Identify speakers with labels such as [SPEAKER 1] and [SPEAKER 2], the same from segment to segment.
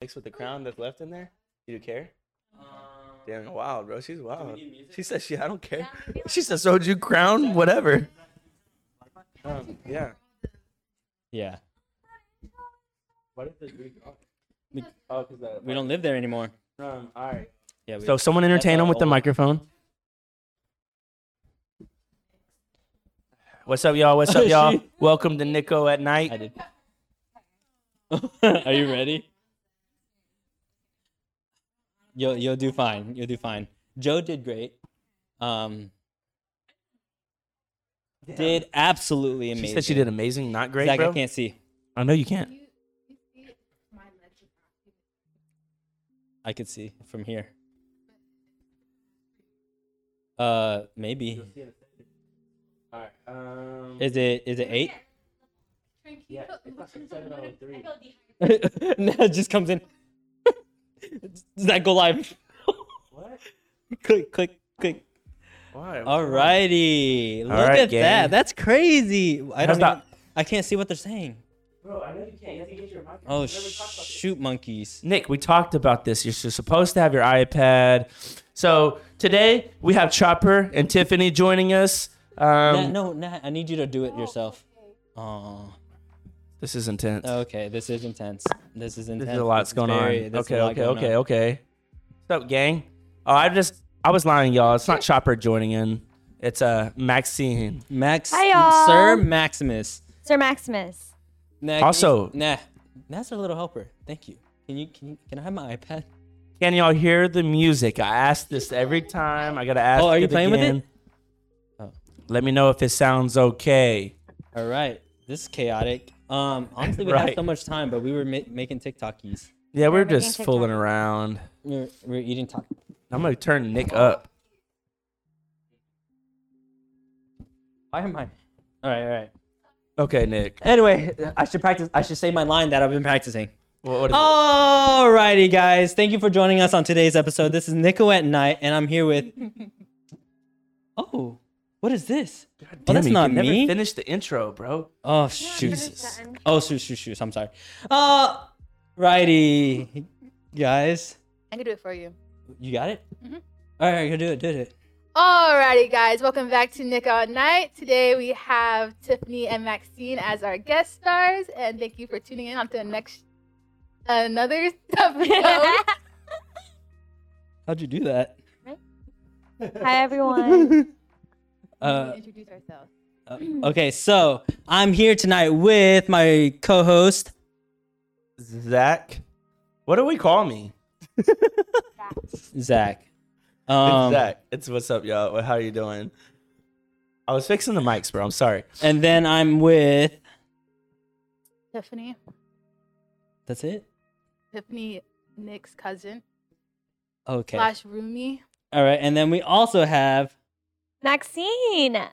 [SPEAKER 1] Mixed with the crown that's left in there? You do care? Damn, wild, bro. She's wild. She says she. I don't care. She says soju crown, whatever. Um, yeah.
[SPEAKER 2] Yeah.
[SPEAKER 1] What if there's Greek? Oh,
[SPEAKER 2] We-
[SPEAKER 1] oh, 'cause that.
[SPEAKER 2] We don't live there anymore.
[SPEAKER 1] Um, all right.
[SPEAKER 2] Yeah. We,
[SPEAKER 1] So someone entertain
[SPEAKER 2] That's
[SPEAKER 1] him with the
[SPEAKER 2] all.
[SPEAKER 1] microphone. What's up, y'all? What's up, y'all?
[SPEAKER 2] She-
[SPEAKER 1] Welcome to Nico at
[SPEAKER 2] I
[SPEAKER 1] night.
[SPEAKER 2] did. Are you ready? You'll you'll do fine. You'll do fine. Joe did great. Um, did absolutely
[SPEAKER 1] She
[SPEAKER 2] amazing.
[SPEAKER 1] said she did amazing, not great,
[SPEAKER 2] Zach,
[SPEAKER 1] bro.
[SPEAKER 2] I can't see.
[SPEAKER 1] I know you can't.
[SPEAKER 2] I could see from here. Uh, maybe.
[SPEAKER 1] All right. Um,
[SPEAKER 2] Is it is it eight?
[SPEAKER 1] yeah, it's not six, seven, oh, three.
[SPEAKER 2] no, it just comes in. Does that go live?
[SPEAKER 1] What?
[SPEAKER 2] click, click, click.
[SPEAKER 1] Why?
[SPEAKER 2] All righty. Look
[SPEAKER 1] right,
[SPEAKER 2] at
[SPEAKER 1] gang.
[SPEAKER 2] that. That's crazy. I
[SPEAKER 1] How's
[SPEAKER 2] don't
[SPEAKER 1] that?
[SPEAKER 2] even, I can't see what they're saying.
[SPEAKER 1] Bro, I know you can't. You have to get your microphone.
[SPEAKER 2] Oh,
[SPEAKER 1] We've never talked about this.
[SPEAKER 2] shoot monkeys.
[SPEAKER 1] Nick, we talked about this. You're s- supposed to have your iPad. So today we have Chopper and Tiffany joining us. Um,
[SPEAKER 2] Nat, no, Nat, I need you to do it yourself. Oh,
[SPEAKER 1] This is intense.
[SPEAKER 2] okay. This is intense. This is intense.
[SPEAKER 1] There's a lot's
[SPEAKER 2] It's
[SPEAKER 1] going
[SPEAKER 2] very-
[SPEAKER 1] on.
[SPEAKER 2] there's a
[SPEAKER 1] Okay,
[SPEAKER 2] lot
[SPEAKER 1] okay,
[SPEAKER 2] going
[SPEAKER 1] okay,
[SPEAKER 2] on.
[SPEAKER 1] okay. What's up, gang? Oh, I just I was lying, y'all. It's not Chopper joining in. It's uh Maxine.
[SPEAKER 2] Max,
[SPEAKER 3] Hi, y'all.
[SPEAKER 2] Sir Maximus.
[SPEAKER 3] Sir Maximus.
[SPEAKER 2] Nah,
[SPEAKER 1] Also-
[SPEAKER 2] nah, Nat's our little helper. Thank you. Can you can you, can I have my iPad?
[SPEAKER 1] Can y'all hear the music? I ask this every time. I gotta ask.
[SPEAKER 2] Oh, are you
[SPEAKER 1] it
[SPEAKER 2] playing with it?
[SPEAKER 1] again.
[SPEAKER 2] Oh.
[SPEAKER 1] Let me know if it sounds okay.
[SPEAKER 2] All right, this is chaotic. Um, honestly, we
[SPEAKER 1] Right.
[SPEAKER 2] have so much time, but we were ma- making TikTokies.
[SPEAKER 1] Yeah, we're
[SPEAKER 3] making
[SPEAKER 1] just
[SPEAKER 3] TikTok.
[SPEAKER 1] fooling around.
[SPEAKER 2] We were, we were eating tacos.
[SPEAKER 1] I'm gonna turn Nick up.
[SPEAKER 2] Why am I? All right, all right.
[SPEAKER 1] Okay, Nick.
[SPEAKER 2] Anyway, I should practice. I should say my line that I've been practicing.
[SPEAKER 1] What, what is
[SPEAKER 2] Oh,
[SPEAKER 1] it?
[SPEAKER 2] Alrighty, guys. Thank you for joining us on today's episode. This is Nico at Night, and I'm here with. Oh, what is this?
[SPEAKER 1] Damn,
[SPEAKER 2] oh, that's
[SPEAKER 1] you
[SPEAKER 2] not
[SPEAKER 1] can never
[SPEAKER 2] me.
[SPEAKER 1] Finish the intro, bro.
[SPEAKER 2] oh,
[SPEAKER 3] finish
[SPEAKER 2] shoes.
[SPEAKER 3] that end.
[SPEAKER 2] Oh, shoes, shoes, shoes. I'm sorry. Uh, righty, guys.
[SPEAKER 4] I can do it for you.
[SPEAKER 2] You got it. All right, go do it. Do it.
[SPEAKER 4] Alrighty, guys, welcome back to Nick All Night. Today we have Tiffany and Maxine as our guest stars, and thank you for tuning in on to the next another
[SPEAKER 3] Oh.
[SPEAKER 4] episode.
[SPEAKER 2] How'd you do that?
[SPEAKER 3] Hi, everyone.
[SPEAKER 2] Uh,
[SPEAKER 4] introduce ourselves.
[SPEAKER 2] uh, okay, so I'm here tonight with my co-host.
[SPEAKER 1] Zach. What do we call me?
[SPEAKER 2] Zach.
[SPEAKER 1] It's
[SPEAKER 2] Um,
[SPEAKER 1] Zach. It's what's up, y'all. What- How you doing? I was fixing the mics, bro. I'm sorry.
[SPEAKER 2] And then I'm with.
[SPEAKER 4] Tiffany,
[SPEAKER 2] That's it.
[SPEAKER 4] Tiffany, Nick's cousin
[SPEAKER 2] Okay.
[SPEAKER 4] slash roomie.
[SPEAKER 2] All right, and then we also have.
[SPEAKER 3] Maxine. Max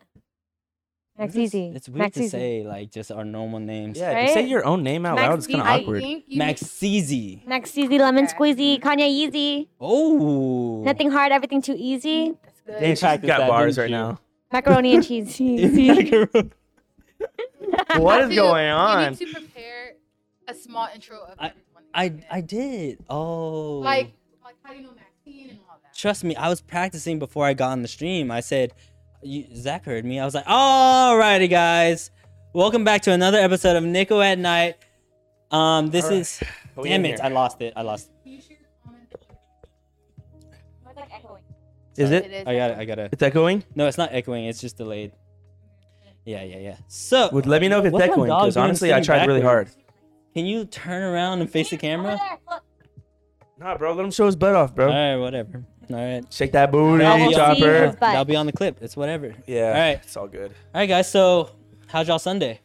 [SPEAKER 2] It's-
[SPEAKER 3] Easy.
[SPEAKER 2] It's weird
[SPEAKER 3] Max
[SPEAKER 2] to
[SPEAKER 3] Easy.
[SPEAKER 2] say like just our normal names.
[SPEAKER 1] Yeah, if you say
[SPEAKER 3] Right?
[SPEAKER 1] your own name out loud, it's kind
[SPEAKER 3] Maxine.
[SPEAKER 1] of
[SPEAKER 4] I E.
[SPEAKER 1] awkward.
[SPEAKER 4] think you-
[SPEAKER 2] Max Easy.
[SPEAKER 3] Max Easy, Lemon
[SPEAKER 4] Okay.
[SPEAKER 3] Squeezy, Kanye Easy.
[SPEAKER 2] Oh.
[SPEAKER 3] Nothing hard, everything too easy.
[SPEAKER 4] That's good.
[SPEAKER 1] Damn, she's got
[SPEAKER 2] practiced that,
[SPEAKER 1] bars right
[SPEAKER 2] didn't
[SPEAKER 1] now.
[SPEAKER 3] Macaroni and cheese. Easy.
[SPEAKER 2] Macaroni.
[SPEAKER 1] What
[SPEAKER 4] You-
[SPEAKER 1] is going
[SPEAKER 4] You
[SPEAKER 1] on?
[SPEAKER 4] need to prepare a small intro of
[SPEAKER 2] I-
[SPEAKER 4] everyone. that
[SPEAKER 2] I
[SPEAKER 4] you
[SPEAKER 2] I
[SPEAKER 4] met.
[SPEAKER 2] did. Oh.
[SPEAKER 4] like like how do you know Maxine and all that.
[SPEAKER 2] Trust me, I was practicing before I got on the stream. I said, you, Zach heard me. I was like, alrighty, guys. Welcome back to another episode of Nico at Night. Um, this
[SPEAKER 1] Alright.
[SPEAKER 2] is.
[SPEAKER 1] Are we
[SPEAKER 2] Damn
[SPEAKER 1] in here?
[SPEAKER 2] it, I lost it. I lost
[SPEAKER 4] Can you share your comments?
[SPEAKER 1] Is it?
[SPEAKER 4] is
[SPEAKER 2] it. I got it. I got it.
[SPEAKER 1] It's echoing.
[SPEAKER 2] No, it's not echoing. It's just delayed. Yeah, yeah, yeah. So,
[SPEAKER 1] Would let me know if it's
[SPEAKER 2] What's my
[SPEAKER 1] echoing
[SPEAKER 2] dog
[SPEAKER 1] because
[SPEAKER 2] doing
[SPEAKER 1] honestly, I
[SPEAKER 2] sitting
[SPEAKER 1] tried really hard.
[SPEAKER 2] backwards? can you turn around and face the camera?
[SPEAKER 1] Nah, bro, let him show his butt off, bro.
[SPEAKER 2] All right, whatever. All right.
[SPEAKER 1] Shake that booty,
[SPEAKER 3] I will see
[SPEAKER 1] chopper.
[SPEAKER 3] his butt.
[SPEAKER 2] That'll be on the clip. It's whatever.
[SPEAKER 1] Yeah,
[SPEAKER 2] All right.
[SPEAKER 1] it's all good.
[SPEAKER 2] All right, guys. So, how's y'all Sunday?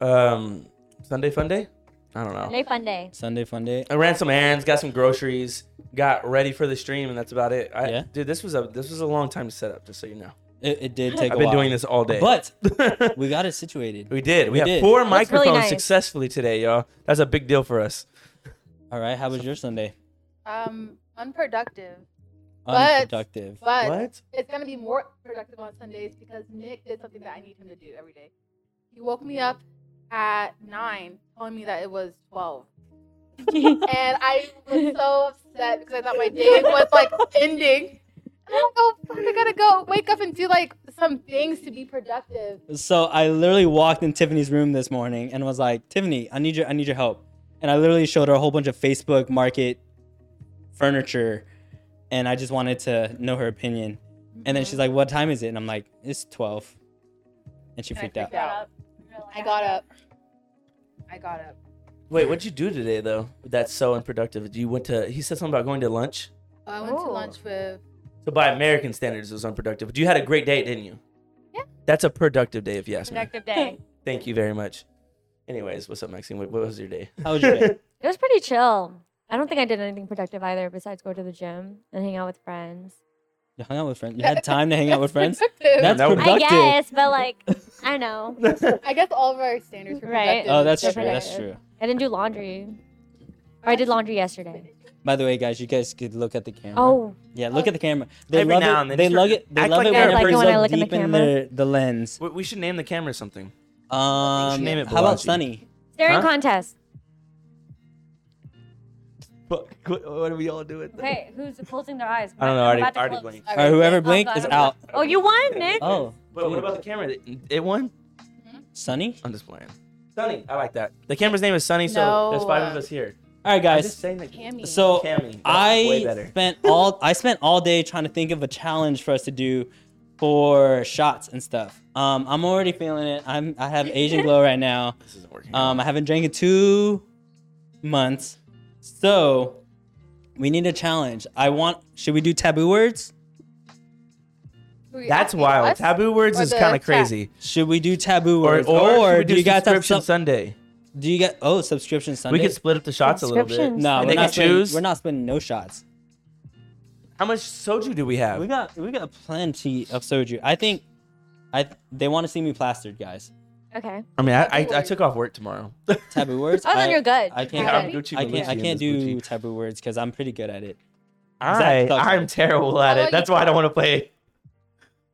[SPEAKER 1] Um, Sunday fun day. I don't
[SPEAKER 2] Oh.
[SPEAKER 1] know.
[SPEAKER 3] Sunday fun day.
[SPEAKER 2] Sunday fun day.
[SPEAKER 1] I ran some errands, got some groceries, got ready for the stream, and that's about it. I,
[SPEAKER 2] Yeah?
[SPEAKER 1] Dude, this was a this was a long time to set up, just so you know.
[SPEAKER 2] It, it did take
[SPEAKER 1] I've
[SPEAKER 2] a
[SPEAKER 1] been
[SPEAKER 2] while.
[SPEAKER 1] doing this all day.
[SPEAKER 2] But
[SPEAKER 1] But
[SPEAKER 2] we got it situated.
[SPEAKER 1] we did. We,
[SPEAKER 2] We
[SPEAKER 1] had
[SPEAKER 2] did.
[SPEAKER 1] four
[SPEAKER 3] That's really
[SPEAKER 1] microphones
[SPEAKER 3] nice.
[SPEAKER 1] successfully today, y'all. That's a big deal for us.
[SPEAKER 2] All right. How was your Sunday?
[SPEAKER 4] Um, unproductive. But-
[SPEAKER 2] Unproductive.
[SPEAKER 3] Uh,
[SPEAKER 4] But
[SPEAKER 1] what?
[SPEAKER 4] it's gonna be more productive on Sundays because Nick did something that I need him to do every day. He woke me up at nine, telling me that it was twelve. and I was so upset because I thought my day was like ending. And I'm like, oh, fuck, I gotta go wake up and do like some things to be productive.
[SPEAKER 2] So I literally walked in Tiffany's room this morning and was like, Tiffany, I need your I need your help. And I literally showed her a whole bunch of Facebook market furniture and I just wanted to know her opinion. And then she's like, What time is it? And I'm like, It's twelve. And she freaked out.
[SPEAKER 4] out. I got up. I got up.
[SPEAKER 1] Wait, what'd you do today though? That's so unproductive. You went to. He said something about going to lunch.
[SPEAKER 4] Oh, I went to
[SPEAKER 3] Oh.
[SPEAKER 4] lunch with.
[SPEAKER 1] So by American standards, it was unproductive. But you had a great day, didn't you?
[SPEAKER 4] Yeah.
[SPEAKER 1] That's a productive day, if you ask me.
[SPEAKER 3] Productive day.
[SPEAKER 1] Thank you very much. Anyways, what's up, Maxine? What, what was your day?
[SPEAKER 2] How was your day?
[SPEAKER 3] It was pretty chill. I don't think I did anything productive either besides go to the gym and hang out with friends.
[SPEAKER 2] You hung out with friends. You had time to hang out with friends?
[SPEAKER 4] productive.
[SPEAKER 2] That's
[SPEAKER 1] That would-
[SPEAKER 3] I
[SPEAKER 2] productive.
[SPEAKER 3] guess, but like, I don't know.
[SPEAKER 4] I guess all of our standards for
[SPEAKER 3] Right.
[SPEAKER 4] productive.
[SPEAKER 2] Oh, that's
[SPEAKER 4] is
[SPEAKER 2] true. That's true.
[SPEAKER 3] I didn't do laundry. Or I did laundry yesterday.
[SPEAKER 2] By the way, guys, you guys could look at the
[SPEAKER 1] Uh-huh.
[SPEAKER 2] camera.
[SPEAKER 3] Oh,
[SPEAKER 2] Yeah, look at the camera. They
[SPEAKER 1] Every
[SPEAKER 2] love
[SPEAKER 1] now
[SPEAKER 2] it.
[SPEAKER 1] and then,
[SPEAKER 2] They
[SPEAKER 1] sure.
[SPEAKER 2] love it. They
[SPEAKER 1] Act
[SPEAKER 2] love
[SPEAKER 1] like
[SPEAKER 2] it
[SPEAKER 1] I
[SPEAKER 2] when it
[SPEAKER 1] like it
[SPEAKER 2] brings
[SPEAKER 3] when I
[SPEAKER 2] up
[SPEAKER 3] look in the
[SPEAKER 2] deep in
[SPEAKER 3] camera.
[SPEAKER 2] their the lens.
[SPEAKER 1] We- We should name the camera something.
[SPEAKER 2] Um,
[SPEAKER 1] name it
[SPEAKER 2] how about
[SPEAKER 1] Balaji.
[SPEAKER 2] Sunny?
[SPEAKER 3] staring
[SPEAKER 1] Huh?
[SPEAKER 3] contest.
[SPEAKER 1] What, what are we all doing?
[SPEAKER 3] Okay, who's closing their eyes?
[SPEAKER 1] I don't know.
[SPEAKER 3] I'm
[SPEAKER 1] Already,
[SPEAKER 3] about to
[SPEAKER 1] already
[SPEAKER 3] close.
[SPEAKER 1] blinked.
[SPEAKER 4] All
[SPEAKER 2] All
[SPEAKER 4] right.
[SPEAKER 2] right, whoever blinked is out.
[SPEAKER 3] Oh, you won, Nick.
[SPEAKER 2] Oh,
[SPEAKER 1] But what about the camera? It, it won?
[SPEAKER 2] Sunny.
[SPEAKER 1] I'm just playing. Sunny. I like that. The camera's name is Sunny, so there's five of
[SPEAKER 4] No.
[SPEAKER 1] us here.
[SPEAKER 2] All right,
[SPEAKER 1] I'm just
[SPEAKER 2] guys.
[SPEAKER 1] saying that
[SPEAKER 4] Cammy.
[SPEAKER 2] So
[SPEAKER 1] Cammy. That's way
[SPEAKER 2] I
[SPEAKER 1] better.
[SPEAKER 2] spent all I spent all day trying to think of a challenge for us to do for shots and stuff. Um, I'm already feeling it. I'm I have Asian glow right now.
[SPEAKER 1] This isn't working.
[SPEAKER 2] Um, I haven't drank in two months, so we need a challenge. I want. Should we do taboo words?
[SPEAKER 4] Who are you
[SPEAKER 1] That's
[SPEAKER 4] asking,
[SPEAKER 1] wild.
[SPEAKER 4] us?
[SPEAKER 1] Taboo words
[SPEAKER 4] Or
[SPEAKER 1] is
[SPEAKER 4] the
[SPEAKER 1] kind of
[SPEAKER 4] chat?
[SPEAKER 1] crazy.
[SPEAKER 2] Should we do taboo
[SPEAKER 1] Or,
[SPEAKER 2] words?
[SPEAKER 1] or, should we do,
[SPEAKER 2] do you guys have
[SPEAKER 1] subscription
[SPEAKER 2] some,
[SPEAKER 1] Sunday?
[SPEAKER 2] Do you get oh subscription Sunday?
[SPEAKER 1] We could split up the shots a little bit.
[SPEAKER 3] Subscriptions.
[SPEAKER 2] no,
[SPEAKER 1] And
[SPEAKER 2] we're
[SPEAKER 1] they
[SPEAKER 2] not
[SPEAKER 1] can
[SPEAKER 2] spending,
[SPEAKER 1] choose.
[SPEAKER 2] We're not spending no shots.
[SPEAKER 1] How much soju do we have?
[SPEAKER 2] We got we got plenty of soju. I think I they want to see me plastered, guys.
[SPEAKER 3] Okay.
[SPEAKER 1] I mean, I, I,
[SPEAKER 4] Taboo
[SPEAKER 1] I
[SPEAKER 4] words.
[SPEAKER 1] took off work tomorrow.
[SPEAKER 2] Taboo words.
[SPEAKER 3] Oh, then
[SPEAKER 2] I-
[SPEAKER 3] you're good.
[SPEAKER 2] I can't.
[SPEAKER 3] Yeah,
[SPEAKER 2] I
[SPEAKER 3] I'm
[SPEAKER 2] can't.
[SPEAKER 1] Gucci
[SPEAKER 2] I
[SPEAKER 1] Gucci
[SPEAKER 2] can't,
[SPEAKER 1] in this
[SPEAKER 2] do
[SPEAKER 1] boutique.
[SPEAKER 2] taboo words because I'm pretty good at it.
[SPEAKER 1] I,
[SPEAKER 2] sucks.
[SPEAKER 1] I'm terrible at
[SPEAKER 4] How
[SPEAKER 1] it.
[SPEAKER 4] about
[SPEAKER 1] That's
[SPEAKER 4] you?
[SPEAKER 1] why I don't want to play.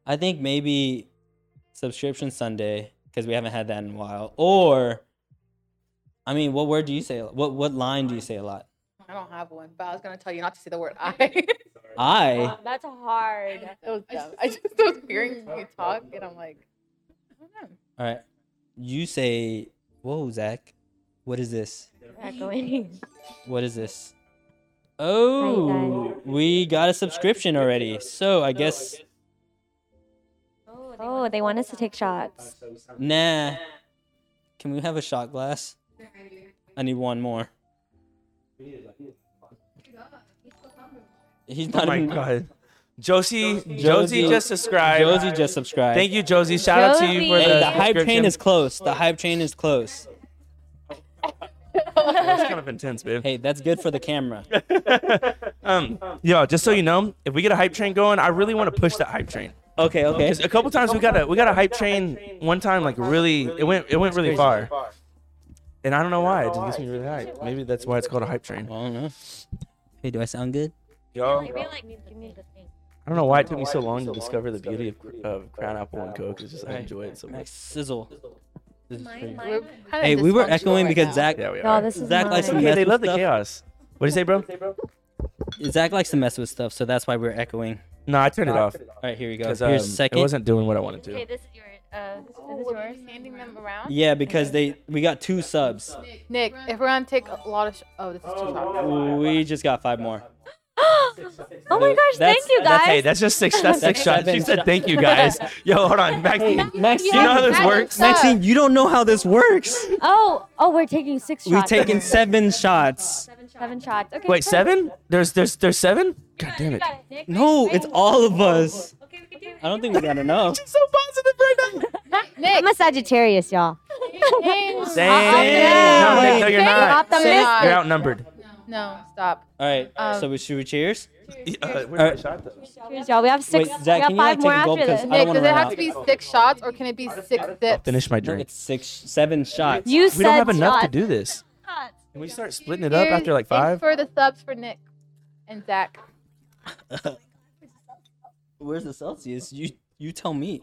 [SPEAKER 2] I think maybe subscription Sunday because we haven't had that in a while. Or, I mean, what word do you say? What what line do you say a lot?
[SPEAKER 4] I don't have one, but I was gonna tell you not to say the word I.
[SPEAKER 2] I.
[SPEAKER 3] Wow, That's hard.
[SPEAKER 4] That was dumb. I just was hearing you talk, and I'm like, I don't know.
[SPEAKER 2] All right. You say, "Whoa, Zach, what is this?
[SPEAKER 3] Echoing.
[SPEAKER 2] What is this?" Oh, we got a subscription already. So I guess
[SPEAKER 3] Oh, they want us to take shots.
[SPEAKER 2] nah. Can we have a shot glass? I need one more. He's
[SPEAKER 1] Oh
[SPEAKER 2] not
[SPEAKER 1] my
[SPEAKER 2] even.
[SPEAKER 1] god. Josie, Josie, just subscribed.
[SPEAKER 2] Josie just subscribed.
[SPEAKER 1] Thank you, Josie. Shout out to you for
[SPEAKER 3] Josie.
[SPEAKER 2] Hey,
[SPEAKER 1] the
[SPEAKER 2] the hype train
[SPEAKER 1] subscription.
[SPEAKER 2] is close. The hype train is close.
[SPEAKER 1] That's kind of intense, babe.
[SPEAKER 2] Hey, that's good for the camera.
[SPEAKER 1] Um, yo, just so you know, if we get a hype train going, I really want to push the hype train.
[SPEAKER 2] Okay, okay.
[SPEAKER 1] 'Cause a couple times we got a we got a hype train one time, like really, it went it went really far, and I don't know why. It just gets me really hyped. Maybe that's why it's called a hype train.
[SPEAKER 2] Well, I don't know. Hey, do I sound good?
[SPEAKER 1] Yo,
[SPEAKER 3] Maybe like give me the thing.
[SPEAKER 1] I don't know why it took me so long to discover the beauty of, of Crown Apple and Coke. It's just I
[SPEAKER 2] Right.
[SPEAKER 1] enjoy it so much.
[SPEAKER 2] Nice sizzle. This is pretty-
[SPEAKER 4] We're kinda
[SPEAKER 2] Hey, we were
[SPEAKER 4] dysfunctional
[SPEAKER 2] echoing
[SPEAKER 4] right
[SPEAKER 2] because
[SPEAKER 4] now.
[SPEAKER 2] Zach
[SPEAKER 1] Yeah, we
[SPEAKER 3] No,
[SPEAKER 1] are.
[SPEAKER 3] Oh, this is
[SPEAKER 2] Zach likes
[SPEAKER 1] It's
[SPEAKER 2] some
[SPEAKER 3] mine.
[SPEAKER 1] okay. They
[SPEAKER 2] mess
[SPEAKER 1] love
[SPEAKER 2] with
[SPEAKER 1] the
[SPEAKER 2] stuff.
[SPEAKER 1] chaos. What do you say, bro?
[SPEAKER 2] Zach likes to mess with stuff, so that's why we're echoing.
[SPEAKER 1] No, I turned it off
[SPEAKER 2] All right, here we go.
[SPEAKER 1] because
[SPEAKER 2] Here's
[SPEAKER 1] um, it
[SPEAKER 2] second.
[SPEAKER 1] wasn't doing what I wanted
[SPEAKER 3] Okay,
[SPEAKER 1] to.
[SPEAKER 3] this is your. Uh,
[SPEAKER 4] Oh,
[SPEAKER 3] this is
[SPEAKER 4] we're
[SPEAKER 3] yours.
[SPEAKER 4] handing them around.
[SPEAKER 2] Yeah, because they we got two subs.
[SPEAKER 4] Nick, if we're gonna take a lot of, sh- oh, this is too hot.
[SPEAKER 2] We just got five more.
[SPEAKER 3] oh my gosh!
[SPEAKER 2] That's-
[SPEAKER 3] thank you
[SPEAKER 1] That's hey,
[SPEAKER 3] guys.
[SPEAKER 1] that's just six. That's six shots.
[SPEAKER 2] That's
[SPEAKER 1] She
[SPEAKER 2] seven
[SPEAKER 1] said
[SPEAKER 2] shots.
[SPEAKER 1] thank you guys. Yo, hold on, Maxine.
[SPEAKER 2] Maxine,
[SPEAKER 1] You know how this
[SPEAKER 4] Zach,
[SPEAKER 1] works?
[SPEAKER 4] what's up?
[SPEAKER 2] Maxine, you don't know how this works.
[SPEAKER 3] Oh, oh, we're taking six
[SPEAKER 2] We've
[SPEAKER 3] shots.
[SPEAKER 2] taken seven shots.
[SPEAKER 3] seven shots. Okay.
[SPEAKER 1] Wait,
[SPEAKER 3] perfect.
[SPEAKER 1] seven? There's there's there's seven? God damn
[SPEAKER 3] You
[SPEAKER 1] it.
[SPEAKER 3] got it, Nick.
[SPEAKER 2] No, it's all of us.
[SPEAKER 3] Okay, we can do it.
[SPEAKER 2] I don't think we got enough.
[SPEAKER 1] She's so positive right now.
[SPEAKER 4] Nick,
[SPEAKER 3] I'm a Sagittarius, y'all.
[SPEAKER 1] Damn. No, Nick, no, you're not.
[SPEAKER 3] Optimistic.
[SPEAKER 1] You're outnumbered.
[SPEAKER 4] No, stop.
[SPEAKER 2] All right.
[SPEAKER 4] Um,
[SPEAKER 2] so we should we cheers?
[SPEAKER 1] Uh,
[SPEAKER 2] not Alright.
[SPEAKER 1] shot
[SPEAKER 3] Cheers, y'all. We have six.
[SPEAKER 2] Wait, Zach,
[SPEAKER 3] we have
[SPEAKER 2] can you, like,
[SPEAKER 3] five
[SPEAKER 2] take
[SPEAKER 3] more
[SPEAKER 2] a gulp
[SPEAKER 3] after this.
[SPEAKER 2] 'cause I
[SPEAKER 4] Nick,
[SPEAKER 2] don't wanna
[SPEAKER 4] does it
[SPEAKER 2] run
[SPEAKER 4] have
[SPEAKER 2] out.
[SPEAKER 4] to be six shots or can it be six dips?
[SPEAKER 1] Finish my
[SPEAKER 2] No,
[SPEAKER 1] drink.
[SPEAKER 2] it's six, seven shots.
[SPEAKER 3] You said
[SPEAKER 1] We don't have enough to
[SPEAKER 3] shots.
[SPEAKER 1] do this.
[SPEAKER 3] Shots.
[SPEAKER 1] Can we start splitting it up after like
[SPEAKER 4] Thanks
[SPEAKER 1] five?
[SPEAKER 4] for the subs for Nick and Zach.
[SPEAKER 2] Where's the Celsius? You you tell me,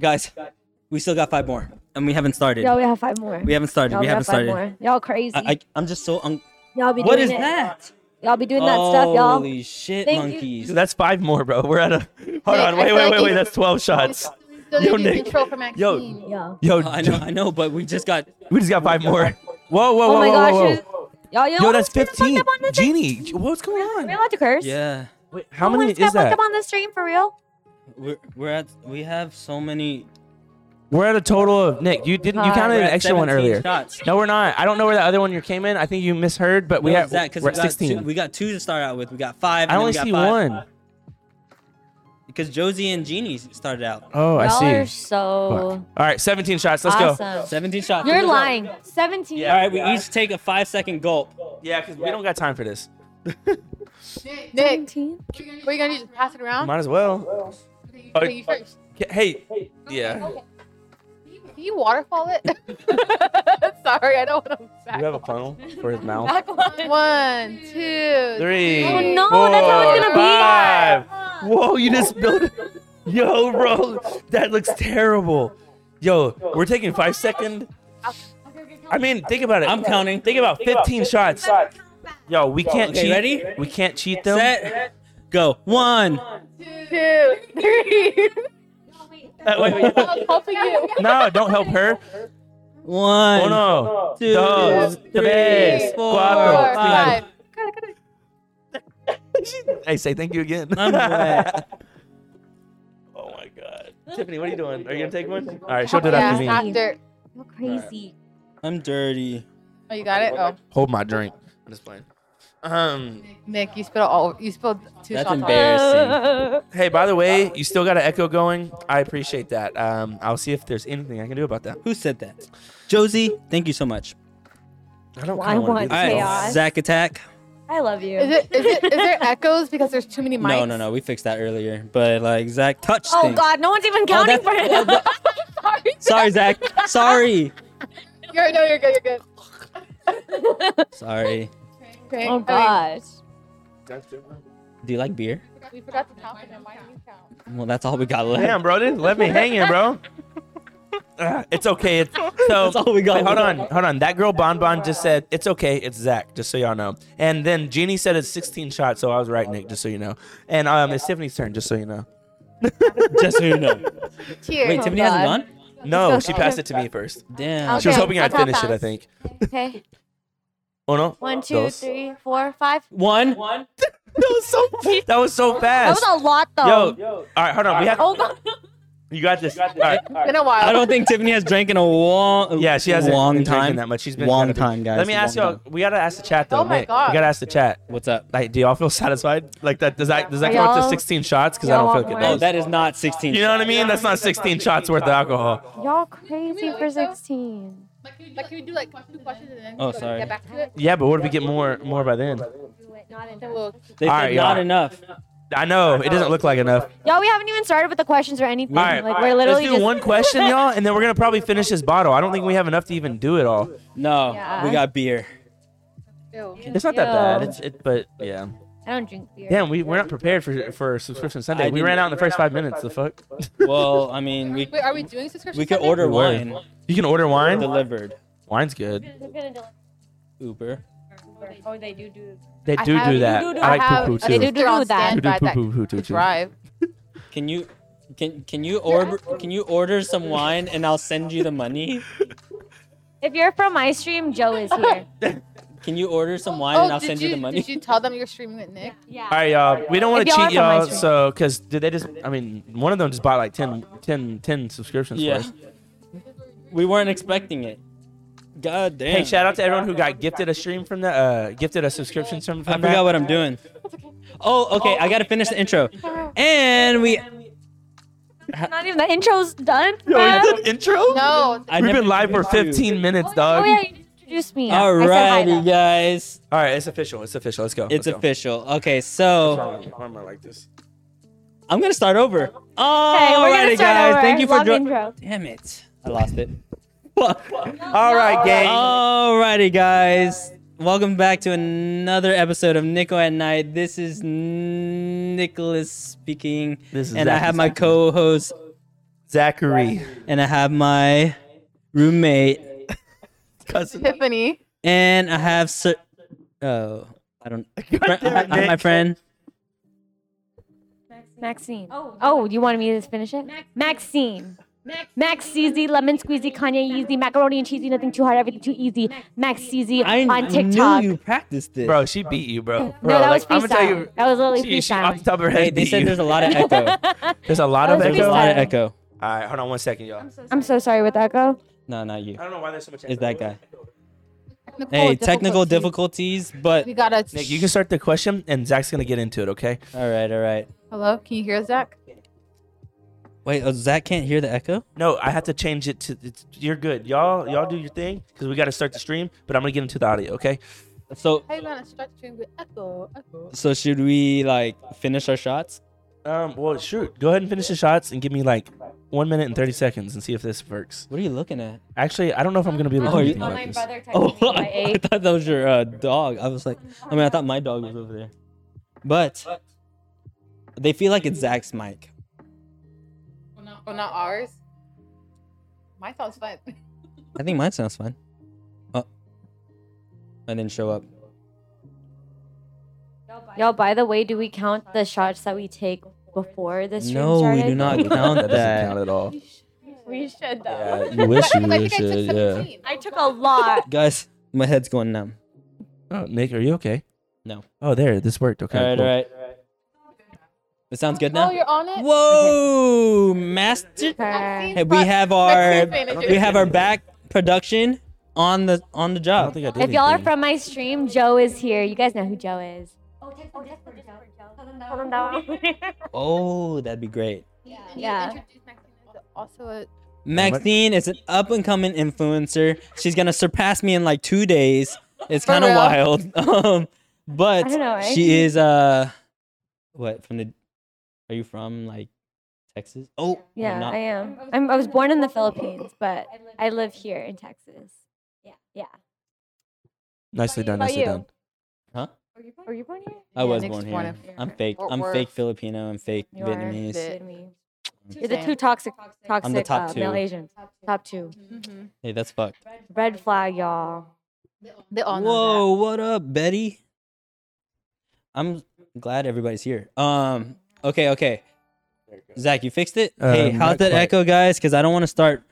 [SPEAKER 2] guys. We still got five more, and we haven't started.
[SPEAKER 3] Y'all, we have five more.
[SPEAKER 2] We haven't started.
[SPEAKER 3] Y'all,
[SPEAKER 2] We
[SPEAKER 3] have
[SPEAKER 2] haven't
[SPEAKER 3] five
[SPEAKER 2] started. I,
[SPEAKER 3] more. Y'all crazy.
[SPEAKER 2] I, I'm just so. Un-
[SPEAKER 3] y'all be
[SPEAKER 2] what
[SPEAKER 3] doing
[SPEAKER 2] is
[SPEAKER 3] it.
[SPEAKER 2] that?
[SPEAKER 3] Y'all be doing that stuff, y'all.
[SPEAKER 2] Holy shit,
[SPEAKER 3] Thank you.
[SPEAKER 2] monkeys!
[SPEAKER 1] Dude, that's five more, bro. We're at a. Hold
[SPEAKER 4] Nick,
[SPEAKER 1] on.
[SPEAKER 4] I
[SPEAKER 1] Wait,
[SPEAKER 4] feel
[SPEAKER 1] wait,
[SPEAKER 4] like
[SPEAKER 1] wait,
[SPEAKER 4] you-
[SPEAKER 1] wait. That's 12 shots. Yo,
[SPEAKER 4] Yo,
[SPEAKER 1] Nick.
[SPEAKER 4] Control for
[SPEAKER 1] Yo.
[SPEAKER 4] Maxine.
[SPEAKER 3] Yo.
[SPEAKER 1] Yo,
[SPEAKER 2] I know, I know, but we just got.
[SPEAKER 1] we just got five more. Whoa, whoa, whoa,
[SPEAKER 3] Oh my
[SPEAKER 1] whoa,
[SPEAKER 3] gosh.
[SPEAKER 1] whoa,
[SPEAKER 3] it- Y'all, you know what
[SPEAKER 1] Yo,
[SPEAKER 3] else
[SPEAKER 1] that's
[SPEAKER 3] kinda fucked
[SPEAKER 1] 15.
[SPEAKER 3] up on this thing?
[SPEAKER 1] Genie, j- what's going
[SPEAKER 3] Are we
[SPEAKER 1] on?
[SPEAKER 3] allowed to curse?
[SPEAKER 2] Yeah,
[SPEAKER 1] Wait, how
[SPEAKER 3] No
[SPEAKER 1] many
[SPEAKER 3] one's got
[SPEAKER 1] is that?
[SPEAKER 3] fucked up on the stream for real?
[SPEAKER 2] we're we're at. We have so many.
[SPEAKER 1] We're at a total of Nick. You didn't. You
[SPEAKER 3] Five.
[SPEAKER 1] counted
[SPEAKER 2] We're
[SPEAKER 1] an
[SPEAKER 2] at
[SPEAKER 1] extra one
[SPEAKER 2] 17
[SPEAKER 1] earlier.
[SPEAKER 2] Shots.
[SPEAKER 1] No, we're not. I don't know where that other one you came in. I think you misheard, but we
[SPEAKER 2] No,
[SPEAKER 1] have
[SPEAKER 2] it's that, 'cause
[SPEAKER 1] we're
[SPEAKER 2] we
[SPEAKER 1] at
[SPEAKER 2] got Two,
[SPEAKER 1] 16.
[SPEAKER 2] we got two to start out with. We got
[SPEAKER 1] I
[SPEAKER 2] five. and then
[SPEAKER 1] only
[SPEAKER 2] we got
[SPEAKER 1] see
[SPEAKER 2] five.
[SPEAKER 1] one.
[SPEAKER 2] Because Josie and Jeannie started out.
[SPEAKER 1] Oh, I
[SPEAKER 3] Y'all are
[SPEAKER 1] see. Fuck.
[SPEAKER 3] so
[SPEAKER 1] All right, 17 shots. Let's go.
[SPEAKER 3] awesome.
[SPEAKER 2] 17 shots.
[SPEAKER 3] You're
[SPEAKER 2] Let's go.
[SPEAKER 3] lying. 17.
[SPEAKER 2] All right, we each take a five second gulp.
[SPEAKER 1] Yeah, because we don't got time for this.
[SPEAKER 4] Nick,
[SPEAKER 3] 17?
[SPEAKER 4] what are you gonna do? Just pass it around?
[SPEAKER 1] Might as well.
[SPEAKER 4] Okay, you-
[SPEAKER 1] Oh,
[SPEAKER 4] you first.
[SPEAKER 1] K- Hey, yeah.
[SPEAKER 4] Okay. Can you- Can you waterfall it? Sorry, I don't want to
[SPEAKER 1] Do
[SPEAKER 4] back.
[SPEAKER 1] you have a funnel for his mouth?
[SPEAKER 3] Back one.
[SPEAKER 4] One, two,
[SPEAKER 1] Three.
[SPEAKER 3] Oh, no, that's how it's gonna
[SPEAKER 1] four,
[SPEAKER 3] be.
[SPEAKER 1] five. Whoa, you just built it. Yo, bro, that looks terrible. Yo, we're taking five second. I mean, think about it.
[SPEAKER 2] I'm counting.
[SPEAKER 1] Think about 15 shots. Yo, we can't
[SPEAKER 2] Okay,
[SPEAKER 1] cheat.
[SPEAKER 2] ready?
[SPEAKER 1] We can't cheat though.
[SPEAKER 2] Set. Go. One.
[SPEAKER 4] two, three.
[SPEAKER 1] Uh, wait, wait.
[SPEAKER 4] I was helping you.
[SPEAKER 1] No, don't help her. Oh,
[SPEAKER 2] One.
[SPEAKER 1] Uno,
[SPEAKER 2] two,
[SPEAKER 1] dos,
[SPEAKER 2] three,
[SPEAKER 1] tres,
[SPEAKER 2] four,
[SPEAKER 1] cuatro,
[SPEAKER 2] five.
[SPEAKER 1] cinco. Hey, say thank you again.
[SPEAKER 2] I'm wet.
[SPEAKER 1] oh my god. Tiffany, what are you doing? Are you gonna take one? All right, she'll do that
[SPEAKER 4] yeah,
[SPEAKER 1] after me.
[SPEAKER 4] after.
[SPEAKER 3] You're crazy.
[SPEAKER 2] I'm dirty.
[SPEAKER 4] Oh, you got it. Oh,
[SPEAKER 1] Hold my drink. I'm just playing. Um.
[SPEAKER 4] Nick, you spilled all. You spilled two
[SPEAKER 2] That's
[SPEAKER 4] shots. on
[SPEAKER 2] embarrassing.
[SPEAKER 4] it.
[SPEAKER 1] Hey, by the way, you still got an echo going. I appreciate that. Um, I'll see if there's anything I can do about that.
[SPEAKER 2] Who said that? Josie, thank you so much.
[SPEAKER 1] I don't.
[SPEAKER 3] Well,
[SPEAKER 1] kinda
[SPEAKER 3] I
[SPEAKER 1] wanna
[SPEAKER 3] want
[SPEAKER 1] do
[SPEAKER 2] All
[SPEAKER 1] this.
[SPEAKER 2] right,
[SPEAKER 3] Chaos.
[SPEAKER 2] Zach attack.
[SPEAKER 3] I love you.
[SPEAKER 4] Is it? Is it? Is there echoes because there's too many mics?
[SPEAKER 2] No, no, no. We fixed that earlier. But like Zach touched
[SPEAKER 3] Oh
[SPEAKER 2] things.
[SPEAKER 3] God, no one's even
[SPEAKER 2] Oh,
[SPEAKER 3] counting
[SPEAKER 2] that's-
[SPEAKER 3] for
[SPEAKER 2] oh,
[SPEAKER 3] him.
[SPEAKER 2] that-
[SPEAKER 4] Sorry.
[SPEAKER 2] Sorry, Zach. Sorry.
[SPEAKER 4] You're, no, you're good. You're good.
[SPEAKER 2] Sorry.
[SPEAKER 4] Okay.
[SPEAKER 3] Oh gosh.
[SPEAKER 2] Do you like beer?
[SPEAKER 4] We forgot to count. but then Why didn't you count?
[SPEAKER 2] Well, that's all we got left.
[SPEAKER 1] Damn, bro, didn't let me hanging, bro. Ah, it's okay. It's, so
[SPEAKER 2] That's all we got.
[SPEAKER 1] Wait, hold on, hold on. That girl Bon Bon just said it's okay. It's Zach, just so y'all know. And then Jeannie said it's 16 shots, so I was right, Nick, just so you know. And um, it's Tiffany's turn, just so you know.
[SPEAKER 2] Just so you know.
[SPEAKER 4] Cheers.
[SPEAKER 2] Wait,
[SPEAKER 3] Oh,
[SPEAKER 2] Tiffany hasn't
[SPEAKER 3] God.
[SPEAKER 2] gone?
[SPEAKER 1] No, she passed it to me first.
[SPEAKER 2] Damn.
[SPEAKER 1] She was
[SPEAKER 3] Okay,
[SPEAKER 1] hoping I'd
[SPEAKER 3] that's how
[SPEAKER 1] finish it. I
[SPEAKER 3] fast.
[SPEAKER 1] think.
[SPEAKER 3] Okay.
[SPEAKER 1] Oh no.
[SPEAKER 3] One, two,
[SPEAKER 1] Dos.
[SPEAKER 3] three, four, five.
[SPEAKER 2] One.
[SPEAKER 1] That was so. That was so
[SPEAKER 3] That
[SPEAKER 1] fast.
[SPEAKER 3] was a lot though.
[SPEAKER 1] Yo, all right, hold on. We have.
[SPEAKER 3] Oh god.
[SPEAKER 1] You got this. All right.
[SPEAKER 4] It's been a while.
[SPEAKER 2] I don't think Tiffany has drank in a long.
[SPEAKER 1] Yeah, she hasn't
[SPEAKER 2] long
[SPEAKER 1] been drinking
[SPEAKER 2] time.
[SPEAKER 1] that much. She's been
[SPEAKER 2] long
[SPEAKER 1] kinda busy.
[SPEAKER 2] time, guys.
[SPEAKER 1] Let me ask
[SPEAKER 2] Long
[SPEAKER 1] y'all.
[SPEAKER 2] time.
[SPEAKER 1] We gotta ask the chat though.
[SPEAKER 4] Oh my
[SPEAKER 1] Nick.
[SPEAKER 4] God.
[SPEAKER 1] We gotta ask the chat.
[SPEAKER 2] What's up?
[SPEAKER 1] Like, do y'all feel satisfied? Like that? Does that does that
[SPEAKER 3] Are
[SPEAKER 1] count to
[SPEAKER 3] y'all-
[SPEAKER 1] 16 shots? Because I don't
[SPEAKER 3] y'all
[SPEAKER 1] feel
[SPEAKER 3] want
[SPEAKER 1] good.
[SPEAKER 3] more?
[SPEAKER 2] No,
[SPEAKER 1] about it.
[SPEAKER 2] Oh, that is not 16.
[SPEAKER 1] You know what I mean? That's not 16 shots worth of alcohol.
[SPEAKER 3] Y'all crazy for
[SPEAKER 4] wait, though?
[SPEAKER 3] 16.
[SPEAKER 4] Like, can we do, like, can we do like two questions and then
[SPEAKER 2] Oh,
[SPEAKER 4] go-
[SPEAKER 2] sorry.
[SPEAKER 4] get back to it?
[SPEAKER 1] Yeah, but what if we get more more by then?
[SPEAKER 4] Then we'll
[SPEAKER 2] They
[SPEAKER 1] All
[SPEAKER 2] said
[SPEAKER 1] right,
[SPEAKER 2] not
[SPEAKER 1] y'all.
[SPEAKER 2] enough.
[SPEAKER 1] I know Oh, it doesn't look like enough.
[SPEAKER 3] Y'all, we haven't even started with the questions or anything.
[SPEAKER 1] All right,
[SPEAKER 3] like we're literally
[SPEAKER 1] let's do
[SPEAKER 3] just
[SPEAKER 1] one question, y'all, and then we're gonna probably finish this bottle. I don't think we have enough to even do it all.
[SPEAKER 2] No,
[SPEAKER 3] Yeah.
[SPEAKER 2] we got beer.
[SPEAKER 4] do.
[SPEAKER 1] It's not that
[SPEAKER 3] Ew.
[SPEAKER 1] bad. It's it, but yeah.
[SPEAKER 3] I don't drink beer.
[SPEAKER 1] Damn, we we're not prepared for for subscription Sunday.
[SPEAKER 2] I
[SPEAKER 1] We
[SPEAKER 2] didn't-
[SPEAKER 1] ran out in the first five minutes. The fuck.
[SPEAKER 2] Well, I mean, we
[SPEAKER 4] Wait, are we doing subscription?
[SPEAKER 2] we could
[SPEAKER 4] Sunday?
[SPEAKER 2] order
[SPEAKER 1] We were.
[SPEAKER 2] wine
[SPEAKER 1] You can order wine.
[SPEAKER 2] delivered.
[SPEAKER 1] Wine's good.
[SPEAKER 2] Uber.
[SPEAKER 3] Oh, they do do.
[SPEAKER 1] They
[SPEAKER 4] I
[SPEAKER 1] do
[SPEAKER 4] have-
[SPEAKER 1] do that.
[SPEAKER 4] do- do-
[SPEAKER 1] I like
[SPEAKER 4] have
[SPEAKER 1] poo poo
[SPEAKER 4] a
[SPEAKER 1] too.
[SPEAKER 3] They do
[SPEAKER 4] sister on
[SPEAKER 3] do that.
[SPEAKER 1] Poo
[SPEAKER 4] standby
[SPEAKER 1] poo
[SPEAKER 4] that
[SPEAKER 1] poo poo
[SPEAKER 4] can
[SPEAKER 1] too too.
[SPEAKER 4] Drive.
[SPEAKER 2] Can you can can you order can you order some wine and I'll send you the money?
[SPEAKER 3] If you're from my stream, Joe is here.
[SPEAKER 2] Can you order some wine and I'll
[SPEAKER 4] Oh, did
[SPEAKER 2] send
[SPEAKER 4] you,
[SPEAKER 2] you the
[SPEAKER 4] Did
[SPEAKER 2] money?
[SPEAKER 4] you tell them you're streaming with Nick?
[SPEAKER 3] yeah.
[SPEAKER 1] All right, y'all. We don't want
[SPEAKER 3] If
[SPEAKER 1] to
[SPEAKER 3] y'all are
[SPEAKER 1] cheat
[SPEAKER 3] from my
[SPEAKER 1] y'all,
[SPEAKER 3] stream.
[SPEAKER 1] so because did they just? I mean, one of them just bought like 10, 10, 10 subscriptions for
[SPEAKER 2] Yeah.
[SPEAKER 1] us.
[SPEAKER 2] We weren't expecting it. God damn.
[SPEAKER 1] Hey, shout out to everyone who got gifted a stream from that, uh, gifted a subscription from,
[SPEAKER 2] I
[SPEAKER 1] from
[SPEAKER 2] forgot
[SPEAKER 1] that.
[SPEAKER 2] what I'm doing. Oh, okay. I gotta finish the intro. And we.
[SPEAKER 3] Not even the intro's done.
[SPEAKER 1] Yo, you
[SPEAKER 3] man.
[SPEAKER 1] did intro?
[SPEAKER 4] No.
[SPEAKER 2] I
[SPEAKER 1] We've
[SPEAKER 2] never
[SPEAKER 1] been live for
[SPEAKER 2] introduced you.
[SPEAKER 1] 15 minutes,
[SPEAKER 3] Oh
[SPEAKER 1] dog.
[SPEAKER 3] yeah, you introduced me. I said hi,
[SPEAKER 2] Alrighty,
[SPEAKER 3] though.
[SPEAKER 2] guys.
[SPEAKER 1] All right, it's official. It's official. Let's go.
[SPEAKER 2] It's
[SPEAKER 1] Let's go.
[SPEAKER 2] official. Okay, so
[SPEAKER 1] Why am I like this?
[SPEAKER 2] I'm gonna start over. Oh,
[SPEAKER 3] Okay, we're gonna
[SPEAKER 2] alrighty,
[SPEAKER 3] start
[SPEAKER 2] guys.
[SPEAKER 3] over.
[SPEAKER 2] Thank you for
[SPEAKER 3] Long
[SPEAKER 2] joining.
[SPEAKER 3] intro.
[SPEAKER 2] Damn it, I lost it. Fuck.
[SPEAKER 1] All right, gang.
[SPEAKER 2] Oh. Alrighty, guys. Welcome back to another episode of Nico at Night. This is Nicholas speaking,
[SPEAKER 1] This is
[SPEAKER 2] and I
[SPEAKER 1] Zach
[SPEAKER 2] have my
[SPEAKER 1] speaking.
[SPEAKER 2] co-host
[SPEAKER 1] Zachary.
[SPEAKER 2] and I have my roommate,
[SPEAKER 1] Cousin.
[SPEAKER 4] Tiffany.
[SPEAKER 2] and I have Sir. Oh, I don't.
[SPEAKER 1] God
[SPEAKER 2] I
[SPEAKER 1] damn it,
[SPEAKER 2] have my
[SPEAKER 1] Nick.
[SPEAKER 2] friend.
[SPEAKER 5] Maxine.
[SPEAKER 6] Oh,
[SPEAKER 5] Oh, you wanted me to finish it? Maxine. Max Easy, Lemon Squeezy, Kanye Yeezy, Macaroni and Cheesy, Nothing Too Hard, Everything Too Easy, Max Easy
[SPEAKER 2] I,
[SPEAKER 5] on
[SPEAKER 2] I
[SPEAKER 5] TikTok.
[SPEAKER 2] knew you practiced this,
[SPEAKER 1] Bro, she beat you, bro.
[SPEAKER 5] no,
[SPEAKER 1] Bro,
[SPEAKER 5] that was
[SPEAKER 1] like, I'ma
[SPEAKER 5] freestyle. that was literally
[SPEAKER 1] she, she,
[SPEAKER 5] freestyle.
[SPEAKER 1] off the top of her
[SPEAKER 2] They,
[SPEAKER 1] head,
[SPEAKER 2] they
[SPEAKER 1] beat
[SPEAKER 2] said
[SPEAKER 1] you.
[SPEAKER 2] there's a lot of echo.
[SPEAKER 1] There's a lot
[SPEAKER 5] That
[SPEAKER 1] of
[SPEAKER 5] was
[SPEAKER 2] There's a
[SPEAKER 1] echo.
[SPEAKER 2] lot of
[SPEAKER 5] freestyle.
[SPEAKER 2] echo.
[SPEAKER 1] All right, hold on one second, y'all.
[SPEAKER 5] I'm so sorry with Echo.
[SPEAKER 2] No, not you.
[SPEAKER 1] I don't know why there's so much.
[SPEAKER 2] It's that
[SPEAKER 1] Oh,
[SPEAKER 2] guy.
[SPEAKER 4] Technical
[SPEAKER 2] Hey, technical
[SPEAKER 4] difficulties.
[SPEAKER 2] difficulties, but
[SPEAKER 4] We gotta.
[SPEAKER 1] Nick, you can start the question, and Zach's gonna get into it. Okay.
[SPEAKER 2] all right, all right.
[SPEAKER 4] Hello, can you hear us, Zach?
[SPEAKER 2] Wait, oh, Zach can't hear the echo.
[SPEAKER 1] No, I have to change it to. It's, you're good, y'all. Y'all do your thing because we got to start the stream. But I'm gonna get into the audio. Okay.
[SPEAKER 2] So,
[SPEAKER 4] How you gonna start stream with echo? Echo.
[SPEAKER 2] so should we like finish our shots?
[SPEAKER 1] Um. Well, shoot. Go ahead and finish the shots and give me like one minute and thirty seconds and see if this works.
[SPEAKER 2] What are you looking at?
[SPEAKER 1] Actually, I don't know if I'm gonna be able to
[SPEAKER 2] Oh,
[SPEAKER 1] do anything
[SPEAKER 2] you- oh,
[SPEAKER 1] like this.
[SPEAKER 5] texted
[SPEAKER 2] Oh,
[SPEAKER 5] when I
[SPEAKER 2] I, I
[SPEAKER 5] ate.
[SPEAKER 2] thought that was your uh, dog. I was like, I mean, I thought my dog was over there, but they feel like it's Zach's mic. Oh,
[SPEAKER 4] Well, not, well, not ours. My sounds fun.
[SPEAKER 2] I think mine sounds fine. Oh, I didn't show up.
[SPEAKER 5] Yo, by the way, do we count the shots that we take before the stream
[SPEAKER 2] No, we
[SPEAKER 5] started?
[SPEAKER 2] do not
[SPEAKER 1] that
[SPEAKER 2] count
[SPEAKER 1] doesn't
[SPEAKER 2] that.
[SPEAKER 1] count at all.
[SPEAKER 5] We should
[SPEAKER 1] Yeah, you wish you really
[SPEAKER 2] uh,
[SPEAKER 1] should. Yeah.
[SPEAKER 5] I took a lot.
[SPEAKER 2] Guys, my head's going numb.
[SPEAKER 1] Oh, Nick, are you okay?
[SPEAKER 2] No.
[SPEAKER 1] Oh, there. This worked. Okay.
[SPEAKER 2] all right,
[SPEAKER 1] cool.
[SPEAKER 2] all right. It sounds good
[SPEAKER 4] Oh,
[SPEAKER 2] now.
[SPEAKER 4] you're on it.
[SPEAKER 2] Whoa, master.
[SPEAKER 5] Okay.
[SPEAKER 2] Hey, we have our we have our back production on the on the
[SPEAKER 1] I don't
[SPEAKER 2] job.
[SPEAKER 1] think I did
[SPEAKER 5] If y'all are
[SPEAKER 1] anything.
[SPEAKER 5] from my stream, Joe is here. You guys know who Joe is. oh, Hold him down.
[SPEAKER 2] Oh, that'd be great.
[SPEAKER 5] Yeah.
[SPEAKER 4] Also, uh, a,
[SPEAKER 2] Maxine is an up and coming influencer. She's gonna surpass me in like two days. It's
[SPEAKER 4] For
[SPEAKER 2] kind of
[SPEAKER 4] real?
[SPEAKER 2] wild, um, but
[SPEAKER 5] I don't know, eh?
[SPEAKER 2] she is uh, what from the? Are you from like Texas? Oh, I'm
[SPEAKER 5] Yeah,
[SPEAKER 2] not-
[SPEAKER 5] I am. I'm, I was born in the Philippines, but I live here in Texas. Yeah. Yeah.
[SPEAKER 1] Nicely done.
[SPEAKER 5] about
[SPEAKER 1] Nicely
[SPEAKER 5] you?
[SPEAKER 1] done.
[SPEAKER 5] Were you born here?
[SPEAKER 2] I
[SPEAKER 4] Yeah,
[SPEAKER 2] was
[SPEAKER 4] Nick's
[SPEAKER 2] born
[SPEAKER 4] born
[SPEAKER 2] here.
[SPEAKER 4] in
[SPEAKER 2] I'm fake.
[SPEAKER 4] Fort
[SPEAKER 2] I'm
[SPEAKER 4] Worth.
[SPEAKER 2] fake Filipino. I'm fake
[SPEAKER 5] You are
[SPEAKER 2] Vietnamese.
[SPEAKER 4] fit.
[SPEAKER 5] Vietnamese.
[SPEAKER 2] Mm.
[SPEAKER 5] You're the two toxic, toxic
[SPEAKER 2] I'm the top
[SPEAKER 5] uh,
[SPEAKER 2] two.
[SPEAKER 5] male Asian. Top two.
[SPEAKER 2] Hey, that's fucked.
[SPEAKER 5] Red flag, y'all.
[SPEAKER 4] They all know
[SPEAKER 2] Whoa, what up, Betty? I'm glad everybody's here. Um, okay, okay. Zach, you fixed it.
[SPEAKER 1] Uh,
[SPEAKER 2] hey, how's
[SPEAKER 1] not
[SPEAKER 2] that
[SPEAKER 1] quite.
[SPEAKER 2] echo, guys? Because I don't want to start.
[SPEAKER 4] that.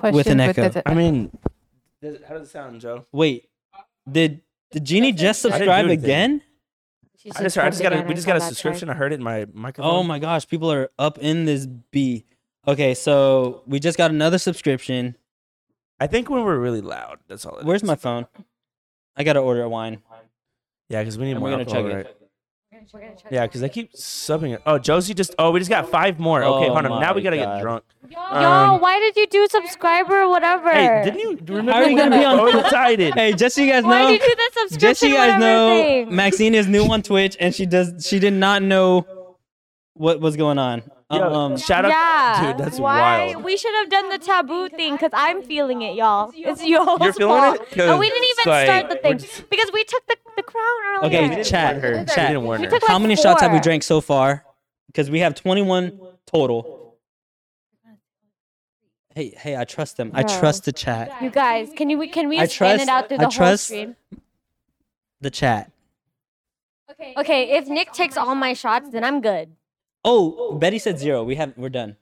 [SPEAKER 4] Question
[SPEAKER 2] With an echo.
[SPEAKER 1] I mean, does it- how does it sound, Joe?
[SPEAKER 2] Wait, did did Jeannie just
[SPEAKER 1] I didn't do
[SPEAKER 2] subscribe
[SPEAKER 1] anything.
[SPEAKER 2] again?
[SPEAKER 5] She's
[SPEAKER 1] I just, heard, I just got a,
[SPEAKER 5] again,
[SPEAKER 1] we
[SPEAKER 5] I
[SPEAKER 1] just
[SPEAKER 5] saw
[SPEAKER 1] got a
[SPEAKER 5] that
[SPEAKER 1] subscription. I heard it in my microphone.
[SPEAKER 2] Oh my gosh, people are up in this B. Okay, so we just got another subscription.
[SPEAKER 1] I think when we're really loud, that's all. it is.
[SPEAKER 2] Where's my phone? I gotta order a wine.
[SPEAKER 1] Yeah, because we need
[SPEAKER 2] And
[SPEAKER 1] more
[SPEAKER 2] we're gonna
[SPEAKER 1] alcohol,
[SPEAKER 2] chug it.
[SPEAKER 1] right?
[SPEAKER 5] twice. We're gonna check
[SPEAKER 1] Yeah, because I keep subbing it. Oh, Josie just. Oh, we just got five more. Okay,
[SPEAKER 2] Oh
[SPEAKER 1] hold on. Now
[SPEAKER 2] my
[SPEAKER 1] we gotta
[SPEAKER 2] God.
[SPEAKER 1] get drunk.
[SPEAKER 5] it. Y'all,
[SPEAKER 1] Um,
[SPEAKER 5] why did you do subscriber whatever?
[SPEAKER 1] Hey, didn't you remember?
[SPEAKER 2] How are you
[SPEAKER 1] when
[SPEAKER 2] gonna
[SPEAKER 1] we
[SPEAKER 2] be on-
[SPEAKER 1] were excited?
[SPEAKER 2] Hey, just so you guys
[SPEAKER 5] why
[SPEAKER 2] know,
[SPEAKER 5] did you do the subscription
[SPEAKER 2] just so you guys
[SPEAKER 5] whatever
[SPEAKER 2] know,
[SPEAKER 5] thing?
[SPEAKER 2] Maxine is new on Twitch, and she does she did not know what was going on.
[SPEAKER 1] Yo,
[SPEAKER 2] Um,
[SPEAKER 1] shout out,
[SPEAKER 5] yeah.
[SPEAKER 1] dude. That's
[SPEAKER 5] why
[SPEAKER 1] wild.
[SPEAKER 5] we should have done the taboo thing because I'm feeling it, y'all. It's y'all's
[SPEAKER 1] You're feeling
[SPEAKER 5] fault.
[SPEAKER 1] it?
[SPEAKER 5] And we didn't even start the thing
[SPEAKER 1] Just,
[SPEAKER 5] because we took the, the crown earlier.
[SPEAKER 2] Okay,
[SPEAKER 1] we didn't
[SPEAKER 2] chat,
[SPEAKER 1] warn her.
[SPEAKER 2] chat.
[SPEAKER 1] We didn't warn
[SPEAKER 5] We
[SPEAKER 1] her.
[SPEAKER 5] took
[SPEAKER 2] how
[SPEAKER 5] like
[SPEAKER 2] many shots have we
[SPEAKER 5] four.
[SPEAKER 2] drank so far? Because we have 21 total. Hey, hey, I trust them. I
[SPEAKER 5] Bro.
[SPEAKER 2] trust the chat.
[SPEAKER 5] You guys, can you can we
[SPEAKER 2] I trust-
[SPEAKER 5] expand it out through
[SPEAKER 2] I
[SPEAKER 5] the whole
[SPEAKER 2] trust-
[SPEAKER 5] stream?
[SPEAKER 2] The chat.
[SPEAKER 5] Okay, if Nick takes all my shots, then I'm good.
[SPEAKER 2] Oh, Betty said zero. We have we're done.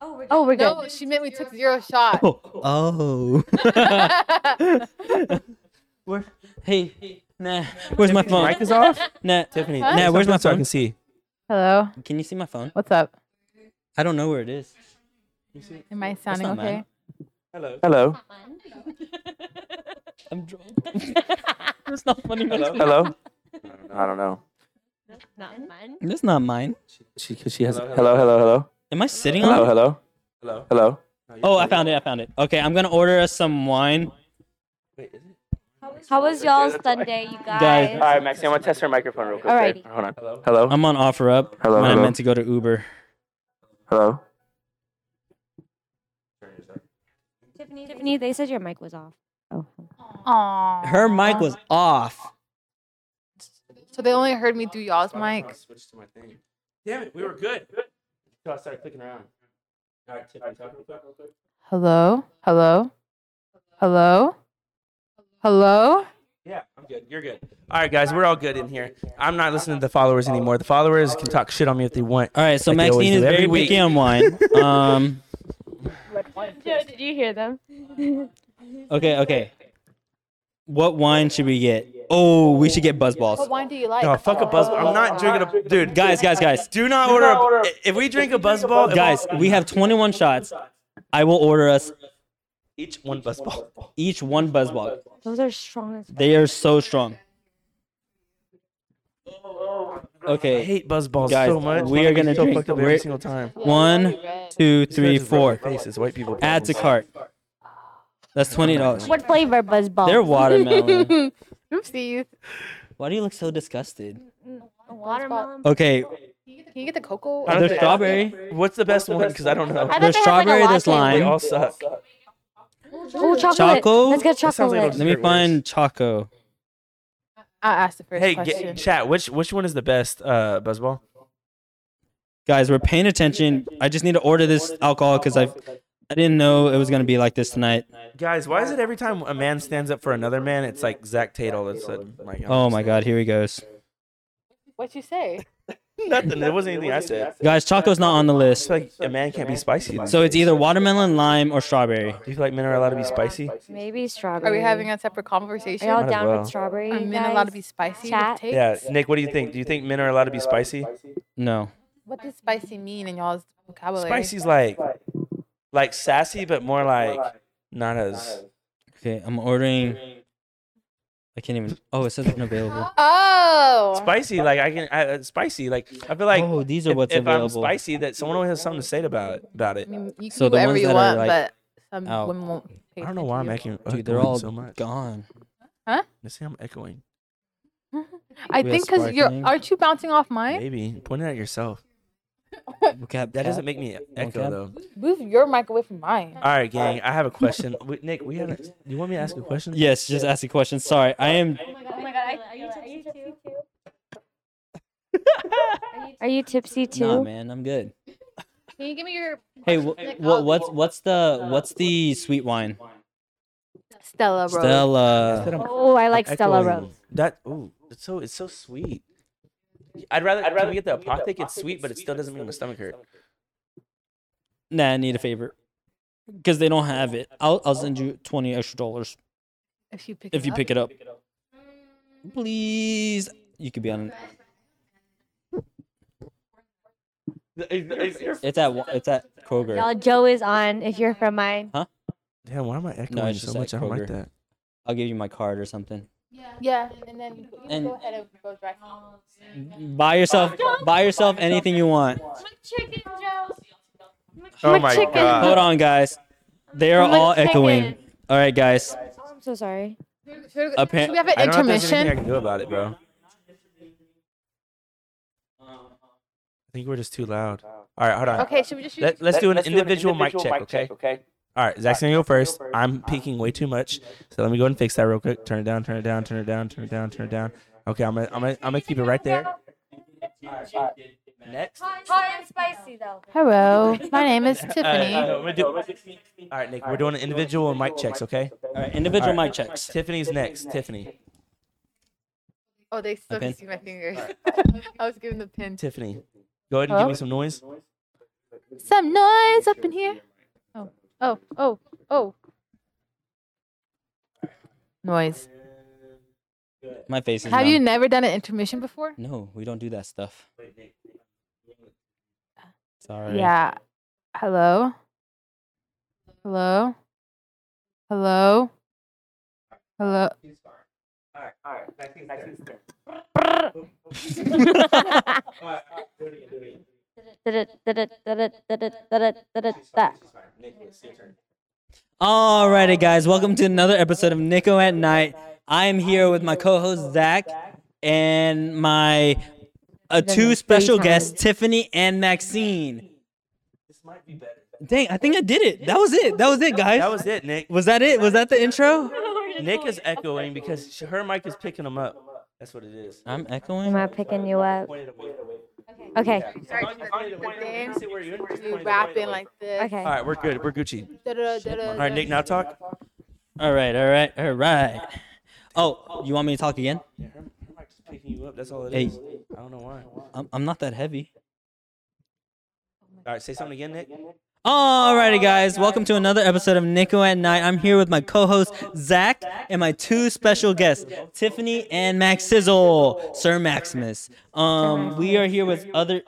[SPEAKER 5] Oh, we're
[SPEAKER 4] that. No,
[SPEAKER 5] good.
[SPEAKER 4] she meant we took zero shots.
[SPEAKER 2] Oh. Where? Hey. Nah. Where's my phone?
[SPEAKER 1] Mic is off.
[SPEAKER 2] Nah.
[SPEAKER 1] Tiffany,
[SPEAKER 4] Huh?
[SPEAKER 1] say
[SPEAKER 2] Nah, where's my
[SPEAKER 1] something So I
[SPEAKER 2] phone?
[SPEAKER 1] can see.
[SPEAKER 4] Hello,
[SPEAKER 2] Can you see my phone?
[SPEAKER 4] what's up?
[SPEAKER 2] I don't know where it is.
[SPEAKER 4] Am I
[SPEAKER 2] That's
[SPEAKER 4] sounding
[SPEAKER 2] not
[SPEAKER 4] okay?
[SPEAKER 2] mine.
[SPEAKER 1] Hello. Hello.
[SPEAKER 2] I'm drunk. That's not funny.
[SPEAKER 1] Hello. I don't know.
[SPEAKER 5] Not fun.
[SPEAKER 2] That's not mine.
[SPEAKER 1] She, she has. Hello. Hello. Hello.
[SPEAKER 2] Am I sitting on?
[SPEAKER 7] Hello,
[SPEAKER 2] it?
[SPEAKER 7] hello,
[SPEAKER 1] Hello.
[SPEAKER 7] hello.
[SPEAKER 2] Oh, I found it. I found it. Okay, I'm gonna order us some wine.
[SPEAKER 1] Wait, is it?
[SPEAKER 5] How was y'all's Sunday, you guys?
[SPEAKER 2] Guys.
[SPEAKER 7] All right, Maxine, I want to test her microphone real quick.
[SPEAKER 5] Alrighty.
[SPEAKER 7] babe. Hold on.
[SPEAKER 1] Hello.
[SPEAKER 7] Hello,
[SPEAKER 2] I'm on offer up.
[SPEAKER 7] Hello,
[SPEAKER 2] when I
[SPEAKER 7] hello.
[SPEAKER 2] meant to go to Uber.
[SPEAKER 7] hello.
[SPEAKER 5] Tiffany, Tiffany, they said your mic was off. Oh.
[SPEAKER 4] Aww.
[SPEAKER 2] Her mic was off.
[SPEAKER 4] So they only heard me through y'all's mic.
[SPEAKER 1] Switch to my thing. Damn it, we were good. So I started clicking around.
[SPEAKER 4] Hello? Hello? Hello? Hello?
[SPEAKER 1] Yeah, I'm good. You're good. All right, guys, we're all good in here. I'm not listening to the followers anymore. The followers can talk shit on me if they want.
[SPEAKER 2] All right, so
[SPEAKER 1] Like they always
[SPEAKER 2] Maxine is
[SPEAKER 1] do every
[SPEAKER 2] very
[SPEAKER 1] week.
[SPEAKER 2] picky on wine. Um,
[SPEAKER 3] Joe, did you hear them?
[SPEAKER 2] okay, okay. What wine should we get? Oh, we should get buzz balls.
[SPEAKER 4] What wine do you like?
[SPEAKER 1] No, fuck a buzz. I'm not drinking a dude. Guys,
[SPEAKER 2] Guys, guys, guys.
[SPEAKER 1] do not order. A, if we drink a buzz ball, it
[SPEAKER 2] Guys,
[SPEAKER 1] won't-
[SPEAKER 2] we have 21 shots. I will order us
[SPEAKER 1] each one buzz ball.
[SPEAKER 2] each one buzz ball.
[SPEAKER 3] Those are strong as
[SPEAKER 2] They are so strong.
[SPEAKER 1] I
[SPEAKER 2] Okay,
[SPEAKER 1] hate buzz balls
[SPEAKER 2] Guys,
[SPEAKER 1] so much.
[SPEAKER 2] we are gonna
[SPEAKER 1] so
[SPEAKER 2] drink-
[SPEAKER 1] fucked up every
[SPEAKER 2] we're-
[SPEAKER 1] single time.
[SPEAKER 2] one, two, three, four.
[SPEAKER 1] Faces, white people.
[SPEAKER 2] Add to cart. That's twenty dollars.
[SPEAKER 3] What flavor buzz balls?
[SPEAKER 2] They're watermelon.
[SPEAKER 4] Oopsies.
[SPEAKER 2] Why do you look so disgusted?
[SPEAKER 3] watermelon.
[SPEAKER 2] Okay,
[SPEAKER 4] Can you get the cocoa?
[SPEAKER 1] I don't
[SPEAKER 2] there's
[SPEAKER 1] think-
[SPEAKER 2] strawberry.
[SPEAKER 1] What's the best one? Because I don't know.
[SPEAKER 3] I thought
[SPEAKER 2] There's
[SPEAKER 3] they had, like, a
[SPEAKER 2] strawberry. There's
[SPEAKER 3] latte.
[SPEAKER 1] They
[SPEAKER 2] lime.
[SPEAKER 1] all suck.
[SPEAKER 3] Oh, chocolate.
[SPEAKER 2] Choco?
[SPEAKER 3] Let's get
[SPEAKER 1] That sounds like
[SPEAKER 3] chocolate.
[SPEAKER 1] a-
[SPEAKER 2] Let me find Choco.
[SPEAKER 4] I asked the first
[SPEAKER 1] Hey,
[SPEAKER 4] question.
[SPEAKER 1] get, chat. Which which one is the best uh, buzz ball?
[SPEAKER 2] Guys, we're paying attention. I just need to order this alcohol because I, I didn't know it was gonna be like this tonight.
[SPEAKER 1] Guys, why is it every time a man stands up for another man, it's like Zach Tate all of a sudden? Like,
[SPEAKER 2] Oh my God, here he goes.
[SPEAKER 4] What'd you say?
[SPEAKER 1] nothing. It wasn't anything I said.
[SPEAKER 2] Guys, Choco's not on the
[SPEAKER 1] It's
[SPEAKER 2] list,
[SPEAKER 1] like a man can't be spicy.
[SPEAKER 2] so it's either watermelon, lime, or strawberry.
[SPEAKER 1] Do you feel like men are allowed to be spicy?
[SPEAKER 3] Maybe strawberry.
[SPEAKER 4] Are we having a separate
[SPEAKER 3] Are y'all
[SPEAKER 4] conversation?
[SPEAKER 1] Might as
[SPEAKER 3] down
[SPEAKER 1] well.
[SPEAKER 3] with strawberry?
[SPEAKER 4] Are
[SPEAKER 3] you
[SPEAKER 4] men allowed to
[SPEAKER 3] guys?
[SPEAKER 4] be spicy? with
[SPEAKER 3] Chat.
[SPEAKER 4] taste?
[SPEAKER 1] Yeah, Nick, what do you think? Do you think men are allowed to be spicy?
[SPEAKER 2] No.
[SPEAKER 4] What does spicy mean in y'all's vocabulary?
[SPEAKER 1] Spicy's like, like sassy, but more like not as.
[SPEAKER 2] Okay, I'm ordering. I can't even. Oh, it says unavailable.
[SPEAKER 4] Oh!
[SPEAKER 1] spicy like i can I, uh, spicy like i feel like
[SPEAKER 2] oh, these are
[SPEAKER 1] if,
[SPEAKER 2] what's
[SPEAKER 1] if i'm
[SPEAKER 2] available.
[SPEAKER 1] spicy that someone always has something to say about about it
[SPEAKER 4] I mean, you can
[SPEAKER 2] So the
[SPEAKER 4] do whatever
[SPEAKER 2] ones
[SPEAKER 4] you
[SPEAKER 2] that are,
[SPEAKER 4] want,
[SPEAKER 2] like,
[SPEAKER 4] but some
[SPEAKER 2] out.
[SPEAKER 4] women won't. Pay
[SPEAKER 1] i don't know why i'm
[SPEAKER 4] attention
[SPEAKER 1] echoing
[SPEAKER 2] Dude, they're
[SPEAKER 1] echoing
[SPEAKER 2] all
[SPEAKER 1] so much
[SPEAKER 2] gone.
[SPEAKER 1] you see i'm echoing
[SPEAKER 4] to you. I
[SPEAKER 2] We
[SPEAKER 4] think
[SPEAKER 2] have
[SPEAKER 4] because you're
[SPEAKER 2] sparkling.
[SPEAKER 4] aren't you bouncing off mine?
[SPEAKER 1] maybe point it at yourself
[SPEAKER 2] Look at
[SPEAKER 1] that doesn't make me echo
[SPEAKER 2] Okay.
[SPEAKER 1] though
[SPEAKER 4] Move your mic away from mine.
[SPEAKER 1] all right gang i have a question Wait, nick we haven't you want me to ask a question
[SPEAKER 2] Yes, just ask a question. Sorry, I am.
[SPEAKER 3] Oh my god, are you tipsy too? Are you tipsy too?
[SPEAKER 2] Nah, man, I'm good.
[SPEAKER 4] Can you give me your
[SPEAKER 2] Hey, wh- wh- what's what's the what's the sweet wine?
[SPEAKER 4] Stella, bro?
[SPEAKER 1] I said
[SPEAKER 2] Stella.
[SPEAKER 1] I'm
[SPEAKER 3] Oh, I like Stella
[SPEAKER 1] echoing.
[SPEAKER 3] Rose.
[SPEAKER 1] that ooh it's so it's so sweet i'd rather i'd rather get the apothic it's sweet but it still doesn't make my stomach hurt
[SPEAKER 2] Nah, I need a favor, because they don't have it. I'll I'll send you twenty extra dollars
[SPEAKER 4] If you pick
[SPEAKER 2] if
[SPEAKER 4] it
[SPEAKER 2] you
[SPEAKER 4] up.
[SPEAKER 2] pick it up. Please, you could be on. It's at Wa- it's at Kroger.
[SPEAKER 3] Y'all, Joe is on. If you're from mine,
[SPEAKER 1] damn why am i echoing
[SPEAKER 2] it's
[SPEAKER 1] so
[SPEAKER 2] just
[SPEAKER 1] much i don't like
[SPEAKER 2] Kroger.
[SPEAKER 1] that
[SPEAKER 2] I'll give you my card or something.
[SPEAKER 4] Yeah, and then you can
[SPEAKER 2] And-
[SPEAKER 4] go ahead and go back.
[SPEAKER 2] Buy yourself buy yourself anything you want.
[SPEAKER 3] chicken Joe.
[SPEAKER 1] Oh my
[SPEAKER 3] chicken.
[SPEAKER 1] God.
[SPEAKER 2] Hold on, guys. They are
[SPEAKER 3] I'm a
[SPEAKER 2] all
[SPEAKER 3] chicken.
[SPEAKER 2] echoing. All right, guys.
[SPEAKER 3] Oh, I'm so sorry.
[SPEAKER 4] Should,
[SPEAKER 2] Apparent-
[SPEAKER 4] should we have an
[SPEAKER 1] I don't know if there's anything I
[SPEAKER 4] intermission?
[SPEAKER 1] can do about it, bro. I think we're just too loud. All right, hold on.
[SPEAKER 4] Okay, should we just?
[SPEAKER 1] Let, let's do an individual mic check, okay?
[SPEAKER 7] Okay.
[SPEAKER 1] All right, Zach's gonna go first. I'm peaking way too much, so let me go ahead and fix that real quick. Turn it down, turn it down, turn it down, turn it down, turn it down. Okay, I'm gonna, I'm gonna, I'm gonna keep it right there. Next.
[SPEAKER 3] Hot and spicy though.
[SPEAKER 4] Hello, my name is
[SPEAKER 1] Uh,
[SPEAKER 4] Tiffany.
[SPEAKER 1] no, we're do- All right, Nick, we're doing an individual mic checks, okay?
[SPEAKER 2] All right, individual
[SPEAKER 1] All right.
[SPEAKER 2] mic checks.
[SPEAKER 1] Tiffany's next. Tiffany.
[SPEAKER 4] Oh, they still
[SPEAKER 2] A pin.
[SPEAKER 4] can see my fingers. I was giving the pin.
[SPEAKER 1] Tiffany, go ahead and give
[SPEAKER 4] Hello?
[SPEAKER 1] me some noise.
[SPEAKER 4] Some noise up in here. Oh, oh, oh, oh. Noise.
[SPEAKER 2] My face is
[SPEAKER 4] Have you
[SPEAKER 2] numb.
[SPEAKER 4] never done an intermission before?
[SPEAKER 2] No, we don't do that stuff. Sorry.
[SPEAKER 4] Yeah. Hello? Hello? Hello? Hello?
[SPEAKER 2] Alrighty, guys. Welcome to another episode of Nico at Night. I am here with my co-host Zach and my uh, two special guests, Tiffany and Maxine. Dang, I think I did it. That was it. That was it, guys.
[SPEAKER 1] That was it, Nick.
[SPEAKER 2] Was that it? Was that the intro?
[SPEAKER 1] Nick is echoing because sh- her mic is picking him up. That's what it is.
[SPEAKER 3] Am
[SPEAKER 2] I'm echoing.
[SPEAKER 1] Uh,
[SPEAKER 3] I picking you up?
[SPEAKER 1] Pointed away.
[SPEAKER 3] Okay. Okay.
[SPEAKER 4] Start
[SPEAKER 1] You
[SPEAKER 4] dancing,
[SPEAKER 1] say where you're in, just
[SPEAKER 4] you
[SPEAKER 1] point it
[SPEAKER 4] rapping
[SPEAKER 1] away.
[SPEAKER 4] like this.
[SPEAKER 3] Okay.
[SPEAKER 1] All right, we're good. We're Gucci. All right, Nick, now talk.
[SPEAKER 2] All right, all right, all right. Oh, you want me to talk again?
[SPEAKER 1] Yeah, her, her mic's picking you up. That's all it
[SPEAKER 2] Hey.
[SPEAKER 1] is. I don't know why. All
[SPEAKER 2] I'm, I'm not that heavy.
[SPEAKER 1] right, say something again, Nick.
[SPEAKER 2] Alrighty, guys, welcome to another episode of Nico at Night. I'm here with my co-host Zach and my two special guests, Tiffany and Max Sizzle, Sir Maximus. Um, we are here with other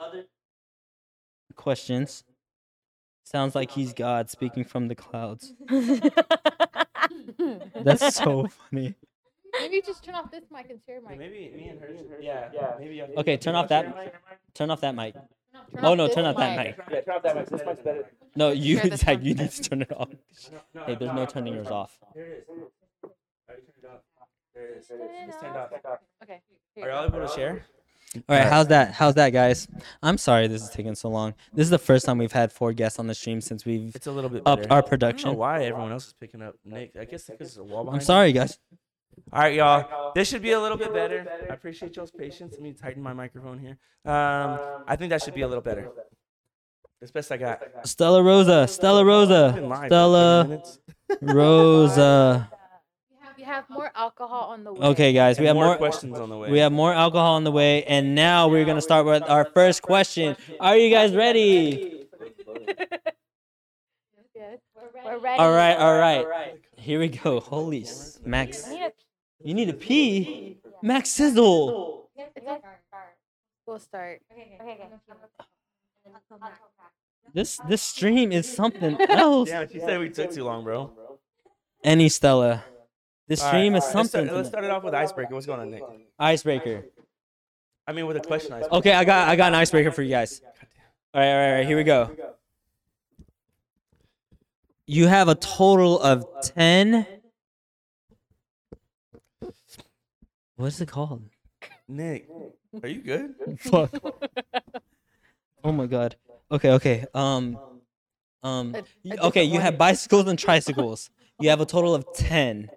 [SPEAKER 2] questions. Sounds like he's God speaking from the clouds. That's so funny.
[SPEAKER 4] Maybe just turn off this mic and share mic.
[SPEAKER 1] Maybe me and hers. Yeah, yeah. Maybe y'all-
[SPEAKER 2] Okay, turn off that. Turn off that mic.
[SPEAKER 4] Turn
[SPEAKER 2] Oh
[SPEAKER 4] off
[SPEAKER 2] no,
[SPEAKER 4] this
[SPEAKER 2] turn off that
[SPEAKER 4] mic.
[SPEAKER 2] mic.
[SPEAKER 7] Yeah, turn off that mic. This mic's better.
[SPEAKER 2] No, you
[SPEAKER 4] Share this
[SPEAKER 2] Zach,
[SPEAKER 4] one.
[SPEAKER 2] you need to turn it off. Hey, there's no turning yours off.
[SPEAKER 1] Here it is. Alright, turn it off. There it is. There it is. It's turned off.
[SPEAKER 4] Okay.
[SPEAKER 1] Are y'all able to share?
[SPEAKER 2] All right, how's that? How's that, guys? I'm sorry this is taking so long. This is the first time we've had four guests on the stream since we've
[SPEAKER 1] It's a little bit
[SPEAKER 2] upped
[SPEAKER 1] better.
[SPEAKER 2] our
[SPEAKER 1] I don't
[SPEAKER 2] production.
[SPEAKER 1] know Oh, why everyone else is picking up Nick. I guess because there's a wall behind
[SPEAKER 2] I'm
[SPEAKER 1] you.
[SPEAKER 2] sorry, guys.
[SPEAKER 1] All right, y'all. This should be a little bit better. I appreciate y'all's patience. Let me tighten my microphone here. Um, I think that should be a little better. That's best I got.
[SPEAKER 2] Stella Rosa, Stella
[SPEAKER 1] I've been
[SPEAKER 2] Rosa,
[SPEAKER 1] live for 30
[SPEAKER 2] Stella
[SPEAKER 1] minutes.
[SPEAKER 2] Rosa.
[SPEAKER 4] We have, we have more alcohol on the way.
[SPEAKER 2] Okay, guys, we
[SPEAKER 1] And
[SPEAKER 2] have more.
[SPEAKER 1] questions on the way.
[SPEAKER 2] We have more alcohol on the way, and now we're gonna start with our first question. Are you guys ready?
[SPEAKER 4] Yes. We're ready.
[SPEAKER 2] All right, all right. Here we go. Holy s- Max,
[SPEAKER 3] I need a-
[SPEAKER 2] you need a pee. Max Sizzle.
[SPEAKER 3] you guys-
[SPEAKER 4] We'll start.
[SPEAKER 3] Okay, okay.
[SPEAKER 2] This this stream is something else.
[SPEAKER 1] Damn, she said we took too long, bro.
[SPEAKER 2] Any Stella. This
[SPEAKER 1] All right,
[SPEAKER 2] stream is
[SPEAKER 1] all right. Let's
[SPEAKER 2] something.
[SPEAKER 1] start, let's start it off with icebreaker. What's going on, Nick?
[SPEAKER 2] Icebreaker.
[SPEAKER 1] I mean, with a question. Icebreaker.
[SPEAKER 2] Okay, I got I got an icebreaker for you guys. All right, all right, all right. Here we go. You have a total of ten. What is it called?
[SPEAKER 1] Nick, are you good?
[SPEAKER 2] Fuck. Oh my god. Okay, okay. Um, um. y-
[SPEAKER 4] A- a
[SPEAKER 2] Okay,
[SPEAKER 4] different
[SPEAKER 2] you have bicycles and tricycles. You have a total of ten.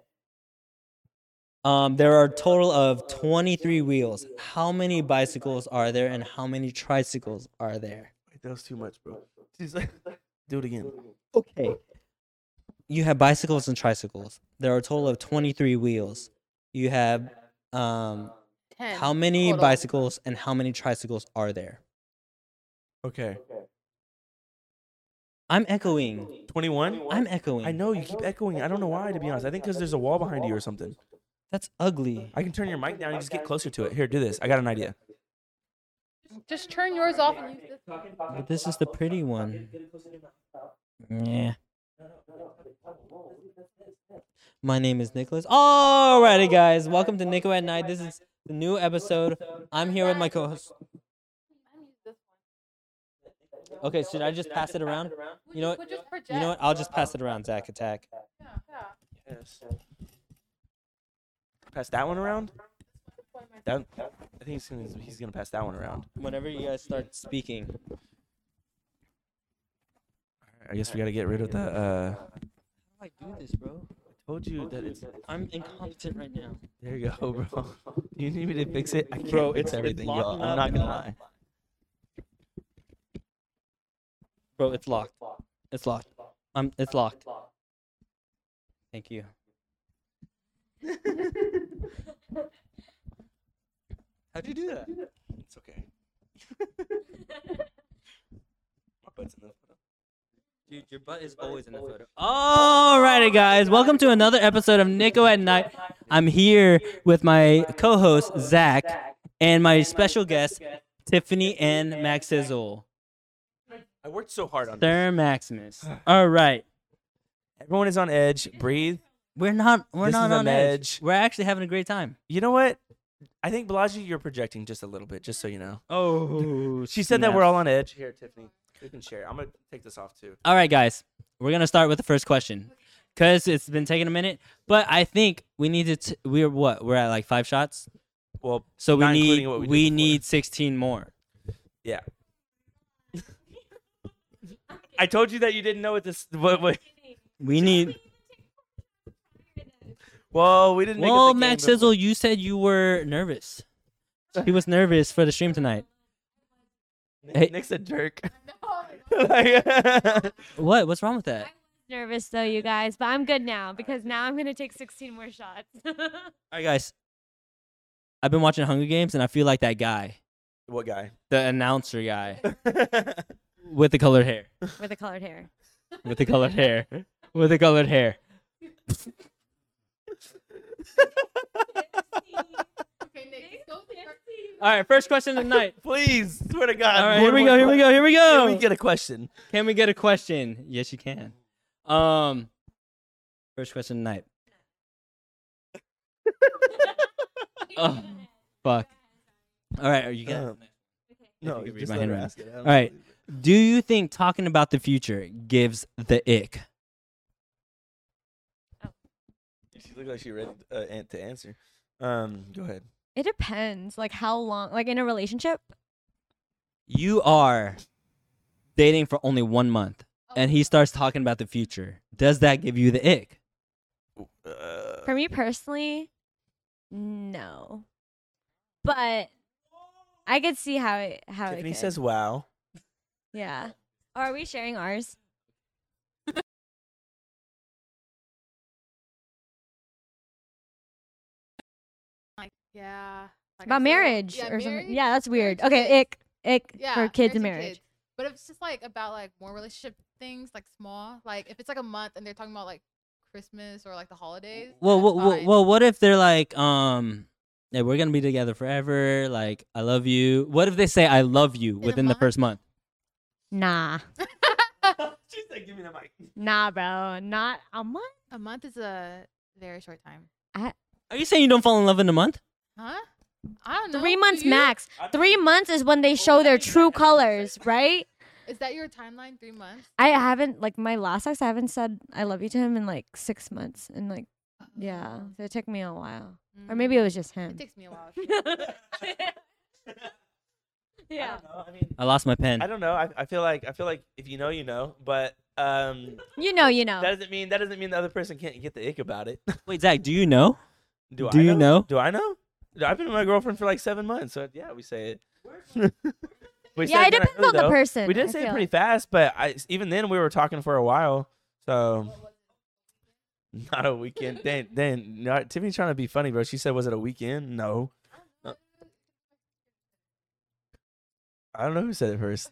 [SPEAKER 2] Um, there are a total of twenty-three wheels. How many bicycles are there, and how many tricycles are there?
[SPEAKER 1] Wait, that was too much, bro. She's like, do it again.
[SPEAKER 2] Okay. You have bicycles and tricycles. There are a total of twenty-three wheels. You have um,
[SPEAKER 4] Ten.
[SPEAKER 2] how many
[SPEAKER 4] total.
[SPEAKER 2] bicycles and how many tricycles are there?
[SPEAKER 1] Okay.
[SPEAKER 2] I'm echoing.
[SPEAKER 1] 21?
[SPEAKER 2] I'm echoing.
[SPEAKER 1] I know you keep echoing. I don't know why, to be honest. I think because there's a wall behind you or something.
[SPEAKER 2] That's ugly.
[SPEAKER 1] I can turn your mic down and just get closer to it. Here, do this. I got an idea.
[SPEAKER 4] Just turn yours off and use this. one.
[SPEAKER 2] But this is the pretty one. Yeah. My name is Nicholas. Alrighty, guys. Welcome to Nico at Night. This is the new episode. I'm here with my co host.
[SPEAKER 4] I'm use this
[SPEAKER 2] Okay, should I just pass it around?
[SPEAKER 4] one.
[SPEAKER 2] You know
[SPEAKER 4] We'll
[SPEAKER 2] what?
[SPEAKER 4] just project.
[SPEAKER 2] You know what? I'll just pass it around, Zach Attack.
[SPEAKER 4] Yeah, yeah.
[SPEAKER 1] Yes. Pass that one around. That I think he's gonna, he's gonna pass that one around.
[SPEAKER 2] Whenever you guys start speaking.
[SPEAKER 1] I guess we gotta get rid of the. Uh,
[SPEAKER 2] How do I do this, bro?
[SPEAKER 1] told you that it's.
[SPEAKER 2] I'm incompetent right now.
[SPEAKER 1] There you go, bro. You need me to fix it? I can't
[SPEAKER 2] Bro,
[SPEAKER 1] fix
[SPEAKER 2] it's- it's
[SPEAKER 1] everything, y'all.
[SPEAKER 2] locking
[SPEAKER 1] I'm
[SPEAKER 2] up
[SPEAKER 1] not
[SPEAKER 2] and
[SPEAKER 1] gonna
[SPEAKER 2] all.
[SPEAKER 1] lie.
[SPEAKER 2] Bro, it's locked. It's locked. Um, it's locked. Thank you. How'd you do that?
[SPEAKER 1] It's okay. My butt's in the
[SPEAKER 2] Dude, your butt is always in the photo. Alrighty, guys. Welcome to another episode of Nico at Night. I'm here with my co host, Zach, and my special guest, Tiffany and Max Sizzle.
[SPEAKER 1] I worked so hard on this.
[SPEAKER 2] Sir Maximus. All right.
[SPEAKER 1] Everyone is on edge. Breathe.
[SPEAKER 2] We're not, we're
[SPEAKER 1] This is
[SPEAKER 2] not
[SPEAKER 1] a
[SPEAKER 2] on edge.
[SPEAKER 1] medge.
[SPEAKER 2] We're actually having a great time.
[SPEAKER 1] You know what? I think Balaji, you're projecting just a little bit, just so you know.
[SPEAKER 2] Oh,
[SPEAKER 1] She said that we're all on edge. Here, Tiffany, you can share. I'm gonna take this off too.
[SPEAKER 2] All right, guys. We're gonna start with the first question, cause it's been taking a minute. But I think we needed. To, we're what? We're at like five shots.
[SPEAKER 1] Well,
[SPEAKER 2] So we
[SPEAKER 1] Not including
[SPEAKER 2] need
[SPEAKER 1] what we
[SPEAKER 2] we,
[SPEAKER 1] did before.
[SPEAKER 2] need sixteen more.
[SPEAKER 1] yeah. I told you that you didn't know what this. What, what,
[SPEAKER 2] We need.
[SPEAKER 1] well, we didn't. make up
[SPEAKER 2] Well,
[SPEAKER 1] the game
[SPEAKER 2] Max
[SPEAKER 1] before-
[SPEAKER 2] Sizzle, you said you were nervous. He was nervous for the stream tonight.
[SPEAKER 1] Nick,
[SPEAKER 2] Hey.
[SPEAKER 1] Nick's a jerk.
[SPEAKER 4] No,
[SPEAKER 1] like,
[SPEAKER 2] What? What's wrong with that?
[SPEAKER 5] Nervous though, you guys, but I'm good now because now I'm gonna take 16 more shots.
[SPEAKER 2] All right, guys. I've been watching Hunger Games, and I feel like that guy,
[SPEAKER 1] what guy?
[SPEAKER 2] the announcer guy with the colored hair.
[SPEAKER 5] With the colored hair.
[SPEAKER 2] With the colored hair. With the colored hair.
[SPEAKER 4] okay, Nick, go to your-
[SPEAKER 2] All right, first question of the night.
[SPEAKER 1] Please, swear to God.
[SPEAKER 2] All right, here
[SPEAKER 1] one
[SPEAKER 2] we
[SPEAKER 1] more
[SPEAKER 2] go. Here we
[SPEAKER 1] que-
[SPEAKER 2] go. Here we go.
[SPEAKER 1] Can we get a question?
[SPEAKER 2] Can we get a question? Yes, you can. Um, first question tonight. oh, fuck. All right, are you
[SPEAKER 1] Uh,
[SPEAKER 2] gonna?
[SPEAKER 1] no, you
[SPEAKER 2] you could read
[SPEAKER 1] just
[SPEAKER 2] my
[SPEAKER 1] let her
[SPEAKER 2] handwriting.
[SPEAKER 1] ask it. I don't
[SPEAKER 2] All right.
[SPEAKER 1] know.
[SPEAKER 2] Do you think talking about the future gives the ick?
[SPEAKER 1] She looked like she read uh, an- to answer. Um, go ahead.
[SPEAKER 5] It depends, like how long, like in a relationship.
[SPEAKER 2] You are dating for only one month, and he starts talking about the future. Does that give you the ick?
[SPEAKER 1] Uh,
[SPEAKER 5] For me personally, no. But I could see how it how it
[SPEAKER 1] Tiffany
[SPEAKER 5] could.
[SPEAKER 1] says, "Wow."
[SPEAKER 5] yeah. Oh, Are we sharing ours?
[SPEAKER 4] Like, yeah. Like
[SPEAKER 5] About
[SPEAKER 4] I said,
[SPEAKER 5] marriage
[SPEAKER 4] yeah,
[SPEAKER 5] or something.
[SPEAKER 4] marriage,
[SPEAKER 5] Yeah, that's weird.
[SPEAKER 4] marriage and
[SPEAKER 5] Okay, ick ick
[SPEAKER 4] Yeah,
[SPEAKER 5] for kids and
[SPEAKER 4] and
[SPEAKER 5] marriage.
[SPEAKER 4] kids. But if it's just like about like more relationship things, like small, like if it's like a month and they're talking about like Christmas or like the holidays.
[SPEAKER 2] Well,
[SPEAKER 4] that's
[SPEAKER 2] well, well,
[SPEAKER 4] fine.
[SPEAKER 2] well, what if they're like, um, yeah, we're gonna be together forever. Like, I love you. What if they say, "I love you"
[SPEAKER 4] a
[SPEAKER 2] within the
[SPEAKER 4] month?
[SPEAKER 2] first month?
[SPEAKER 5] Nah.
[SPEAKER 1] She said, "Give me the mic."
[SPEAKER 5] Nah, bro. Not a month.
[SPEAKER 4] a month is a very short time.
[SPEAKER 2] Are you saying you don't fall in love in a month?
[SPEAKER 4] Huh? I don't know.
[SPEAKER 5] Three
[SPEAKER 4] do
[SPEAKER 5] months
[SPEAKER 4] you?
[SPEAKER 5] max.
[SPEAKER 1] I think-
[SPEAKER 5] Three months is when they show their true colors, right?
[SPEAKER 4] Is that your timeline? Three months.
[SPEAKER 5] I haven't like my last ex. I haven't said I love you to him in like six months, and like yeah, so it took me a while, or maybe it was just
[SPEAKER 4] Mm. It
[SPEAKER 5] him.
[SPEAKER 4] takes me a while.
[SPEAKER 1] I
[SPEAKER 5] yeah,
[SPEAKER 1] don't know. I mean,
[SPEAKER 2] I lost my pen.
[SPEAKER 1] I don't know. I, I feel like I feel like if you know, you know. But um,
[SPEAKER 5] you know, you
[SPEAKER 1] that
[SPEAKER 5] know.
[SPEAKER 1] doesn't mean that doesn't mean the other person can't get the ick about it.
[SPEAKER 2] Wait, Zach, do you know?
[SPEAKER 1] Do,
[SPEAKER 2] Do
[SPEAKER 1] I
[SPEAKER 2] you know?
[SPEAKER 1] Do I know? I've been with my girlfriend for like seven months, so yeah, we say it. we
[SPEAKER 5] Yeah,
[SPEAKER 1] say
[SPEAKER 5] it
[SPEAKER 1] kinda
[SPEAKER 5] depends
[SPEAKER 1] early,
[SPEAKER 5] on the
[SPEAKER 1] though.
[SPEAKER 5] person.
[SPEAKER 1] We did
[SPEAKER 5] I
[SPEAKER 1] say it
[SPEAKER 5] feel.
[SPEAKER 1] pretty fast, but I, even then we were talking for a while, so not a weekend. then, then not, Tiffany's trying to be funny, bro. She said, "Was it a weekend?" No. Uh, I don't know who said it first.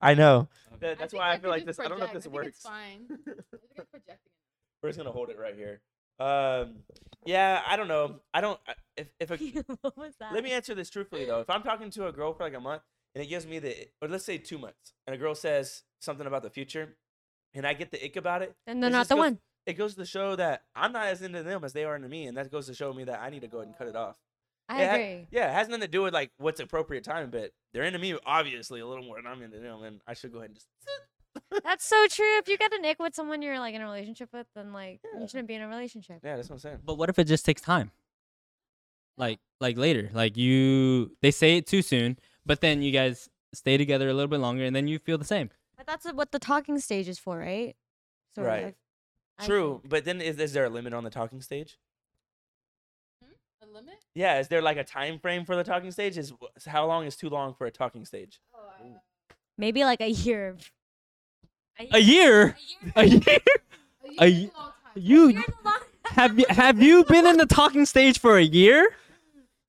[SPEAKER 1] I know. That- that's
[SPEAKER 4] think
[SPEAKER 1] why I
[SPEAKER 4] could
[SPEAKER 1] feel like
[SPEAKER 4] just
[SPEAKER 1] this. I don't know if
[SPEAKER 4] project.
[SPEAKER 1] this
[SPEAKER 4] think
[SPEAKER 1] works.
[SPEAKER 4] It's fine. I think it's projecting.
[SPEAKER 1] We're just gonna hold it right here. Um, yeah, I don't know. I don't. I- If if a,
[SPEAKER 5] what was that?
[SPEAKER 1] let me answer this truthfully though, if I'm talking to a girl for like a month and it gives me the, or let's say two months, and a girl says something about the future, and I get the ick about it,
[SPEAKER 5] And they're
[SPEAKER 1] it
[SPEAKER 5] not
[SPEAKER 1] just
[SPEAKER 5] the
[SPEAKER 1] goes-
[SPEAKER 5] one.
[SPEAKER 1] It goes to show that I'm not as into them as they are into me, and that goes to show me that I need to go ahead and cut it off.
[SPEAKER 5] I
[SPEAKER 1] it ha-
[SPEAKER 5] agree.
[SPEAKER 1] yeah, it has nothing to do with like what's appropriate time, but they're into me obviously a little more than I'm into them, and I should go ahead and just.
[SPEAKER 5] That's so true. If you got an ick with someone you're like in a relationship with, then like
[SPEAKER 1] Yeah.
[SPEAKER 5] you shouldn't be in a relationship.
[SPEAKER 1] Yeah, that's what I'm saying.
[SPEAKER 2] But what if it just takes time? Like, like later, like you, they say it too soon, but then you guys stay together a little bit longer, and then you feel the same.
[SPEAKER 5] But that's what the talking stage is for, right? Sort
[SPEAKER 1] Right.
[SPEAKER 5] of, I
[SPEAKER 1] True,
[SPEAKER 5] think.
[SPEAKER 1] but then is, is there a limit on the talking stage?
[SPEAKER 4] A limit?
[SPEAKER 1] Yeah, is there like a time frame for the talking stage? Is wh- how long is too long for a talking stage?
[SPEAKER 4] Oh, I don't know.
[SPEAKER 5] Maybe like a year.
[SPEAKER 2] A year, a year.
[SPEAKER 4] A
[SPEAKER 2] A
[SPEAKER 4] year's
[SPEAKER 2] ye-
[SPEAKER 4] a long time.
[SPEAKER 2] You have you have you been in the talking stage for a year?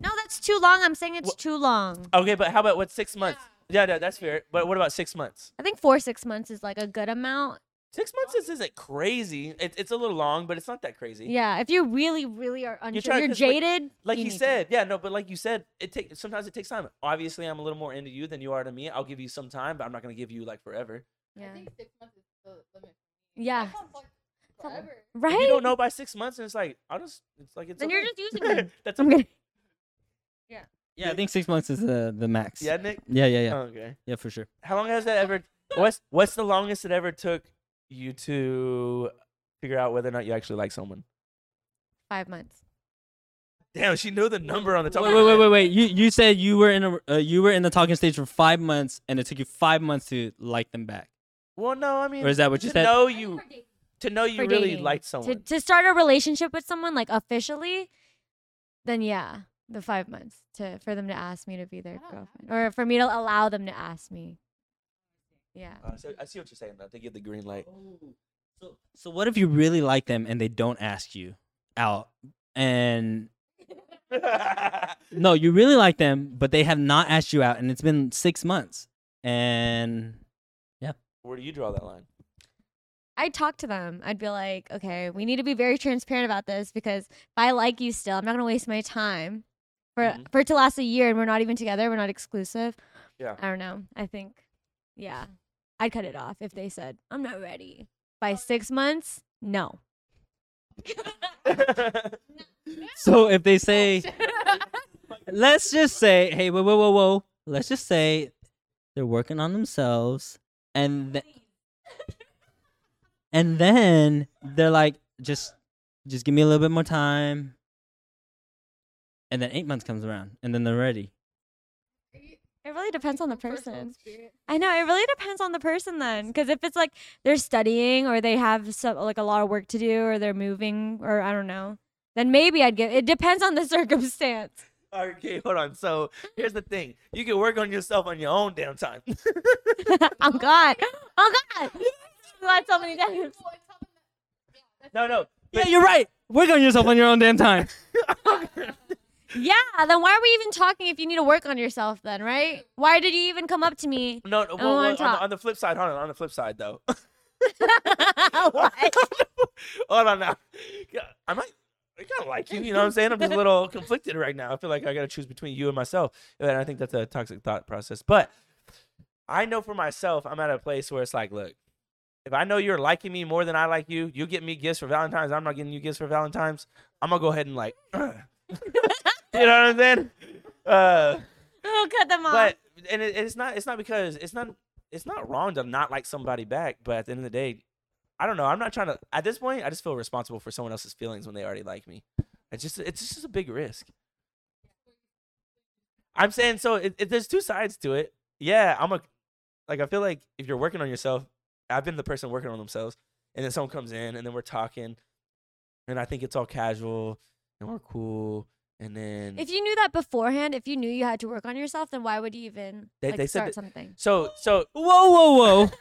[SPEAKER 5] No, that's too long. I'm saying it's
[SPEAKER 1] Wha- uh,
[SPEAKER 5] too long.
[SPEAKER 1] Okay, but how about what six months? Yeah, no, that's fair. But what about six months?
[SPEAKER 5] I think four six months is like a good amount.
[SPEAKER 1] Six months is, isn't crazy. It, it's a little long, but it's not that crazy.
[SPEAKER 5] Yeah, if you really really are unsure,
[SPEAKER 1] trying-
[SPEAKER 5] you're,
[SPEAKER 1] 'cause like-
[SPEAKER 5] jaded.
[SPEAKER 1] Like
[SPEAKER 5] you
[SPEAKER 1] he
[SPEAKER 5] need to-
[SPEAKER 1] said, yeah, no, but like you said, it take sometimes it takes time. Obviously, I'm a little more into you than you are to me. I'll give you some time, but I'm not gonna give you like forever.
[SPEAKER 5] Yeah,
[SPEAKER 4] I think six months is the limit.
[SPEAKER 5] yeah,
[SPEAKER 4] That sounds like forever.
[SPEAKER 5] right.
[SPEAKER 1] If you don't know by six months, and it's like I'll just it's like it's.
[SPEAKER 5] Then
[SPEAKER 1] okay.
[SPEAKER 5] you're just using them.
[SPEAKER 1] that's
[SPEAKER 5] I'm
[SPEAKER 1] okay.
[SPEAKER 5] gonna.
[SPEAKER 2] Yeah, I think six months is the the max.
[SPEAKER 1] Yeah, Nick. Oh,
[SPEAKER 2] yeah, yeah, yeah,
[SPEAKER 1] Okay.
[SPEAKER 2] yeah, for sure.
[SPEAKER 1] How long has that ever? What's what's the longest it ever took you to figure out whether or not you actually like someone?
[SPEAKER 5] Five months.
[SPEAKER 1] Damn, she knew the number on the top.
[SPEAKER 2] Wait, wait, wait, wait, wait. You you said you were in a uh, you were in the talking stage for five months, and it took you five months to like them back.
[SPEAKER 1] Well, no, I mean,
[SPEAKER 2] Or is that what you
[SPEAKER 1] to
[SPEAKER 2] said?
[SPEAKER 1] know you to know you
[SPEAKER 5] For
[SPEAKER 1] really
[SPEAKER 5] dating.
[SPEAKER 1] liked
[SPEAKER 5] To
[SPEAKER 1] someone.
[SPEAKER 5] to start a relationship with someone like officially, then yeah, the five months to for them to ask me to be their
[SPEAKER 4] Oh, wow.
[SPEAKER 5] girlfriend or for me to allow them to ask me. Yeah.
[SPEAKER 1] Uh, so I see what you're saying though. They give the green light.
[SPEAKER 2] So, so what if you really like them and they don't ask you out? And no, you really like them, but they have not asked you out, and it's been six months. And
[SPEAKER 1] Where do you draw that line?
[SPEAKER 5] I'd talk to them. I'd be like, okay, we need to be very transparent about this because if I like you still, I'm not gonna waste my time for
[SPEAKER 1] Mhm.
[SPEAKER 5] for it to last a year and we're not even together, we're not exclusive.
[SPEAKER 1] Yeah.
[SPEAKER 5] I don't know. I think yeah. I'd cut it off if they said, I'm not ready. By six months, no.
[SPEAKER 2] so if they say, let's just say, hey, whoa, whoa, whoa, whoa, let's just say they're working on themselves, and th- and then they're like, just just give me a little bit more time, and then eight months comes around, and then they're ready.
[SPEAKER 5] It really depends on the person.
[SPEAKER 4] Experience.
[SPEAKER 5] I know it really depends on the person then, because if it's like they're studying or they have some like a lot of work to do or they're moving or I don't know, then maybe I'd give. It depends on the circumstance.
[SPEAKER 1] Okay, hold on. So here's the thing: you can work on yourself on your own damn time.
[SPEAKER 5] oh God, oh God, lied so many times.
[SPEAKER 1] no, no.
[SPEAKER 2] yeah, you're right. Work on yourself on your own damn time.
[SPEAKER 5] Yeah, then why are we even talking if you need to work on yourself then, right? Why did you even come up to me?
[SPEAKER 1] No, no, well,
[SPEAKER 5] wanna
[SPEAKER 1] well, on, the,
[SPEAKER 5] talk.
[SPEAKER 1] on the flip side, hold on. On the flip side, though,
[SPEAKER 5] what?
[SPEAKER 1] hold on now. Yeah, I might, I kind of like you. You know what I'm saying? I'm just a little conflicted right now. I feel like I got to choose between you and myself, and I think that's a toxic thought process. But I know for myself, I'm at a place where it's like, look, if I know you're liking me more than I like you, you get me gifts for Valentine's. I'm not getting you gifts for Valentine's. I'm gonna go ahead and like, you know what I'm saying? Uh,
[SPEAKER 5] Oh, cut them off.
[SPEAKER 1] but and it, it's not it's not because it's not it's not wrong to not like somebody back but at the end of the day i don't know i'm not trying to at this point i just feel responsible for someone else's feelings when they already like me it's just it's just a big risk i'm saying so it, it, there's two sides to it yeah i'm a like i feel like if you're working on yourself i've been the person working on themselves and then someone comes in and then we're talking and i think it's all casual and we're cool and then
[SPEAKER 5] if you knew that beforehand, if you knew you had to work on yourself, then why would you even
[SPEAKER 1] They-
[SPEAKER 5] like,
[SPEAKER 1] they said that-
[SPEAKER 5] start something?
[SPEAKER 1] so so
[SPEAKER 2] Whoa, whoa, whoa.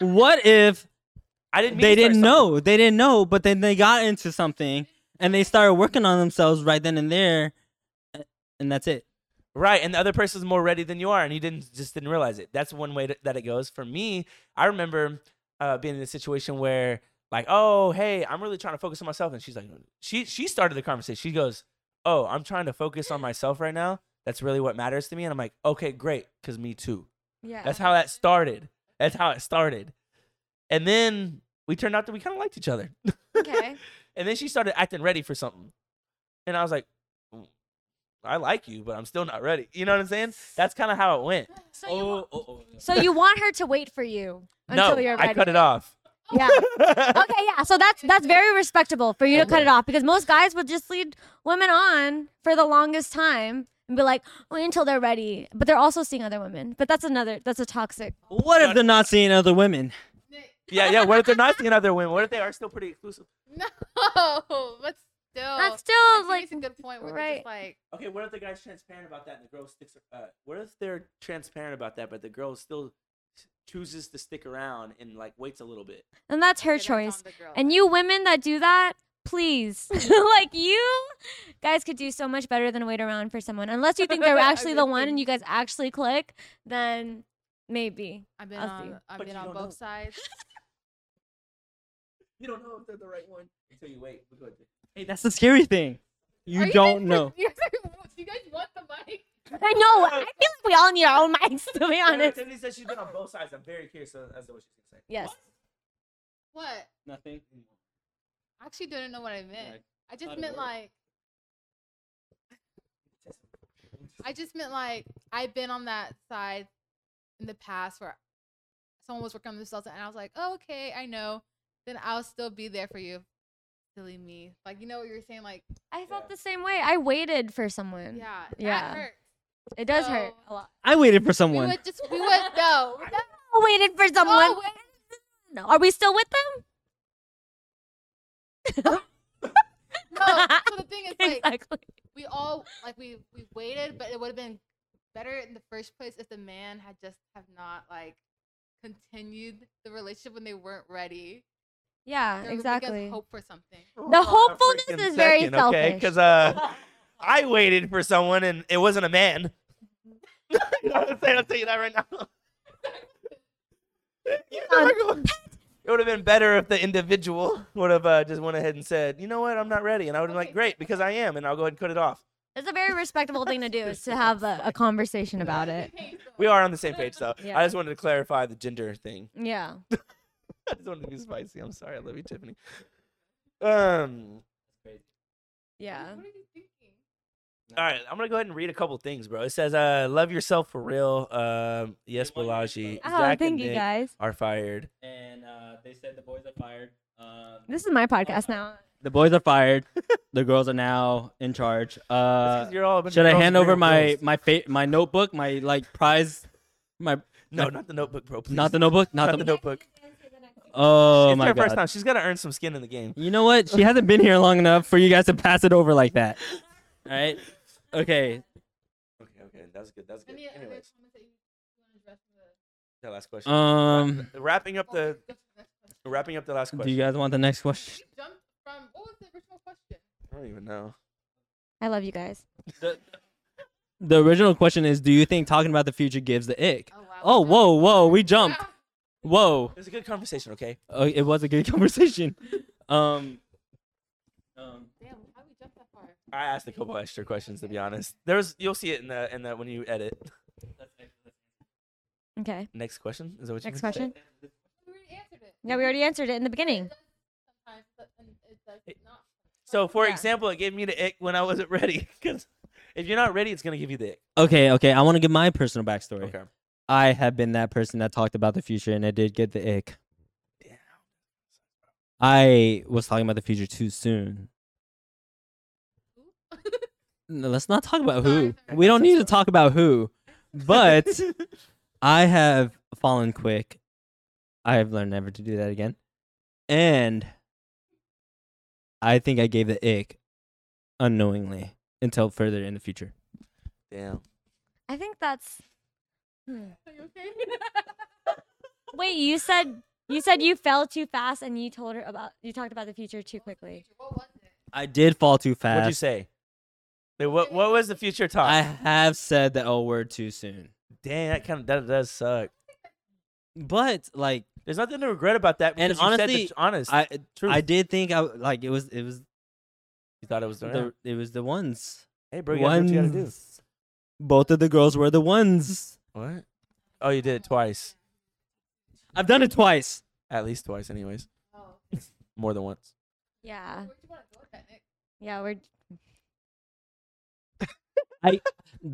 [SPEAKER 2] what if
[SPEAKER 1] i didn't mean
[SPEAKER 2] they
[SPEAKER 1] to start something.
[SPEAKER 2] didn't know? They didn't know, but then they got into something and they started working on themselves right then and there, a- and that's it.
[SPEAKER 1] Right, and the other person's more ready than you are, and you didn't just didn't realize it. That's one way to, that it goes. For me, I remember uh, being in a situation where, like, oh, hey, I'm really trying to focus on myself, and she's like, she she started the conversation. She goes, oh, I'm trying to focus on myself right now. That's really what matters to me, and I'm like, okay, great, cause me too.
[SPEAKER 5] Yeah.
[SPEAKER 1] That's how that started. That's how it started, and then we turned out that we kind of liked each other.
[SPEAKER 5] okay.
[SPEAKER 1] And then she started acting ready for something. And I was like, "Mm, I like you, but I'm still not ready. You know what I'm saying? That's kind of how it went.
[SPEAKER 5] So you want, so you want her to wait for you
[SPEAKER 1] No,
[SPEAKER 5] until you're ready.
[SPEAKER 1] I cut it off.
[SPEAKER 5] Yeah. Okay, yeah. So that's that's very respectable for you to cut it off because most guys will just lead women on for the longest time and be like, wait until they're ready. But they're also seeing other women. But that's another that's a toxic.
[SPEAKER 2] What if they're not seeing other women?
[SPEAKER 1] yeah, yeah. What if they're not seeing other women? What if they are still pretty exclusive?
[SPEAKER 4] No, Oh, but still.
[SPEAKER 5] That's
[SPEAKER 4] I
[SPEAKER 5] still
[SPEAKER 4] think
[SPEAKER 5] like
[SPEAKER 4] it's a good point. Where
[SPEAKER 5] right.
[SPEAKER 4] they're just like,
[SPEAKER 1] Okay, what if the guy's transparent about that and the girl sticks? Uh, what if they're transparent about that, but the girl still chooses to stick around and like waits a little bit?
[SPEAKER 5] and that's her
[SPEAKER 4] "Okay, that's on
[SPEAKER 5] choice.
[SPEAKER 4] the girl
[SPEAKER 5] And
[SPEAKER 4] then."
[SPEAKER 5] you women that do that, please. like you guys could do so much better than wait around for someone. Unless you think they're
[SPEAKER 4] I
[SPEAKER 5] actually the
[SPEAKER 4] really
[SPEAKER 5] one and
[SPEAKER 4] think-
[SPEAKER 5] you guys actually click, then maybe.
[SPEAKER 4] I've been
[SPEAKER 5] I'll see.
[SPEAKER 4] on, I've
[SPEAKER 1] But
[SPEAKER 4] been
[SPEAKER 1] you
[SPEAKER 4] on
[SPEAKER 1] don't
[SPEAKER 4] both
[SPEAKER 1] know.
[SPEAKER 4] sides.
[SPEAKER 1] You don't know if they're the right one until you wait. Look what-
[SPEAKER 2] Hey, that's the scary thing. You
[SPEAKER 4] Are
[SPEAKER 2] don't
[SPEAKER 4] guys-
[SPEAKER 2] know.
[SPEAKER 4] You guys, you guys want the mic?
[SPEAKER 5] I know. I feel like we all need our own mics to be honest.
[SPEAKER 1] Tiffany says she's been on both sides. I'm very curious as to what she's gonna say.
[SPEAKER 5] Yes.
[SPEAKER 4] What?
[SPEAKER 2] Nothing.
[SPEAKER 4] I actually don't know what I meant. I
[SPEAKER 2] thought
[SPEAKER 4] just
[SPEAKER 2] it
[SPEAKER 4] meant
[SPEAKER 2] worked.
[SPEAKER 4] like. I just meant like I've been on that side in the past where someone was working on themselves and I was like, oh, okay, I know. Then I'll still be there for you. Silly me. Like you know what you were saying, like
[SPEAKER 5] I felt
[SPEAKER 1] Yeah.
[SPEAKER 5] the same way. I waited for someone.
[SPEAKER 4] yeah,
[SPEAKER 5] Yeah.
[SPEAKER 4] that hurts.
[SPEAKER 5] It does hurt a
[SPEAKER 4] So-
[SPEAKER 5] lot.
[SPEAKER 2] I waited for
[SPEAKER 4] We
[SPEAKER 2] someone.
[SPEAKER 4] would just we would no. we never
[SPEAKER 5] I waited
[SPEAKER 1] Oh,
[SPEAKER 5] for someone.
[SPEAKER 4] wait.
[SPEAKER 5] No. Are we still with them?
[SPEAKER 4] No. So the thing is like
[SPEAKER 5] exactly.
[SPEAKER 4] we all like we we waited, but it would have been better in the first place if the man had just have not like continued the relationship when they weren't ready.
[SPEAKER 5] Yeah,
[SPEAKER 4] There would make us
[SPEAKER 5] exactly.
[SPEAKER 4] hope for something.
[SPEAKER 5] The hopefulness
[SPEAKER 1] freaking
[SPEAKER 5] is very
[SPEAKER 1] second, okay?
[SPEAKER 5] selfish.
[SPEAKER 1] Because uh, I waited for someone and it wasn't a man. you know what I'm saying? I'll tell you that right now. You know, like, what- it would have been better if the individual would have uh, just went ahead and said, "You know what? I'm not ready," and I would have been like,
[SPEAKER 4] Okay.
[SPEAKER 1] "Great, because I am," and I'll go ahead and cut it off.
[SPEAKER 5] It's a very respectable thing to do is to have a, a conversation about it.
[SPEAKER 1] We are on the same page, though.
[SPEAKER 5] Yeah.
[SPEAKER 1] I just wanted to clarify the gender thing.
[SPEAKER 5] Yeah.
[SPEAKER 1] I just wanted to be spicy. I'm sorry. I love you, Tiffany. Um.
[SPEAKER 5] Yeah.
[SPEAKER 4] What are you thinking?
[SPEAKER 1] All right, I'm gonna go ahead and read a couple things, bro. It says, "Uh, love yourself for real." Um, yes,
[SPEAKER 2] They want you
[SPEAKER 1] Balaji.
[SPEAKER 2] to
[SPEAKER 5] Oh,
[SPEAKER 1] Zach and
[SPEAKER 5] thank you
[SPEAKER 1] Nick
[SPEAKER 5] guys.
[SPEAKER 1] Are fired.
[SPEAKER 2] And uh, they said the boys are fired. Um,
[SPEAKER 5] This is my podcast now.
[SPEAKER 2] the boys are fired. the girls are now in charge. Uh,
[SPEAKER 1] You're all a bunch of
[SPEAKER 2] should I
[SPEAKER 1] girls
[SPEAKER 2] hand
[SPEAKER 1] with
[SPEAKER 2] over
[SPEAKER 1] real
[SPEAKER 2] my
[SPEAKER 1] girls.
[SPEAKER 2] my fa- my notebook, my like prize, my
[SPEAKER 1] No, not the notebook, bro. Please.
[SPEAKER 2] not the notebook, not,
[SPEAKER 1] Not the
[SPEAKER 2] the,
[SPEAKER 1] notebook.
[SPEAKER 2] Oh
[SPEAKER 1] it's
[SPEAKER 2] my
[SPEAKER 1] her
[SPEAKER 2] god.
[SPEAKER 1] first time. She's gotta earn some skin in the game.
[SPEAKER 2] You know what? She hasn't been here long enough for you guys to pass it over like that. All right. Okay.
[SPEAKER 1] Okay, okay, that's good. That's
[SPEAKER 4] Any other comments that you want to address? for
[SPEAKER 1] the last question.
[SPEAKER 2] Um.
[SPEAKER 1] wrapping up
[SPEAKER 4] the-
[SPEAKER 1] the
[SPEAKER 4] Go to the next question.
[SPEAKER 1] wrapping up the last
[SPEAKER 2] Do
[SPEAKER 1] question.
[SPEAKER 2] you guys want the next question?
[SPEAKER 4] We jumped from what was the original question?
[SPEAKER 1] I don't even know.
[SPEAKER 5] I love you guys.
[SPEAKER 2] The original question is: Do you think talking about the future gives the ick?
[SPEAKER 4] Oh wow.
[SPEAKER 2] Oh, whoa, whoa, we jumped.
[SPEAKER 4] Ah,
[SPEAKER 2] Whoa.
[SPEAKER 1] It was a good conversation. Okay.
[SPEAKER 2] Oh, it was a good conversation. Um. um,
[SPEAKER 4] Damn, how we jump that far?
[SPEAKER 1] I asked a couple extra questions to be honest. There's you'll see it in the in the when you edit.
[SPEAKER 5] Okay.
[SPEAKER 1] Next question is that what you
[SPEAKER 5] Next
[SPEAKER 1] meant to say?
[SPEAKER 5] question.
[SPEAKER 4] We already answered it.
[SPEAKER 5] Yeah, we already answered it in the beginning.
[SPEAKER 4] Sometimes, but then it does not.
[SPEAKER 1] So, for
[SPEAKER 5] Yeah.
[SPEAKER 1] example, it gave me the ick when I wasn't ready. Because if you're not ready, it's gonna give you the ick.
[SPEAKER 2] Okay. Okay. I want to give my personal backstory. I have been that person that talked about the future, and I did get the ick.
[SPEAKER 1] Damn.
[SPEAKER 2] I was talking about the future too soon. No, let's not talk about
[SPEAKER 4] Sorry,
[SPEAKER 2] who.
[SPEAKER 4] sorry.
[SPEAKER 2] We don't need to talk about who. But I have fallen quick. I have learned never to do that again. And I think I gave the ick unknowingly until further in the future.
[SPEAKER 1] Damn.
[SPEAKER 5] I think that's. hmm.
[SPEAKER 4] Are you okay?
[SPEAKER 5] Wait, you said you said you fell too fast and you told her about you talked about the future too quickly.
[SPEAKER 4] what was it?
[SPEAKER 2] I did fall too fast.
[SPEAKER 1] What'd you say? Like, What What was the future talk?
[SPEAKER 2] Uh, I have said that old word too soon.
[SPEAKER 1] Dang, that kind of that does suck.
[SPEAKER 2] But like
[SPEAKER 1] There's nothing to regret about that.
[SPEAKER 2] And
[SPEAKER 1] because you said the
[SPEAKER 2] honestly,
[SPEAKER 1] tr- honest,
[SPEAKER 2] I
[SPEAKER 1] truth.
[SPEAKER 2] I did think I like it was it was
[SPEAKER 1] you thought it was the,
[SPEAKER 2] the it was the ones.
[SPEAKER 1] Hey, bro, you gotta do what you gotta do.
[SPEAKER 2] Ones. Both of the girls were the ones.
[SPEAKER 1] What? Oh, you did it twice.
[SPEAKER 2] I've done it twice.
[SPEAKER 1] At least twice, anyways.
[SPEAKER 4] Oh,
[SPEAKER 1] More than once.
[SPEAKER 5] Yeah.
[SPEAKER 4] where do you want to go with that, Nick?
[SPEAKER 5] Yeah, we're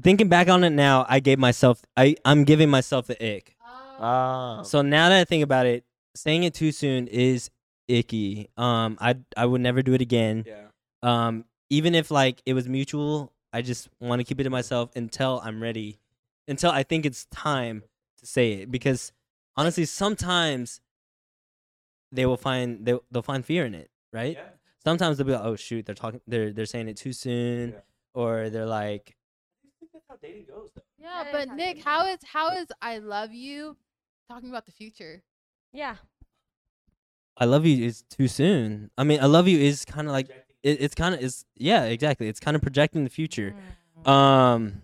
[SPEAKER 2] Thinking back on it now, I gave myself I I'm giving myself the ick.
[SPEAKER 4] Oh,
[SPEAKER 1] Ah.
[SPEAKER 2] So now that I think about it, saying it too soon is icky. Um I I would never do it again.
[SPEAKER 1] yeah.
[SPEAKER 2] Um even if like it was mutual, I just want to keep it to myself until I'm ready. Until I think it's time to say it because honestly sometimes they will find they, they'll find fear in it, right? sometimes they'll be like, "Oh shoot, they're talking, they're they're saying it too soon,"
[SPEAKER 1] Yeah.
[SPEAKER 2] or they're like,
[SPEAKER 1] That's how dating goes, though.
[SPEAKER 4] yeah,
[SPEAKER 5] that is
[SPEAKER 4] but
[SPEAKER 5] how
[SPEAKER 4] Nick,
[SPEAKER 5] you-
[SPEAKER 4] how is how is I love you talking about the future?
[SPEAKER 5] yeah.
[SPEAKER 2] "I love you" is too soon. I mean, "I love you" is kind of like it, it's kind of is yeah, exactly. It's kind of projecting the future. Um,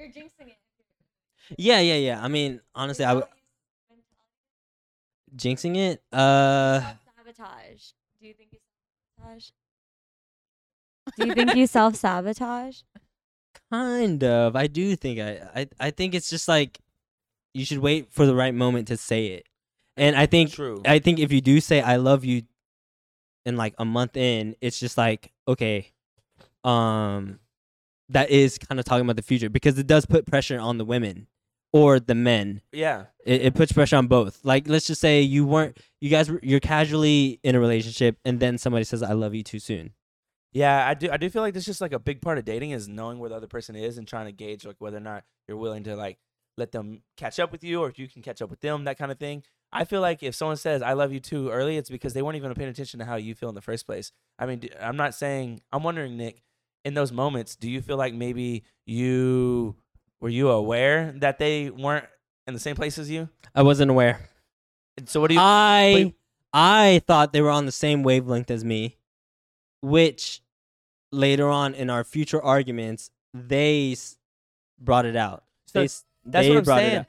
[SPEAKER 5] You're jinxing it.
[SPEAKER 2] yeah, yeah, yeah. I mean, honestly, I w- jinxing it. Uh,
[SPEAKER 5] sabotage. Do you think you sabotage? Do you think you self sabotage?
[SPEAKER 2] kind of. I do think I I I think it's just like you should wait for the right moment to say it, and I think
[SPEAKER 1] True.
[SPEAKER 2] I think if you do say I love you in like a month in, it's just like, okay, um that is kind of talking about the future because it does put pressure on the women or the men.
[SPEAKER 1] yeah.
[SPEAKER 2] It, it puts pressure on both. Like let's just say you weren't you guys were, you're casually in a relationship and then somebody says I love you too soon.
[SPEAKER 1] Yeah, I do. I do feel like that's just like a big part of dating is knowing where the other person is and trying to gauge like whether or not you're willing to like let them catch up with you or if you can catch up with them, that kind of thing. I feel like if someone says "I love you" too early, it's because they weren't even paying attention to how you feel in the first place. I mean, d- I'm not saying. I'm wondering, Nick,
[SPEAKER 7] in those moments, do you feel like maybe you were you aware that they weren't in the same place as you?
[SPEAKER 2] I wasn't aware.
[SPEAKER 7] And So what do you?
[SPEAKER 2] I
[SPEAKER 7] wait.
[SPEAKER 2] I thought they were on the same wavelength as me, which later on in our future arguments they s- brought it out.
[SPEAKER 7] So
[SPEAKER 2] they, s-
[SPEAKER 7] that's
[SPEAKER 2] they
[SPEAKER 7] what I'm
[SPEAKER 2] brought it
[SPEAKER 7] saying.
[SPEAKER 2] up.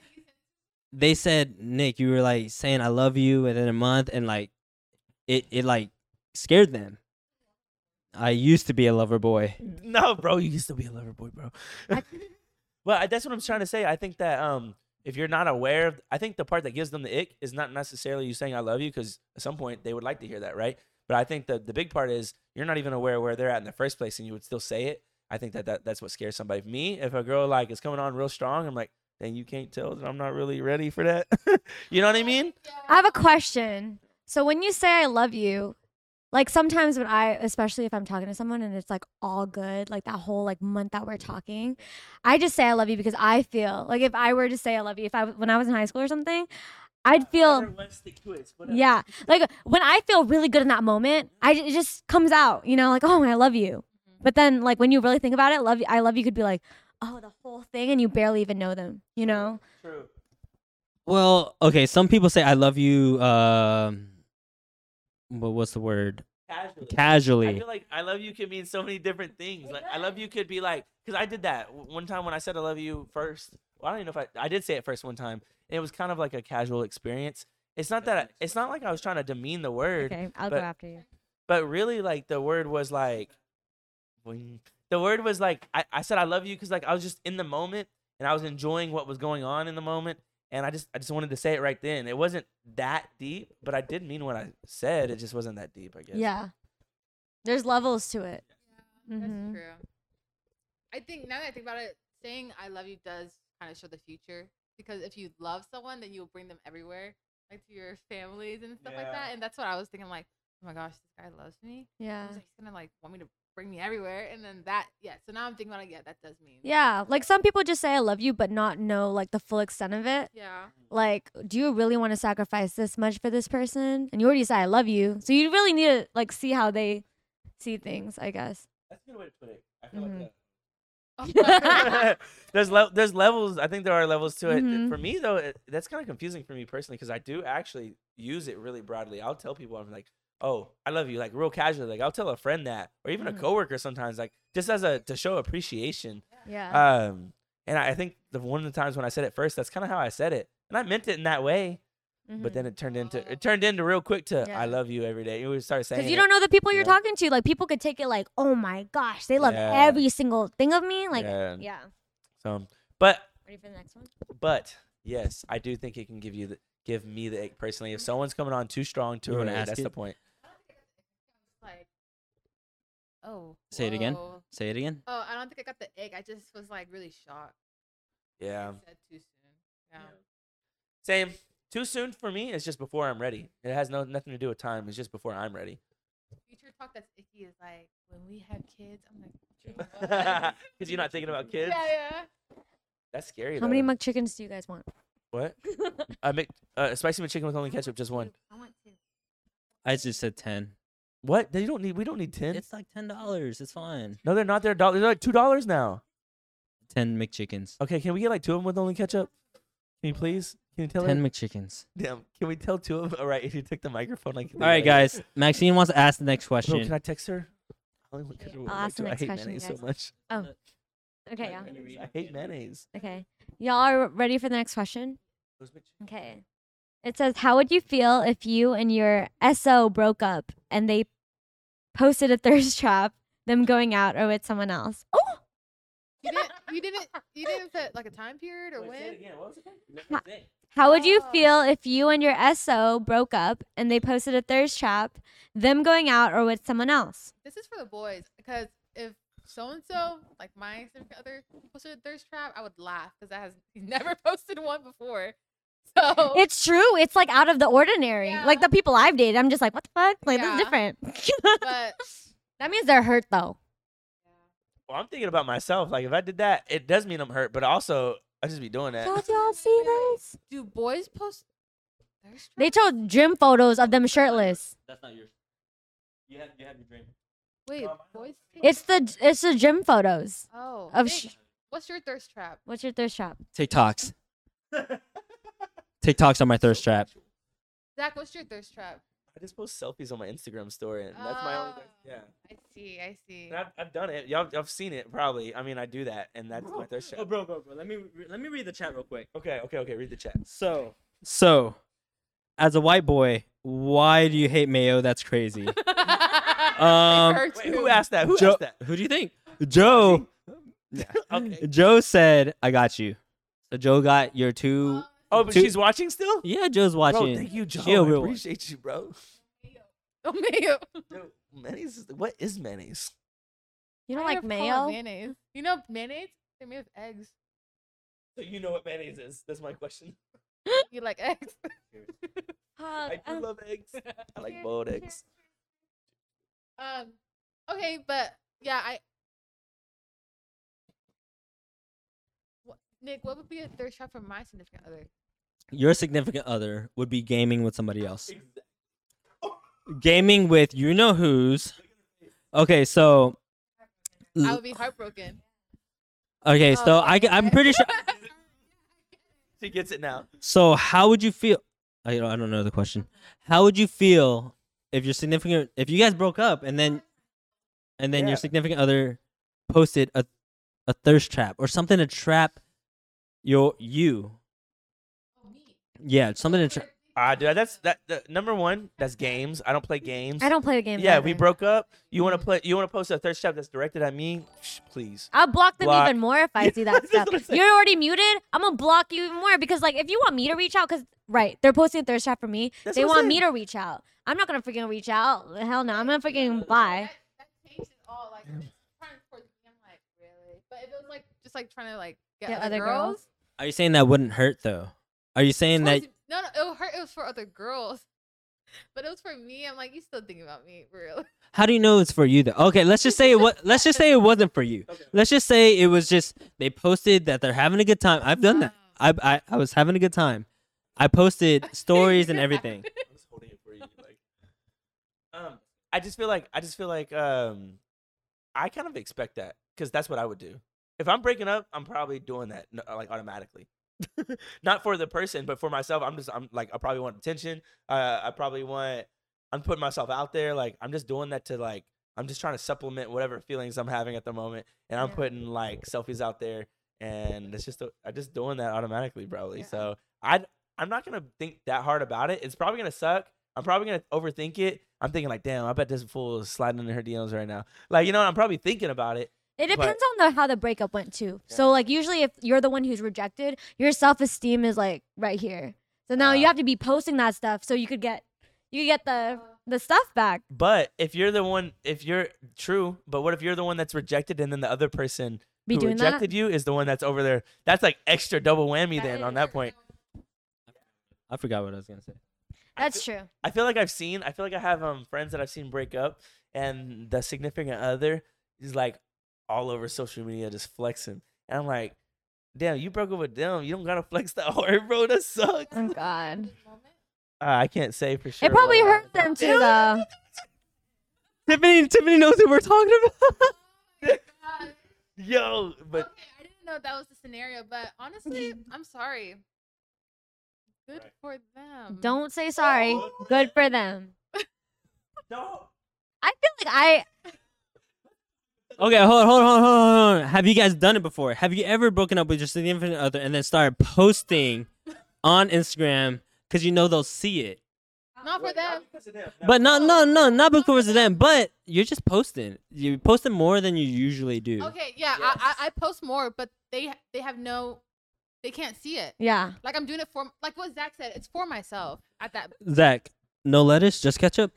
[SPEAKER 2] They said, Nick, you were like saying I love you within a month, and like it it like scared them. I used to be a lover boy.
[SPEAKER 7] No, bro, you used to be a lover boy, bro. well, I- that's what I'm trying to say. I think that um, if you're not aware, of, I think the part that gives them the ick is not necessarily you saying "I love you" because at some point they would like to hear that, right? But I think the the big part is you're not even aware where they're at in the first place, and you would still say it. I think that, that that's what scares somebody. Me, if a girl like is coming on real strong, I'm like, dang, you can't tell that I'm not really ready for that. you know what I mean?
[SPEAKER 5] I have a question. So when you say I love you, like sometimes when I, especially if I'm talking to someone and it's like all good, like that whole like month that we're talking, I just say I love you because I feel like if I were to say I love you, if I when I was in high school or something, I'd feel yeah, like when I feel really good in that moment, I it just comes out, you know, like oh I love you. But then like when you really think about it, love you, I love you could be like oh the whole thing and you barely even know them, you know.
[SPEAKER 7] True.
[SPEAKER 2] Well, okay, some people say I love you. Um, what what's the word?
[SPEAKER 7] Casually. I
[SPEAKER 2] Casually.
[SPEAKER 7] feel like I love you can mean so many different things. Like I love you could be like because I did that w- one time when I said I love you first. Well, I don't even know if I I did say it first one time. And it was kind of like a casual experience. It's not that I, it's not like I was trying to demean the word,
[SPEAKER 5] Okay, I'll
[SPEAKER 7] go
[SPEAKER 5] go
[SPEAKER 7] but-
[SPEAKER 5] after you.
[SPEAKER 7] but really like the word was like boing. the word was like I, I said I love you because like I was just in the moment and I was enjoying what was going on in the moment and I just I just wanted to say it right then. It wasn't that deep, but I did mean what I said. It just wasn't that deep, I guess.
[SPEAKER 5] Yeah. There's levels to it.
[SPEAKER 4] That's
[SPEAKER 5] Mhm.
[SPEAKER 4] true. I think now that I think about it, saying I love you does kind of show the future because if you love someone, then you'll bring them everywhere, like to your families and stuff
[SPEAKER 7] Yeah.
[SPEAKER 4] like that. And that's what I was thinking, like, oh my gosh, this guy loves me.
[SPEAKER 5] Yeah.
[SPEAKER 4] He's like, he's gonna like want me to bring me everywhere. And then that, yeah. So now I'm thinking about it. Yeah, that does mean.
[SPEAKER 5] Yeah. Like some people just say I love you but not know like the full extent of it.
[SPEAKER 4] Yeah.
[SPEAKER 5] Like, do you really want to sacrifice this much for this person? And you already said I love you. So you really need to like see how they see things, I guess.
[SPEAKER 7] That's a good way to put it. I
[SPEAKER 5] feel like Mhm. that-
[SPEAKER 4] Oh,
[SPEAKER 7] there's le- there's levels. I think there are levels to it.
[SPEAKER 5] Mhm.
[SPEAKER 7] For me though, it, that's kind of confusing for me personally because I do actually use it really broadly. I'll tell people I'm like, "Oh, I love you," like real casually. Like I'll tell a friend that, or even a
[SPEAKER 5] Mhm.
[SPEAKER 7] coworker sometimes, like just as a to show appreciation.
[SPEAKER 5] Yeah.
[SPEAKER 7] Um, and I, I think the one of the times when I said it first, that's kind of how I said it, and I meant it in that way.
[SPEAKER 5] Mm-hmm.
[SPEAKER 7] But then it turned into it turned into real quick to
[SPEAKER 5] Yeah.
[SPEAKER 7] "I love you" every day. We started saying
[SPEAKER 5] because you
[SPEAKER 7] it.
[SPEAKER 5] don't know the people you're
[SPEAKER 7] Yeah.
[SPEAKER 5] talking to. Like people could take it like, oh my gosh, they love
[SPEAKER 7] Yeah.
[SPEAKER 5] every single thing of me. Like, yeah.
[SPEAKER 7] yeah. So, but
[SPEAKER 5] Ready for the next one?
[SPEAKER 7] But yes, I do think it can give you the give me the ick personally. If someone's coming on too strong too
[SPEAKER 2] You wanna
[SPEAKER 7] early,
[SPEAKER 2] ask
[SPEAKER 7] that's
[SPEAKER 2] it?
[SPEAKER 7] the point.
[SPEAKER 4] Like, oh.
[SPEAKER 2] Say it again?
[SPEAKER 4] whoa.
[SPEAKER 2] Say it again.
[SPEAKER 4] Oh, I don't think I got the egg. I just was like really shocked.
[SPEAKER 7] Yeah.
[SPEAKER 4] I said too soon. Yeah.
[SPEAKER 7] Same. Too soon for me. It's just before I'm ready. It has no nothing to do with time. It's just before I'm ready.
[SPEAKER 4] Future talk that's icky is like when we have kids. I'm like. "Oh my
[SPEAKER 7] Because
[SPEAKER 4] God."
[SPEAKER 7] you're not thinking about kids.
[SPEAKER 4] Yeah, yeah.
[SPEAKER 7] That's scary.
[SPEAKER 5] How many
[SPEAKER 7] though.
[SPEAKER 5] McChickens do you guys want?
[SPEAKER 7] what? I make uh, spicy McChicken with only ketchup, just one.
[SPEAKER 2] I just said ten.
[SPEAKER 7] What? They don't need. We don't need ten.
[SPEAKER 2] It's like ten dollars. It's fine.
[SPEAKER 7] No, they're not. They're dollar. They're like two dollars now.
[SPEAKER 2] Ten McChickens.
[SPEAKER 7] Okay, can we get like two of them with only ketchup? Can you please? Can you tell?
[SPEAKER 2] Ten
[SPEAKER 7] him?
[SPEAKER 2] McChickens.
[SPEAKER 7] Damn. Can we tell two of them? All right. If you took the microphone, like.
[SPEAKER 2] All right, guys. Maxine wants to ask the next
[SPEAKER 7] Bro, can
[SPEAKER 2] question.
[SPEAKER 7] I text her? Oh I only want ketchup with
[SPEAKER 5] I'll
[SPEAKER 7] like
[SPEAKER 5] ask the
[SPEAKER 7] two- I
[SPEAKER 5] next
[SPEAKER 7] hate
[SPEAKER 5] question,
[SPEAKER 7] mayonnaise
[SPEAKER 5] guys.
[SPEAKER 7] so much.
[SPEAKER 5] Okay, yeah.
[SPEAKER 7] I hate mayonnaise.
[SPEAKER 5] Okay. Y'all are ready for the next question?
[SPEAKER 7] Those bitch-
[SPEAKER 5] Okay. It says, How would you feel if you and your SO broke up and they posted a thirst trap, them going out or with someone else? Oh,
[SPEAKER 4] You didn't. You didn't. You didn't set like a time period or when.
[SPEAKER 5] Ha- how would you feel if you and your SO broke up and they posted a thirst trap, them going out or with someone else?
[SPEAKER 4] This is for the boys because if so and so, like my significant other, posted a thirst trap, I would laugh because that has he's never posted one before. So
[SPEAKER 5] It's true. It's like out of the ordinary.
[SPEAKER 4] Yeah.
[SPEAKER 5] Like the people I've dated, I'm just like, What the fuck? Like,
[SPEAKER 4] Yeah.
[SPEAKER 5] this is different.
[SPEAKER 4] but
[SPEAKER 5] that means they're hurt though.
[SPEAKER 7] Well, I'm thinking about myself. Like, if I did that, it does mean I'm hurt, but also I just be doing
[SPEAKER 5] Y'all,
[SPEAKER 7] that.
[SPEAKER 5] do y'all see this?
[SPEAKER 4] do boys post thirst
[SPEAKER 5] They
[SPEAKER 4] traps?
[SPEAKER 5] took gym photos of them shirtless.
[SPEAKER 2] That's not yours. You have you have your dream.
[SPEAKER 4] Wait, boys. take-
[SPEAKER 5] It's the it's the gym photos.
[SPEAKER 4] oh.
[SPEAKER 5] of
[SPEAKER 4] Nick,
[SPEAKER 5] sh-
[SPEAKER 4] what's your thirst trap?
[SPEAKER 5] What's your thirst trap?
[SPEAKER 2] TikToks. TikToks on my thirst trap.
[SPEAKER 4] Zach, what's your thirst trap?
[SPEAKER 7] I just post selfies on my Instagram story, and that's my only.
[SPEAKER 4] Oh.
[SPEAKER 7] Yeah.
[SPEAKER 4] I see. I see.
[SPEAKER 7] And I've, I've done it. Y'all, I've seen it probably. I mean, I do that, and that's my thirst trap.
[SPEAKER 2] Oh, bro, bro, bro. Let me re- let me read the chat real quick.
[SPEAKER 7] Okay, okay, okay. Read the chat.
[SPEAKER 2] So, so, as a white boy, why do you hate mayo? That's crazy.
[SPEAKER 4] I
[SPEAKER 2] Um,
[SPEAKER 4] heard
[SPEAKER 7] Wait,
[SPEAKER 4] you.
[SPEAKER 7] who asked that? Who
[SPEAKER 2] Joe,
[SPEAKER 7] asked that?
[SPEAKER 2] who do you think? Joe.
[SPEAKER 7] Okay.
[SPEAKER 2] Joe said, "I got you." So Joe got your two.
[SPEAKER 7] Oh, but
[SPEAKER 2] Two-
[SPEAKER 7] she's watching still.
[SPEAKER 2] Yeah, Joe's
[SPEAKER 7] Bro,
[SPEAKER 2] watching.
[SPEAKER 7] thank you, Joe.
[SPEAKER 2] She a
[SPEAKER 7] I
[SPEAKER 2] real one.
[SPEAKER 7] appreciate you, bro.
[SPEAKER 4] Oh, mayo.
[SPEAKER 7] Dude, mayonnaise. is- What is mayonnaise?
[SPEAKER 5] You don't
[SPEAKER 4] I
[SPEAKER 5] like
[SPEAKER 4] never call it
[SPEAKER 5] mayo?
[SPEAKER 4] Mayonnaise. You know mayonnaise? They're made of eggs.
[SPEAKER 7] So you know what mayonnaise is? That's my question.
[SPEAKER 4] You like eggs?
[SPEAKER 5] Uh,
[SPEAKER 7] I do
[SPEAKER 5] uh,
[SPEAKER 7] love eggs. I like boiled eggs.
[SPEAKER 4] Um. Okay, but yeah, I. What, Nick, what would be a thirst trap for my significant other?
[SPEAKER 2] Your significant other would be gaming with somebody else. Gaming with you know who's. Okay, so.
[SPEAKER 4] I would be heartbroken.
[SPEAKER 2] Okay,
[SPEAKER 4] Oh,
[SPEAKER 2] so I, am pretty sure.
[SPEAKER 7] She gets it now.
[SPEAKER 2] So how would you feel? I don't, I don't know the question. How would you feel if your significant, if you guys broke up and then, and then
[SPEAKER 7] Yeah.
[SPEAKER 2] your significant other posted a, a thirst trap or something to trap your you. Yeah, something to trap.
[SPEAKER 7] Ah, dude, that's that. The, number one, that's games. I don't play games.
[SPEAKER 5] I don't play Mm-hmm. the game.
[SPEAKER 7] Yeah, we broke up. You want to play? You want to post a thirst trap that's directed at me? Shh, please.
[SPEAKER 5] I'll block them
[SPEAKER 7] Block.
[SPEAKER 5] even more if I see that
[SPEAKER 7] That's
[SPEAKER 5] stuff.
[SPEAKER 7] what I'm saying.
[SPEAKER 5] You're already muted. I'm gonna block you even more because, like, if you want me to reach out, because right, they're posting a thirst trap for me.
[SPEAKER 7] That's
[SPEAKER 5] they
[SPEAKER 7] what I'm
[SPEAKER 5] want me
[SPEAKER 7] saying.
[SPEAKER 5] to reach out. I'm not gonna freaking reach out. Hell no, I'm gonna freaking bye.
[SPEAKER 4] That, that changes all. Like, it's trying to towards me, I'm like, really? But if it was like just like trying to like get
[SPEAKER 5] Get
[SPEAKER 4] other,
[SPEAKER 5] other girls?
[SPEAKER 4] girls.
[SPEAKER 2] Are you saying that wouldn't hurt though? Are you saying
[SPEAKER 4] Oh,
[SPEAKER 2] that?
[SPEAKER 4] it's- no, no, it would hurt. It was for other girls, but it was for me. I'm like, you still thinking about me, for real?
[SPEAKER 2] How do you know it's for you though? Okay, let's just say it. What? Let's just say it wasn't for you. Let's just say it was just they posted that they're having a good time. I've done that.
[SPEAKER 5] Oh,
[SPEAKER 2] I I, I was having a good time. I posted stories and everything.
[SPEAKER 7] I was holding it for you. Like, um, I just feel like I just feel like um, I kind of expect that because that's what I would do. If I'm breaking up, I'm probably doing that n- like automatically. Not for the person, but for myself, I'm just I'm like I probably want attention. Uh, I probably want I'm putting myself out there. Like I'm just doing that to like I'm just trying to supplement whatever feelings I'm having at the moment, and I'm
[SPEAKER 4] Yeah.
[SPEAKER 7] putting like selfies out there, and it's just I'm just doing that automatically probably.
[SPEAKER 4] Yeah.
[SPEAKER 7] So I I'm not gonna think that hard about it. It's probably gonna suck. I'm probably gonna overthink it. I'm thinking like, damn, I bet this fool is sliding into her DMs right now. Like, you know, I'm probably thinking about it.
[SPEAKER 5] It
[SPEAKER 7] But-
[SPEAKER 5] depends on the how the breakup went too. So like usually if you're the one who's rejected, your self esteem is like right here. So now you
[SPEAKER 7] Ah.
[SPEAKER 5] have to be posting that stuff so you could get you could get the the stuff back.
[SPEAKER 7] But if you're the one, if you're true, but what if you're the one that's rejected and then the other person
[SPEAKER 5] Be
[SPEAKER 7] who
[SPEAKER 5] doing that.
[SPEAKER 7] rejected you is the one that's over there? That's like extra double whammy
[SPEAKER 4] That
[SPEAKER 7] then on
[SPEAKER 4] is-
[SPEAKER 7] that point.
[SPEAKER 2] I forgot what I was gonna say.
[SPEAKER 5] That's true.
[SPEAKER 7] I feel like I've seen, I feel like I have um friends that I've seen break up and the significant other is like all over social media just flexing. And I'm like, damn, you broke up with them. You don't gotta flex that hard, bro. That sucks.
[SPEAKER 5] Oh god.
[SPEAKER 7] Uh, I can't say for sure.
[SPEAKER 5] it probably
[SPEAKER 7] what-
[SPEAKER 5] hurt them too though.
[SPEAKER 2] Tiffany, Tiffany knows who we're talking about.
[SPEAKER 4] God.
[SPEAKER 7] Yo, but
[SPEAKER 4] okay, I didn't know that was the scenario, but honestly, I'm sorry. Good for them.
[SPEAKER 5] Don't say sorry. Good for them.
[SPEAKER 7] no.
[SPEAKER 5] I feel like I
[SPEAKER 2] Okay, hold on, hold on, hold on, hold on. Have you guys done it before? Have you ever broken up with your significant other and then started posting on Instagram because you know they'll see it?
[SPEAKER 4] Not for them.
[SPEAKER 2] But no, no, no, not because of them. But you're just posting. You're posting more than you usually do.
[SPEAKER 4] Okay, yeah, I, I I post more, but they they have no, they can't see it.
[SPEAKER 5] yeah.
[SPEAKER 4] Like I'm doing it for like what Zach said. It's for myself at that.
[SPEAKER 2] Zach, no lettuce, just ketchup.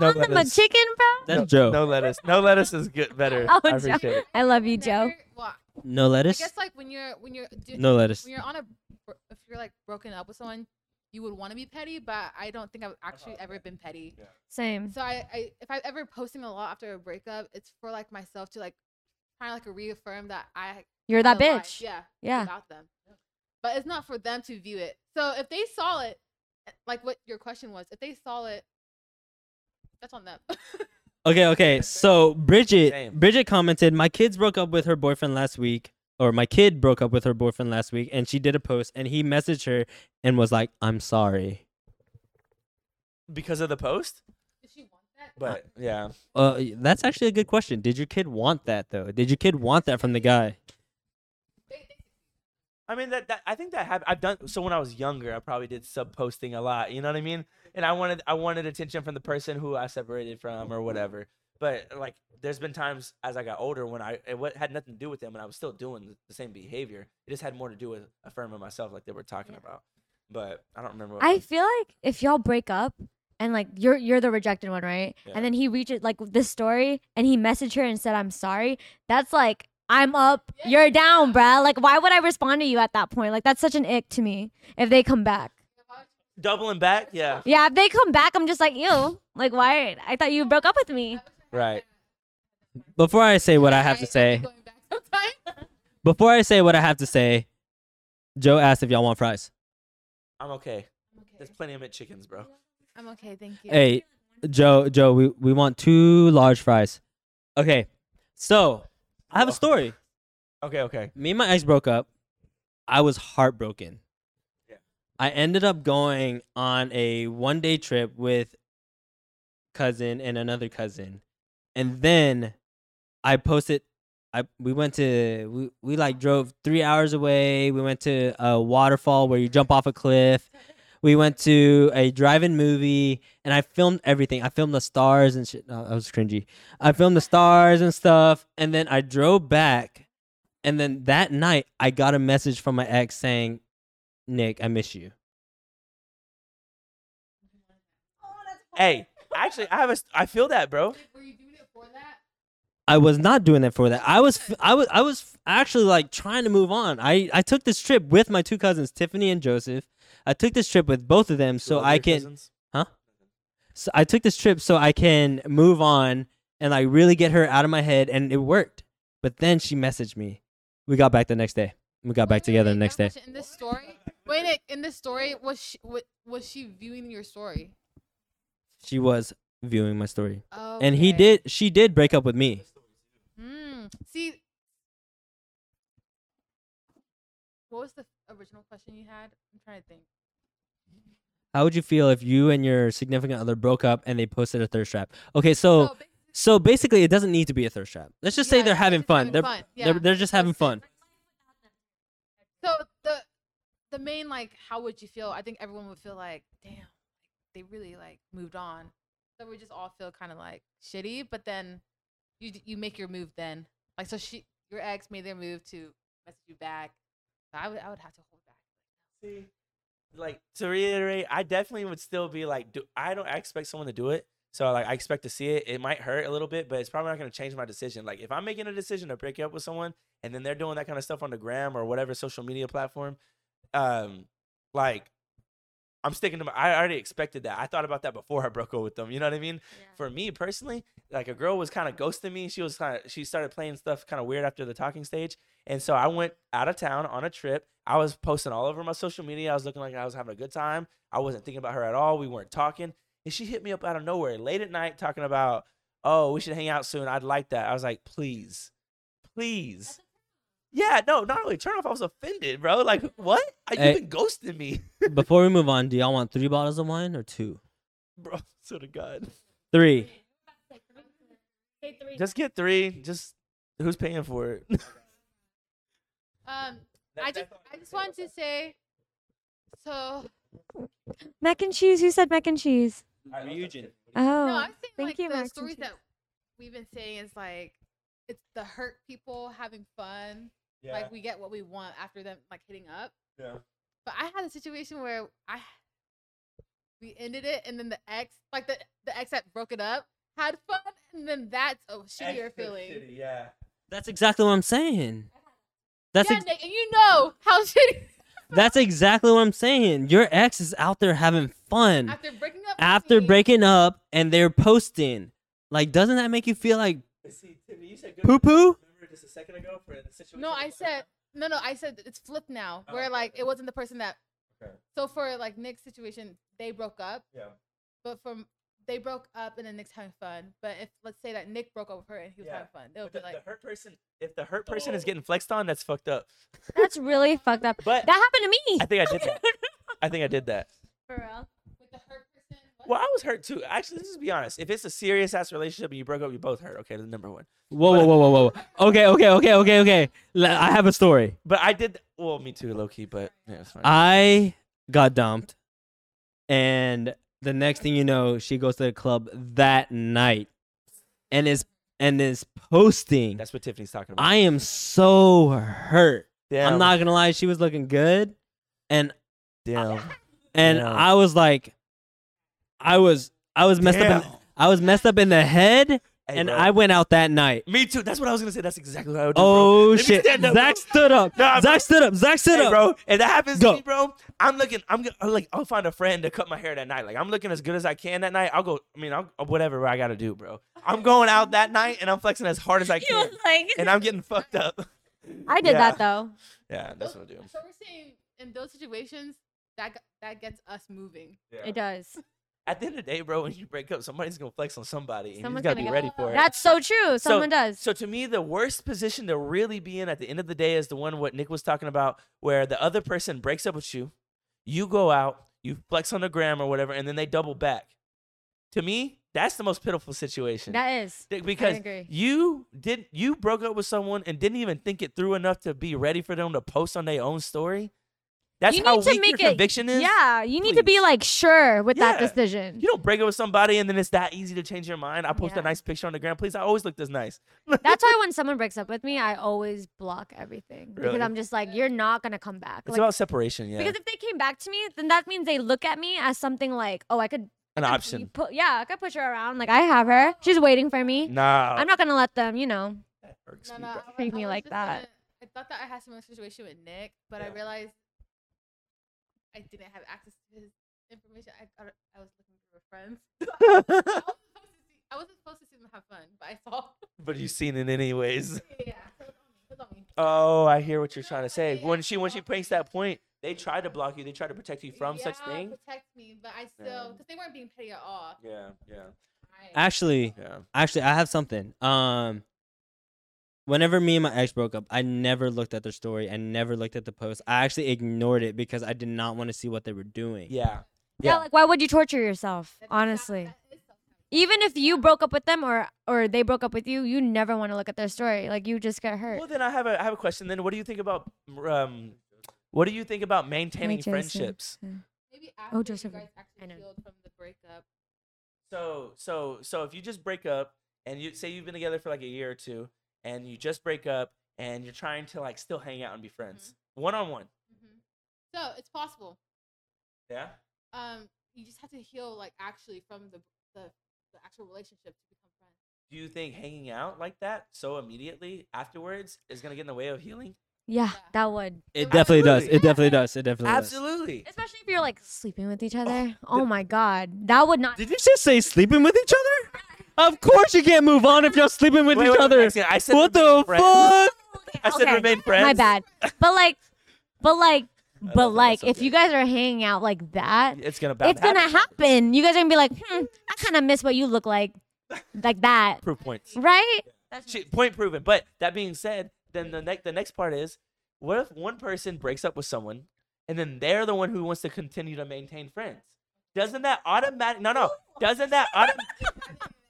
[SPEAKER 7] No
[SPEAKER 5] on the
[SPEAKER 7] lettuce.
[SPEAKER 5] McChicken, bro.
[SPEAKER 2] That's Joe.
[SPEAKER 7] No lettuce. No lettuce is good. Better.
[SPEAKER 5] Oh,
[SPEAKER 7] I
[SPEAKER 5] Joe.
[SPEAKER 7] appreciate it.
[SPEAKER 5] I love you, Joe.
[SPEAKER 4] Never- Well,
[SPEAKER 2] No
[SPEAKER 4] I
[SPEAKER 2] lettuce.
[SPEAKER 4] guess like when you're when you're do,
[SPEAKER 2] No lettuce.
[SPEAKER 4] when you're on a bro- if you're like broken up with someone, you would want to be petty, but I don't think I've actually ever been petty.
[SPEAKER 5] Same.
[SPEAKER 4] So I, I if I'm ever posting a lot after a breakup, it's for like myself to like kind of like reaffirm that I
[SPEAKER 5] You're that
[SPEAKER 4] the lie.
[SPEAKER 5] bitch.
[SPEAKER 4] Yeah.
[SPEAKER 5] Yeah.
[SPEAKER 4] About them. But it's not for them to view eh, it. So if they saw it, like what your question was, if they saw it, That's on them.
[SPEAKER 2] Okay, okay. So Bridget,
[SPEAKER 7] Same.
[SPEAKER 2] Bridget commented, "My kids broke up with her boyfriend last week, or my kid broke up with her boyfriend last week, and she did a post, and he messaged her and was like, "I'm sorry."
[SPEAKER 7] because of the post.
[SPEAKER 4] Did she want that?
[SPEAKER 7] But yeah,
[SPEAKER 2] Uh, that's actually a good question. Did your kid want that though? Did your kid want that from the guy?
[SPEAKER 7] I mean that, that I think that happened. I've done so when I was younger. I probably did sub posting a lot. You know what I mean? And I wanted I wanted attention from the person who I separated from or whatever. But like, there's been times as I got older when I it what had nothing to do with them, and I was still doing the same behavior. It just had more to do with affirming myself, like they were talking about. But I don't remember. What
[SPEAKER 5] I feel like if y'all break up and like you're you're the rejected one, right?
[SPEAKER 7] Yeah.
[SPEAKER 5] And then he reaches like this story and he messaged her and said, "I'm sorry." That's like I'm up, you're down, bruh. Like, why would I respond to you at that point? Like, that's such an ick to me. If they come back,
[SPEAKER 7] doubling back. Yeah,
[SPEAKER 5] yeah, if they come back, I'm just like, ew. Like, why? I thought you broke up with me.
[SPEAKER 7] right.
[SPEAKER 2] Before I say what I have to
[SPEAKER 4] I'm
[SPEAKER 2] say,
[SPEAKER 4] going back sometimes.
[SPEAKER 2] before I say what I have to say, Joe asked if y'all want fries.
[SPEAKER 7] I'm okay. There's
[SPEAKER 4] Okay.
[SPEAKER 7] plenty of mint chickens, bro.
[SPEAKER 4] I'm okay, thank you.
[SPEAKER 2] Hey, Joe, Joe, we, we want two large fries. Okay, so I have a story.
[SPEAKER 7] Okay, okay.
[SPEAKER 2] Me and my ex broke up. I was heartbroken.
[SPEAKER 7] Yeah.
[SPEAKER 2] I ended up going on a one day trip with cousin and another cousin. And then I posted I we went to we, we like drove three hours away. We went to a waterfall where you jump off a cliff. We went to a drive-in movie, and I filmed everything. I filmed the stars and shit. Oh, that was cringy. I filmed the stars and stuff, and then I drove back. And then that night, I got a message from my ex saying, "Nick, I miss you."
[SPEAKER 7] Hey, actually, I have a. I feel that, bro.
[SPEAKER 4] Were you doing it for that?
[SPEAKER 2] I was not doing that for that. I was, f- I was, I was f- actually like trying to move on. I, I took this trip with my two cousins, Tiffany and Joseph. I took this trip with both of them, so
[SPEAKER 7] Love
[SPEAKER 2] I
[SPEAKER 7] your
[SPEAKER 2] can.
[SPEAKER 7] cousins.
[SPEAKER 2] so I took this trip so I can move on and like really get her out of my head, and it worked. But then she messaged me. We got back the next day. We got back
[SPEAKER 4] Wait, wait,
[SPEAKER 2] together
[SPEAKER 4] wait,
[SPEAKER 2] the next
[SPEAKER 4] I
[SPEAKER 2] day.
[SPEAKER 4] have a question. In this story, wait, Nick, in this story, was she wa- was she viewing your story?
[SPEAKER 2] She was viewing my story,
[SPEAKER 4] Oh,
[SPEAKER 2] and he did. She did break up with me.
[SPEAKER 4] Mm. See, what was the original question you had? I'm trying to think.
[SPEAKER 2] How would you feel if you and your significant other broke up and they posted a thirst trap? Okay, so
[SPEAKER 4] Oh, ba-
[SPEAKER 2] so basically, it doesn't need to be a thirst trap. Let's just say
[SPEAKER 4] Yeah,
[SPEAKER 2] they're
[SPEAKER 4] it's
[SPEAKER 2] having
[SPEAKER 4] just
[SPEAKER 2] fun.
[SPEAKER 4] having
[SPEAKER 2] they're,
[SPEAKER 4] fun,
[SPEAKER 2] they're
[SPEAKER 4] yeah.
[SPEAKER 2] they're just having fun.
[SPEAKER 4] so the the main like, how would you feel? I think everyone would feel like, damn, they really like moved on. So we just all feel kind of like shitty. But then you d- you make your move then. Like so, she your ex made their move to message you back. So I would I would have to hold back.
[SPEAKER 7] See, like to reiterate, I definitely would still be like, do I don't I expect someone to do it. So like I expect to see it. It might hurt a little bit, but it's probably not going to change my decision. Like if I'm making a decision to break up with someone and then they're doing that kind of stuff on the gram or whatever social media platform, um, like I'm sticking to my. I already expected that. I thought about that before I broke up with them. You know what I mean? For me personally, like a girl was kind of ghosting me. She was kind of she started playing stuff kind of weird after the talking stage, and so I went out of town on a trip. I was posting all over my social media. I was looking like I was having a good time. I wasn't thinking about her at all. We weren't talking, and she hit me up out of nowhere late at night talking about, "Oh, we should hang out soon. I'd like that." I was like, "Please, please." Yeah, no, not only turn off, I was offended, bro. Like, what? You've
[SPEAKER 2] Hey.
[SPEAKER 7] been ghosting me.
[SPEAKER 2] Before we move on, do y'all want three bottles of wine or two?
[SPEAKER 7] bro. So to God,
[SPEAKER 2] Three.
[SPEAKER 7] just get three. Just who's paying for it?
[SPEAKER 4] Um, I just I just wanted to say, so
[SPEAKER 5] Mac and cheese. Who said mac and cheese?
[SPEAKER 2] Ryujin.
[SPEAKER 5] Oh,
[SPEAKER 4] No, I'm saying
[SPEAKER 5] thank
[SPEAKER 4] like
[SPEAKER 5] you,
[SPEAKER 4] the
[SPEAKER 5] Max and
[SPEAKER 4] stories
[SPEAKER 5] Cheese.
[SPEAKER 4] that we've been saying is like it's the hurt people having fun. Like we get what we want after them like hitting up.
[SPEAKER 7] Yeah.
[SPEAKER 4] But I had a situation where I we ended it and then the ex like the the ex that broke it up had fun and then that's a shittier feeling.
[SPEAKER 7] yeah.
[SPEAKER 2] That's exactly what I'm saying. That's
[SPEAKER 4] yeah,
[SPEAKER 2] ex-
[SPEAKER 4] Nick, and you know how shitty
[SPEAKER 2] that's exactly what I'm saying. Your ex is out there having
[SPEAKER 5] Hmm.
[SPEAKER 2] fun
[SPEAKER 4] after breaking up. with
[SPEAKER 2] after
[SPEAKER 4] me,
[SPEAKER 2] breaking up and they're posting. Like, doesn't that make you feel like
[SPEAKER 7] See, Timmy, you said good.
[SPEAKER 2] poo poo?
[SPEAKER 7] Remember just a second ago for the situation.
[SPEAKER 4] No, I said no, no. I said it's flipped now,
[SPEAKER 7] Oh,
[SPEAKER 4] where
[SPEAKER 7] okay,
[SPEAKER 4] like
[SPEAKER 7] okay.
[SPEAKER 4] it wasn't the person that.
[SPEAKER 7] Okay.
[SPEAKER 4] So for like Nick's situation, they broke up.
[SPEAKER 7] Yeah.
[SPEAKER 4] But from they broke up and then Nick's having fun. But if let's say that Nick broke up with her and he was
[SPEAKER 7] Yeah.
[SPEAKER 4] having fun, it would
[SPEAKER 7] the,
[SPEAKER 4] be like, Oh.
[SPEAKER 7] the hurt person, if the hurt person is getting flexed on, that's fucked up.
[SPEAKER 5] That's really fucked up.
[SPEAKER 7] But-
[SPEAKER 5] that happened to me.
[SPEAKER 7] I think I did that. I think I did that.
[SPEAKER 5] For real.
[SPEAKER 4] with the hurt person. what?
[SPEAKER 7] Well, I was hurt too. Actually, let's just be honest. If it's a serious ass relationship and you broke up, you both hurt. Okay, the number one.
[SPEAKER 2] Whoa, whoa, whoa, whoa, whoa. Okay, okay, okay, okay, okay. Le- I have a story.
[SPEAKER 7] But I did. Well, me too, low key. But yeah, it's fine.
[SPEAKER 2] I got dumped, and the next thing you know, she goes to the club that night, and is and is posting.
[SPEAKER 7] That's what Tiffany's talking about.
[SPEAKER 2] I am so hurt.
[SPEAKER 7] damn,
[SPEAKER 2] I'm not gonna lie, she was looking good, and
[SPEAKER 7] Damn.
[SPEAKER 2] and
[SPEAKER 7] Yeah.
[SPEAKER 2] I was like, I was I was messed up. In,
[SPEAKER 7] Damn.
[SPEAKER 2] I was messed up in the head,
[SPEAKER 7] Hey,
[SPEAKER 2] and
[SPEAKER 7] bro.
[SPEAKER 2] I went out that night.
[SPEAKER 7] Me too. That's what I was gonna say. That's exactly what I would do. bro.
[SPEAKER 2] Oh
[SPEAKER 7] Let me
[SPEAKER 2] shit!
[SPEAKER 7] stand up,
[SPEAKER 2] Zach
[SPEAKER 7] bro.
[SPEAKER 2] stood up.
[SPEAKER 7] Nah, bro.
[SPEAKER 2] Zach stood up. Zach stood
[SPEAKER 7] Hey,
[SPEAKER 2] up.
[SPEAKER 7] bro. If that happens
[SPEAKER 2] Go.
[SPEAKER 7] to me, bro, I'm looking. I'm gonna I'm like. I'll find a friend to cut my hair that night. Like I'm looking as good as I can that night. I'll go. I mean, I'll uh, whatever I gotta do, bro. I'm going out that night and I'm flexing as hard as I
[SPEAKER 5] You
[SPEAKER 7] can,
[SPEAKER 5] was like,
[SPEAKER 7] and I'm getting fucked up.
[SPEAKER 5] I did
[SPEAKER 7] Yeah.
[SPEAKER 5] that though.
[SPEAKER 7] Yeah, that's
[SPEAKER 4] So-
[SPEAKER 7] what I do.
[SPEAKER 4] So we're saying in those situations that g- that gets us moving.
[SPEAKER 5] It does.
[SPEAKER 7] At the end of the day, bro, when you break up, somebody's gonna flex on somebody, and
[SPEAKER 5] Someone's
[SPEAKER 7] you just
[SPEAKER 5] gonna
[SPEAKER 7] gotta be
[SPEAKER 5] go,
[SPEAKER 7] ready for it.
[SPEAKER 5] That's so true. Someone does.
[SPEAKER 7] So to me, the worst position to really be in at the end of the day is the one what Nick was talking about, where the other person breaks up with you, you go out, you flex on the gram or whatever, and then they double back. To me, that's the most pitiful situation.
[SPEAKER 5] that is.
[SPEAKER 7] Th- because
[SPEAKER 5] agree.
[SPEAKER 7] you did you broke up with someone and didn't even think it through enough to be ready for them to post on their own story. That's
[SPEAKER 5] You
[SPEAKER 7] how
[SPEAKER 5] need to
[SPEAKER 7] weak
[SPEAKER 5] make
[SPEAKER 7] your
[SPEAKER 5] it-
[SPEAKER 7] conviction is.
[SPEAKER 5] Yeah, you need to be
[SPEAKER 7] Please.
[SPEAKER 5] like sure with that
[SPEAKER 7] Yeah.
[SPEAKER 5] decision.
[SPEAKER 7] You don't break up with somebody and then it's that easy to change your mind. I post
[SPEAKER 5] Yeah.
[SPEAKER 7] a nice picture on the gram. Please, I always look this nice.
[SPEAKER 5] That's why when someone breaks up with me, I always block everything because
[SPEAKER 7] Really?
[SPEAKER 5] I'm just like, you're not gonna come back.
[SPEAKER 7] It's
[SPEAKER 5] Like,
[SPEAKER 7] about separation, yeah.
[SPEAKER 5] Because if they came back to me, then that means they look at me as something like, oh, I could
[SPEAKER 7] An
[SPEAKER 5] could
[SPEAKER 7] option.
[SPEAKER 5] pu- yeah, I could push her around. Like I have her. She's waiting for me.
[SPEAKER 7] Nah.
[SPEAKER 5] I'm not gonna let them, you know.
[SPEAKER 7] irks
[SPEAKER 4] No,
[SPEAKER 7] me,
[SPEAKER 4] no,
[SPEAKER 7] bro.
[SPEAKER 4] I wa-
[SPEAKER 5] Treat
[SPEAKER 4] I
[SPEAKER 5] me
[SPEAKER 4] was
[SPEAKER 5] like
[SPEAKER 4] just
[SPEAKER 5] that.
[SPEAKER 4] gonna- I thought that I had similar situation with Nick, but I
[SPEAKER 7] Yeah.
[SPEAKER 4] realized I didn't have access to his information. I got, I was looking for friends. I wasn't supposed to see. I wasn't supposed to see them have fun, but I saw.
[SPEAKER 7] But you've seen it anyways.
[SPEAKER 4] yeah, it was on me, it was on me.
[SPEAKER 7] Oh, I hear what you're trying to say. When she when she makes that point, they try to block you. They try to protect you from such
[SPEAKER 4] Yeah,
[SPEAKER 7] things.
[SPEAKER 4] Protect me, but I still because they weren't being petty at all.
[SPEAKER 7] Yeah, yeah,
[SPEAKER 4] I,
[SPEAKER 2] Actually,
[SPEAKER 7] yeah.
[SPEAKER 2] actually, I have something. Um, whenever me and my ex broke up, I never looked at their story. I never looked at the post. I actually ignored it because I did not want to see what they were doing.
[SPEAKER 7] Yeah.
[SPEAKER 5] Yeah.
[SPEAKER 7] Yeah.
[SPEAKER 5] like why would you torture yourself?
[SPEAKER 4] that's not-
[SPEAKER 5] Honestly.
[SPEAKER 4] that is something.
[SPEAKER 5] Even if you broke up with them or or they broke up with you, you never want to look at their story. Like you just get hurt.
[SPEAKER 7] Well, then I have a I have a question. Then, what do you think about um, what do you think about maintaining
[SPEAKER 5] Jason.
[SPEAKER 7] friendships?
[SPEAKER 4] Maybe after you
[SPEAKER 5] Oh, Joseph,
[SPEAKER 4] guys
[SPEAKER 5] I
[SPEAKER 4] actually
[SPEAKER 5] know.
[SPEAKER 4] healed from the breakup.
[SPEAKER 7] So, so, so, if you just break up and you say you've been together for like a year or two, and you just break up and you're trying to like still hang out and be friends,
[SPEAKER 2] Mm-hmm.
[SPEAKER 7] one on one.
[SPEAKER 4] hmm So it's possible.
[SPEAKER 7] Yeah.
[SPEAKER 4] Um, you just have to heal like actually from the the, the actual relationship to become friends.
[SPEAKER 7] do you think hanging out like that so immediately afterwards is going to get in the way of healing?
[SPEAKER 5] yeah,
[SPEAKER 4] Yeah.
[SPEAKER 5] that would.
[SPEAKER 2] It definitely does. It
[SPEAKER 7] Absolutely.
[SPEAKER 2] definitely does. It definitely does.
[SPEAKER 7] Absolutely.
[SPEAKER 5] Especially if you're like sleeping with each other. Oh, my god. That would not
[SPEAKER 2] Did you just say sleeping with each other? Of course you can't move on if you're sleeping with
[SPEAKER 7] Wait,
[SPEAKER 2] each
[SPEAKER 7] wait,
[SPEAKER 2] other.
[SPEAKER 7] Maxine, I said
[SPEAKER 2] What
[SPEAKER 7] remain
[SPEAKER 2] the
[SPEAKER 7] friends.
[SPEAKER 2] fuck?
[SPEAKER 7] I said
[SPEAKER 5] Okay,
[SPEAKER 7] remain friends.
[SPEAKER 5] My bad. But like but like but
[SPEAKER 7] love that. That's
[SPEAKER 5] like
[SPEAKER 7] so
[SPEAKER 5] if you
[SPEAKER 7] good.
[SPEAKER 5] guys are hanging out like that,
[SPEAKER 7] It's going to
[SPEAKER 5] it's gonna happen. You guys are gonna be like, hmm, I kind of miss what you look like, like that,
[SPEAKER 7] Proof points.
[SPEAKER 5] right?
[SPEAKER 7] She, point proven. But that being said, then the next the next part is what if one person breaks up with someone and then they're the one who wants to continue to maintain friends? Doesn't that automatic No, no. Doesn't that auto,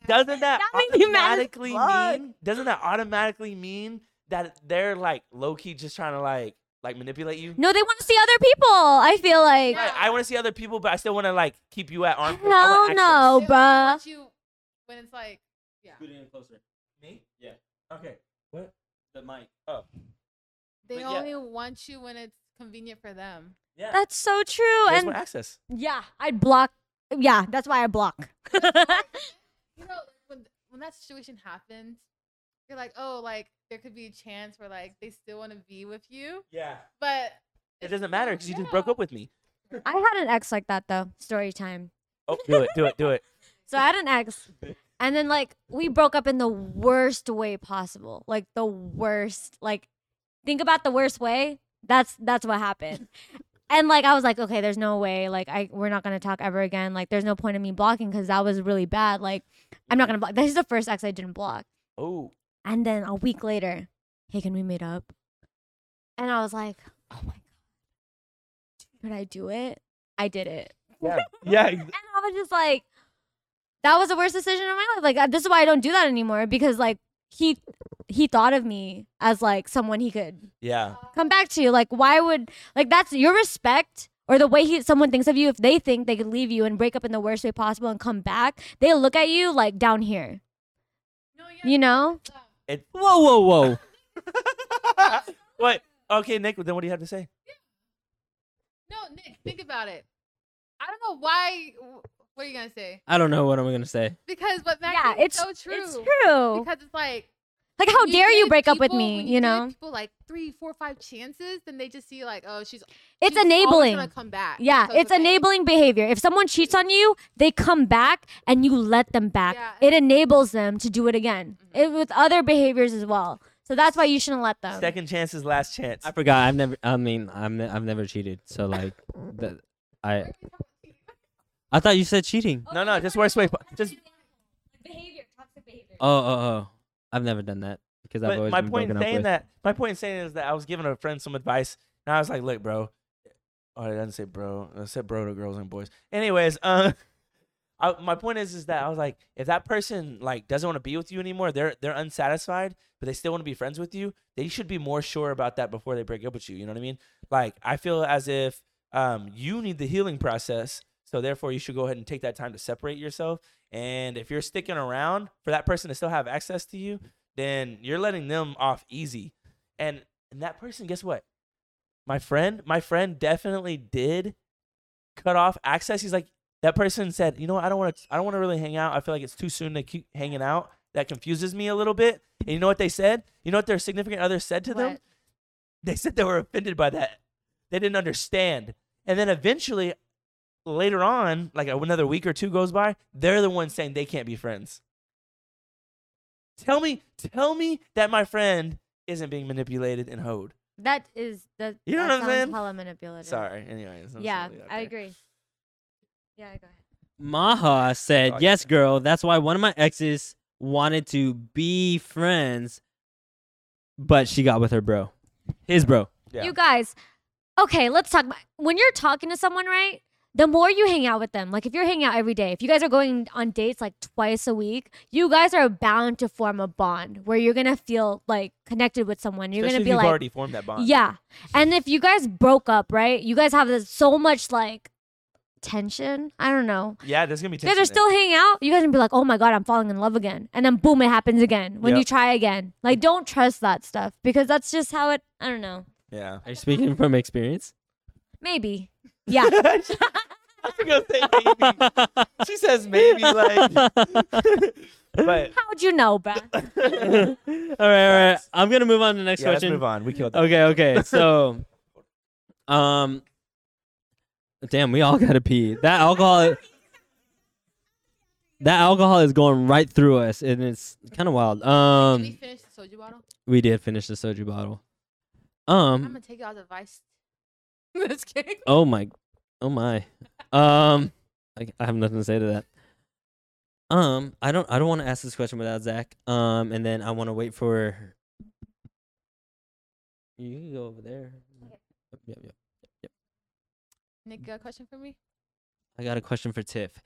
[SPEAKER 7] Doesn't that,
[SPEAKER 5] That made me mad as
[SPEAKER 7] automatically
[SPEAKER 5] fuck.
[SPEAKER 7] mean Doesn't that automatically mean that they're like low key just trying to like like manipulate you?
[SPEAKER 5] No, they want to see other people. I feel like
[SPEAKER 7] Right, I want to see other people, but I still want to like keep you at arm. I
[SPEAKER 5] hell
[SPEAKER 7] want access.
[SPEAKER 5] no,
[SPEAKER 4] They only
[SPEAKER 5] bruh.
[SPEAKER 4] want you when it's like yeah,
[SPEAKER 7] Me? Yeah. Okay. What?
[SPEAKER 2] The mic.
[SPEAKER 4] they
[SPEAKER 7] yeah.
[SPEAKER 4] only want you when it's convenient for them.
[SPEAKER 7] Yeah.
[SPEAKER 5] That's so true.
[SPEAKER 7] They just want
[SPEAKER 5] Oh, and
[SPEAKER 7] access.
[SPEAKER 5] yeah, I'd block. Yeah, that's why I block.
[SPEAKER 4] You know, when when that situation happens, you're like, oh, like there could be a chance where like they still want to be with you,
[SPEAKER 7] Yeah.
[SPEAKER 4] but
[SPEAKER 7] It doesn't matter because you just broke up with me.
[SPEAKER 5] I had an ex like that though. Story time.
[SPEAKER 7] Oh, do it, do it, do it.
[SPEAKER 5] So I had an ex, and then like we broke up in the worst way possible, like the worst. Like think about the worst way. That's that's what happened. And like I was like, okay, there's no way. Like I we're not gonna talk ever again. Like there's no point in me blocking because that was really bad. Like I'm not gonna block. This is the first ex I didn't block.
[SPEAKER 7] Oh,
[SPEAKER 5] And then a week later, hey, can we meet up? And I was like, oh my god, could I do it? I did it.
[SPEAKER 7] yeah. ex-
[SPEAKER 5] And I was just like, that was the worst decision of my life. Like, I- this is why I don't do that anymore because, like, he he thought of me as like someone he could
[SPEAKER 7] Yeah.
[SPEAKER 5] come back to. Like, why would like that's your respect or the way he someone thinks of you. If they think they could leave you and break up in the worst way possible and come back, they look at you like down here. You know,
[SPEAKER 2] Whoa, whoa, whoa.
[SPEAKER 7] what? Okay, Nick. Then what do you have to say?
[SPEAKER 4] No, Nick, think about it. I don't know why. What are you gonna say?
[SPEAKER 2] I don't know what I'm gonna say.
[SPEAKER 4] Because what Max
[SPEAKER 5] yeah,
[SPEAKER 4] is
[SPEAKER 5] it's
[SPEAKER 4] so true.
[SPEAKER 5] It's true.
[SPEAKER 4] Because it's like
[SPEAKER 5] Like, how
[SPEAKER 4] when
[SPEAKER 5] dare you
[SPEAKER 4] give
[SPEAKER 5] break up with
[SPEAKER 4] people-
[SPEAKER 5] me?
[SPEAKER 4] when
[SPEAKER 5] You,
[SPEAKER 4] give
[SPEAKER 5] know,
[SPEAKER 4] people like three, four, five chances, then they just see like, oh, she's
[SPEAKER 5] it's
[SPEAKER 4] she's always
[SPEAKER 5] enabling.
[SPEAKER 4] Gonna come back.
[SPEAKER 5] Yeah,
[SPEAKER 4] So
[SPEAKER 5] it's
[SPEAKER 4] okay.
[SPEAKER 5] enabling behavior. If someone cheats on you, they come back and you let them back.
[SPEAKER 4] Yeah.
[SPEAKER 5] It enables them to do it again. It with other behaviors as well. So that's why you shouldn't let them.
[SPEAKER 7] Second chances, last chance.
[SPEAKER 2] I forgot. I've never. I mean, I'm. Ne- I've never cheated. So like, the, I. I thought you said cheating.
[SPEAKER 7] No, no, just worst way. po- Just.
[SPEAKER 5] Oh, behavior, toxic behavior.
[SPEAKER 2] Oh, oh, oh. I've never done that because I've
[SPEAKER 7] But
[SPEAKER 2] always
[SPEAKER 7] my
[SPEAKER 2] been
[SPEAKER 7] point in
[SPEAKER 2] broken up
[SPEAKER 7] saying
[SPEAKER 2] with.
[SPEAKER 7] that, my point in saying is that I was giving a friend some advice, and I was like, "Look, bro." Oh, I didn't say bro. I said bro to girls and boys. Anyways, uh, I, my point is, is that I was like, if that person like doesn't want to be with you anymore, they're they're unsatisfied, but they still want to be friends with you. They should be more sure about that before they break up with you. You know what I mean? Like, I feel as if um, you need the healing process. So therefore, you should go ahead and take that time to separate yourself. And if you're sticking around for that person to still have access to you, then you're letting them off easy. And and that person, guess what? My friend, my friend definitely did cut off access. He's like, that person said, you know, what? I don't want to, I don't want to really hang out. I feel like it's too soon to keep hanging out. That confuses me a little bit. And you know what they said? You know what their significant other said to them?
[SPEAKER 5] What?
[SPEAKER 7] They said they were offended by that. They didn't understand. And then eventually, later on, like another week or two goes by, they're the ones saying they can't be friends. Tell me, tell me that my friend isn't being manipulated and hoed.
[SPEAKER 5] That is that.
[SPEAKER 7] You know
[SPEAKER 5] that
[SPEAKER 7] what I'm
[SPEAKER 5] sounds
[SPEAKER 7] saying?
[SPEAKER 5] Hella manipulative.
[SPEAKER 7] Sorry. Anyways. I'm
[SPEAKER 5] Yeah,
[SPEAKER 7] sorry.
[SPEAKER 5] I
[SPEAKER 7] Okay.
[SPEAKER 5] agree. Yeah, go ahead.
[SPEAKER 2] Maha said,
[SPEAKER 7] Oh, yeah.
[SPEAKER 2] "Yes, girl. That's why one of my exes wanted to be friends, but she got with her bro, his bro.
[SPEAKER 7] Yeah.
[SPEAKER 5] You guys, okay, let's talk. About, when you're talking to someone, right? The more you hang out with them, like if you're hanging out every day, if you guys are going on dates like twice a week, you guys are bound to form a bond where you're gonna feel like connected with someone. You're
[SPEAKER 7] Especially if
[SPEAKER 5] gonna be
[SPEAKER 7] you've
[SPEAKER 5] like,
[SPEAKER 7] already formed that bond.
[SPEAKER 5] yeah. And if you guys broke up, right? You guys have this so much like tension. I don't know.
[SPEAKER 7] Yeah, there's gonna be
[SPEAKER 5] You guys
[SPEAKER 7] tension.
[SPEAKER 5] are still hanging out. You guys can be like, oh my god, I'm falling in love again, and then boom, it happens again when
[SPEAKER 7] Yep.
[SPEAKER 5] you try again. Like, don't trust that stuff because that's just how it. I don't know.
[SPEAKER 7] there.
[SPEAKER 2] Are you speaking from experience?
[SPEAKER 5] Maybe. Yeah.
[SPEAKER 7] Yeah. I was gonna say maybe. she says maybe like but
[SPEAKER 5] How'd you know, bruh?
[SPEAKER 2] all right, all right. I'm gonna move on to the next
[SPEAKER 7] yeah, let's
[SPEAKER 2] question.
[SPEAKER 7] move on. We killed that.
[SPEAKER 2] Okay, okay. So, um, damn, we all gotta pee. That alcohol, that alcohol is going right through us, and it's kind of wild.
[SPEAKER 4] Did we
[SPEAKER 2] Um,
[SPEAKER 4] finish the soju bottle?
[SPEAKER 2] we did finish the soju bottle.
[SPEAKER 4] I'm
[SPEAKER 2] Um,
[SPEAKER 4] gonna take y'all's advice. Just kidding.
[SPEAKER 2] oh my, oh my. Um, I, I have nothing to say to that. Um, I don't, I don't want to ask this question without Zach. Um, and then I want to wait for. You can go over there. Yep, yep, yep.
[SPEAKER 4] Nick, got a question for me?
[SPEAKER 2] I got a question for Tiff.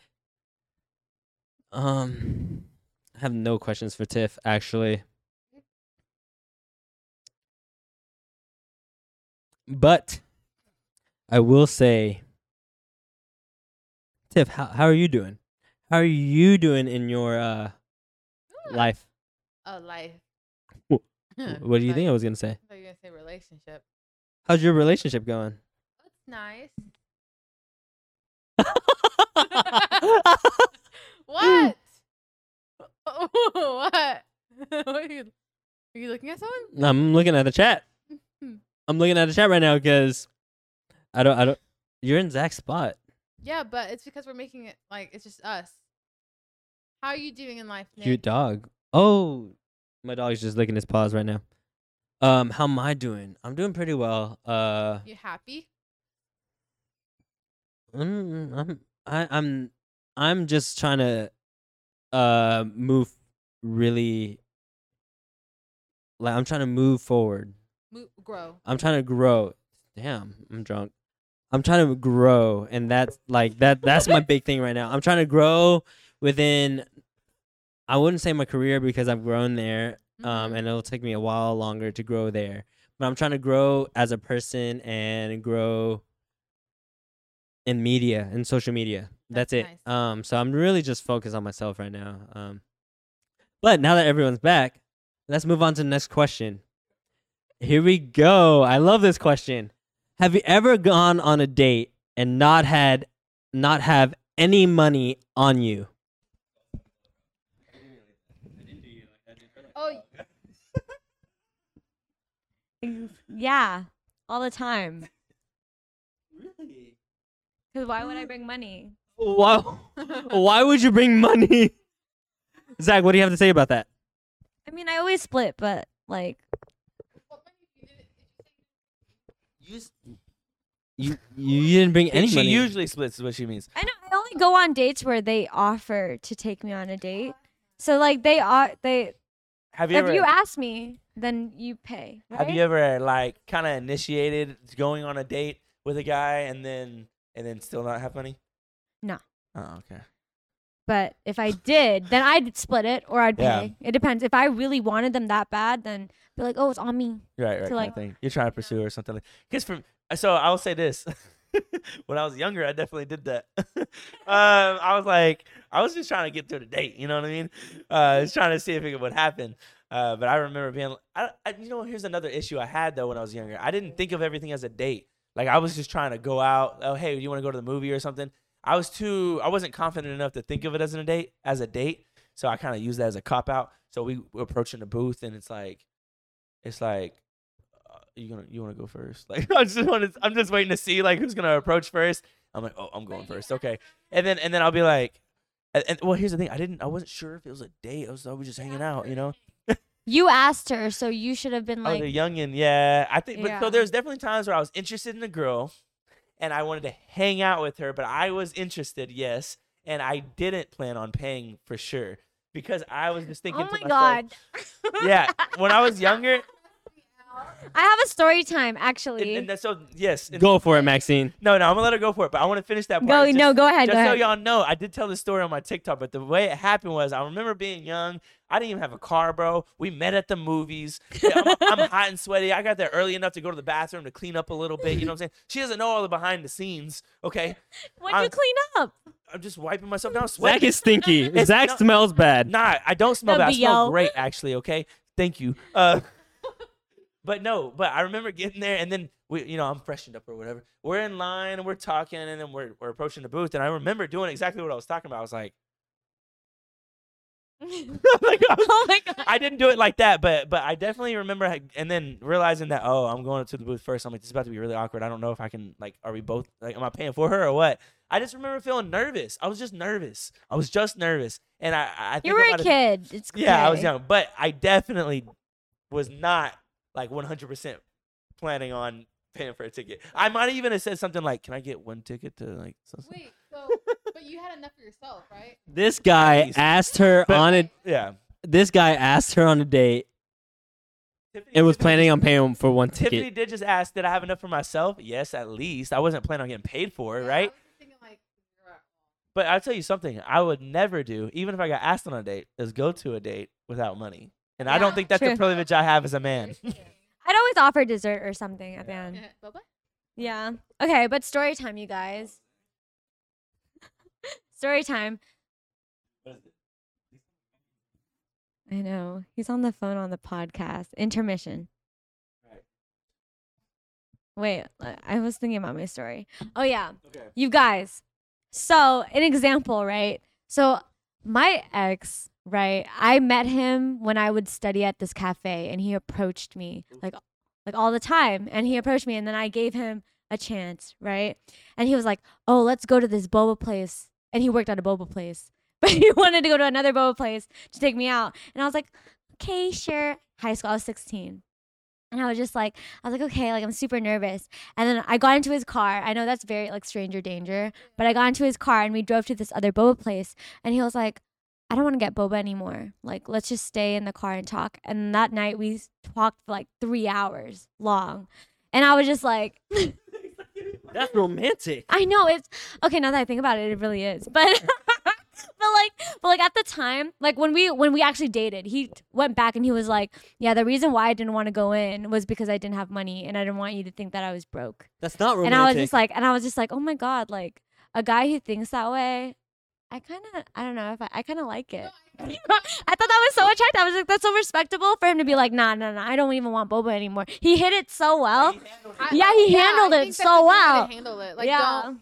[SPEAKER 2] Um, I have no questions for Tiff actually. But I will say, Tiff, how how are you doing? How are you doing in your uh life?
[SPEAKER 4] Oh, life.
[SPEAKER 2] Wh- What do you think I was gonna say?
[SPEAKER 4] I thought you were gonna say relationship.
[SPEAKER 2] How's your relationship going?
[SPEAKER 4] That's nice. What? what? What are you? Are you looking at someone?
[SPEAKER 2] I'm looking at the chat.
[SPEAKER 4] Hmm.
[SPEAKER 2] I'm looking at the chat right now because I don't I don't. You're in Zach's spot.
[SPEAKER 4] Yeah, but it's because we're making it like it's just us. How are you doing in life, Nick?
[SPEAKER 2] Cute dog. Oh, my dog's just licking his paws right now. Um, how am I doing? I'm doing pretty well. Uh,
[SPEAKER 4] You happy?
[SPEAKER 2] I'm mm, I'm I, I'm I'm just trying to uh move really like I'm trying to move forward.
[SPEAKER 8] Mo- grow.
[SPEAKER 2] I'm trying to grow. Damn, I'm drunk. I'm trying to grow and that's like that that's my big thing right now. I'm trying to grow within I wouldn't say my career because I've grown there um
[SPEAKER 4] Mm-hmm.
[SPEAKER 8] Mm-hmm.
[SPEAKER 2] and it'll take me a while longer to grow there. But I'm trying to grow as a person and grow in media and social media. That's,
[SPEAKER 8] That's
[SPEAKER 2] it.
[SPEAKER 8] nice.
[SPEAKER 2] Um so I'm really just focused on myself right now. Um but now that everyone's back, let's move on to the next question. Here we go. I love this question. Have you ever gone on a date and not had not have any money on you?
[SPEAKER 4] Oh,
[SPEAKER 5] Yeah, all the time. Really? Because why would I bring money?
[SPEAKER 2] Why why would you bring money? Zach, what do you have to say about that?
[SPEAKER 5] I mean, I always split, but like,
[SPEAKER 2] You you didn't bring any
[SPEAKER 7] she
[SPEAKER 2] money.
[SPEAKER 7] usually splits is what she means.
[SPEAKER 5] I know I only go on dates where they offer to take me on a date. So like, they are they.
[SPEAKER 7] Have you
[SPEAKER 5] If
[SPEAKER 7] ever?
[SPEAKER 5] you ask me, then you pay.
[SPEAKER 7] Have
[SPEAKER 5] right?
[SPEAKER 7] you e-, ever like kind of initiated going on a date with a guy and then and then still not have money?
[SPEAKER 5] No.
[SPEAKER 7] Oh, okay.
[SPEAKER 5] But if I did, then I'd split it or I'd
[SPEAKER 7] Yeah.
[SPEAKER 5] pay. It depends. If I really wanted them that bad, then be like, oh, it's on me.
[SPEAKER 7] Right, right.
[SPEAKER 5] To,
[SPEAKER 7] kinda
[SPEAKER 5] like-
[SPEAKER 7] thing. You're trying to pursue or something like. Because from so I'll say this. when I was younger, I definitely did that. um, I was like, I was just trying to get through the date. You know what I mean? Uh, I was trying to see if it would happen. Uh, but I remember being, I, I, you know, here's another issue I had though when I was younger. I didn't think of everything as a date. Like I was just trying to go out. Oh, hey, do you want to go to the movie or something? I was too. I wasn't confident enough to think of it as a date. As a date, so I kind of used that as a cop out. So we we're approaching the booth, and it's like, it's like, uh, you gonna you want to go first? Like I just want to. I'm just waiting to see like who's gonna approach first. I'm like, oh, I'm going first. Okay, and then and then I'll be like, and, and- well, here's the thing. I didn't. I wasn't sure if it was a date. I was. I was just hanging out. You know.
[SPEAKER 5] You asked her, so you should have been
[SPEAKER 7] oh, the
[SPEAKER 5] like,
[SPEAKER 7] youngin. Yeah, I think. But
[SPEAKER 5] Yeah.
[SPEAKER 7] so there's definitely times where I was interested in a girl, and I wanted to hang out with her, but I was interested, yes, and I didn't plan on paying for sure because I was just thinking.
[SPEAKER 5] oh my
[SPEAKER 7] to myself,
[SPEAKER 5] god.
[SPEAKER 7] Yeah, when I was younger,
[SPEAKER 5] I have a story time
[SPEAKER 7] and,
[SPEAKER 5] actually.
[SPEAKER 7] and that's so yes. and-
[SPEAKER 2] Go for it, Maxine.
[SPEAKER 7] No, no, I'm gonna let her go for it, but I want to finish that part.
[SPEAKER 5] Go
[SPEAKER 7] It's
[SPEAKER 5] no,
[SPEAKER 7] just-
[SPEAKER 5] go ahead,
[SPEAKER 7] just
[SPEAKER 5] go
[SPEAKER 7] so
[SPEAKER 5] ahead.
[SPEAKER 7] y'all know, I did tell this story on my TikTok, but the way it happened was I remember being young. I didn't even have a car, bro. We met at the movies. Yeah, I'm, I'm hot and sweaty. I got there early enough to go to the bathroom to clean up a little bit. You know what I'm saying? She doesn't know all the behind the scenes. Okay,
[SPEAKER 5] When you
[SPEAKER 7] I'm-
[SPEAKER 5] clean up,
[SPEAKER 7] I'm just wiping myself down.
[SPEAKER 2] Zach
[SPEAKER 7] Sweating.
[SPEAKER 2] is stinky.
[SPEAKER 7] It's
[SPEAKER 2] Zach
[SPEAKER 7] not-
[SPEAKER 2] smells bad.
[SPEAKER 7] Nah, I don't smell bad. I smell
[SPEAKER 5] WBL.
[SPEAKER 7] great, actually. Okay, thank you. Uh, but no, but I remember getting there, and then we, you know, I'm freshened up or whatever. We're in line and we're talking, and then we're we're approaching the booth, and I remember doing exactly what I was talking about. I was like, like, I was-
[SPEAKER 5] oh my god.
[SPEAKER 7] I didn't do it like that, but but I definitely remember, ha- and then realizing that oh, I'm going to the booth first. I'm like, this is about to be really awkward. I don't know if I can like, are we both like, am I paying for her or what? I just remember feeling nervous. I was just nervous. I was just nervous, and I I think
[SPEAKER 5] You were a
[SPEAKER 7] about it-
[SPEAKER 5] kid. It's
[SPEAKER 7] yeah, I was
[SPEAKER 5] okay.
[SPEAKER 7] young, but I definitely was not like 100% planning on paying for a ticket. I might even have said something like, "Can I get one ticket to like?" so- so-"
[SPEAKER 4] wait. So, but you had enough for yourself, right?
[SPEAKER 2] This guy
[SPEAKER 7] Please.
[SPEAKER 2] asked her
[SPEAKER 7] But-
[SPEAKER 2] on a
[SPEAKER 7] Yeah,
[SPEAKER 2] this guy asked her on a date
[SPEAKER 7] Tiffany-
[SPEAKER 2] and was
[SPEAKER 7] Tiffany
[SPEAKER 2] planning
[SPEAKER 7] just-
[SPEAKER 2] on paying for one
[SPEAKER 7] Tiffany
[SPEAKER 2] ticket.
[SPEAKER 7] did just ask, "Did I have enough for myself?" Yes, at least I wasn't planning on getting paid for it,
[SPEAKER 4] Yeah, I
[SPEAKER 7] right?
[SPEAKER 4] was just thinking, like,
[SPEAKER 7] But I'll tell you something: I would never do, even if I got asked on a date, is go to a date without money. And I don't
[SPEAKER 5] Yeah,
[SPEAKER 7] think that's
[SPEAKER 5] true.
[SPEAKER 7] a privilege I have as a man.
[SPEAKER 5] I'd always offer dessert or something at the end.
[SPEAKER 4] Bye bye.
[SPEAKER 5] Yeah. Okay, but story time, you guys. story time. I know. He's on the phone on the podcast. Intermission. Wait, I I was thinking about my story. Oh, yeah.
[SPEAKER 7] Okay.
[SPEAKER 5] You guys. So, an example, right? So, my ex, right? I met him when I would study at this cafe and he approached me like like all the time and he approached me and then I gave him a chance, right? And he was like, "Oh, let's go to this boba place." And he worked at a boba place. But he wanted to go to another boba place to take me out. And I was like, "Okay, sure." High school, I was 16. And I was just like, I was like, okay, like I'm super nervous. And then I got into his car. I know that's very like stranger danger, but I got into his car and we drove to this other boba place. And he was like, I don't want to get boba anymore. Like, let's just stay in the car and talk. And that night we s- talked for like three hours long. And I was just like,
[SPEAKER 2] That's romantic.
[SPEAKER 5] I know it's okay. Now that I think about it, it really is. But but like but like at the time, like when we when we actually dated, he went back and he was like, "Yeah, the reason why I didn't want to go in was because I didn't have money and I didn't want you to think that I was broke."
[SPEAKER 2] That's not romantic.
[SPEAKER 5] And I was just like, and I was just like, "Oh my god!" Like a guy who thinks that way. I kind of, I don't know if I, I kind of like it. I thought that was so attractive. I was like, that's so respectable for him to be like, nah, nah, nah, I don't even want boba anymore. He hit it so well.
[SPEAKER 4] I-
[SPEAKER 5] Yeah, he
[SPEAKER 4] I
[SPEAKER 5] handled
[SPEAKER 4] think
[SPEAKER 5] it
[SPEAKER 4] that's a
[SPEAKER 5] so
[SPEAKER 4] good way to
[SPEAKER 5] well.
[SPEAKER 4] handle it. Like,
[SPEAKER 5] yeah.
[SPEAKER 4] don't.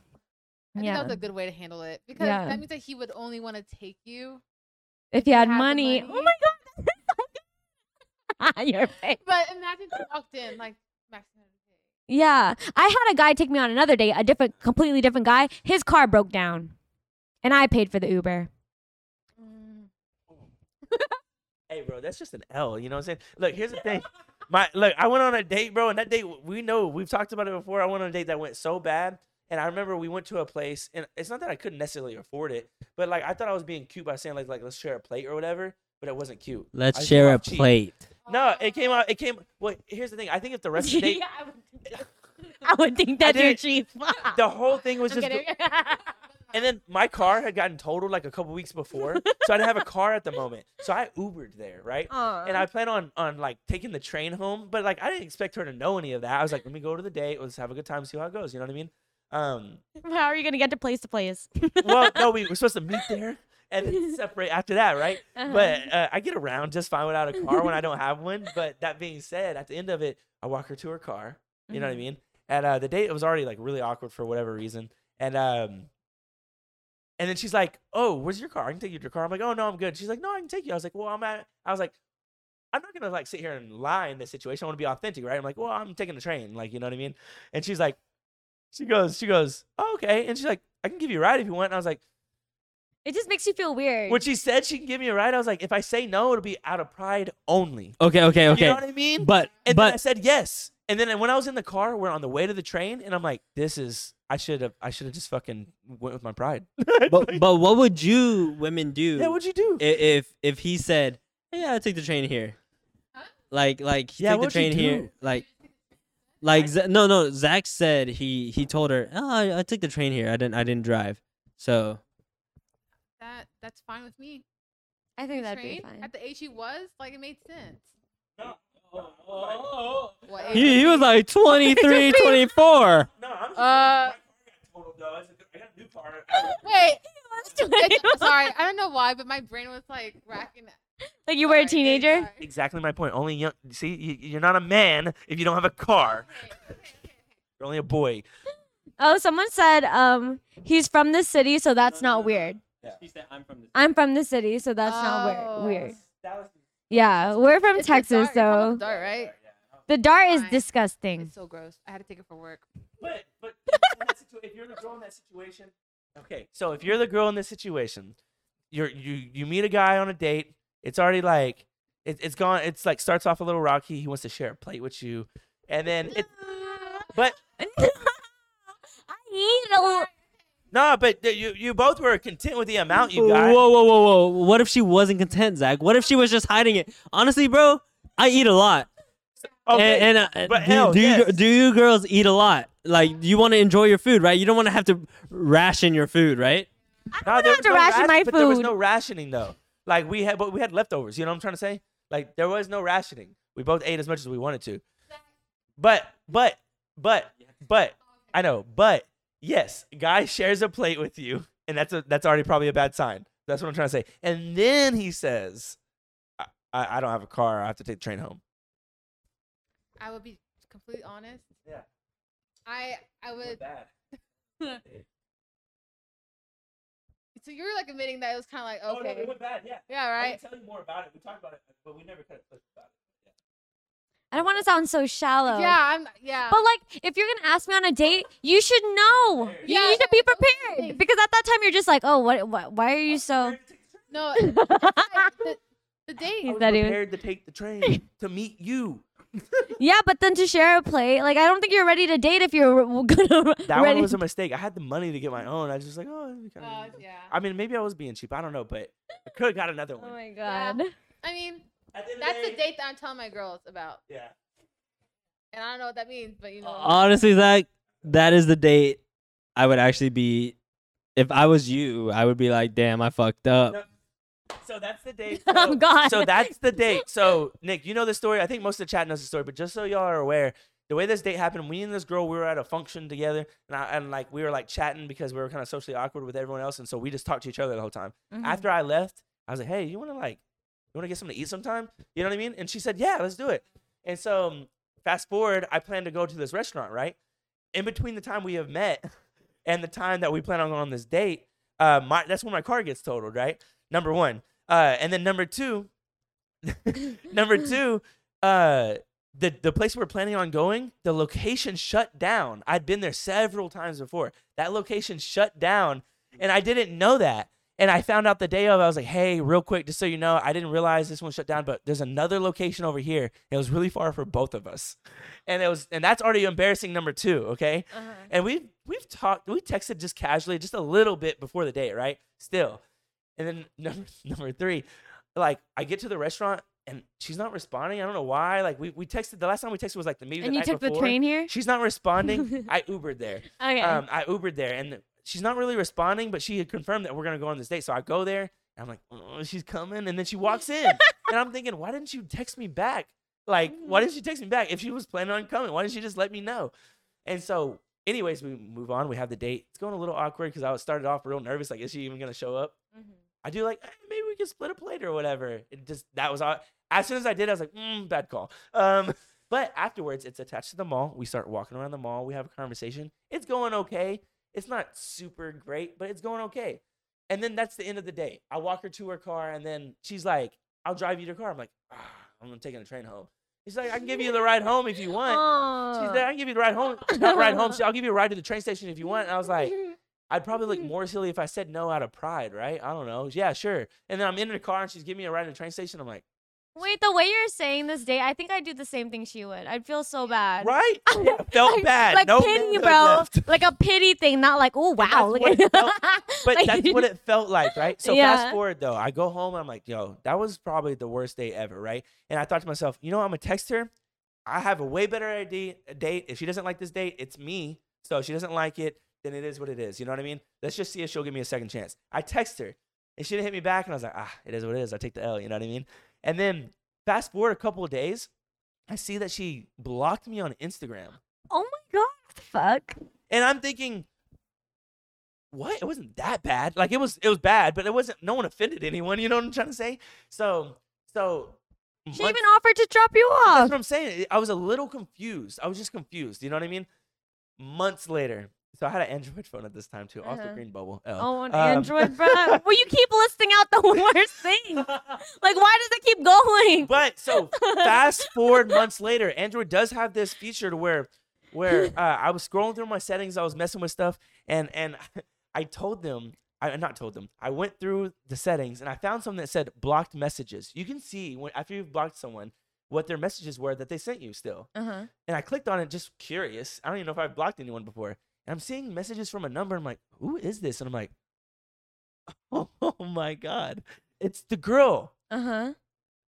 [SPEAKER 4] I think that was a good way to handle it because
[SPEAKER 5] Yeah.
[SPEAKER 4] that means that he would only want to take you.
[SPEAKER 5] if you had
[SPEAKER 4] have the
[SPEAKER 5] money. Oh
[SPEAKER 4] money.
[SPEAKER 5] my god, your face.
[SPEAKER 4] But imagine if you walked in like Max. and Jose.
[SPEAKER 5] Yeah, I had a guy take me on another date, a different, completely different guy. His car broke down, and I paid for the Uber.
[SPEAKER 4] "Mm,
[SPEAKER 7] Hey, bro, that's just an L. You know what I'm saying? Look, here's the thing. My look, I went on a date, bro, and that date we know we've talked about it before. I went on a date that went so bad, and I remember we went to a place, and it's not that I couldn't necessarily afford it, but like I thought I was being cute by saying like like let's share a plate or whatever, but it wasn't cute. I
[SPEAKER 2] Let's
[SPEAKER 7] just
[SPEAKER 2] share
[SPEAKER 7] came
[SPEAKER 2] a
[SPEAKER 7] off cheap.
[SPEAKER 2] plate.
[SPEAKER 7] No, it came out. It came. Wait, here's the thing. I think if the rest of the date,
[SPEAKER 5] Yeah, I, would think that- I would think that's your
[SPEAKER 7] didn't-
[SPEAKER 5] chief.
[SPEAKER 7] the whole thing was just.
[SPEAKER 5] yeah,
[SPEAKER 7] And then my car had gotten totaled like a couple weeks before, so I didn't have a car at the moment. So I Ubered there, right? And I plan on on like taking the train home, but like I didn't expect her to know any of that. I was like, let me go to the date, let's have a good time, see how it goes. You know what I mean? Um,
[SPEAKER 5] How are you gonna get to place to place?
[SPEAKER 7] well, no, we were supposed to meet there and then separate after that, right?
[SPEAKER 5] Uh-huh.
[SPEAKER 7] But uh, I get around just fine without a car when I don't have one. But that being said, at the end of it, I walk her to her car. You
[SPEAKER 5] Mm-hmm.
[SPEAKER 7] know what I mean? And uh, the date it was already like really awkward for whatever reason. And um, and then she's like, "Oh, where's your car? I can take you to your car." I'm like, "Oh no, I'm good." She's like, "No, I can take you." I was like, "Well, I'm at." I was like, "I'm not gonna like sit here and lie in this situation. I want to be authentic, right?" I'm like, "Well, I'm taking the train, like you know what I mean?" And she's like, she goes, she goes, oh, "Okay," and she's like, "I can give you a ride if you want." And I was like.
[SPEAKER 5] it just makes you feel weird.
[SPEAKER 7] When she said she can give me a ride, I was like, if I say no, it'll be out of pride only.
[SPEAKER 2] Okay, okay, okay.
[SPEAKER 7] You know what I mean?
[SPEAKER 2] But
[SPEAKER 7] and then I
[SPEAKER 2] but
[SPEAKER 7] said yes. And then when I was in the car, we're on the way to the train, and I'm like, this is I should have I should have just fucking went with my pride.
[SPEAKER 2] but but what would you women do?
[SPEAKER 7] yeah, what'd you do?
[SPEAKER 2] i- if if he said, "Yeah, I take the train here," like like
[SPEAKER 7] Yeah,
[SPEAKER 2] take the
[SPEAKER 7] what'd you
[SPEAKER 2] train
[SPEAKER 7] do?
[SPEAKER 2] here, like like Z- no no Zach said he he told her, "Oh, I, I took the train here. I didn't I didn't drive." So
[SPEAKER 4] That that's fine with me.
[SPEAKER 5] I think that'd be
[SPEAKER 4] Trained
[SPEAKER 5] fine.
[SPEAKER 4] At the age he was, like it made sense. What age
[SPEAKER 2] he, he was like 23, 24.
[SPEAKER 7] no, I'm just
[SPEAKER 4] Uh,
[SPEAKER 7] I got a new car.
[SPEAKER 4] wait. it's- sorry, I don't know why, but my brain was like racking.
[SPEAKER 5] like you were a
[SPEAKER 4] sorry,
[SPEAKER 5] teenager.
[SPEAKER 4] sorry.
[SPEAKER 7] Exactly my point. Only young see, you, you're not a man if you don't have a car. You're only a boy.
[SPEAKER 5] Oh, someone said um he's from the city, so that's not weird.
[SPEAKER 2] She said, "I'm from the
[SPEAKER 5] I'm from the city, so that's not
[SPEAKER 4] Oh.
[SPEAKER 5] weird. Weird. Yeah, we're from
[SPEAKER 4] It's the
[SPEAKER 5] Texas,
[SPEAKER 4] dart, it's called
[SPEAKER 5] so
[SPEAKER 4] the dart, right?
[SPEAKER 5] the dart is
[SPEAKER 4] Fine.
[SPEAKER 5] disgusting.
[SPEAKER 4] It's so gross. I had to take it for work.
[SPEAKER 7] But but in that situ- if you're the girl in that situation, okay. So if you're the girl in this situation, you're you you meet a guy on a date. It's already like it, it's gone. It's like starts off a little rocky. He wants to share a plate with you, and then it. But
[SPEAKER 5] I need a little.
[SPEAKER 7] no, but th- you you both were content with the amount you
[SPEAKER 2] Whoa,
[SPEAKER 7] got.
[SPEAKER 2] whoa, whoa, whoa! What if she wasn't content, Zach? What if she was just hiding it? Honestly, bro, I eat a lot,
[SPEAKER 7] Okay.
[SPEAKER 2] and, and uh,
[SPEAKER 7] Oh, but
[SPEAKER 2] do,
[SPEAKER 7] hell,
[SPEAKER 2] do you
[SPEAKER 7] yes.
[SPEAKER 2] do you girls eat a lot? Like, you want to enjoy your food, right? You don't want to have to ration your food, right?
[SPEAKER 7] No, there
[SPEAKER 5] have
[SPEAKER 7] was
[SPEAKER 5] to
[SPEAKER 7] no
[SPEAKER 5] ration my
[SPEAKER 7] But there was
[SPEAKER 5] food.
[SPEAKER 7] no rationing though. Like we had, but we had leftovers. You know what I'm trying to say? Like there was no rationing. We both ate as much as we wanted to. But but but but I know. But yes, guy shares a plate with you, and that's a that's already probably a bad sign. That's what I'm trying to say. And then he says, I, I I don't have a car. I have to take the train home.
[SPEAKER 4] I would be completely honest.
[SPEAKER 7] Yeah.
[SPEAKER 4] I I would. So you're like admitting that Oh, it was kind of like
[SPEAKER 7] Oh,
[SPEAKER 4] okay,
[SPEAKER 7] bad. Yeah.
[SPEAKER 4] yeah, right.
[SPEAKER 7] tell you more about it. We talked about it, but we never kind of pushed about it.
[SPEAKER 5] I don't want to sound so shallow.
[SPEAKER 4] Yeah, I'm yeah.
[SPEAKER 5] But like, if you're gonna ask me on a date, you should know. You,
[SPEAKER 4] Yeah.
[SPEAKER 5] you should be
[SPEAKER 4] That's the
[SPEAKER 5] prepared
[SPEAKER 4] thing.
[SPEAKER 5] because at that time you're just like, oh, what, what why are you so?
[SPEAKER 4] no, it's like the, the date.
[SPEAKER 5] He's
[SPEAKER 7] was
[SPEAKER 5] that even-
[SPEAKER 7] prepared to take the train to meet you.
[SPEAKER 5] yeah, but then to share a plate, like I don't think you're ready to date if you're re- gonna.
[SPEAKER 7] That
[SPEAKER 5] ready
[SPEAKER 7] one was a mistake. I had the money to get my own. I was just like, oh, that'd be kinda
[SPEAKER 4] Uh,
[SPEAKER 7] nice."
[SPEAKER 4] yeah.
[SPEAKER 7] I mean, maybe I was being cheap. I don't know, but I could have got another
[SPEAKER 5] Oh
[SPEAKER 7] one.
[SPEAKER 5] my god.
[SPEAKER 4] I mean,
[SPEAKER 7] At end of
[SPEAKER 4] that's the
[SPEAKER 7] day-
[SPEAKER 4] date that I'm telling my girls about,
[SPEAKER 7] Yeah. Uh,
[SPEAKER 4] and I don't know what that means, but you know.
[SPEAKER 2] Honestly, Zach, that is the date I would actually be. If I was you, I would be like, "Damn, I fucked up."
[SPEAKER 7] No. So that's the date.
[SPEAKER 5] Oh
[SPEAKER 7] so-
[SPEAKER 5] god.
[SPEAKER 7] so that's the date. So Nick, you know the story. I think most of the chat knows the story, but just so y'all are aware, the way this date happened, me and this girl, we were at a function together, and I, and like we were like chatting because we were kind of socially awkward with everyone else, and so we just talked to each other the whole time.
[SPEAKER 5] Mhm.
[SPEAKER 7] After I left, I was like, "Hey, you want to like, you want to get something to eat sometime? You know what I mean?" And she said, "Yeah, let's do it." And so um, fast forward, I plan to go to this restaurant, right? In between the time we have met and the time that we plan on going on this date, uh, my that's when my car gets totaled, right? Number one, uh, and then number two, number two, uh, the the place we we're planning on going, the location shut down. I'd been there several times before. That location shut down, and I didn't know that. And I found out the day of. I was like, "Hey, real quick, just so you know, I didn't realize this one shut down, but there's another location over here. It was really far for both of us, and it was, and that's already embarrassing number two, okay?
[SPEAKER 5] Uh-huh.
[SPEAKER 7] And we we've talked, we texted just casually, just a little bit before the date, right? Still, and then number number three, like I get to the restaurant and she's not responding. I don't know why. Like we, we texted the last time we texted was like the maybe the
[SPEAKER 5] and you
[SPEAKER 7] night
[SPEAKER 5] took the
[SPEAKER 7] before.
[SPEAKER 5] train here.
[SPEAKER 7] She's not responding. I Ubered there.
[SPEAKER 5] Okay.
[SPEAKER 7] Um, I Ubered there, and she's not really responding, but she had confirmed that we're gonna go on this date. So I go there, and I'm like, oh, she's coming, and then she walks in, and I'm thinking, why didn't you text me back? Like, why didn't she text me back if she was planning on coming? Why didn't she just let me know? And so, anyways, we move on. We have the date. It's going a little awkward because I was started off real nervous. Like, is she even gonna show up? I do like eh, maybe we can split a plate or whatever. It just that was all. As soon as I did, I was like, mm, bad call. Um, but afterwards, it's attached to the mall. We start walking around the mall. We have a conversation. It's going okay. It's not super great, but it's going okay. And then that's the end of the day. I walk her to her car, and then she's like, "I'll drive you to her car." I'm like, ah, "I'm taking a train home." She's like, "I can give you the ride home if you want." She's like, I can give you the ride home. Not ride home. she- I'll give you a ride to the train station if you want. And I was like, I'd probably look more silly if I said no out of pride, right? I don't know. Yeah, sure. And then I'm in the car and she's giving me a ride to the train station. I'm like,
[SPEAKER 5] Wait, the way you're saying this date, I think I'd do the same thing she would. I'd feel so bad.
[SPEAKER 7] right? Yeah, felt
[SPEAKER 5] Like-
[SPEAKER 7] bad.
[SPEAKER 5] Like
[SPEAKER 7] no
[SPEAKER 5] pity,
[SPEAKER 7] mental
[SPEAKER 5] bro.
[SPEAKER 7] left.
[SPEAKER 5] Like a pity thing, not like, oh wow.
[SPEAKER 7] that's
[SPEAKER 5] look
[SPEAKER 7] what
[SPEAKER 5] at-
[SPEAKER 7] it felt- But
[SPEAKER 5] Like-
[SPEAKER 7] that's what it felt like, right? So
[SPEAKER 5] Yeah.
[SPEAKER 7] fast forward though, I go home and I'm like, yo, that was probably the worst day ever, right? And I thought to myself, you know, I'm gonna text her. I have a way better idea a date. If she doesn't like this date, it's me. So if she doesn't like it, then it is what it is. You know what I mean? Let's just see if she'll give me a second chance. I text her and she didn't hit me back, and I was like, ah, it is what it is. I take the L. You know what I mean? And then fast forward a couple of days, I see that she blocked me on Instagram.
[SPEAKER 5] Oh my god, what the fuck.
[SPEAKER 7] And I'm thinking, what? It wasn't that bad. Like it was, it was bad, but it wasn't. No one offended anyone. You know what I'm trying to say? So, so
[SPEAKER 5] She
[SPEAKER 7] months-
[SPEAKER 5] even offered to drop you
[SPEAKER 7] that's
[SPEAKER 5] off.
[SPEAKER 7] what I'm saying. I was a little confused. I was just confused. You know what I mean? Months later, so I had an Android phone at this time too, also
[SPEAKER 5] Uh-huh.
[SPEAKER 7] green bubble. L.
[SPEAKER 5] Oh, on
[SPEAKER 7] Um,
[SPEAKER 5] Android, bro. well, you keep listing out the worst things. Like, why does it keep going?
[SPEAKER 7] But so fast forward months later, Android does have this feature to where where uh, I was scrolling through my settings, I was messing with stuff, and and I told them, I not told them, I went through the settings and I found something that said blocked messages. You can see when after you've blocked someone what their messages were that they sent you still.
[SPEAKER 5] Uh-huh.
[SPEAKER 7] And I clicked on it just curious. I don't even know if I've blocked anyone before. And I'm seeing messages from a number. I'm like, who is this? And I'm like, oh my God. It's the girl
[SPEAKER 5] Uh-huh.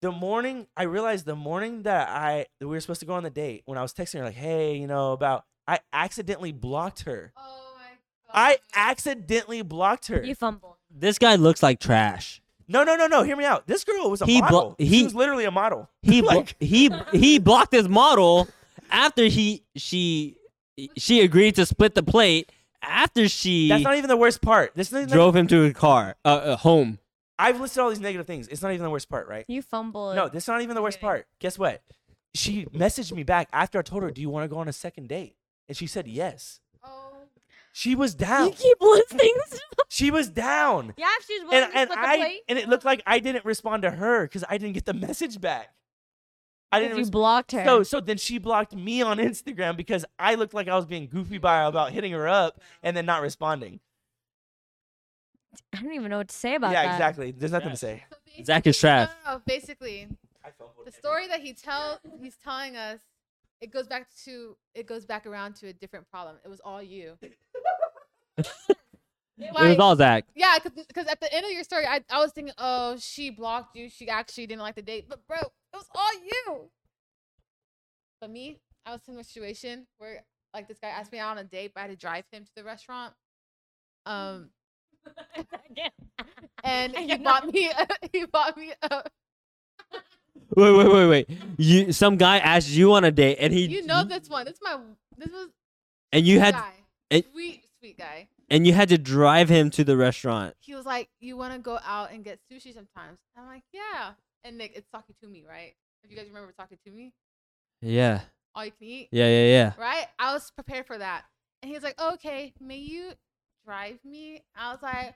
[SPEAKER 7] the morning I realized the morning that I that we were supposed to go on the date when I was texting her like, hey, you know about I accidentally blocked her.
[SPEAKER 4] Oh my god.
[SPEAKER 7] I accidentally blocked her.
[SPEAKER 5] You fumbled.
[SPEAKER 2] This guy looks like trash.
[SPEAKER 7] No, no, no, no. Hear me out. This girl was a
[SPEAKER 2] He blo-
[SPEAKER 7] model.
[SPEAKER 2] he-
[SPEAKER 7] she was literally a model.
[SPEAKER 2] He blo-
[SPEAKER 7] like,
[SPEAKER 2] he he blocked his model after he she she agreed to split the plate after she
[SPEAKER 7] that's not even the worst part. This is
[SPEAKER 2] drove him to a car uh, uh, home.
[SPEAKER 7] I've listed all these negative things. It's not even the worst part, right?
[SPEAKER 5] You fumbled.
[SPEAKER 7] No, this is not even the worst part. Guess what? She messaged me back after I told her, "Do you want to go on a second date?" And she said yes.
[SPEAKER 4] Oh.
[SPEAKER 7] She was
[SPEAKER 5] you
[SPEAKER 7] down.
[SPEAKER 5] keep listing stuff.
[SPEAKER 7] She was down.
[SPEAKER 5] Yeah, if she's willing
[SPEAKER 7] and and I and it looked like I didn't respond to her because I didn't get the message back. I didn't.
[SPEAKER 5] you
[SPEAKER 7] res-
[SPEAKER 5] blocked her.
[SPEAKER 7] so so then she blocked me on Instagram because I looked like I was being goofy by about hitting her up and then not responding.
[SPEAKER 5] I don't even know what to say about
[SPEAKER 7] yeah,
[SPEAKER 5] that.
[SPEAKER 7] exactly. There's nothing to say.
[SPEAKER 4] So
[SPEAKER 2] Zach is
[SPEAKER 4] basically-
[SPEAKER 2] trash.
[SPEAKER 4] No, no, no, basically, the story that he tell he's telling us it goes back to it goes back around to a different problem it was all you
[SPEAKER 2] it was
[SPEAKER 4] Like,
[SPEAKER 2] all Zach.
[SPEAKER 4] yeah because at the end of your story I, I was thinking oh she blocked you she actually didn't like the date but bro it was all you but me i was in a situation where like this guy asked me out on a date but i had to drive him to the restaurant um and he bought me a, he bought me a
[SPEAKER 2] Wait, wait, wait, wait. You some guy asked you on a date, and he
[SPEAKER 4] you know this one this is my this was
[SPEAKER 2] and you had
[SPEAKER 4] guy.
[SPEAKER 2] it-
[SPEAKER 4] sweet, sweet guy.
[SPEAKER 2] and you had to drive him to the restaurant.
[SPEAKER 4] He was like, "You want to go out and get sushi sometimes?" I'm like, "Yeah." And Nick, it's talking to me, right? If you guys remember talking to me,
[SPEAKER 2] Yeah,
[SPEAKER 4] all you can eat,
[SPEAKER 2] yeah, yeah, yeah.
[SPEAKER 4] right? I was prepared for that, and he's like, "Okay, may you drive me?" I was like,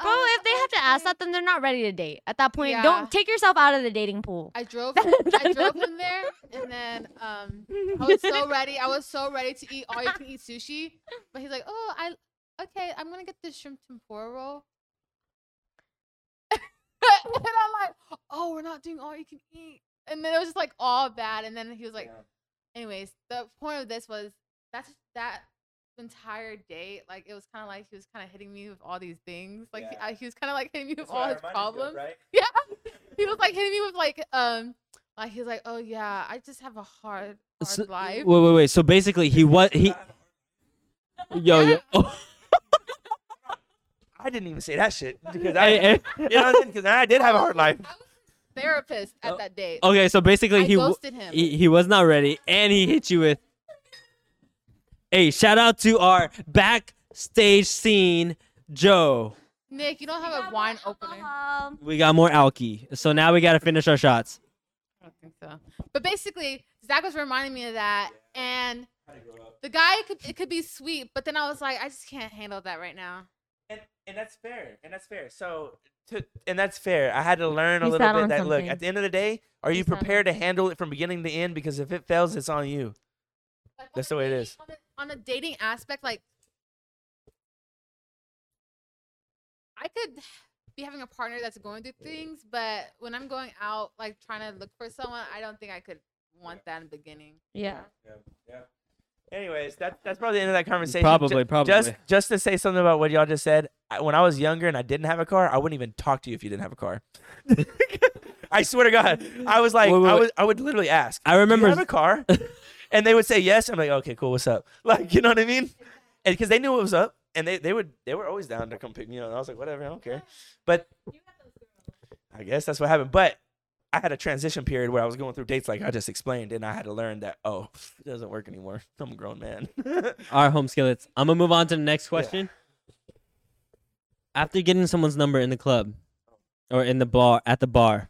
[SPEAKER 5] Bro,
[SPEAKER 4] "Uh,
[SPEAKER 5] if they have to ask
[SPEAKER 4] okay."
[SPEAKER 5] that, then they're not ready to date. At that point,
[SPEAKER 4] Yeah.
[SPEAKER 5] don't take yourself out of the dating pool.
[SPEAKER 4] I drove, I drove him there, and then um, I was so ready. I was so ready to eat all you can eat sushi, but he's like, "Oh, I okay. I'm gonna get the shrimp tempura roll." and I'm like, "Oh, we're not doing all you can eat." And then it was just like all bad. And then he was like, "Anyways, the point of this was that's that entire date. Like it was kind of like he was kind of hitting me with all these things. Like he,
[SPEAKER 7] Yeah.
[SPEAKER 4] I, he was kind of like hitting me with all his problems." he was like hitting me with like um like he's like oh yeah i just have a hard hard
[SPEAKER 2] So-
[SPEAKER 4] life
[SPEAKER 2] Wait, wait, wait. So basically, he what he Oh, yo yo.
[SPEAKER 7] I didn't even say that shit because I,
[SPEAKER 2] Hey, hey.
[SPEAKER 7] you know what I'm saying? 'Cause I did have a hard life.
[SPEAKER 4] i was a therapist at
[SPEAKER 2] Oh,
[SPEAKER 4] that date
[SPEAKER 2] Okay, so basically
[SPEAKER 4] I
[SPEAKER 2] he, w-
[SPEAKER 4] ghosted him.
[SPEAKER 2] he he was not ready, and he hit you with. Hey, shout out to our backstage scene, Joe.
[SPEAKER 4] nick you don't have a wine opener i
[SPEAKER 5] Alcohol.
[SPEAKER 2] We got more alky, so now we gotta finish our shots.
[SPEAKER 4] don't think so but basically zach was reminding me of that and the guy could it could be sweet but then i was like i just can't handle that right now
[SPEAKER 7] and and that's fair and that's fair so to, and that's fair i had to learn a
[SPEAKER 5] You
[SPEAKER 7] little
[SPEAKER 5] sat
[SPEAKER 7] bit
[SPEAKER 5] on
[SPEAKER 7] that look
[SPEAKER 5] something.
[SPEAKER 7] at the end of the day are you,
[SPEAKER 5] You sat on
[SPEAKER 7] prepared to handle it from beginning to end because if it fails it's on you
[SPEAKER 4] Like, on
[SPEAKER 7] That's
[SPEAKER 4] a
[SPEAKER 7] the way it
[SPEAKER 4] dating-
[SPEAKER 7] is.
[SPEAKER 4] on a- on a dating aspect like i could be having a partner that's going through things but when i'm going out like trying to look for someone i don't think i could want that in the beginning
[SPEAKER 5] Yeah.
[SPEAKER 7] yeah, anyways that, that's probably the end of that conversation Ju-
[SPEAKER 2] Probably, probably.
[SPEAKER 7] just just to say something about what y'all just said I, when i was younger and i didn't have a car i wouldn't even talk to you if you didn't have a car i swear to god i was like
[SPEAKER 2] Wait, wait,
[SPEAKER 7] I,
[SPEAKER 2] wait.
[SPEAKER 7] was, I would literally ask
[SPEAKER 2] I remember
[SPEAKER 7] Do you have a car? and they would say yes. I'm like, okay, cool. What's up? Like, you know what I mean? And because they knew what was up, and they, they would they were always down to come pick me up. And I was like, whatever, I don't care. But I guess that's what happened. But I had a transition period where I was going through dates, like I just explained, and I had to learn that oh, it doesn't work anymore. I'm a grown man.
[SPEAKER 2] our home skillets. I'm gonna move on to the next question. After getting someone's number in the club, or in the bar at the bar,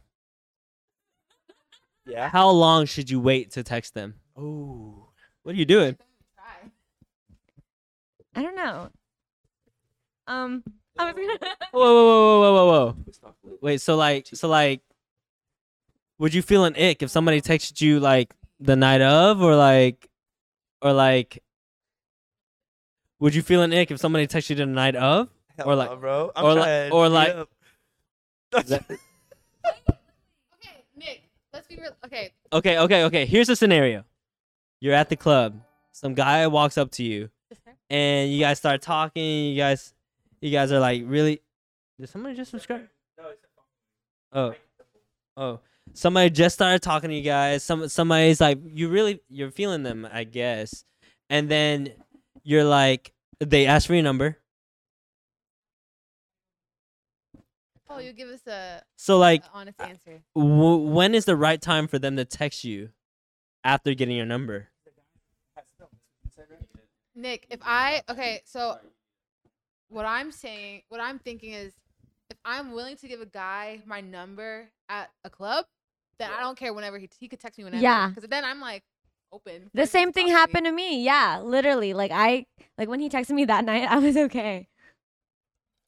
[SPEAKER 7] yeah.
[SPEAKER 2] how long should you wait to text them? Oh.
[SPEAKER 7] Ooh.
[SPEAKER 2] What are you doing?
[SPEAKER 4] Try.
[SPEAKER 5] I don't know. Um, I'm-
[SPEAKER 2] Whoa, whoa, whoa, whoa, whoa, whoa, whoa. Wait, so like, so like, would you feel an ick if somebody texted you like the night of, or like, or like, would you feel an ick if somebody texted you the night of?
[SPEAKER 7] Hell
[SPEAKER 2] Or like-
[SPEAKER 7] no, bro. I'm
[SPEAKER 2] or like-
[SPEAKER 7] trying
[SPEAKER 2] or
[SPEAKER 7] to
[SPEAKER 2] like-
[SPEAKER 7] be up.
[SPEAKER 4] okay nick let's be real okay
[SPEAKER 2] Okay, okay, okay. Here's a scenario. You're at the club. Some guy walks up to you, and you guys start talking. You guys, you guys are like really. Did somebody just subscribe? Oh, oh. Somebody just started talking to you guys. Some somebody's like, you really, you're feeling them, I guess. And then you're like, they ask for your number.
[SPEAKER 4] oh you give us a
[SPEAKER 2] So like,
[SPEAKER 4] a honest answer
[SPEAKER 2] w- when is the right time for them to text you after getting your number?
[SPEAKER 4] nick if i okay so what i'm saying what i'm thinking is if i'm willing to give a guy my number at a club then i don't care whenever he, he could text me whenever
[SPEAKER 5] Yeah.
[SPEAKER 4] because then i'm like open
[SPEAKER 5] the
[SPEAKER 4] for him
[SPEAKER 5] same
[SPEAKER 4] to
[SPEAKER 5] thing
[SPEAKER 4] talk to me.
[SPEAKER 5] happened to me. Yeah, literally. Like I, like when he texted me that night, I was okay.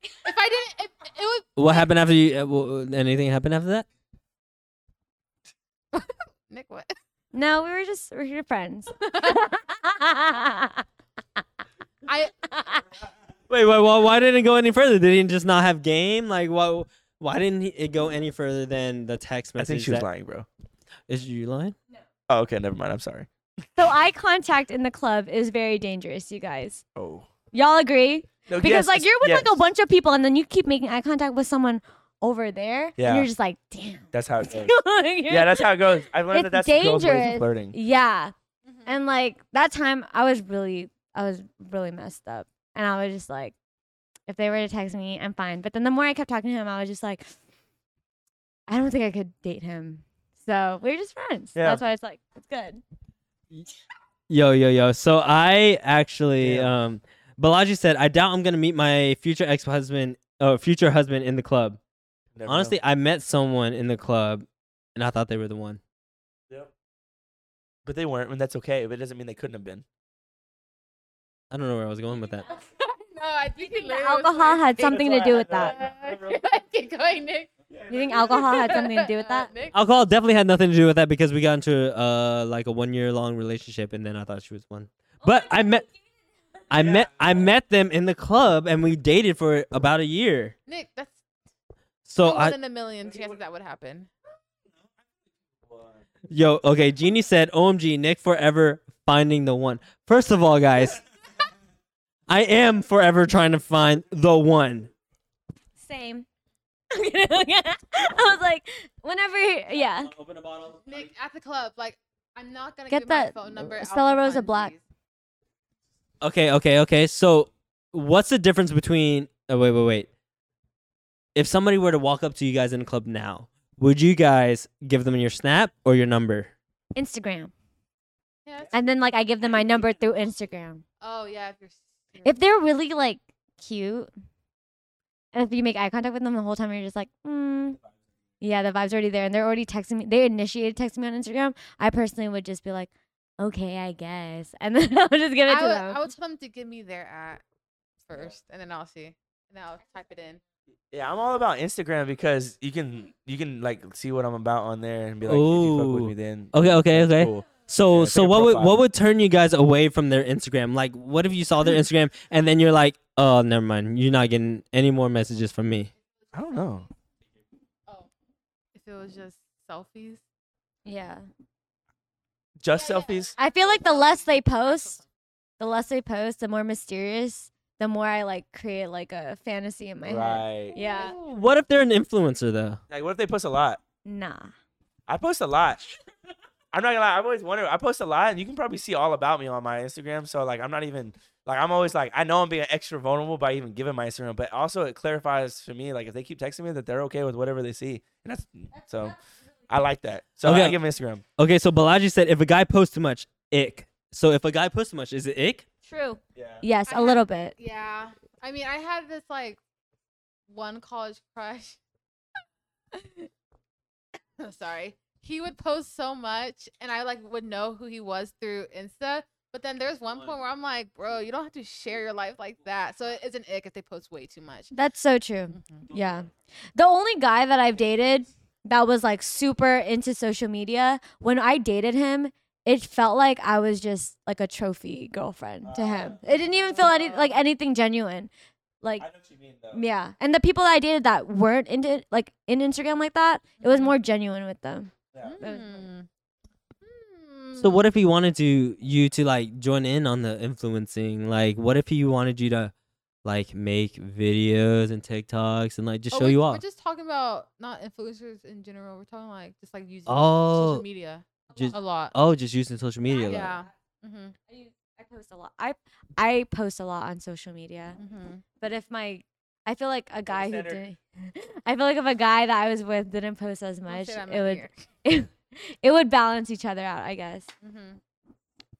[SPEAKER 4] if i didn't if, it would
[SPEAKER 2] What happened after you? Uh, w- anything happened after that?
[SPEAKER 4] nick what
[SPEAKER 5] No, we were just we're your friends.
[SPEAKER 4] i
[SPEAKER 2] Wait, why, why, why didn't it go any further? Did he just not have game? Like, what? Why didn't he, it go any further than the text
[SPEAKER 7] I
[SPEAKER 2] message?
[SPEAKER 7] think she was
[SPEAKER 2] that-
[SPEAKER 7] lying, bro.
[SPEAKER 2] Is you lying?
[SPEAKER 7] Oh, okay, never mind. I'm sorry.
[SPEAKER 5] So eye contact in the club is very dangerous, you guys.
[SPEAKER 7] Oh.
[SPEAKER 5] Y'all agree?
[SPEAKER 7] No,
[SPEAKER 5] Because
[SPEAKER 7] yes,
[SPEAKER 5] like you're with like a
[SPEAKER 7] yes.
[SPEAKER 5] bunch of people and then you keep making eye contact with someone over there.
[SPEAKER 7] Yeah.
[SPEAKER 5] And you're just like, damn.
[SPEAKER 7] That's how it goes.
[SPEAKER 5] Like,
[SPEAKER 7] yeah, that's how it goes. I've learned that
[SPEAKER 5] It's
[SPEAKER 7] that's the girls' ways
[SPEAKER 5] dangerous.
[SPEAKER 7] of flirting.
[SPEAKER 5] Yeah.
[SPEAKER 4] Mm-hmm.
[SPEAKER 5] And like that time I was really I was really messed up. And I was just like, if they were to text me, I'm fine. But then the more I kept talking to him, I was just like, I don't think I could date him. So we are just friends.
[SPEAKER 7] Yeah.
[SPEAKER 5] That's why it's like, it's good.
[SPEAKER 2] Yo, yo, yo. So I actually,
[SPEAKER 7] Yeah.
[SPEAKER 2] um, Balaji said, I doubt I'm gonna meet my future ex husband, or future husband in the club.
[SPEAKER 7] Never know.
[SPEAKER 2] Honestly, I met someone in the club, and I thought they were the one.
[SPEAKER 7] but they weren't, and that's okay. But it doesn't mean they couldn't have been.
[SPEAKER 2] I don't know where I was going with that.
[SPEAKER 4] no, I think it
[SPEAKER 5] The
[SPEAKER 4] literally was
[SPEAKER 5] alcohol
[SPEAKER 4] like-
[SPEAKER 5] had something to do with
[SPEAKER 7] That's
[SPEAKER 5] that.
[SPEAKER 7] why I had
[SPEAKER 4] Uh, Keep going, Nick. Uh,
[SPEAKER 5] You think alcohol had something to do with that?
[SPEAKER 4] Nick?
[SPEAKER 2] Alcohol definitely had nothing to do with that because we got into uh like a one year long relationship, and then I thought she was one. But I met, I met, I met them in the club, and we dated for about a year.
[SPEAKER 4] Nick, that's
[SPEAKER 2] So
[SPEAKER 4] one
[SPEAKER 2] I,
[SPEAKER 4] in a million chance that would happen.
[SPEAKER 2] Yo, okay, Jeannie said, OMG, Nick forever finding the one. First of all, guys, I am forever trying to find the one.
[SPEAKER 5] Same. I was like, whenever, yeah.
[SPEAKER 2] Open a bottle.
[SPEAKER 4] Nick at the club, like I'm not gonna
[SPEAKER 5] Get
[SPEAKER 4] give
[SPEAKER 5] that
[SPEAKER 4] my phone number. out
[SPEAKER 5] Stella
[SPEAKER 4] for
[SPEAKER 5] Rosa Black.
[SPEAKER 4] funsies.
[SPEAKER 2] Okay, okay, okay. So, what's the difference between. Oh, wait, wait, wait. If somebody were to walk up to you guys in the club now, would you guys give them your snap or your number?
[SPEAKER 5] Instagram.
[SPEAKER 4] Yeah, that's-
[SPEAKER 5] And then like I give them my number through Instagram.
[SPEAKER 4] oh yeah, if you're. serious.
[SPEAKER 5] If they're really like cute, and if you make eye contact with them the whole time, you're just like, mm. yeah, the vibe's already there, and they're already texting me. They initiated texting me on Instagram. I personally would just be like, okay, I guess, and then I'll just give it
[SPEAKER 4] I
[SPEAKER 5] to
[SPEAKER 4] would,
[SPEAKER 5] them.
[SPEAKER 4] I would tell them to give me their at first, and then I'll see, and then I'll type it in.
[SPEAKER 7] Yeah, I'm all about Instagram because you can you can like see what I'm about on there and be like, if you fuck with
[SPEAKER 2] Ooh.
[SPEAKER 7] me, then
[SPEAKER 2] Okay, okay,
[SPEAKER 7] it's
[SPEAKER 2] okay.
[SPEAKER 7] cool.
[SPEAKER 2] So,
[SPEAKER 7] Yeah,
[SPEAKER 2] so
[SPEAKER 7] take a
[SPEAKER 2] what would
[SPEAKER 7] profile.
[SPEAKER 2] what would turn you guys away from their Instagram? Like, what if you saw
[SPEAKER 7] Hmm.
[SPEAKER 2] their Instagram and then you're like, "Oh, never mind, you're not getting any more messages from me."
[SPEAKER 7] I don't know.
[SPEAKER 4] Oh, if it was just selfies.
[SPEAKER 5] yeah,
[SPEAKER 7] Just
[SPEAKER 4] Yeah, yeah.
[SPEAKER 7] selfies.
[SPEAKER 5] I feel like the less they post, the less they post, the more mysterious, the more I like create like a fantasy in my head.
[SPEAKER 7] Right.
[SPEAKER 5] Yeah,
[SPEAKER 2] What if they're an influencer though?
[SPEAKER 7] Like, what if they post a lot?
[SPEAKER 5] nah.
[SPEAKER 7] I post a lot. I'm not gonna lie. I've always wondered. I post a lot, and you can probably see all about me on my Instagram. So like, I'm not even like I'm always like I know I'm being extra vulnerable by even giving my Instagram, but also it clarifies for me like if they keep texting me that they're okay with whatever they see, and that's so I like that. So
[SPEAKER 2] Okay.
[SPEAKER 7] I give 'em Instagram.
[SPEAKER 2] Okay, so Balaji said if a guy posts too much, ick. So if a guy posts too much, is it ick?
[SPEAKER 5] True.
[SPEAKER 7] Yeah.
[SPEAKER 5] Yes,
[SPEAKER 4] I
[SPEAKER 5] a
[SPEAKER 4] had-
[SPEAKER 5] little bit.
[SPEAKER 4] Yeah. I mean, I had this like one college crush. Oh, Sorry. He would post so much and I like would know who he was through Insta. But then there's one point where I'm like, bro, you don't have to share your life like that. So it is an ick if they post way too much.
[SPEAKER 5] That's so true.
[SPEAKER 4] Mm-hmm.
[SPEAKER 5] Yeah. The only guy that I've dated that was like super into social media, when I dated him, it felt like I was just like a trophy girlfriend to him. It didn't even feel any like anything genuine. Like
[SPEAKER 7] what you mean though.
[SPEAKER 5] yeah. And the people that I dated that weren't into like in Instagram like that, it was more genuine with them.
[SPEAKER 4] Mm.
[SPEAKER 2] So what if he wanted to you to like join in on the influencing? Like, what if he wanted you to like make videos and TikToks and like just
[SPEAKER 4] Oh,
[SPEAKER 2] show
[SPEAKER 4] we're,
[SPEAKER 2] you
[SPEAKER 4] we're
[SPEAKER 2] off?
[SPEAKER 4] just talking about not influencers in general. We're talking like just like using
[SPEAKER 2] Oh.
[SPEAKER 4] social media
[SPEAKER 2] Just-
[SPEAKER 4] a lot.
[SPEAKER 2] oh, just using social media. like-
[SPEAKER 4] yeah. Mm-hmm.
[SPEAKER 5] I post a lot. I I post a lot on social media.
[SPEAKER 4] Mm-hmm.
[SPEAKER 5] But if my I feel like a guy who
[SPEAKER 7] standard.
[SPEAKER 5] did I feel like if a guy that I was with didn't post as much, it would
[SPEAKER 4] Here.
[SPEAKER 5] it, it would balance each other out, I guess.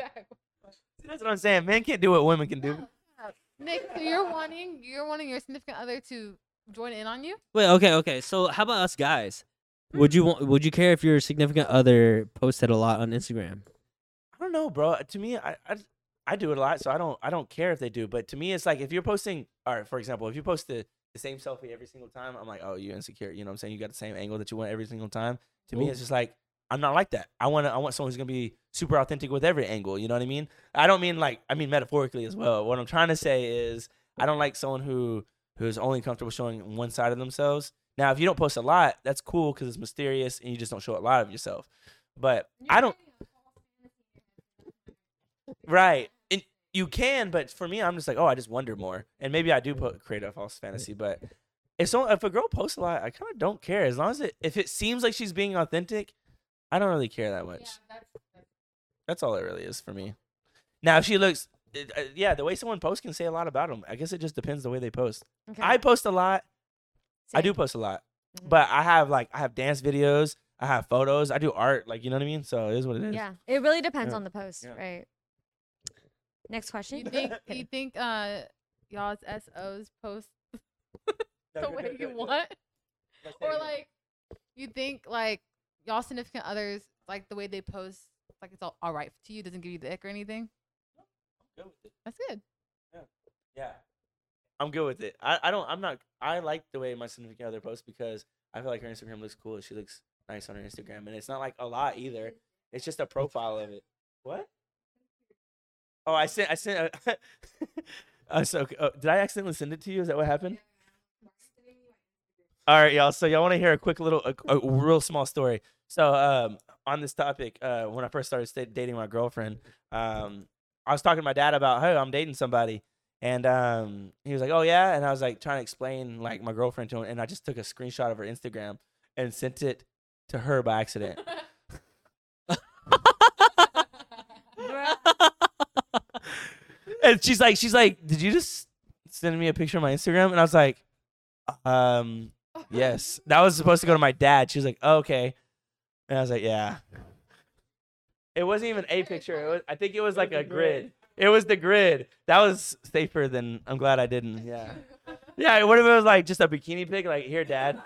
[SPEAKER 4] Mm-hmm.
[SPEAKER 7] That's what I'm saying. Men can't do what women can do.
[SPEAKER 4] Nick, so you're wanting you're wanting your significant other to join in on you?
[SPEAKER 2] Wait, okay, okay. So how about us guys? Would
[SPEAKER 4] Mm.
[SPEAKER 2] you want? Would you care if your significant other posted a lot on Instagram?
[SPEAKER 7] I don't know, bro. To me, I, I I do it a lot, so I don't I don't care if they do. But to me, it's like if you're posting, all right, for example, if you post the, the same selfie every single time, I'm like, oh, you're insecure. You know what I'm saying? You got the same angle that you want every single time. To me,
[SPEAKER 2] Ooh.
[SPEAKER 7] it's just like I'm not like that. I want to I want someone who's gonna be super authentic with every angle. You know what I mean? I don't mean like I mean metaphorically as well. What I'm trying to say is I don't like someone who who's only comfortable showing one side of themselves. Now, if you don't post a lot, that's cool because it's mysterious and you just don't show a lot of yourself. But I don't. Right. And you can, but for me, I'm just like, oh, I just wonder more. And maybe I do po- create a false fantasy, but if so, if a girl posts a lot, I kind of don't care. As long as it, if it seems like she's being authentic, I don't really care that much. that's all it really is for me. Now, if she looks, it, uh, yeah, the way someone posts can say a lot about them. I guess it just depends the way they post.
[SPEAKER 5] Okay.
[SPEAKER 7] I post a lot. I do
[SPEAKER 5] Same.
[SPEAKER 7] post a lot,
[SPEAKER 5] Mhm.
[SPEAKER 7] but I have like I have dance videos, I have photos, I do art. Like you know what I mean. So it is what it is.
[SPEAKER 5] Yeah, it really depends
[SPEAKER 7] Yeah.
[SPEAKER 5] on the post,
[SPEAKER 7] Yeah.
[SPEAKER 5] right? Next
[SPEAKER 4] Do
[SPEAKER 5] question.
[SPEAKER 4] you think do you
[SPEAKER 5] Kidding.
[SPEAKER 4] think uh y'all's SOs post the way you want? Or like you think like y'all significant others like the way they post like it's all all right to you doesn't give you the ick or anything? That's good.
[SPEAKER 7] Yeah. I'm good with it. I, I don't I'm not I like the way my significant other posts because I feel like her Instagram looks cool. She looks nice on her Instagram and it's not like a lot either. It's just a profile of it. What? Oh, I sent I sent a uh, so uh, did I accidentally send it to you? Is that what happened? All right, y'all. So y'all want to hear a quick little a, a real small story. So um on this topic, uh when I first started sta- dating my girlfriend, um I was talking to my dad about, "Hey, I'm dating somebody." And um, he was like, "Oh yeah," and I was like trying to explain like my girlfriend to him, and I just took a screenshot of her Instagram and sent it to her by accident. and she's like, she's like, "Did you just send me a picture of my Instagram?" And I was like, "Um, yes." That was supposed to go to my dad. She was like, oh, "Okay," and I was like, "Yeah." It wasn't even a picture. It was, I think it was like a grid. It was the grid. That was safer than. I'm glad I didn't. Yeah. Yeah, what if it was like just a bikini pic, like here, dad?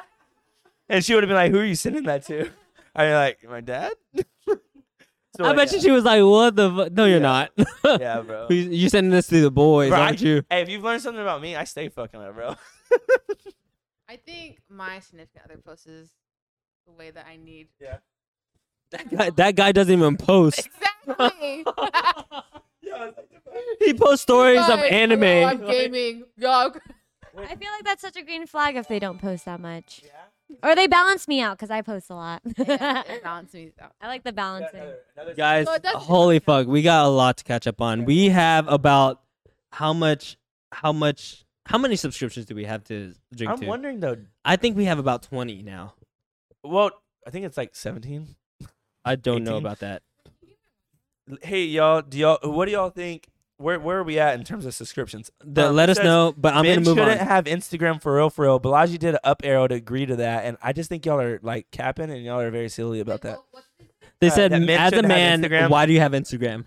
[SPEAKER 7] And she would have been like, "Who are you sending that to?" I'm like, "My dad." So,
[SPEAKER 2] I
[SPEAKER 7] like,
[SPEAKER 2] bet
[SPEAKER 7] yeah.
[SPEAKER 2] you she was like, "What the? Fu-? No, you're
[SPEAKER 7] Yeah.
[SPEAKER 2] not.
[SPEAKER 7] Yeah, bro.
[SPEAKER 2] You- You're sending this to the boys,
[SPEAKER 7] Bro, I-
[SPEAKER 2] aren't you?
[SPEAKER 7] Hey, if you've learned something about me, I stay fucking up, bro.
[SPEAKER 4] I think my significant other posts is the way that I need.
[SPEAKER 2] That guy, that guy doesn't even post.
[SPEAKER 4] Exactly.
[SPEAKER 2] He posts stories of anime.
[SPEAKER 4] Yo, I'm gaming. Yo,
[SPEAKER 5] I feel like that's such a green flag if they don't post that much. Or they balance me out because I post a lot.
[SPEAKER 4] yeah, it balanced me out.
[SPEAKER 5] I like the balancing.
[SPEAKER 2] Guys,
[SPEAKER 4] Well, that's-
[SPEAKER 2] holy fuck, we got a lot to catch up on. We have about how much, how much, how many subscriptions do we have to drink
[SPEAKER 7] I'm
[SPEAKER 2] to?
[SPEAKER 7] wondering though.
[SPEAKER 2] I think we have about twenty now.
[SPEAKER 7] Well, I think it's like 17.
[SPEAKER 2] I don't know
[SPEAKER 7] 18?
[SPEAKER 2] about that.
[SPEAKER 7] Hey, y'all. Do y'all? What do y'all think? Where Where are we at in terms of subscriptions?
[SPEAKER 2] The,
[SPEAKER 7] Um,
[SPEAKER 2] let
[SPEAKER 7] it
[SPEAKER 2] us
[SPEAKER 7] says,
[SPEAKER 2] know, but I'm
[SPEAKER 7] men
[SPEAKER 2] gonna move
[SPEAKER 7] shouldn't
[SPEAKER 2] on.
[SPEAKER 7] have Instagram for real, for real. Balaji did an up arrow to agree to that, and I just think y'all are like capping, and y'all are very silly about that.
[SPEAKER 2] They
[SPEAKER 7] uh,
[SPEAKER 2] said,
[SPEAKER 7] that men
[SPEAKER 2] as a
[SPEAKER 7] shouldn't have
[SPEAKER 2] man,
[SPEAKER 7] Instagram."
[SPEAKER 2] why do you have Instagram?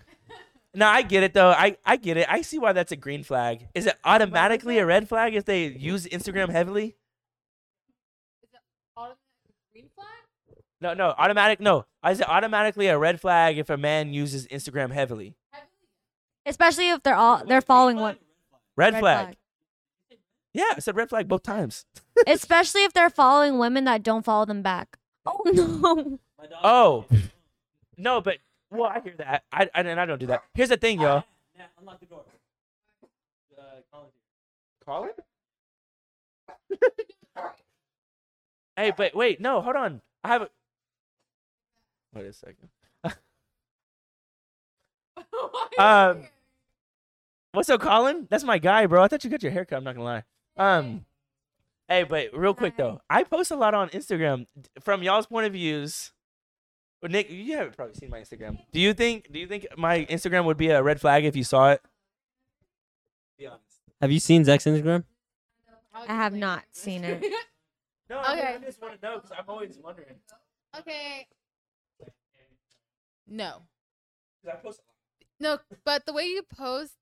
[SPEAKER 7] No, I get it though. I, I get it. I see why that's a green flag. Is it automatically a red flag if they use Instagram heavily? No, no, automatic. No, is it automatically a red flag if a man uses Instagram heavily?
[SPEAKER 5] Especially if they're all they're following one
[SPEAKER 7] Red, flag. Yeah, I said red flag both times.
[SPEAKER 5] Especially if they're following women that don't follow them back. Oh no.
[SPEAKER 7] Oh, no, but well, I hear that. I, I and I don't do that. Here's the thing, y'all. Colin? hey, but wait, no, hold on. I have a. Wait a second. um, what's up, Colin? That's my guy, bro. I thought you got your haircut. I'm not gonna lie. Um, hey, but real quick though, I post a lot on Instagram. D- From y'all's point of views, well, Nick, you haven't probably seen my Instagram. Do you think? Do you think my Instagram would be a red flag if you saw it?
[SPEAKER 2] Have you seen Zach's Instagram?
[SPEAKER 5] I have not seen it.
[SPEAKER 7] No,
[SPEAKER 4] I mean, I Okay.
[SPEAKER 7] just want to know because I'm always wondering.
[SPEAKER 4] okay. No.
[SPEAKER 7] I post
[SPEAKER 4] No, but the way you post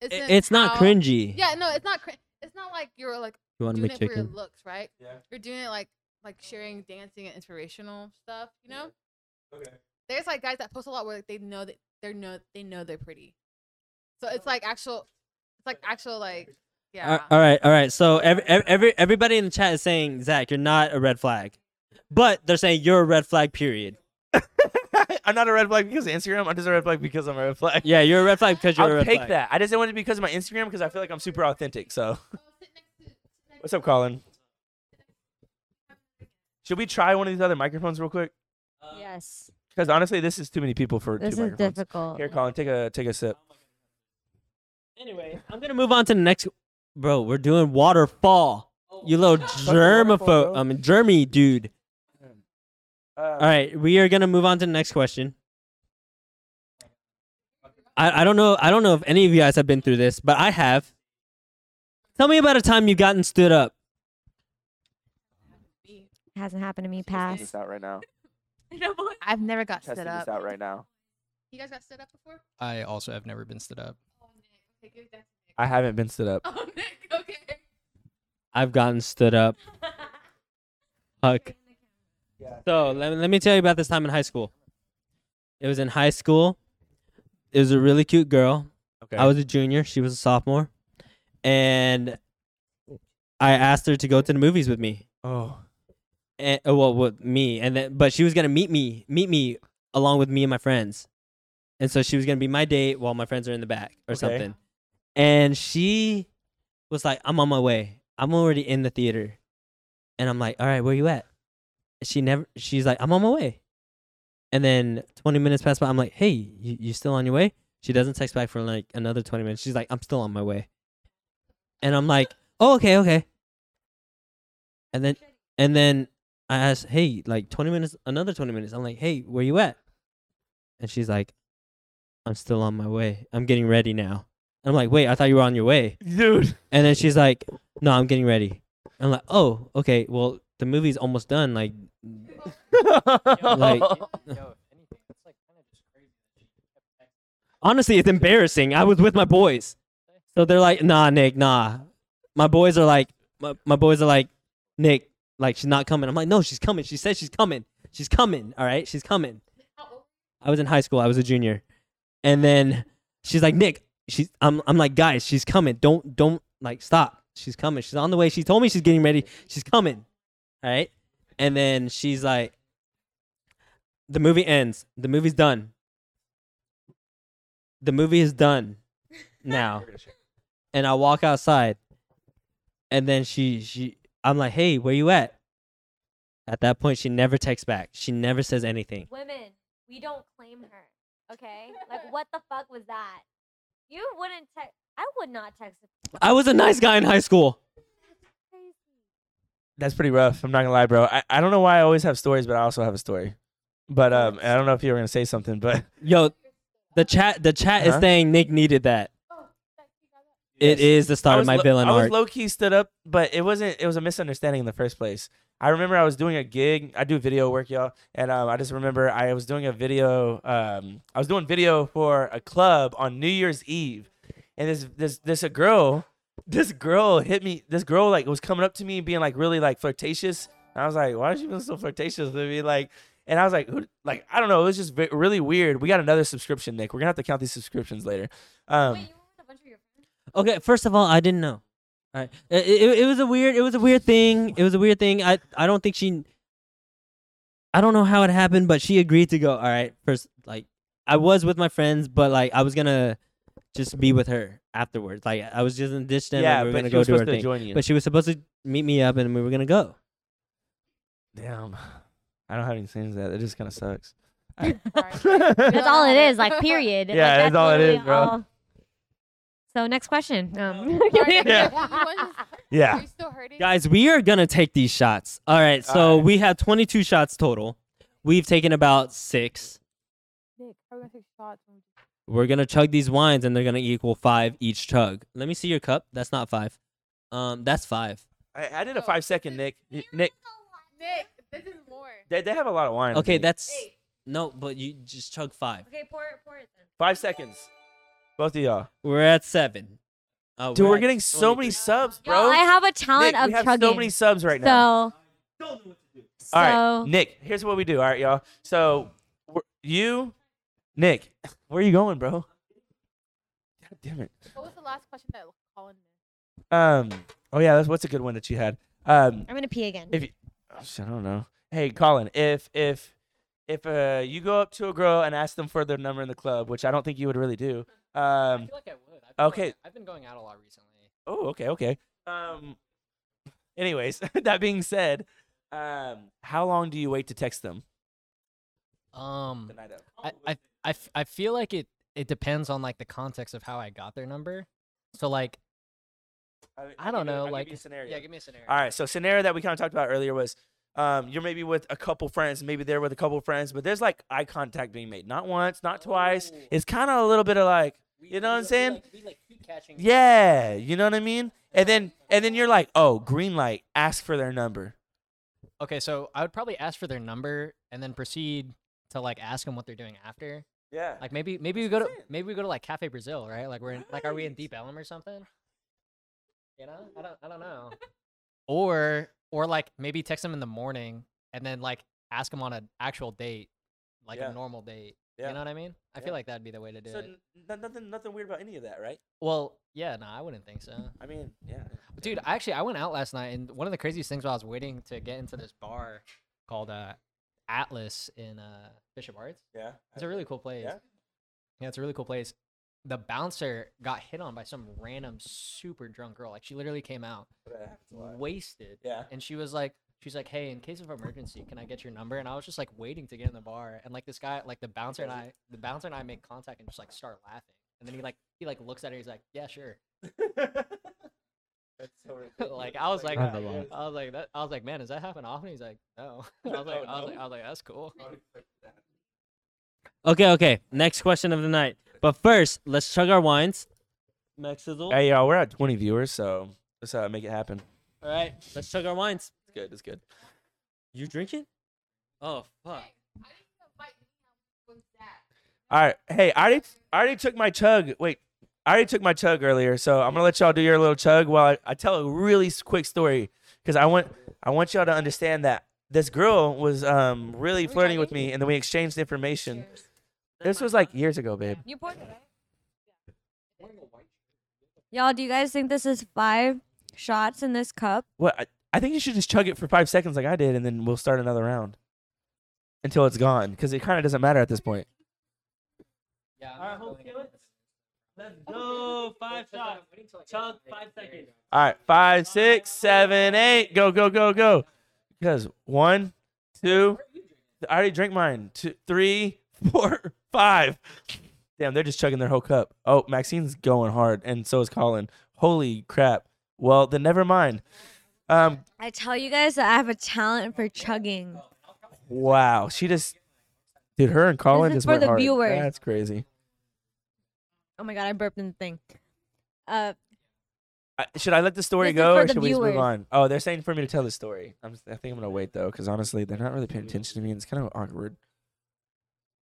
[SPEAKER 4] isn't
[SPEAKER 2] I- It's not
[SPEAKER 4] how-
[SPEAKER 2] cringy.
[SPEAKER 4] Yeah, no, it's not cringe. It's not like you're like
[SPEAKER 2] You want to
[SPEAKER 4] doing
[SPEAKER 2] make
[SPEAKER 4] it for your
[SPEAKER 2] chicken?
[SPEAKER 4] looks, right?
[SPEAKER 7] Yeah.
[SPEAKER 4] You're doing it like like sharing dancing and inspirational stuff, you know?
[SPEAKER 7] Okay.
[SPEAKER 4] There's like guys that post a lot where like, they know that they're know they know they're pretty. So it's like actual it's like actual like yeah.
[SPEAKER 2] All- all right, all right. So every, every every- everybody in the chat is saying Zach, you're not a red flag, but they're saying you're a red flag. Period.
[SPEAKER 7] I'm not a red flag because of Instagram. I'm just a red flag because I'm a red flag.
[SPEAKER 2] Yeah, you're a red flag because you're a
[SPEAKER 7] I'll
[SPEAKER 2] red
[SPEAKER 7] take
[SPEAKER 2] flag.
[SPEAKER 7] that. I just didn't want it Oh, to be because of my Instagram because I feel like I'm super authentic. So What's up, Colin? Should we try one of these other microphones real quick?
[SPEAKER 5] Yes.
[SPEAKER 7] Because honestly, this is too many people for
[SPEAKER 5] This
[SPEAKER 7] two
[SPEAKER 5] is
[SPEAKER 7] microphones.
[SPEAKER 5] difficult.
[SPEAKER 7] Here, Colin, take a take a sip.
[SPEAKER 2] Anyway, I'm gonna move on to the next. Bro, we're doing waterfall. You little germaphobe,
[SPEAKER 7] waterfall, bro.
[SPEAKER 2] um, germy dude.
[SPEAKER 7] Uh,
[SPEAKER 2] All right, we are gonna move on to the next question. I, I don't know I don't know if any of you guys have been through this, but I have. Tell me about a time you've gotten stood up.
[SPEAKER 5] It hasn't happened to me. Pass.
[SPEAKER 9] This out right now.
[SPEAKER 4] I've never got
[SPEAKER 9] Testing
[SPEAKER 4] stood
[SPEAKER 9] this
[SPEAKER 4] up.
[SPEAKER 9] out right now.
[SPEAKER 4] You guys got stood up before?
[SPEAKER 10] I also have never been stood up.
[SPEAKER 7] I haven't been stood up.
[SPEAKER 4] Oh, Nick. Okay.
[SPEAKER 2] I've gotten stood up. Fuck. So let, let me tell you about this time in high school. It was in high school. It was a really cute girl.
[SPEAKER 7] Okay.
[SPEAKER 2] I was a junior. She was a sophomore. And I asked her to go to the movies with me.
[SPEAKER 7] oh.
[SPEAKER 2] And, uh, well, with me. And then, but she was going to meet me, meet me along with me and my friends. And so she was going to be my date while my friends are in the back or
[SPEAKER 7] Okay.
[SPEAKER 2] something. And she was like, I'm on my way. I'm already in the theater. And I'm like, all right, where you at? She never, she's like, I'm on my way. And then 20 minutes pass by. I'm like, hey, you, you still on your way? She doesn't text back for like another 20 minutes. She's like, I'm still on my way. And I'm like, oh, okay, okay. And then, and then I asked, hey, like 20 minutes, another 20 minutes. I'm like, hey, where you at? And she's like, I'm still on my way. I'm getting ready now. I'm like, wait, I thought you were on your way.
[SPEAKER 7] Dude.
[SPEAKER 2] And then she's like, "No, I'm getting ready." I'm like, "Oh, okay. Well, the movie's almost done. Like, Like- honestly, it's embarrassing. I was with my boys, so they're like, "Nah, Nick, nah." My boys are like, my, my boys are like, Nick, like she's not coming. I'm like, no, she's coming. She said she's coming. She's coming. All right, she's coming. I was in high school. I was a junior, and then she's like, Nick, she's. I'm. I'm like, guys, she's coming. Don't. Don't like stop. She's coming. She's on the way. She told me she's getting ready. She's coming. All right, and then she's like, the movie ends. The movie's done. The movie is done now. and I walk outside, and then she she. I'm like, hey, where you at? At that point, she never texts back. She never says anything.
[SPEAKER 11] Women, we don't claim her. Okay? Like, what the fuck was that? You wouldn't text. I would not text. a-
[SPEAKER 2] I was a nice guy in high school.
[SPEAKER 7] That's pretty rough. I'm not gonna lie, bro. I, I don't know why I always have stories, but I also have a story. But um, and I don't know if you were gonna say something, but
[SPEAKER 2] Yo, the chat the chat is
[SPEAKER 7] Huh?
[SPEAKER 2] saying Nick needed that. It
[SPEAKER 7] Uh-huh. Yes.
[SPEAKER 2] is the start of my
[SPEAKER 7] lo-
[SPEAKER 2] villain
[SPEAKER 7] I was
[SPEAKER 2] arc.
[SPEAKER 7] low key stood up, but it wasn't. It was a misunderstanding in the first place. I remember I was doing a gig. I do video work, y'all, and um, I just remember I was doing a video. Um, I was doing video for a club on New Year's Eve, and this this this a girl, this girl hit me. This girl like was coming up to me, being like really like flirtatious. And I was like, why is she being so flirtatious with me? Like, and I was like, who? Like, I don't know. It was just ve- really weird. We got another subscription, Nick. We're gonna have to count these subscriptions later. Um,
[SPEAKER 2] okay, first of all, I didn't know. All right. It, it, it was a weird it was a weird thing. It was a weird thing. I I don't think she I don't know how it happened, but she agreed to go. All right. First like I was with my friends, but like I was going to just be with her afterwards. Like I was just in the ditch then
[SPEAKER 7] yeah,
[SPEAKER 2] like, we were
[SPEAKER 7] but
[SPEAKER 2] going to
[SPEAKER 7] she
[SPEAKER 2] go
[SPEAKER 7] was
[SPEAKER 2] do her
[SPEAKER 7] supposed to
[SPEAKER 2] thing.
[SPEAKER 7] join you.
[SPEAKER 2] But she was supposed to meet me up and we were going to go.
[SPEAKER 7] Damn. I don't have any things that. It just kind of sucks. I-
[SPEAKER 5] That's all it is. Like, period. Like,
[SPEAKER 7] Yeah, that's all it
[SPEAKER 5] literally
[SPEAKER 7] is, bro.
[SPEAKER 5] So next question. Um,
[SPEAKER 7] Yeah. yeah.
[SPEAKER 4] Are you still hurting?
[SPEAKER 2] Guys, we are gonna take these shots. All right,
[SPEAKER 7] All
[SPEAKER 2] so
[SPEAKER 7] right.
[SPEAKER 2] we have 22 shots total. We've taken about six.
[SPEAKER 4] Nick, how are we gonna take shots? when we-
[SPEAKER 2] We're gonna chug these wines, and they're gonna equal five each chug. Let me see your cup. That's not five. Um, that's five.
[SPEAKER 7] I, I
[SPEAKER 5] Oh,
[SPEAKER 7] did a five second, Nick. Y- Nick,
[SPEAKER 4] Nick, this is more.
[SPEAKER 7] they, they have a lot of wine. I
[SPEAKER 2] Okay,
[SPEAKER 7] think.
[SPEAKER 2] that's
[SPEAKER 4] Eight.
[SPEAKER 2] no, but you just chug five.
[SPEAKER 5] okay, pour it, pour it then.
[SPEAKER 7] five seconds. Both of y'all.
[SPEAKER 2] We're at seven. Uh,
[SPEAKER 7] Dude, we're
[SPEAKER 2] at
[SPEAKER 7] getting so many
[SPEAKER 2] 23.
[SPEAKER 7] subs,
[SPEAKER 5] Y'all,
[SPEAKER 7] bro.
[SPEAKER 5] I have a talent
[SPEAKER 7] Nick,
[SPEAKER 5] of
[SPEAKER 7] we have
[SPEAKER 5] chugging.
[SPEAKER 7] so many subs right now.
[SPEAKER 5] So, so
[SPEAKER 7] All right, Nick, here's what we do. All right, y'all. So, we're- you, Nick, where are you going, bro? God damn it.
[SPEAKER 4] What was the last question that Colin missed?
[SPEAKER 7] Um. Oh, yeah, that's, what's a good one that you had? Um,
[SPEAKER 5] I'm gonna pee again.
[SPEAKER 7] if you, oh, shit, I don't know. Hey, Colin, if if if uh, you go up to a girl and ask them for their number in the club, which I don't think you would really do.
[SPEAKER 10] I
[SPEAKER 7] Um.
[SPEAKER 10] feel like I would. I've been
[SPEAKER 7] okay.
[SPEAKER 10] Going, I've been going out a lot recently.
[SPEAKER 7] Oh, okay, okay. Um. Anyways, that being said, um, how long do you wait to text them
[SPEAKER 10] Um,
[SPEAKER 7] the night of?
[SPEAKER 10] I, I, I, f- I feel like it, it depends on like the context of how I got their number. So like, I don't know, like,
[SPEAKER 7] a scenario.
[SPEAKER 10] yeah, give me a scenario.
[SPEAKER 7] All right, so scenario that we kind of talked about earlier was um, you're maybe with a couple friends, maybe they're with a couple friends, but there's like eye contact being made, not once, not twice. It's kind of a little bit of like, you know what I'm saying? yeah, you know what I mean. And then and then you're like, oh, green light, ask for their number.
[SPEAKER 10] Okay, so I would probably ask for their number and then proceed to like ask them what they're doing after.
[SPEAKER 7] Yeah.
[SPEAKER 10] Like maybe maybe we go to maybe we go to like Cafe Brazil, right? Like we're in, like are we in Deep Ellum or something? You know, I don't I don't know. or or like maybe text them in the morning and then like ask them on an actual date, like
[SPEAKER 7] Yeah.
[SPEAKER 10] a normal date.
[SPEAKER 7] Yeah.
[SPEAKER 10] You know what I mean? I
[SPEAKER 7] Yeah.
[SPEAKER 10] feel like that'd be the way to do
[SPEAKER 7] So
[SPEAKER 10] it.
[SPEAKER 7] n- n- nothing, nothing weird about any of that, right?
[SPEAKER 10] well, yeah, no, I wouldn't think so.
[SPEAKER 7] I mean, yeah.
[SPEAKER 10] Dude, actually, I went out last night, and one of the craziest things while I was waiting to get into this bar called uh, Atlas in uh, Bishop Arts.
[SPEAKER 7] Yeah.
[SPEAKER 10] It's a really cool place.
[SPEAKER 7] Yeah?
[SPEAKER 10] Yeah, it's a really cool place. The bouncer got hit on by some random super drunk girl. Like she literally came out wasted,
[SPEAKER 7] Yeah.
[SPEAKER 10] and she was like, she's like, "Hey, in case of emergency, can I get your number?" And I was just like waiting to get in the bar, and like this guy, like the bouncer and I, the bouncer and I make contact and just like start laughing, and then he like he like looks at her, he's like, "Yeah, sure."
[SPEAKER 7] That's so
[SPEAKER 10] like I was like, uh,
[SPEAKER 2] I
[SPEAKER 10] I
[SPEAKER 2] belong.
[SPEAKER 10] was like that. I was like, man, does that happen often? He's like, no. I was like, I was like, I was like, that's cool.
[SPEAKER 2] Okay, okay. Next question of the night. But first, let's chug our wines. Max Sizzle.
[SPEAKER 7] Hey y'all, we're at 20 viewers, so let's uh, make it happen.
[SPEAKER 2] All right, let's chug our wines.
[SPEAKER 7] It's good. It's good.
[SPEAKER 2] You drinking? Oh fuck.
[SPEAKER 7] All right. Hey, I already, I already took my chug. Wait, I already took my chug earlier, so I'm gonna let y'all do your little chug while I, I tell a really s- quick story because I want I want y'all to understand that this girl was um really flirting with me, and then we exchanged information. This was like years ago, babe.
[SPEAKER 5] You poured Y'all, do you guys think this is five shots in this cup?
[SPEAKER 7] What? I, I think you should just chug it for five seconds like I did, and then we'll start another round until it's gone because it kind of doesn't matter at this point.
[SPEAKER 10] Yeah.
[SPEAKER 2] All right, home Felix. Let's go. Five shots. Chug. Five seconds.
[SPEAKER 7] All right, five, six, seven, eight. Go, go, go, go. Because one, two, I already drank mine. Two, three, four, five. Damn, they're just chugging their whole cup. Oh, Maxine's going hard, and so is Colin. Holy crap. Well, then never mind. Um,
[SPEAKER 5] I tell you guys that I have a talent for chugging.
[SPEAKER 7] wow, she just, dude, her and Colin
[SPEAKER 5] This is
[SPEAKER 7] just
[SPEAKER 5] for
[SPEAKER 7] went
[SPEAKER 5] the
[SPEAKER 7] hard.
[SPEAKER 5] viewers.
[SPEAKER 7] That's crazy.
[SPEAKER 5] Oh my god, I burped in the thing. Uh,
[SPEAKER 7] I, should I let the story
[SPEAKER 5] This is
[SPEAKER 7] go,
[SPEAKER 5] for
[SPEAKER 7] or
[SPEAKER 5] the
[SPEAKER 7] should we just move
[SPEAKER 5] viewers.
[SPEAKER 7] on? Oh, they're saying for me to tell the story. I'm, I think I'm gonna wait though, because honestly, they're not really paying attention to me, and it's kind of awkward.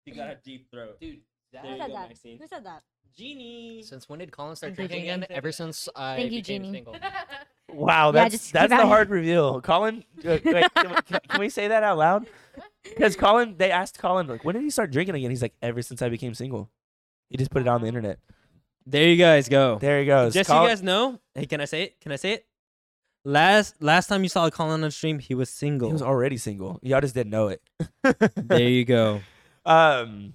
[SPEAKER 2] You got a deep throat.
[SPEAKER 10] Dude,
[SPEAKER 2] There
[SPEAKER 5] who
[SPEAKER 2] you
[SPEAKER 5] said
[SPEAKER 2] go,
[SPEAKER 5] that?
[SPEAKER 2] Maxine.
[SPEAKER 5] Who said that?
[SPEAKER 2] Genie.
[SPEAKER 10] Since when did Colin start
[SPEAKER 5] Thank you,
[SPEAKER 10] drinking
[SPEAKER 5] Jeannie.
[SPEAKER 10] again? Ever since I
[SPEAKER 5] Thank you,
[SPEAKER 10] became
[SPEAKER 5] Jeannie.
[SPEAKER 10] single.
[SPEAKER 7] Wow,
[SPEAKER 5] Yeah,
[SPEAKER 7] that's
[SPEAKER 5] just keep
[SPEAKER 7] that's the
[SPEAKER 5] at it.
[SPEAKER 7] hard reveal. Colin, uh, wait, can, we, can- can we say that out loud? Because Colin, they asked Colin, like, when did he start drinking again? He's like, ever since I became single. He just put it on the internet.
[SPEAKER 2] There you guys go.
[SPEAKER 7] There he goes.
[SPEAKER 2] Just so you
[SPEAKER 7] Colin-
[SPEAKER 2] guys know. Hey, can I say it? Can I say it? Last last time you saw Colin on the stream, he was single.
[SPEAKER 7] he was already single. Y'all just didn't know it.
[SPEAKER 2] there you go.
[SPEAKER 7] um,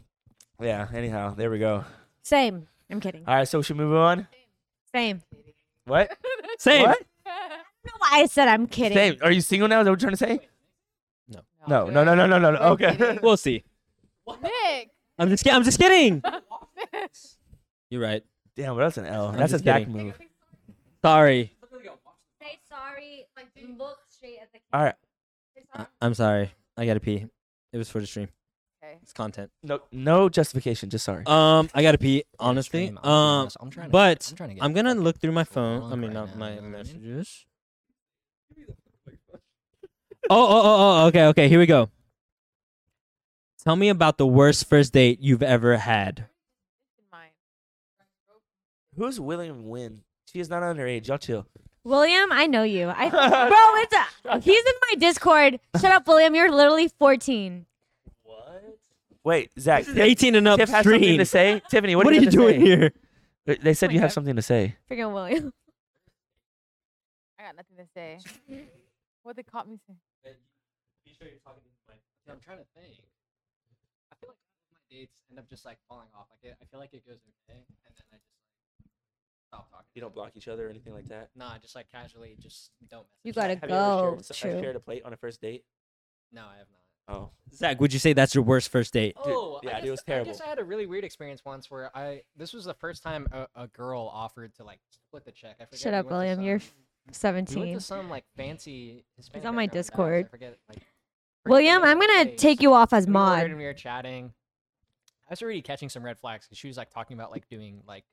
[SPEAKER 7] yeah. Anyhow, there we go.
[SPEAKER 5] Same. I'm kidding.
[SPEAKER 2] Uh,
[SPEAKER 7] All right, so should we move on?
[SPEAKER 5] Same.
[SPEAKER 7] What?
[SPEAKER 2] Same.
[SPEAKER 7] What?
[SPEAKER 5] I don't know why I said I'm kidding.
[SPEAKER 7] Same. Are you single now? Is that what you're trying to say?
[SPEAKER 2] No.
[SPEAKER 10] Oh.
[SPEAKER 7] No. No. No. No. No. No. no.
[SPEAKER 4] We're
[SPEAKER 7] Okay.
[SPEAKER 4] kidding.
[SPEAKER 2] We'll see.
[SPEAKER 4] Nick.
[SPEAKER 2] I'm just kidding. I'm just kidding. You're right.
[SPEAKER 7] Damn, well, that's an L.
[SPEAKER 2] I'm
[SPEAKER 7] That's his
[SPEAKER 2] just
[SPEAKER 7] back
[SPEAKER 2] kidding.
[SPEAKER 7] move.
[SPEAKER 2] Sorry.
[SPEAKER 5] Say sorry. Look straight at the
[SPEAKER 7] All right.
[SPEAKER 2] I- I'm sorry. I gotta pee. It was for the stream.
[SPEAKER 4] Okay.
[SPEAKER 2] It's content.
[SPEAKER 7] No. No justification. Just sorry.
[SPEAKER 2] Um, I gotta pee. Honestly.
[SPEAKER 7] uh,
[SPEAKER 10] Stream, I'll be
[SPEAKER 2] Um,
[SPEAKER 10] honest, I'm trying to-
[SPEAKER 2] but
[SPEAKER 10] trying to get
[SPEAKER 2] I'm gonna
[SPEAKER 10] fucking
[SPEAKER 2] look through my
[SPEAKER 10] drunk
[SPEAKER 2] phone. I mean,
[SPEAKER 10] right
[SPEAKER 2] not
[SPEAKER 10] now, you
[SPEAKER 2] my
[SPEAKER 10] know what I mean?
[SPEAKER 2] messages. Oh, oh, oh, oh. Okay, okay. Here we go. Tell me about the worst first date you've ever had.
[SPEAKER 4] Mine.
[SPEAKER 7] Who's William Wynn? She is not underage. Y'all chill.
[SPEAKER 5] William, I know you. I bro, it's a, he's in my Discord. Shut up, William. You're literally 14.
[SPEAKER 7] Wait, Zach.
[SPEAKER 2] This is
[SPEAKER 7] Tiff-
[SPEAKER 2] 18 and up
[SPEAKER 7] Tiff has something
[SPEAKER 2] stream.
[SPEAKER 7] to say. Tiffany, what,
[SPEAKER 2] What, are you doing here?
[SPEAKER 7] here? They said
[SPEAKER 10] Oh
[SPEAKER 7] you have
[SPEAKER 5] God.
[SPEAKER 7] something to say.
[SPEAKER 5] Freaking William.
[SPEAKER 4] I got nothing to say. What they caught me saying.
[SPEAKER 10] Yeah, I'm trying to think. I feel like my dates end up just like falling off. Like it, I feel like it goes okay, and then I just like stop talking.
[SPEAKER 7] You don't block each other or anything like that.
[SPEAKER 10] Nah, just like casually, just don't mess.
[SPEAKER 5] You
[SPEAKER 10] with
[SPEAKER 5] gotta
[SPEAKER 10] each other.
[SPEAKER 7] Have you ever
[SPEAKER 5] go,
[SPEAKER 7] shared, so- have you
[SPEAKER 5] true.
[SPEAKER 7] shared a plate on a first date?
[SPEAKER 10] No, I have not.
[SPEAKER 7] Oh,
[SPEAKER 2] Zach, would you say that's your worst first date?
[SPEAKER 7] Dude,
[SPEAKER 10] Oh,
[SPEAKER 7] yeah,
[SPEAKER 10] I
[SPEAKER 7] dude,
[SPEAKER 10] guess,
[SPEAKER 7] it was
[SPEAKER 10] I guess
[SPEAKER 7] terrible.
[SPEAKER 10] I had a really weird experience once where I this was the first time a, a girl offered to like split the check. I forget.
[SPEAKER 5] Shut
[SPEAKER 10] we
[SPEAKER 5] up,
[SPEAKER 10] went to
[SPEAKER 5] William.
[SPEAKER 10] some-
[SPEAKER 5] You're
[SPEAKER 10] We went
[SPEAKER 5] 17.
[SPEAKER 10] to some like fancy. Hispanic
[SPEAKER 5] on my
[SPEAKER 10] restaurant in Dallas, I
[SPEAKER 5] Discord.
[SPEAKER 10] forget, like, freaking
[SPEAKER 5] William,
[SPEAKER 10] name
[SPEAKER 5] I'm
[SPEAKER 10] of the
[SPEAKER 5] gonna
[SPEAKER 10] place.
[SPEAKER 5] take you off as
[SPEAKER 10] We ordered
[SPEAKER 5] mod.
[SPEAKER 10] And we were chatting. I was already catching some red flags because she was like talking about like doing like.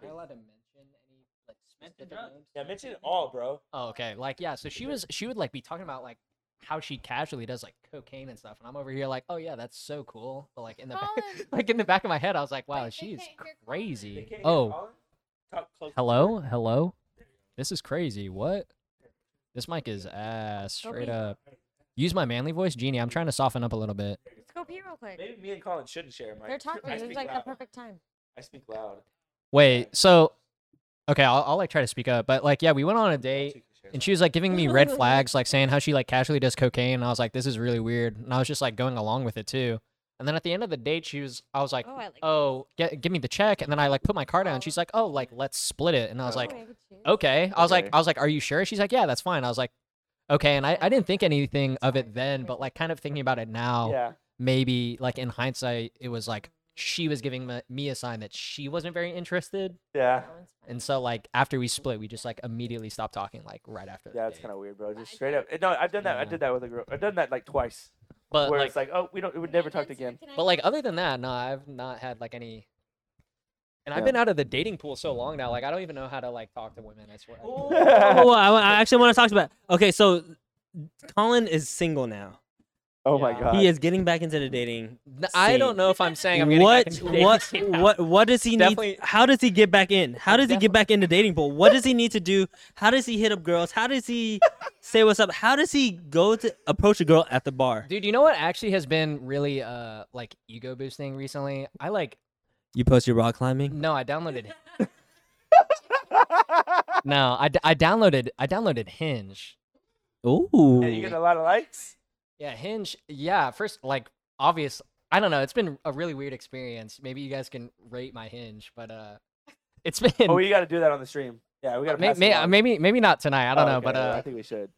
[SPEAKER 10] Am I allowed to mention any like specific names?
[SPEAKER 7] Yeah, mention it all, bro.
[SPEAKER 10] Oh, okay. Like, yeah. So she was, she would like be talking about like how she casually does like cocaine and stuff, and I'm over here like, oh yeah, that's so cool. But like in the back,
[SPEAKER 4] Colin.
[SPEAKER 10] like in the back of my head, I was like, wow,
[SPEAKER 4] Wait, they
[SPEAKER 10] she's
[SPEAKER 4] can't hear Colin.
[SPEAKER 7] They
[SPEAKER 10] crazy.
[SPEAKER 7] can't hear
[SPEAKER 10] Oh,
[SPEAKER 7] Colin? Talk close to the
[SPEAKER 10] hello,
[SPEAKER 7] mic.
[SPEAKER 10] hello. This is crazy. What? This mic is ass straight up. Use my manly voice, Genie. I'm trying to soften up a little bit.
[SPEAKER 5] Let's go pee real quick.
[SPEAKER 7] Maybe me and Colin shouldn't share a mic.
[SPEAKER 5] They're talking.
[SPEAKER 7] I
[SPEAKER 5] It's
[SPEAKER 7] speak
[SPEAKER 5] like the
[SPEAKER 7] loud.
[SPEAKER 5] perfect time.
[SPEAKER 7] I speak loud.
[SPEAKER 10] Wait. So, okay, I'll, I'll like try to speak up, but like, yeah, we went on a
[SPEAKER 7] Actually,
[SPEAKER 10] date.
[SPEAKER 7] you can share
[SPEAKER 10] And she was like giving me red flags, like saying how she like casually does cocaine. And I was like, this is really weird. And I was just like going along with it too. And then at the end of the date, she was, I was like,
[SPEAKER 5] Oh, I like.
[SPEAKER 10] oh, get, give me the check. And then I like put my card down. She's like, oh, like let's split it. And I was like, oh, okay. I was like,
[SPEAKER 7] Okay.
[SPEAKER 10] I was like, are you sure? She's like, yeah, that's fine. I was like, okay. And I, I didn't think anything of it then, but like kind of thinking about it now,
[SPEAKER 7] Yeah.
[SPEAKER 10] maybe like in hindsight, it was like she was giving me- me a sign that she wasn't very interested.
[SPEAKER 7] Yeah.
[SPEAKER 10] And so like after we split, we just like immediately stopped talking like right after. the
[SPEAKER 7] Yeah, it's
[SPEAKER 10] date.
[SPEAKER 7] kind of weird, bro. Just straight up. Eh, No, I've done that. I
[SPEAKER 10] Yeah.
[SPEAKER 7] did that with a girl. I've done that like twice.
[SPEAKER 10] But
[SPEAKER 7] where
[SPEAKER 10] like,
[SPEAKER 7] it's like, oh, we don't, we never talked again.
[SPEAKER 10] but like other than that, no, I've not had like any. And I've
[SPEAKER 7] Yeah.
[SPEAKER 10] been out of the dating pool so long now, like I don't even know how to like talk to women. I swear.
[SPEAKER 2] Oh, well, I, wa- I actually want to talk about. Okay, so Colin is single now.
[SPEAKER 7] oh my
[SPEAKER 10] Yeah.
[SPEAKER 7] god.
[SPEAKER 2] He is getting back into the dating.
[SPEAKER 10] N- I
[SPEAKER 2] Same.
[SPEAKER 10] don't know if I'm saying I'm getting
[SPEAKER 2] What?
[SPEAKER 10] back into dating
[SPEAKER 2] What?
[SPEAKER 10] scene now.
[SPEAKER 2] What? What does he
[SPEAKER 10] Definitely-
[SPEAKER 2] need? How does he get back in? How does he get back into dating pool? What does he need to do? How does he hit up girls? How does he say what's up? How does he go to approach a girl at the bar?
[SPEAKER 10] Dude, you know what actually has been really uh like ego boosting recently? I like
[SPEAKER 2] You post your rock climbing.
[SPEAKER 10] no, I downloaded. no, I, d- I downloaded I downloaded Hinge.
[SPEAKER 2] Ooh.
[SPEAKER 7] Yeah, you get a lot of likes.
[SPEAKER 10] Yeah, Hinge. Yeah, first like obvious. I don't know. It's been a really weird experience. Maybe you guys can rate my Hinge, but uh, it's been
[SPEAKER 7] Oh, we got to do that on the stream. Yeah, we got to.
[SPEAKER 10] may, may, maybe maybe not tonight. I don't know, but
[SPEAKER 7] Oh, I
[SPEAKER 10] uh,
[SPEAKER 7] think we should.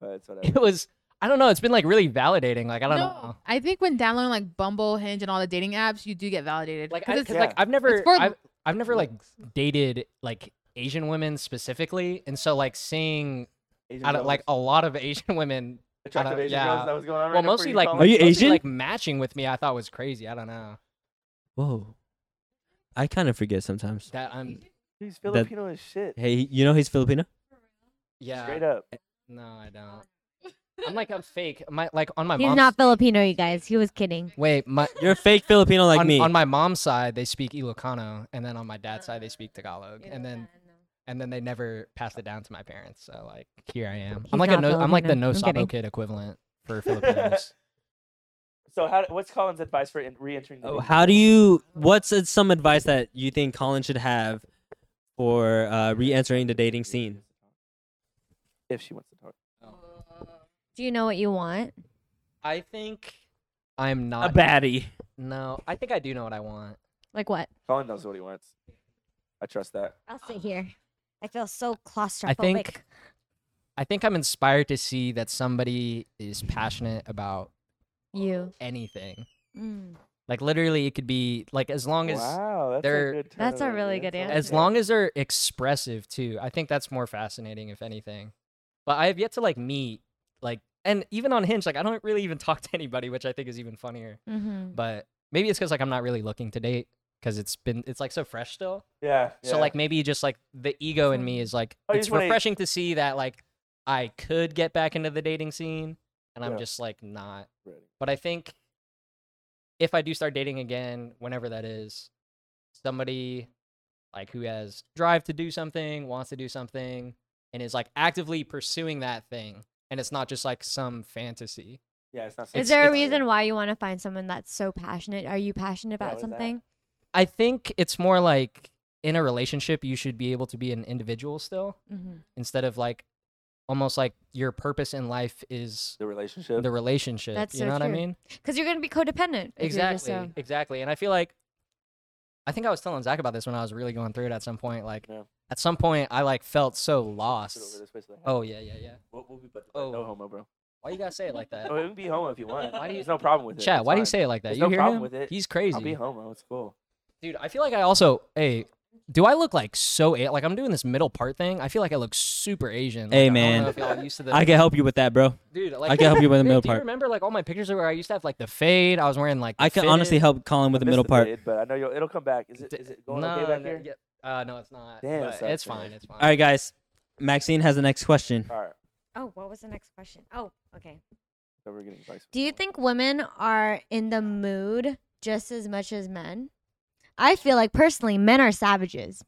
[SPEAKER 7] But it's whatever.
[SPEAKER 10] it was. I don't know. It's been like really validating. Like I don't
[SPEAKER 4] no,
[SPEAKER 10] know.
[SPEAKER 4] I think when downloading like Bumble, Hinge, and all the dating apps, you do get validated.
[SPEAKER 10] Like I,
[SPEAKER 4] Because
[SPEAKER 10] cause,
[SPEAKER 4] it's,
[SPEAKER 10] like
[SPEAKER 7] Yeah.
[SPEAKER 10] I've never
[SPEAKER 4] for-
[SPEAKER 10] I've, I've never like dated like Asian women specifically, and so like seeing
[SPEAKER 7] Asian
[SPEAKER 10] I don't, like
[SPEAKER 7] girls.
[SPEAKER 10] a lot of Asian women.
[SPEAKER 7] attractive Asian
[SPEAKER 10] yeah.
[SPEAKER 7] girls that was going on.
[SPEAKER 10] Well, mostly like
[SPEAKER 2] Are you
[SPEAKER 10] mostly,
[SPEAKER 2] Asian?
[SPEAKER 10] Like matching with me, I thought was crazy. I don't know
[SPEAKER 2] Whoa. I kind of forget sometimes.
[SPEAKER 10] that I'm.
[SPEAKER 7] He's Filipino as shit.
[SPEAKER 2] Hey, you know he's Filipino.
[SPEAKER 10] Yeah.
[SPEAKER 7] Straight up.
[SPEAKER 10] No, I don't. I'm like I'm fake. My like on my
[SPEAKER 5] He's
[SPEAKER 10] mom's
[SPEAKER 5] not Filipino, you guys. He was kidding.
[SPEAKER 10] wait my
[SPEAKER 2] You're a fake Filipino like
[SPEAKER 10] on,
[SPEAKER 2] me.
[SPEAKER 10] on my mom's side they speak Ilocano, and then on my dad's
[SPEAKER 5] Uh,
[SPEAKER 10] side they speak Tagalog, and then and then they never passed it down to my parents. So like here I am.
[SPEAKER 5] He's
[SPEAKER 10] I'm like a
[SPEAKER 5] not
[SPEAKER 10] no. I'm like the
[SPEAKER 5] Filipino.
[SPEAKER 10] no
[SPEAKER 5] I'm
[SPEAKER 10] sabo
[SPEAKER 5] kidding.
[SPEAKER 10] kid equivalent for Filipinos.
[SPEAKER 7] So, how? What's Colin's advice for in, re-entering? The
[SPEAKER 2] Oh,
[SPEAKER 7] dating
[SPEAKER 2] How do you? What's uh, some advice that you think Colin should have for uh, re-entering the dating scene?
[SPEAKER 7] If she wants to talk.
[SPEAKER 5] Do you know what you want?
[SPEAKER 10] I think I'm
[SPEAKER 2] A
[SPEAKER 10] not.
[SPEAKER 2] baddie.
[SPEAKER 10] no, I think I do know what I want.
[SPEAKER 5] Like what?
[SPEAKER 7] Colin knows what he wants. I trust that.
[SPEAKER 5] I'll sit here. I feel so claustrophobic.
[SPEAKER 10] I think. I think I'm inspired to see that somebody is passionate about
[SPEAKER 5] you.
[SPEAKER 10] anything.
[SPEAKER 5] Mm.
[SPEAKER 10] Like literally, it could be like as long as
[SPEAKER 7] wow, that's
[SPEAKER 10] they're-
[SPEAKER 7] a good. turn
[SPEAKER 5] That's a
[SPEAKER 7] around,
[SPEAKER 5] really
[SPEAKER 7] man.
[SPEAKER 5] good
[SPEAKER 7] Colin.
[SPEAKER 5] answer.
[SPEAKER 10] as long as they're expressive too i think that's more fascinating if anything but i have yet to like meet like and even on hinge like i don't really even talk to anybody which i think is even funnier
[SPEAKER 5] Mm-hmm.
[SPEAKER 10] but maybe it's because like i'm not really looking to date because it's been it's like so fresh still
[SPEAKER 7] Yeah.
[SPEAKER 10] so
[SPEAKER 7] yeah.
[SPEAKER 10] like maybe just like the ego in me is like
[SPEAKER 7] Oh, you
[SPEAKER 10] it's
[SPEAKER 7] just wanna-
[SPEAKER 10] refreshing to see that like i could get back into the dating scene and i'm
[SPEAKER 7] Yeah.
[SPEAKER 10] just like not
[SPEAKER 7] Ready.
[SPEAKER 10] but I think if I do start dating again, whenever that is, somebody like who has drive to do something, wants to do something, and is like actively pursuing that thing, and it's not just like some fantasy.
[SPEAKER 7] Yeah, it's not.
[SPEAKER 5] Is there a reason why you want to find someone that's so passionate? Are you passionate
[SPEAKER 7] Yeah,
[SPEAKER 5] about
[SPEAKER 7] what is that?
[SPEAKER 5] something?
[SPEAKER 10] I think it's more like in a relationship, you should be able to be an individual still
[SPEAKER 5] Mm-hmm.
[SPEAKER 10] instead of like almost like your purpose in life is
[SPEAKER 7] the relationship?
[SPEAKER 10] the relationship.
[SPEAKER 5] That's
[SPEAKER 10] you
[SPEAKER 5] so
[SPEAKER 10] know what I
[SPEAKER 5] true.
[SPEAKER 10] mean?
[SPEAKER 5] Because you're gonna be codependent. if you're just
[SPEAKER 10] Exactly.
[SPEAKER 5] so-
[SPEAKER 10] Exactly. And I feel like I think I was telling Zach about this when I was really going through it at some point. Like
[SPEAKER 7] Yeah.
[SPEAKER 10] at some point I like felt so lost.
[SPEAKER 1] Sit over this way so they have-
[SPEAKER 10] Oh yeah, yeah, yeah.
[SPEAKER 1] What will be but
[SPEAKER 10] Oh.
[SPEAKER 1] no homo, bro.
[SPEAKER 10] Why you gotta say it like that?
[SPEAKER 1] Oh, it can be homo if you want.
[SPEAKER 10] Why do you-
[SPEAKER 1] There's no problem with it.
[SPEAKER 10] Chat,
[SPEAKER 1] It's
[SPEAKER 10] why do you
[SPEAKER 1] fine.
[SPEAKER 10] say it like that?
[SPEAKER 1] There's
[SPEAKER 10] you
[SPEAKER 1] no
[SPEAKER 10] hear
[SPEAKER 1] problem
[SPEAKER 10] him?
[SPEAKER 1] with it.
[SPEAKER 10] He's crazy.
[SPEAKER 1] I'll be homo. It's cool.
[SPEAKER 10] Dude, I feel like I also hey, do I look like so a- like I'm doing this middle part thing? I feel like I look super Asian. Like,
[SPEAKER 2] Hey,
[SPEAKER 10] I don't
[SPEAKER 2] man.
[SPEAKER 10] know if y'all are used to the
[SPEAKER 2] I can help you with that, bro.
[SPEAKER 10] dude. Like,
[SPEAKER 2] I can help you with the
[SPEAKER 10] dude,
[SPEAKER 2] middle
[SPEAKER 10] Do you
[SPEAKER 2] part.
[SPEAKER 10] remember like all my pictures where I used to have like the fade? I was wearing like the
[SPEAKER 2] I can honestly
[SPEAKER 10] fitted-
[SPEAKER 2] help Colin with the
[SPEAKER 1] I missed
[SPEAKER 2] middle part.
[SPEAKER 1] fade, but I know you'll, it'll come back. Is it, is it going
[SPEAKER 10] no,
[SPEAKER 1] okay back
[SPEAKER 10] no,
[SPEAKER 1] here?
[SPEAKER 10] yeah, uh, no, it's not.
[SPEAKER 1] Damn,
[SPEAKER 10] but
[SPEAKER 1] sucks,
[SPEAKER 10] it's
[SPEAKER 1] man.
[SPEAKER 10] fine. It's fine.
[SPEAKER 2] All right, guys. Maxine has the next question.
[SPEAKER 1] All right.
[SPEAKER 5] Oh, what was the next question? Oh, okay.
[SPEAKER 1] So we're getting advice.
[SPEAKER 5] Do you think women are in the mood just as much as men? I feel like personally, men are savages.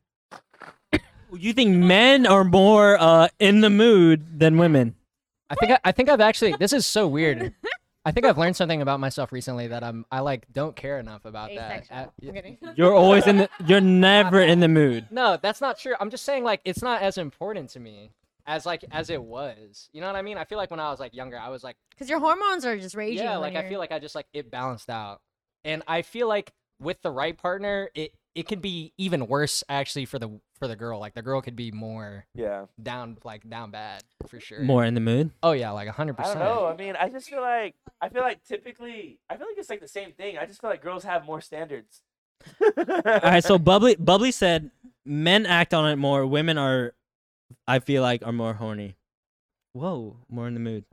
[SPEAKER 2] You think men are more uh, in the mood than women?
[SPEAKER 10] I think I, I think I've actually this is so weird. I think I've learned something about myself recently that I'm I like don't care enough about that.
[SPEAKER 5] Asexual.
[SPEAKER 10] Uh, y-
[SPEAKER 5] I'm kidding.
[SPEAKER 2] You're always in. The, you're never in the mood.
[SPEAKER 10] no, that's not true. I'm just saying like it's not as important to me as like as it was. You know what I mean? I feel like when I was like younger, I was like
[SPEAKER 5] Because your hormones are just raging.
[SPEAKER 10] yeah,
[SPEAKER 5] when
[SPEAKER 10] like I
[SPEAKER 5] you're-
[SPEAKER 10] feel like I just like it balanced out. And I feel like with the right partner, it it could be even worse actually for the for the girl. Like the girl could be more
[SPEAKER 1] Yeah.
[SPEAKER 10] down like down bad for sure.
[SPEAKER 2] More in the mood.
[SPEAKER 10] Oh yeah, like 100%.
[SPEAKER 1] I don't know. I mean, I just feel like I feel like typically I feel like it's like the same thing. I just feel like girls have more standards. All
[SPEAKER 2] All right. So bubbly, bubbly said, men act on it more. Women are, I feel like, are more horny. Whoa, more in the mood.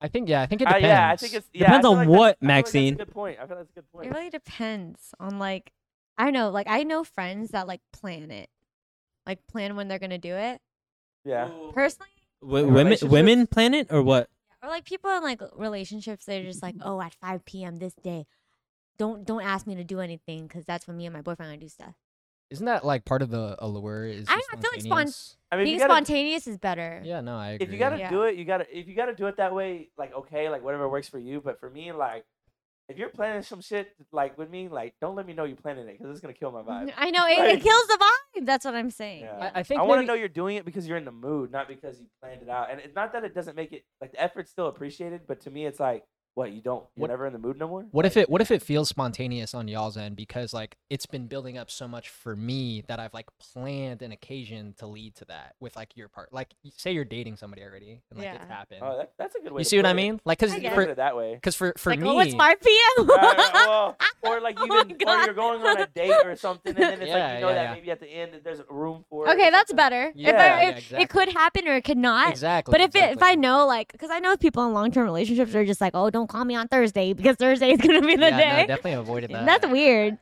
[SPEAKER 10] I think yeah, I think it
[SPEAKER 1] Uh,
[SPEAKER 10] depends.
[SPEAKER 1] yeah, I think it's yeah, I
[SPEAKER 2] Depends
[SPEAKER 1] feel
[SPEAKER 2] on
[SPEAKER 1] like that's- I
[SPEAKER 2] what,
[SPEAKER 1] feel like that's
[SPEAKER 2] Maxine.
[SPEAKER 1] a good point. I feel that's a good
[SPEAKER 5] It
[SPEAKER 1] point.
[SPEAKER 5] really depends on like I don't know, like I know friends that like plan it. Like plan when they're gonna do it.
[SPEAKER 1] Yeah.
[SPEAKER 5] Personally
[SPEAKER 2] W-
[SPEAKER 1] In
[SPEAKER 2] women,
[SPEAKER 1] relationships?
[SPEAKER 2] women plan it or what?
[SPEAKER 5] or like people in like relationships they're just like, Oh, at five PM this day, don't don't ask me to do anything because that's when me and my boyfriend are gonna do stuff.
[SPEAKER 10] Isn't that like part of the allure?
[SPEAKER 5] I
[SPEAKER 10] Is the
[SPEAKER 5] don't know, I feel like spon-
[SPEAKER 10] spontaneous?
[SPEAKER 1] I mean, if
[SPEAKER 5] Being
[SPEAKER 1] you gotta,
[SPEAKER 5] spontaneous is better.
[SPEAKER 10] Yeah, no, I agree.
[SPEAKER 1] if you gotta
[SPEAKER 5] Yeah.
[SPEAKER 1] do it, you gotta if you gotta do it that way, like okay, like whatever works for you. But for me, like if you're planning some shit like with me, like don't let me know you're planning it because it's gonna kill my vibe.
[SPEAKER 5] I know it, it
[SPEAKER 1] Like-
[SPEAKER 5] kills the vibe. That's what I'm saying.
[SPEAKER 1] Yeah.
[SPEAKER 10] I- I think
[SPEAKER 1] I want to
[SPEAKER 10] maybe-
[SPEAKER 1] know you're doing it because you're in the mood, not because you planned it out. And it's not that it doesn't make it like the effort's still appreciated, but to me, it's like, what you don't, you're
[SPEAKER 10] What-
[SPEAKER 1] never in the mood no more.
[SPEAKER 10] What if it what if it feels spontaneous on y'all's end because like it's been building up so much for me that I've like planned an occasion to lead to that with like your part. Like y- say you're dating somebody already and like
[SPEAKER 5] Yeah.
[SPEAKER 10] it's happened.
[SPEAKER 1] Oh, that, that's a good way.
[SPEAKER 10] you
[SPEAKER 1] to
[SPEAKER 10] see what
[SPEAKER 1] put
[SPEAKER 10] I
[SPEAKER 1] it.
[SPEAKER 10] mean? Like cuz
[SPEAKER 5] I
[SPEAKER 1] You
[SPEAKER 5] guess.
[SPEAKER 1] can put
[SPEAKER 10] for
[SPEAKER 1] it that way.
[SPEAKER 10] cuz for for
[SPEAKER 5] like,
[SPEAKER 10] me
[SPEAKER 5] oh, it's five PM.
[SPEAKER 1] Alright, well, or like
[SPEAKER 5] Oh
[SPEAKER 1] even
[SPEAKER 5] my
[SPEAKER 1] or
[SPEAKER 5] God.
[SPEAKER 1] you're going on a date or something, and then it's
[SPEAKER 10] Yeah,
[SPEAKER 1] like you know
[SPEAKER 10] yeah,
[SPEAKER 1] that
[SPEAKER 10] yeah.
[SPEAKER 1] maybe at the end that there's room for. it or
[SPEAKER 5] okay, that's
[SPEAKER 1] something.
[SPEAKER 5] better.
[SPEAKER 10] Yeah,
[SPEAKER 5] if
[SPEAKER 1] yeah,
[SPEAKER 5] I, if,
[SPEAKER 10] exactly.
[SPEAKER 5] It could happen or it could not.
[SPEAKER 10] exactly.
[SPEAKER 5] But if it, if I
[SPEAKER 10] exactly.
[SPEAKER 5] know like, because I know people in long term relationships are just like, oh, don't call me on Thursday because Thursday is gonna be the
[SPEAKER 10] yeah, no,
[SPEAKER 5] day.
[SPEAKER 10] definitely avoided that.
[SPEAKER 5] That's weird.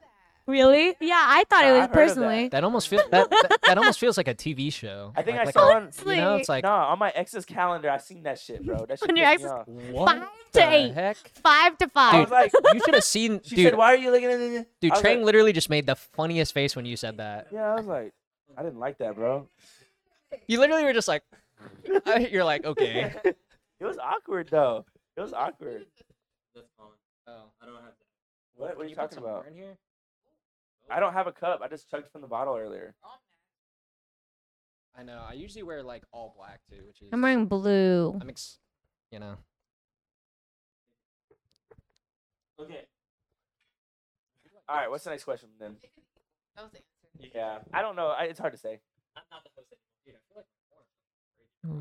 [SPEAKER 5] Really? Yeah, I thought
[SPEAKER 1] Yeah,
[SPEAKER 5] it
[SPEAKER 1] I've heard
[SPEAKER 5] was
[SPEAKER 1] of that.
[SPEAKER 5] personally.
[SPEAKER 10] That almost feels that, that that almost feels like a TV show.
[SPEAKER 1] I think
[SPEAKER 10] like,
[SPEAKER 1] I
[SPEAKER 10] like
[SPEAKER 1] saw
[SPEAKER 10] a-
[SPEAKER 1] on
[SPEAKER 10] you know, it's like
[SPEAKER 1] no on my ex's calendar. I seen that shit, bro. That shit
[SPEAKER 5] On your
[SPEAKER 1] pissed me
[SPEAKER 5] ex's-
[SPEAKER 1] off.
[SPEAKER 10] what
[SPEAKER 5] Five to
[SPEAKER 10] the
[SPEAKER 5] eight.
[SPEAKER 10] heck?
[SPEAKER 5] Five to
[SPEAKER 1] I was
[SPEAKER 5] five.
[SPEAKER 1] like,
[SPEAKER 10] You should have seen
[SPEAKER 1] she
[SPEAKER 10] dude.
[SPEAKER 1] said, "Why are you looking at it?"
[SPEAKER 10] Dude,
[SPEAKER 1] I was
[SPEAKER 10] Trang
[SPEAKER 1] like-
[SPEAKER 10] literally just made the funniest face when you said that.
[SPEAKER 1] yeah, I was like, I didn't like that, bro.
[SPEAKER 10] You literally were just like, I- you're like, okay.
[SPEAKER 1] it was awkward though. It was awkward. Oh, What? What are you talking about? I don't have a cup. I just chugged from the bottle earlier.
[SPEAKER 10] I know. I usually wear like all black too, which is.
[SPEAKER 5] I'm wearing blue.
[SPEAKER 10] I'm ex- you know.
[SPEAKER 1] All right, what's the next question then?
[SPEAKER 4] That was the answer.
[SPEAKER 1] Yeah, I don't know. I, it's hard to say.
[SPEAKER 5] Or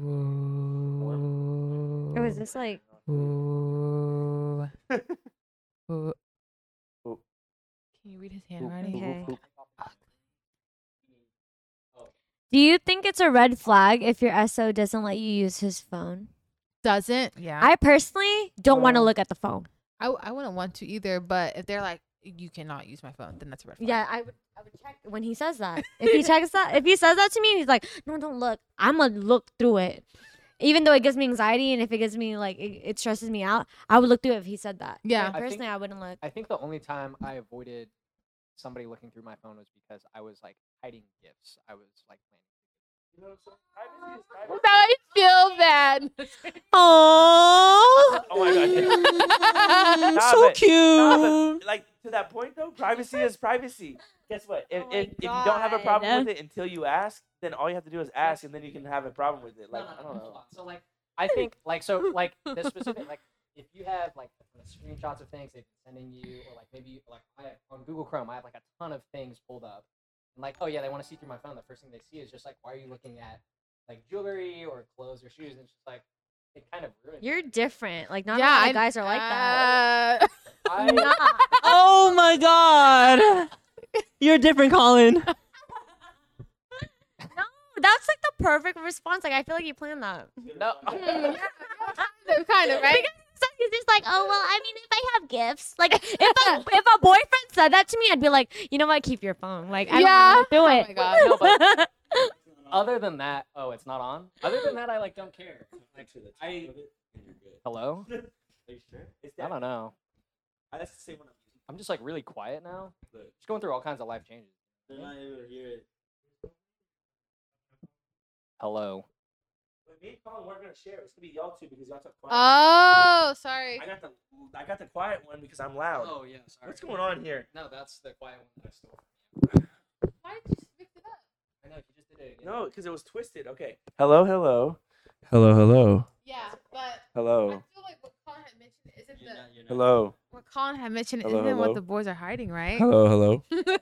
[SPEAKER 5] was this like?
[SPEAKER 4] Can you read his
[SPEAKER 1] Oop,
[SPEAKER 4] handwriting?
[SPEAKER 1] oop, oop, oop.
[SPEAKER 5] Do you think it's a red flag if your SO doesn't let you use his phone?
[SPEAKER 4] Doesn't. Yeah.
[SPEAKER 5] I personally don't want to
[SPEAKER 1] Uh,
[SPEAKER 5] look at the phone.
[SPEAKER 4] I, I wouldn't want to either, but if they're like, you cannot use my phone, then that's a red flag.
[SPEAKER 5] Yeah, I would. I would check when he says that. If he checks that, if he says that to me, and he's like, "No, don't look." I'm gonna look through it, even though it gives me anxiety and if it gives me like it, it stresses me out. I would look through it if he said that. But
[SPEAKER 4] Yeah. I
[SPEAKER 10] think-
[SPEAKER 5] personally, I wouldn't look.
[SPEAKER 10] I think the only time I avoided somebody looking through my phone was because I was like hiding gifts. I was like
[SPEAKER 4] Now I feel bad.
[SPEAKER 5] Oh,
[SPEAKER 1] Oh my god.
[SPEAKER 4] oh
[SPEAKER 1] Nah,
[SPEAKER 2] Mm, so
[SPEAKER 1] but-
[SPEAKER 2] cute.
[SPEAKER 1] Nah, but, like to that point though, privacy is privacy. Guess what? If,
[SPEAKER 4] Oh my
[SPEAKER 1] if, if you don't have a problem
[SPEAKER 5] God.
[SPEAKER 1] with it until you ask, then all you have to do is ask, and then you can have a problem with it. Like I don't know.
[SPEAKER 10] So like, I think like so like the specific like if you have like screenshots of things they've been sending you or like maybe you- like I have, on Google Chrome I have like a ton of things pulled up and like, oh yeah, they want to see through my phone. The first thing they see is just like, why are you looking at like jewelry or clothes or shoes? And it's just like, it kind of ruins.
[SPEAKER 5] You're different. Like not
[SPEAKER 4] Yeah,
[SPEAKER 5] a lot
[SPEAKER 4] I-
[SPEAKER 5] of guys are like that.
[SPEAKER 4] Uh,
[SPEAKER 10] I,
[SPEAKER 5] Nah.
[SPEAKER 12] Oh my god. You're different, Colin.
[SPEAKER 5] That's like the perfect response. Like I feel like you planned that.
[SPEAKER 10] no.
[SPEAKER 4] kind of, right?
[SPEAKER 5] So he's just like, oh well. I mean, if I have gifts, like if a, if a boyfriend said that to me, I'd be like, you know what? Keep your phone. Like I
[SPEAKER 4] Yeah.
[SPEAKER 5] don't
[SPEAKER 4] Oh
[SPEAKER 5] wanna
[SPEAKER 4] my
[SPEAKER 5] do it.
[SPEAKER 4] god.
[SPEAKER 10] no, but other than that, oh, it's not on. Other than that, I like don't care. Like, I hello. I don't know.
[SPEAKER 1] That's the same one.
[SPEAKER 10] I'm just like really quiet now. Just going through all kinds of life changes.
[SPEAKER 2] They're not able to hear it.
[SPEAKER 10] Hello.
[SPEAKER 1] But me and Colin weren't gonna share. It's gonna be y'all two because y'all talk quiet.
[SPEAKER 4] Oh, sorry.
[SPEAKER 1] I got the I got the quiet one because I'm loud.
[SPEAKER 10] Oh, yeah, sorry.
[SPEAKER 1] What's going on here?
[SPEAKER 10] No, that's the quiet one that I stole.
[SPEAKER 4] Why did you mix it up?
[SPEAKER 10] I know you just did it. Again.
[SPEAKER 1] No, because it was twisted. Okay. Hello, hello. Hello, hello.
[SPEAKER 4] Yeah, but I
[SPEAKER 1] Hello.
[SPEAKER 4] feel like what Colin had mentioned isn't the
[SPEAKER 1] Hello.
[SPEAKER 4] what Colin had mentioned
[SPEAKER 1] Hello,
[SPEAKER 4] isn't
[SPEAKER 1] hello.
[SPEAKER 4] what the boys are hiding, right?
[SPEAKER 1] Hello, hello.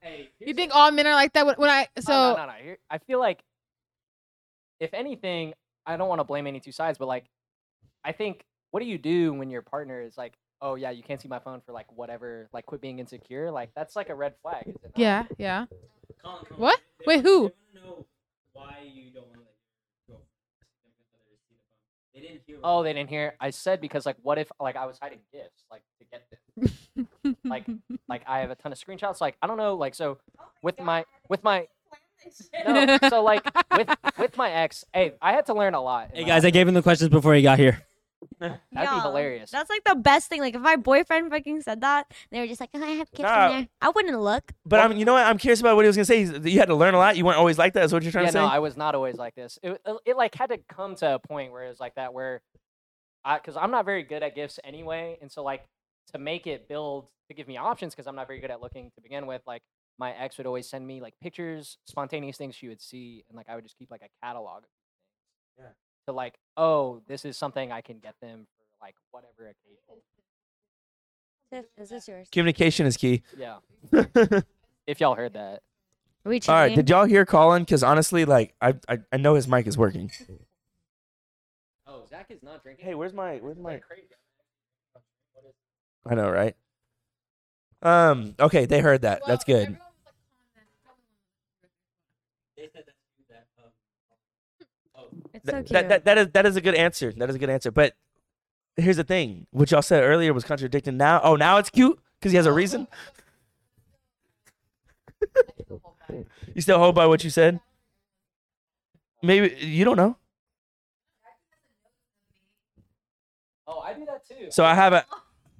[SPEAKER 10] Hey,
[SPEAKER 4] you
[SPEAKER 10] here's
[SPEAKER 4] think
[SPEAKER 10] the-
[SPEAKER 4] all men are like that? When, when I so
[SPEAKER 10] Oh, no, no, no. Here, I feel like, if anything, I don't want to blame any two sides, but like, I think what do you do when your partner is like, oh yeah, you can't see my phone for like whatever, like quit being insecure, like that's like a red flag. Is it not?
[SPEAKER 4] yeah, yeah.
[SPEAKER 2] Colin, Colin,
[SPEAKER 4] What?
[SPEAKER 2] they
[SPEAKER 4] Wait,
[SPEAKER 2] wanna-
[SPEAKER 4] who?
[SPEAKER 2] They want to know why you don't want to go. They didn't hear. what
[SPEAKER 10] Oh,
[SPEAKER 2] you
[SPEAKER 10] they didn't hear. I said because like, what if like I was hiding gifts, like to get them. Like- like I have a ton of screenshots. Like I don't know. Like so, with my with my no, so like with with my ex. Hey, I had to learn a lot. in
[SPEAKER 12] Hey
[SPEAKER 10] my
[SPEAKER 12] guys, I
[SPEAKER 10] life.
[SPEAKER 12] gave him the questions before he got here.
[SPEAKER 10] that'd be
[SPEAKER 5] Yeah,
[SPEAKER 10] hilarious.
[SPEAKER 5] That's like the best thing. Like if my boyfriend fucking said that, they were just like, oh, I have gifts
[SPEAKER 1] Nah.
[SPEAKER 5] in there. I wouldn't look.
[SPEAKER 1] But I'm, you know what? I'm curious about what he was gonna say. He's, you had to learn a lot. You weren't always like that. Is what you're trying
[SPEAKER 10] yeah,
[SPEAKER 1] to say?
[SPEAKER 10] no, I was not always like this. It uh, it- it like had to come to a point where it was like that, where I because I'm not very good at gifts anyway, and so like to make it build to give me options because I'm not very good at looking to begin with. Like my ex would always send me like pictures, spontaneous things she would see, and like I would just keep like a catalog. Yeah. To like, oh, this is something I can get them for like whatever occasion.
[SPEAKER 5] Tiff, Is this yours?
[SPEAKER 1] Communication is key.
[SPEAKER 10] Yeah.
[SPEAKER 1] All
[SPEAKER 10] If y'all heard
[SPEAKER 5] Are
[SPEAKER 10] that,
[SPEAKER 5] we
[SPEAKER 1] right.
[SPEAKER 5] cheating?
[SPEAKER 1] Did y'all hear Colin? Because honestly, like I, I, I know his mic is working.
[SPEAKER 10] oh, Zach is not drinking.
[SPEAKER 1] Hey, where's my, where's my?
[SPEAKER 10] Like crazy.
[SPEAKER 1] I know, right? Um. Okay, they heard that. That's
[SPEAKER 4] Well,
[SPEAKER 1] good.
[SPEAKER 4] everyone was like, "Colin, that's probably one
[SPEAKER 5] it's so
[SPEAKER 1] Th-
[SPEAKER 5] cute.
[SPEAKER 1] that, that, that is that is a good answer. That is a good answer. But here's the thing: what y'all said earlier was contradicting. Now, oh, now it's cute because he has a reason. you still hold by what you said? Maybe you don't know.
[SPEAKER 10] Oh, I do that too.
[SPEAKER 1] So I have a.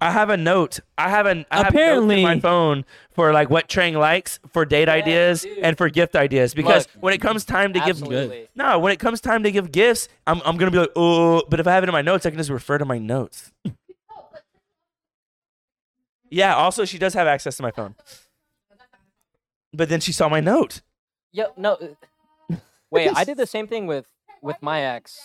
[SPEAKER 1] I have a note. I have an I have notes in
[SPEAKER 12] Apparently-
[SPEAKER 1] my phone for like what Trang likes for date
[SPEAKER 10] Yeah,
[SPEAKER 1] ideas
[SPEAKER 10] dude.
[SPEAKER 1] and for gift ideas because
[SPEAKER 10] Look.
[SPEAKER 1] when it comes time to give
[SPEAKER 10] Absolutely.
[SPEAKER 1] no when it comes time to give gifts I'm I'm gonna be like oh but if I have it in my notes I can just refer to my notes. yeah. Also, she does have access to my phone. But then she saw my note.
[SPEAKER 10] Yo, no. uh, Wait, I did the same thing with with my ex.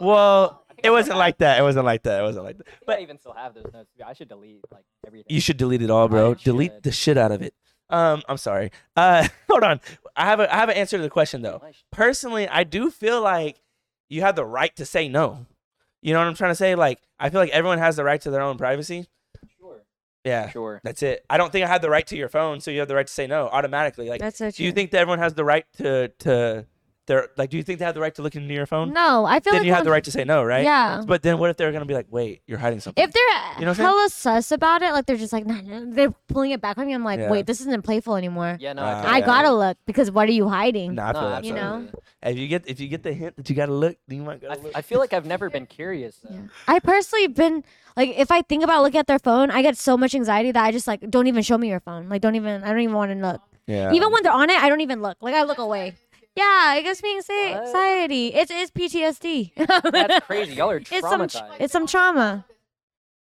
[SPEAKER 1] Well, it wasn't like that. It wasn't like that. It wasn't like that.
[SPEAKER 10] But I even still have those notes. I should delete like everything.
[SPEAKER 1] You should delete it all, bro.
[SPEAKER 10] I
[SPEAKER 1] Delete
[SPEAKER 10] should.
[SPEAKER 1] the shit out of it. Um, I'm sorry. Uh, hold on. I have a I have an answer to the question though.
[SPEAKER 10] I sh-
[SPEAKER 1] Personally, I do feel like you have the right to say no. You know what I'm trying to say? Like, I feel like everyone has the right to their own privacy.
[SPEAKER 10] Sure.
[SPEAKER 1] Yeah,
[SPEAKER 10] Sure.
[SPEAKER 1] that's it. I don't think I have the right to your phone, so you have the right to say no automatically. Like,
[SPEAKER 5] That's so true.
[SPEAKER 1] do you think that everyone has the right to to their like? Do you think they have the right to look into your phone?
[SPEAKER 5] No, I feel
[SPEAKER 1] then
[SPEAKER 5] like
[SPEAKER 1] you have
[SPEAKER 5] when-
[SPEAKER 1] the right to say no, right?
[SPEAKER 5] Yeah.
[SPEAKER 1] But then what if they're gonna be like, wait, you're hiding something?
[SPEAKER 5] If they're
[SPEAKER 1] You know what I'm saying?
[SPEAKER 5] hella sus about it, like they're just like, nah, nah, they're pulling it back on me. I'm like,
[SPEAKER 1] Yeah.
[SPEAKER 5] wait, this isn't playful anymore.
[SPEAKER 10] Yeah, no.
[SPEAKER 1] Uh,
[SPEAKER 10] totally
[SPEAKER 5] I
[SPEAKER 1] yeah.
[SPEAKER 5] gotta
[SPEAKER 10] agree.
[SPEAKER 5] look because what are you hiding?
[SPEAKER 1] nah, I feel
[SPEAKER 10] No,
[SPEAKER 1] that.
[SPEAKER 5] you know?
[SPEAKER 10] absolutely.
[SPEAKER 1] If you get if you get the hint that you gotta look, then you might
[SPEAKER 10] I,
[SPEAKER 1] gotta
[SPEAKER 10] f-
[SPEAKER 1] look.
[SPEAKER 10] I feel like I've never been curious. Though.
[SPEAKER 5] Yeah. I personally been like, if I think about looking at their phone, I get so much anxiety that I just like don't even show me your phone. Like, don't even. I don't even want to look.
[SPEAKER 1] yeah.
[SPEAKER 5] Even when they're on it, I don't even look. Like, I look away. Yeah, it gives me anxi-
[SPEAKER 10] What?
[SPEAKER 5] anxiety. It's it's PTSD.
[SPEAKER 10] That's crazy. Y'all are
[SPEAKER 5] It's some tr-
[SPEAKER 10] traumatized.
[SPEAKER 5] it's some trauma.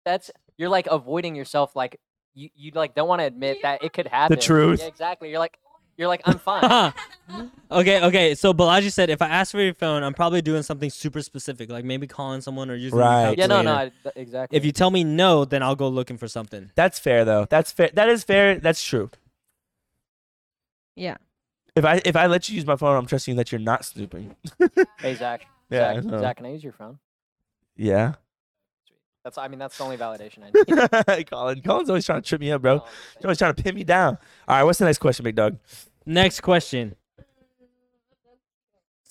[SPEAKER 10] That's you're like avoiding yourself. Like you, you like don't want to admit that it could happen.
[SPEAKER 1] truth.
[SPEAKER 10] Yeah, exactly. You're like, you're like, I'm fine.
[SPEAKER 12] okay, okay. So Balaji said if I ask for your phone, I'm probably doing something super specific, like maybe calling someone or using your
[SPEAKER 1] Right.
[SPEAKER 10] yeah, no, no.
[SPEAKER 12] calculator.
[SPEAKER 10] I, th- exactly.
[SPEAKER 12] If you tell me no, then I'll go looking for something.
[SPEAKER 1] That's fair though. That's fair. That is fair. That's true.
[SPEAKER 5] Yeah.
[SPEAKER 1] If I if I let you use my phone, I'm trusting that you're not snooping.
[SPEAKER 10] Hey Zach.
[SPEAKER 1] Yeah, I
[SPEAKER 10] Zach,
[SPEAKER 1] know.
[SPEAKER 10] Zach, can I use your phone?
[SPEAKER 1] Yeah.
[SPEAKER 10] That's I mean that's the only validation I need.
[SPEAKER 1] Colin. Colin's always trying to trip me up, bro.
[SPEAKER 10] Oh,
[SPEAKER 1] He's always trying to pin me down. All right, what's the next question, big dog?
[SPEAKER 2] Next question.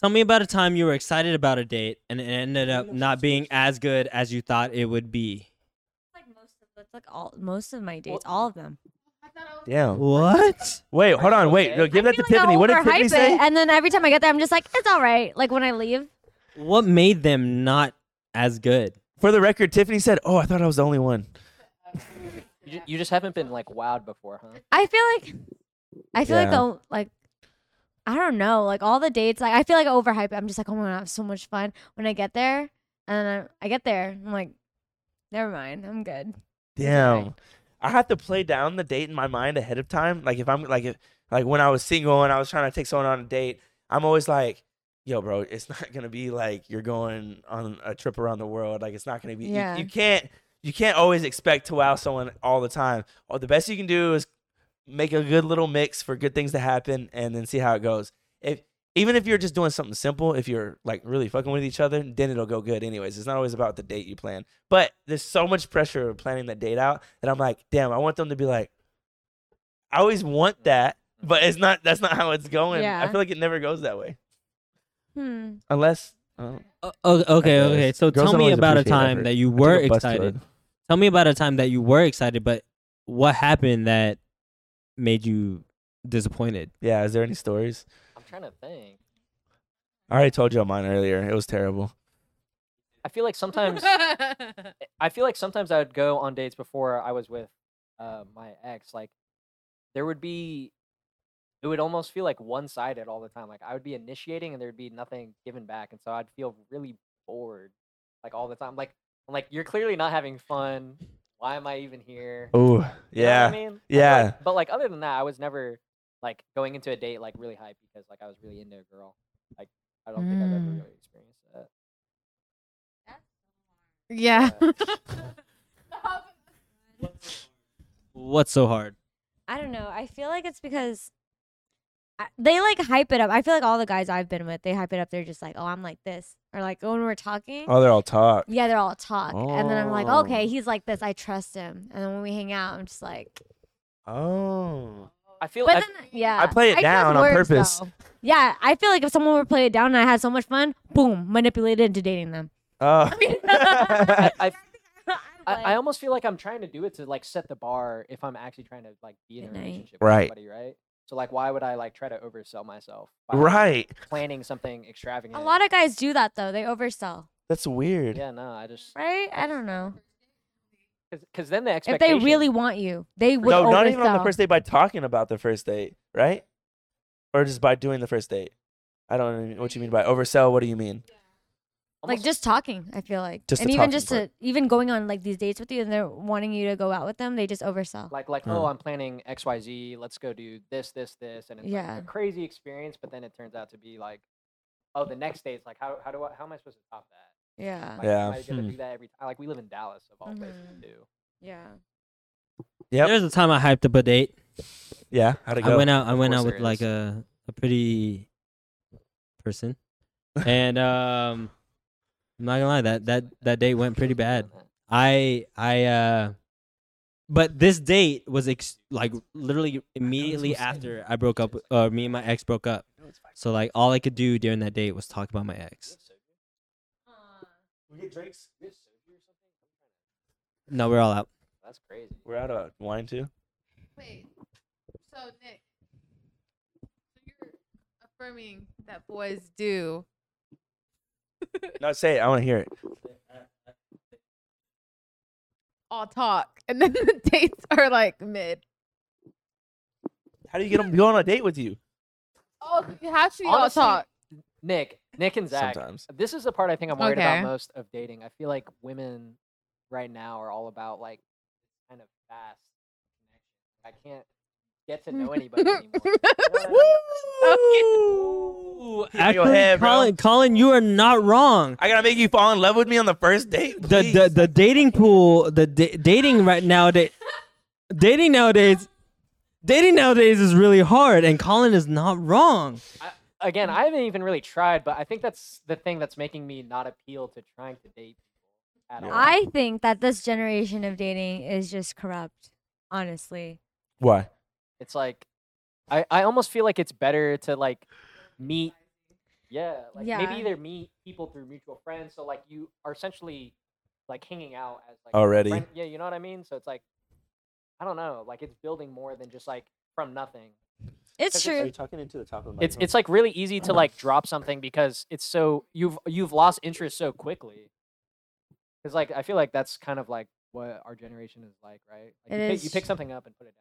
[SPEAKER 2] Tell me about a time you were excited about a date and it ended up not being as good as you thought it would be.
[SPEAKER 5] Like most of that's like all most of my dates, all of them.
[SPEAKER 1] Damn.
[SPEAKER 2] What?
[SPEAKER 1] Wait, hold on. Wait,
[SPEAKER 10] okay?
[SPEAKER 1] no, give
[SPEAKER 5] I
[SPEAKER 1] that to
[SPEAKER 5] feel like I
[SPEAKER 1] Tiffany. What did
[SPEAKER 5] overhype
[SPEAKER 1] Tiffany say?
[SPEAKER 5] It, and then every time I get there, I'm just like, it's all right. Like when I leave,
[SPEAKER 2] What made them not as good?
[SPEAKER 1] For the record, Tiffany said, "Oh, I thought I was the only one."
[SPEAKER 10] You, ju- you just haven't been like wowed before, huh?
[SPEAKER 5] I feel like, I feel like
[SPEAKER 1] Yeah.
[SPEAKER 5] the o- like, I don't know, like all the dates, like I feel like I overhype it. I'm just like, oh my god, I have so much fun when I get there, and I, I get there, I'm like, never mind, I'm good.
[SPEAKER 1] Damn. I have to play down the date in my mind ahead of time. Like if I'm like if, like when I was single and I was trying to take someone on a date, I'm always like, "Yo, bro, it's not gonna be like you're going on a trip around the world. Like it's not gonna be. you-
[SPEAKER 5] Yeah.
[SPEAKER 1] You, can't you can't always expect to wow someone all the time. Or the best you can do is make a good little mix for good things to happen and then see how it goes. If even if you're just doing something simple, if you're like really fucking with each other, then it'll go good anyways. It's not always about the date you plan. But there's so much pressure of planning that date out that I'm like, damn, I want them to be like, I always want that, but it's not that's not how it's going. I
[SPEAKER 5] Yeah.
[SPEAKER 1] feel like it never goes that way.
[SPEAKER 5] Hmm.
[SPEAKER 1] Unless uh,
[SPEAKER 2] O- o- okay,
[SPEAKER 1] guess.
[SPEAKER 2] okay. So
[SPEAKER 1] Girls
[SPEAKER 2] tell
[SPEAKER 1] don't
[SPEAKER 2] me
[SPEAKER 1] always
[SPEAKER 2] about a
[SPEAKER 1] appreciate
[SPEAKER 2] time
[SPEAKER 1] effort.
[SPEAKER 2] that you
[SPEAKER 1] I took
[SPEAKER 2] were
[SPEAKER 1] a bus
[SPEAKER 2] excited.
[SPEAKER 1] ride.
[SPEAKER 2] Tell me about a time that you were excited, but what happened that made you disappointed?
[SPEAKER 1] Yeah, is there any stories?
[SPEAKER 10] I'm trying to think.
[SPEAKER 1] I already told you mine earlier. It was terrible.
[SPEAKER 10] I feel like sometimes I feel like sometimes I would go on dates before I was with uh, my ex. Like there would be, it would almost feel like one sided all the time. Like I would be initiating and there'd be nothing given back, and so I'd feel really bored, like all the time. Like I'm like, you're clearly not having fun. Why am I even here?
[SPEAKER 1] Oh
[SPEAKER 10] You know what
[SPEAKER 1] yeah.
[SPEAKER 10] I mean? I feel
[SPEAKER 1] yeah.
[SPEAKER 10] like- but like other than that, I was never like going into a date like really hype because like I was really into a girl. Like I don't think I've ever
[SPEAKER 5] Mm.
[SPEAKER 10] really experienced that.
[SPEAKER 4] Yeah. uh,
[SPEAKER 2] What's so hard?
[SPEAKER 5] I don't know. I feel like it's because I, they like hype it up. I feel like all the guys I've been with, they hype it up. They're just like, oh, I'm like this, or like when we're talking.
[SPEAKER 1] Oh, they're all talk.
[SPEAKER 5] Yeah, they're all talk. And then I'm like, okay,
[SPEAKER 1] Oh.
[SPEAKER 5] he's like this. I trust him. And then when we hang out, I'm just like,
[SPEAKER 1] Oh.
[SPEAKER 10] I feel
[SPEAKER 5] but
[SPEAKER 10] I-
[SPEAKER 5] then, yeah.
[SPEAKER 1] I play it
[SPEAKER 5] trust
[SPEAKER 1] down on
[SPEAKER 5] words,
[SPEAKER 1] purpose.
[SPEAKER 5] though. Yeah, I feel like if someone were to play it down and I had so much fun, boom, manipulated into dating them.
[SPEAKER 1] Oh.
[SPEAKER 10] I, I I, I
[SPEAKER 5] Like,
[SPEAKER 10] almost feel like I'm trying to do it to like set the bar if I'm actually trying to like be in a
[SPEAKER 5] Good night.
[SPEAKER 10] relationship
[SPEAKER 1] Right.
[SPEAKER 10] with somebody, right? So like why would I like try to oversell myself by
[SPEAKER 1] right.
[SPEAKER 10] planning something
[SPEAKER 5] a
[SPEAKER 10] extravagant?
[SPEAKER 5] lot of guys do that though. They oversell,
[SPEAKER 1] That's weird.
[SPEAKER 10] Yeah, no, I just
[SPEAKER 5] right? I don't know.
[SPEAKER 10] because then the
[SPEAKER 5] If
[SPEAKER 10] expectation
[SPEAKER 5] they really want you, they would
[SPEAKER 1] no,
[SPEAKER 5] oversell.
[SPEAKER 1] not even on the first date by talking about the first date, right? Or just by doing the first date. I don't know what you mean by oversell. What do you mean?
[SPEAKER 5] like
[SPEAKER 10] almost-
[SPEAKER 5] just talking i feel like
[SPEAKER 1] Just
[SPEAKER 5] and
[SPEAKER 1] the
[SPEAKER 5] even
[SPEAKER 1] talking
[SPEAKER 5] just
[SPEAKER 1] part.
[SPEAKER 5] to even going on like these dates with you and they're wanting you to go out with them they just oversell
[SPEAKER 10] like like
[SPEAKER 1] Yeah.
[SPEAKER 2] Mm.
[SPEAKER 10] oh I'm planning X Y Z, let's go do this this this, and it's
[SPEAKER 5] Yeah.
[SPEAKER 10] like a crazy experience, but then it turns out to be like oh the next day it's like how how do I how am I supposed to top that?
[SPEAKER 5] yeah
[SPEAKER 10] Like,
[SPEAKER 1] Yeah.
[SPEAKER 10] am I gonna
[SPEAKER 1] Hmm.
[SPEAKER 10] do that every time? Like we live in Dallas of all places
[SPEAKER 5] Mhm.
[SPEAKER 10] too.
[SPEAKER 5] yeah
[SPEAKER 1] Yep.
[SPEAKER 2] There's a time I hyped up a date.
[SPEAKER 1] Yeah. How'd it
[SPEAKER 2] I
[SPEAKER 1] go?
[SPEAKER 2] went out. I
[SPEAKER 10] Of
[SPEAKER 2] went
[SPEAKER 10] course
[SPEAKER 2] out
[SPEAKER 10] there
[SPEAKER 2] with like
[SPEAKER 10] is.
[SPEAKER 2] a a pretty person, and um, I'm not gonna lie that that that date went pretty bad. I I uh, but this date was ex- like literally immediately after I broke up. with- Uh, me and my ex broke up. So like all I could do during that date was talk about my ex.
[SPEAKER 1] We get drinks.
[SPEAKER 2] No, we're all out.
[SPEAKER 10] That's crazy.
[SPEAKER 1] We're out of wine too.
[SPEAKER 4] Wait. So Nick, so you're affirming that boys do.
[SPEAKER 1] No, say it. I want to hear it.
[SPEAKER 4] all talk, and then the dates are like mid.
[SPEAKER 1] How do you get them to go on a date with you?
[SPEAKER 4] Oh, you have to be
[SPEAKER 10] Honestly,
[SPEAKER 4] all talk.
[SPEAKER 10] Nick, Nick and Zach.
[SPEAKER 1] Sometimes.
[SPEAKER 10] This is the part I think I'm worried about
[SPEAKER 4] Okay.
[SPEAKER 10] most of dating. I feel like women right now are all about like kind of fast connection. I can't get to know anybody anymore. You know what
[SPEAKER 1] Woo! Keep it in your
[SPEAKER 2] Actually,
[SPEAKER 1] head, bro.
[SPEAKER 2] Colin, Colin, you are not wrong.
[SPEAKER 1] I gotta make you fall in love with me on the first date.
[SPEAKER 2] the the,
[SPEAKER 1] Please.
[SPEAKER 2] the dating pool the da- dating right now da- dating nowadays
[SPEAKER 12] Dating nowadays is really hard, and Colin is not wrong.
[SPEAKER 10] Again, I haven't even really tried, but I think that's the thing that's making me not appeal to trying to date people at all.
[SPEAKER 5] I think that this generation of dating is just corrupt. Honestly,
[SPEAKER 1] Why?
[SPEAKER 10] it's like I, I almost feel like it's better to like meet yeah like
[SPEAKER 5] Yeah.
[SPEAKER 10] maybe either meet people through mutual friends so like you are essentially like hanging out as like
[SPEAKER 1] Already.
[SPEAKER 10] friend- yeah you know what i mean so it's like i don't know like it's building more than just like from nothing
[SPEAKER 5] it's
[SPEAKER 7] Are
[SPEAKER 5] true.
[SPEAKER 7] you talking into the top of my
[SPEAKER 10] it's it's like really easy to like drop something because it's so you've you've lost interest so quickly because like i feel like that's kind of like what our generation is like right like
[SPEAKER 5] It
[SPEAKER 10] you, Pick, you
[SPEAKER 5] is.
[SPEAKER 10] pick something up and put it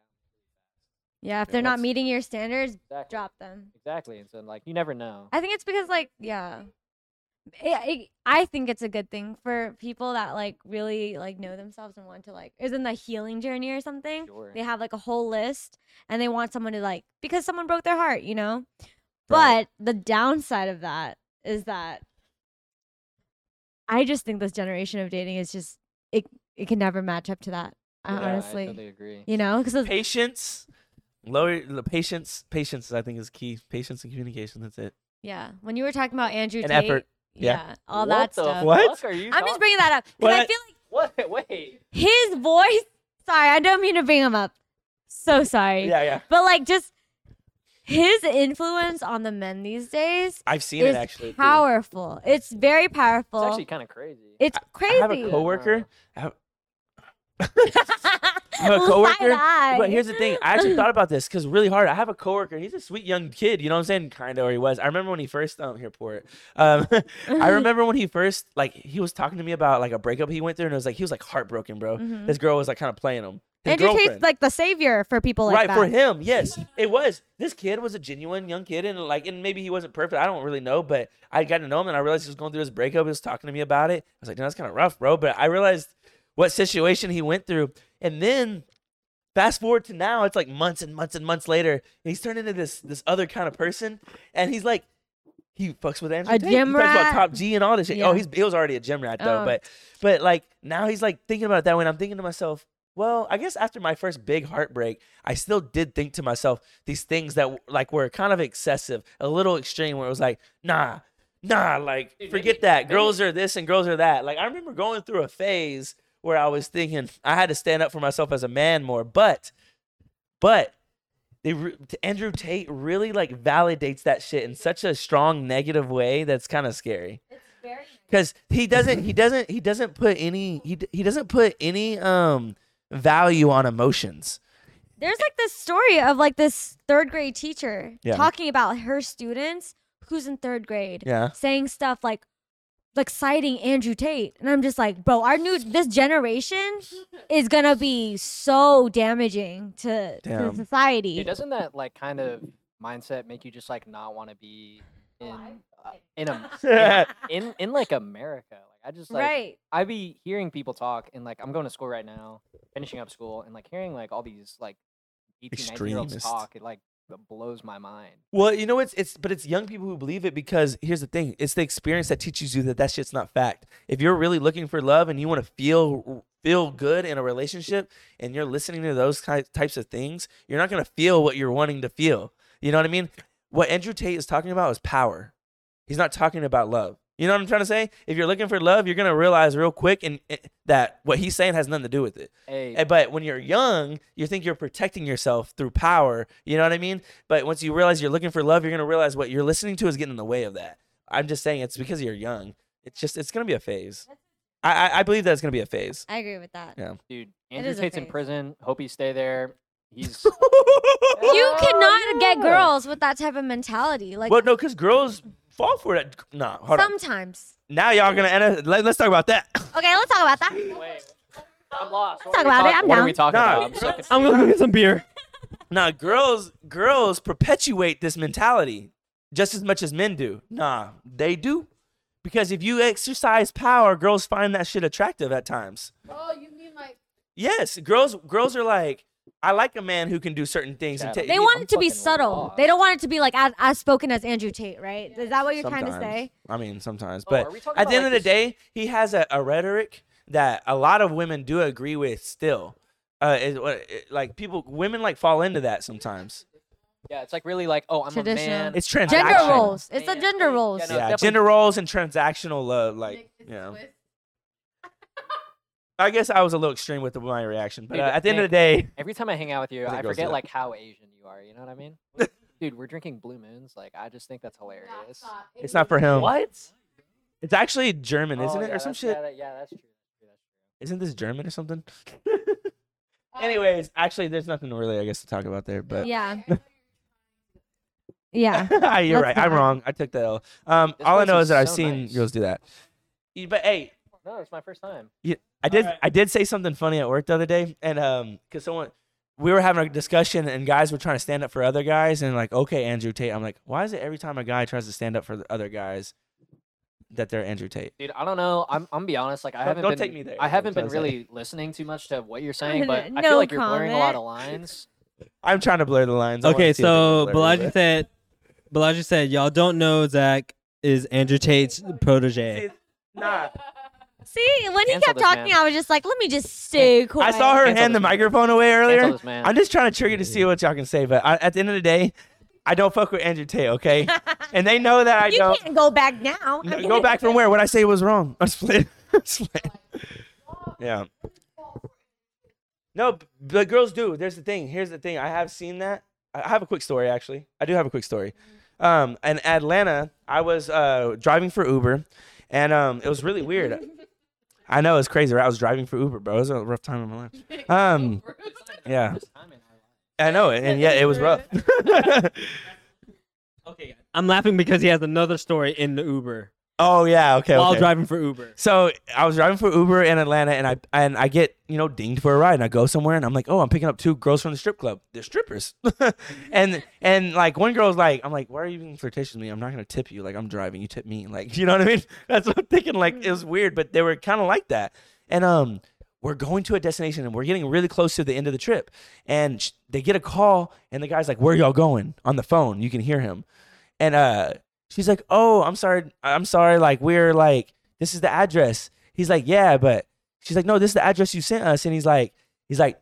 [SPEAKER 5] Yeah, if
[SPEAKER 10] Yeah,
[SPEAKER 5] they're not
[SPEAKER 10] that's-
[SPEAKER 5] meeting your standards,
[SPEAKER 10] down exactly
[SPEAKER 5] drop them.
[SPEAKER 10] exactly and so like you never know
[SPEAKER 5] I think it's because like yeah, it, it, I think it's a good thing for people that like really like know themselves and want to like is in the healing journey or something.
[SPEAKER 10] sure
[SPEAKER 5] They have like a whole list and they want someone to like because someone broke their heart, you know.
[SPEAKER 1] Right.
[SPEAKER 5] But the downside of that is that I just think this generation of dating is just it it can never match up to that. I
[SPEAKER 10] Yeah,
[SPEAKER 5] honestly,
[SPEAKER 10] I totally agree.
[SPEAKER 5] you know, because
[SPEAKER 1] Patience. Lower the patience. Patience, I think, is key. Patience and communication. That's it.
[SPEAKER 5] yeah, when you were talking about Andrew
[SPEAKER 1] And
[SPEAKER 5] Tate,
[SPEAKER 1] effort. Yeah.
[SPEAKER 5] all
[SPEAKER 10] what
[SPEAKER 5] that
[SPEAKER 10] the
[SPEAKER 5] stuff.
[SPEAKER 1] What?
[SPEAKER 10] fuck are you?
[SPEAKER 5] I'm just
[SPEAKER 10] talking-
[SPEAKER 5] bringing that up because I
[SPEAKER 1] What?
[SPEAKER 5] feel like
[SPEAKER 10] What? Wait.
[SPEAKER 5] his voice. Sorry, I don't mean to bring him up. So sorry.
[SPEAKER 1] Yeah, yeah.
[SPEAKER 5] But like just his influence on the men these days
[SPEAKER 1] I've seen
[SPEAKER 5] is
[SPEAKER 1] it actually. too.
[SPEAKER 5] powerful. It's very powerful.
[SPEAKER 10] It's
[SPEAKER 5] It's,
[SPEAKER 10] actually kind of crazy.
[SPEAKER 5] crazy.
[SPEAKER 1] I have a coworker. I have, I have a coworker. But here's the thing. I actually thought about this because really hard. I have a coworker. He's a sweet young kid. You know what I'm saying? Kind of, or he was. I remember when he first um here pour it. Um, I remember when he first like he was talking to me about like a breakup he went through, and it was like he was like heartbroken, bro.
[SPEAKER 5] Mhm.
[SPEAKER 1] This girl was like kind of playing him. His
[SPEAKER 5] Andrew Tate's
[SPEAKER 1] girlfriend.
[SPEAKER 5] like the savior for people like
[SPEAKER 1] right
[SPEAKER 5] that.
[SPEAKER 1] for him. Yes, it was. This kid was a genuine young kid, and like, and maybe he wasn't perfect. I don't really know, but I got to know him, and I realized he was going through this breakup. He was talking to me about it. I was like, "Damn, that's kind of rough, bro." But I realized what situation he went through, and then fast forward to now, it's like months and months and months later, and he's turned into this this other kind of person, and he's like. He fucks with Andrew
[SPEAKER 5] A
[SPEAKER 1] Tate.
[SPEAKER 5] gym
[SPEAKER 1] he talks
[SPEAKER 5] rat.
[SPEAKER 1] about Top G and all this shit.
[SPEAKER 5] Yeah.
[SPEAKER 1] Oh, he's he was already a gym rat though,
[SPEAKER 5] Oh.
[SPEAKER 1] but but like now he's like thinking about it that way. And I'm thinking to myself, well, I guess after my first big heartbreak, I still did think to myself these things that like were kind of excessive, a little extreme, where it was like, nah, nah, like
[SPEAKER 10] Dude,
[SPEAKER 1] forget
[SPEAKER 10] maybe-
[SPEAKER 1] that.
[SPEAKER 10] maybe-
[SPEAKER 1] Girls are this and girls are that. Like I remember going through a phase where I was thinking I had to stand up for myself as a man more, but, but. They re- Andrew Tate really like validates that shit in such a strong negative way that's kind of scary because he doesn't he doesn't he doesn't put any he, d- he doesn't put any um value on emotions
[SPEAKER 5] There's like this story of like this third grade teacher
[SPEAKER 1] Yeah.
[SPEAKER 5] talking about her students who's in third grade
[SPEAKER 1] yeah
[SPEAKER 5] saying stuff like like citing Andrew Tate. And I'm just like, bro, our new this generation is gonna be so damaging to, to
[SPEAKER 1] Damn.
[SPEAKER 5] society.
[SPEAKER 10] Dude, doesn't that like kind of mindset make you just like not want to be
[SPEAKER 5] Oh,
[SPEAKER 10] in uh, in a in, in in like America? Like I just like
[SPEAKER 5] right.
[SPEAKER 10] I be hearing people talk and like I'm going to school right now, finishing up school, and like hearing like all these like 18, 19 year olds
[SPEAKER 1] Extremist.
[SPEAKER 10] talk. It like blows my mind.
[SPEAKER 1] well you know it's it's but it's young people who believe it because here's the thing it's the experience that teaches you that that shit's not fact if you're really looking for love and you want to feel feel good in a relationship and you're listening to those ki- types of things you're not going to feel what you're wanting to feel you know what i mean what andrew tate is talking about is power He's not talking about love. You know what I'm trying to say? If you're looking for love, you're gonna realize real quick and eh, that what he's saying has nothing to do with it.
[SPEAKER 10] Hey,
[SPEAKER 1] Eh, But when you're young, you think you're protecting yourself through power. You know what I mean? But once you realize you're looking for love, you're gonna realize what you're listening to is getting in the way of that. I'm just saying it's because you're young. It's just it's gonna be a phase. I I, I believe that it's gonna be a phase.
[SPEAKER 5] I agree with that.
[SPEAKER 1] Yeah.
[SPEAKER 10] dude, Andrew
[SPEAKER 5] is a
[SPEAKER 10] Tate's in
[SPEAKER 5] phase.
[SPEAKER 10] prison. Hope you stay there. He's
[SPEAKER 5] You
[SPEAKER 10] Oh,
[SPEAKER 5] cannot get
[SPEAKER 10] yeah.
[SPEAKER 5] girls with that type of mentality. Like
[SPEAKER 1] well, no, because girls fall for that. Nah, hold on.
[SPEAKER 5] sometimes.
[SPEAKER 1] Now y'all gonna end up, let, let's talk about that.
[SPEAKER 5] Okay, let's talk about that.
[SPEAKER 10] Wait, I'm lost. Let's
[SPEAKER 5] talk about it, I'm
[SPEAKER 10] What are
[SPEAKER 5] down.
[SPEAKER 10] we talking
[SPEAKER 1] Nah.
[SPEAKER 10] about? I'm so
[SPEAKER 12] I'm gonna go get some beer.
[SPEAKER 1] Now, girls, girls perpetuate this mentality just as much as men do. Nah, they do. Because if you exercise power, girls find that shit attractive at times.
[SPEAKER 4] Oh, you mean like
[SPEAKER 1] Yes, girls, girls are like, I like a man who can do certain things. And ta-
[SPEAKER 5] They want
[SPEAKER 10] I'm
[SPEAKER 5] it to be
[SPEAKER 10] fucking
[SPEAKER 5] subtle.
[SPEAKER 10] lost.
[SPEAKER 5] They don't want it to be like as, as spoken as Andrew Tate, right? Is that what you're trying to
[SPEAKER 1] Sometimes.
[SPEAKER 5] say?
[SPEAKER 1] I mean, sometimes,
[SPEAKER 10] Oh,
[SPEAKER 1] but
[SPEAKER 10] are we talking
[SPEAKER 1] at the end
[SPEAKER 10] about, like,
[SPEAKER 1] of the day, he has a, a rhetoric that a lot of women do agree with still. uh, is what it, like people women like fall into that sometimes.
[SPEAKER 10] Yeah, it's like really like, oh, I'm a
[SPEAKER 5] Traditional.
[SPEAKER 10] man.
[SPEAKER 1] It's
[SPEAKER 5] Gender
[SPEAKER 1] transactional.
[SPEAKER 5] roles. It's the
[SPEAKER 10] Man.
[SPEAKER 5] gender roles.
[SPEAKER 10] no,
[SPEAKER 1] yeah,
[SPEAKER 10] definitely-
[SPEAKER 1] gender roles and transactional love. Like, you know, I guess I was a little extreme with my reaction, but uh,
[SPEAKER 10] Dude,
[SPEAKER 1] at the end of the
[SPEAKER 10] Nick-
[SPEAKER 1] day,
[SPEAKER 10] Every time I hang out with you,
[SPEAKER 1] I think
[SPEAKER 10] I
[SPEAKER 1] it goes to
[SPEAKER 10] forget
[SPEAKER 1] that.
[SPEAKER 10] like how Asian you are. You know what I mean? Dude, we're drinking blue moons. Like, I just think that's hilarious.
[SPEAKER 1] it's not for him.
[SPEAKER 10] What?
[SPEAKER 1] It's actually German, isn't
[SPEAKER 10] Oh,
[SPEAKER 1] it,
[SPEAKER 10] yeah,
[SPEAKER 1] or some
[SPEAKER 10] that's-
[SPEAKER 1] shit?
[SPEAKER 10] Yeah, that- yeah, that's true. that's true, that's true.
[SPEAKER 1] Isn't this German or something? Anyways, actually, there's nothing really, I guess, to talk about there. But
[SPEAKER 5] Yeah. Yeah.
[SPEAKER 1] you're right.
[SPEAKER 5] That's
[SPEAKER 1] I'm
[SPEAKER 5] fine.
[SPEAKER 1] wrong. I took that L. Um,
[SPEAKER 10] This
[SPEAKER 1] all I
[SPEAKER 10] place
[SPEAKER 1] know
[SPEAKER 10] is
[SPEAKER 1] is that I've
[SPEAKER 10] so
[SPEAKER 1] seen
[SPEAKER 10] nice.
[SPEAKER 1] girls do that. Y- But hey,
[SPEAKER 10] No, it's my first time.
[SPEAKER 1] I did.
[SPEAKER 2] Alright.
[SPEAKER 1] I did say something funny at work the other day, and um, cause someone, we were having a discussion, and guys were trying to stand up for other guys, and like, okay, Andrew Tate. I'm like, why is it every time a guy tries to stand up for the other guys, that they're Andrew Tate?
[SPEAKER 10] Dude, I don't know. I'm, I'm gonna be honest. Like, I
[SPEAKER 1] Don't-
[SPEAKER 10] haven't
[SPEAKER 1] don't
[SPEAKER 10] been.
[SPEAKER 1] take me there,
[SPEAKER 10] I
[SPEAKER 1] is
[SPEAKER 10] haven't
[SPEAKER 1] what
[SPEAKER 10] been
[SPEAKER 1] I'm saying.
[SPEAKER 10] really listening too much to what you're saying, but I
[SPEAKER 5] No
[SPEAKER 10] feel like you're blurring a lot
[SPEAKER 5] comment.
[SPEAKER 10] of lines.
[SPEAKER 1] I'm trying to blur the lines. I wanna
[SPEAKER 12] Okay,
[SPEAKER 1] see if they can
[SPEAKER 12] so
[SPEAKER 1] blur a
[SPEAKER 12] Balaji
[SPEAKER 1] little
[SPEAKER 12] said, Balaji said, y'all don't know Zach is Andrew Tate's protege.
[SPEAKER 1] bit. Nah,
[SPEAKER 5] See, when he
[SPEAKER 10] Cancel
[SPEAKER 5] kept
[SPEAKER 10] this
[SPEAKER 5] talking,
[SPEAKER 10] man.
[SPEAKER 5] I was just like, let me just stay cool.
[SPEAKER 1] I saw her
[SPEAKER 10] Cancel
[SPEAKER 1] hand the
[SPEAKER 10] this man.
[SPEAKER 1] microphone away
[SPEAKER 10] Cancel
[SPEAKER 1] earlier.
[SPEAKER 10] this man.
[SPEAKER 1] I'm just trying to trigger to see what y'all can say, but I, at the end of the day, I don't fuck with Andrew Tate, okay? and they know that I
[SPEAKER 5] you
[SPEAKER 1] don't.
[SPEAKER 5] can't go back now.
[SPEAKER 1] No, go back from where? What I say was wrong. I'm split. I'm split. Yeah. No, b- but girls do. There's the thing. Here's the thing. I have seen that. I I have a quick story actually. I do have a quick story. Um, in Atlanta, I was uh driving for Uber, and um, it was really weird. I know it's crazy. Right? I was driving for Uber, bro. It was a rough time in my life. Um, yeah. I know, and yeah, it was rough.
[SPEAKER 12] Okay, I'm laughing because he has another story in the Uber
[SPEAKER 1] oh yeah. Okay.
[SPEAKER 12] while
[SPEAKER 1] okay.
[SPEAKER 12] driving for Uber.
[SPEAKER 1] So I was driving for Uber in Atlanta, and I and I get you know dinged for a ride, and I go somewhere, and I'm like, oh, I'm picking up two girls from the strip club. They're strippers, and and like one girl's like, I'm like, why are you being flirtatious with me? I'm not gonna tip you. Like I'm driving, you tip me. Like you know what I mean? That's what I'm thinking. Like it was weird, but they were kind of like that. And um, we're going to a destination, and we're getting really close to the end of the trip, and sh- they get a call, and the guy's like, where y'all going? On the phone, you can hear him, and uh, she's like, oh, I'm sorry, I'm sorry. Like we're like this is the address. He's like, yeah, but she's like, no, this is the address you sent us. And he's like, he's like,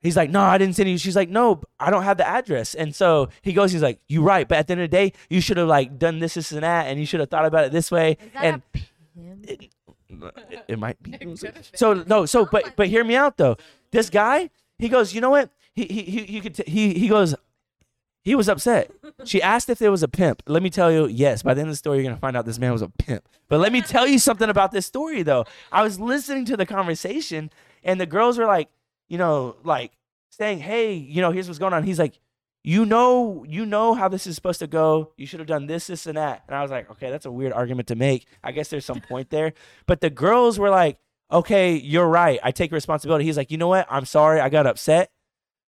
[SPEAKER 1] he's like, no, I didn't send you. She's like, no, I don't have the address. And so he goes, he's like, you right, but at the end of the day, you should have like done this, this, and that, and you should have thought about it this way.
[SPEAKER 5] Is that
[SPEAKER 1] And
[SPEAKER 5] a pimp?
[SPEAKER 1] it, it- it might be.
[SPEAKER 4] could have
[SPEAKER 1] So no, so but but hear me out though. This guy, he goes, you know what? He he he you could t- he he goes. He was upset. She asked if there was a pimp. Let me tell you, yes. By the end of the story, you're gonna find out this man was a pimp. But let me tell you something about this story though. I was listening to the conversation, and the girls were like, you know, like saying, "Hey, you know, here's what's going on." He's like, "You know, you know how this is supposed to go. You should have done this, this, and that." And I was like, "Okay, that's a weird argument to make. I guess there's some point there." But the girls were like, "Okay, you're right. I take responsibility." He's like, "You know what? I'm sorry. I got upset,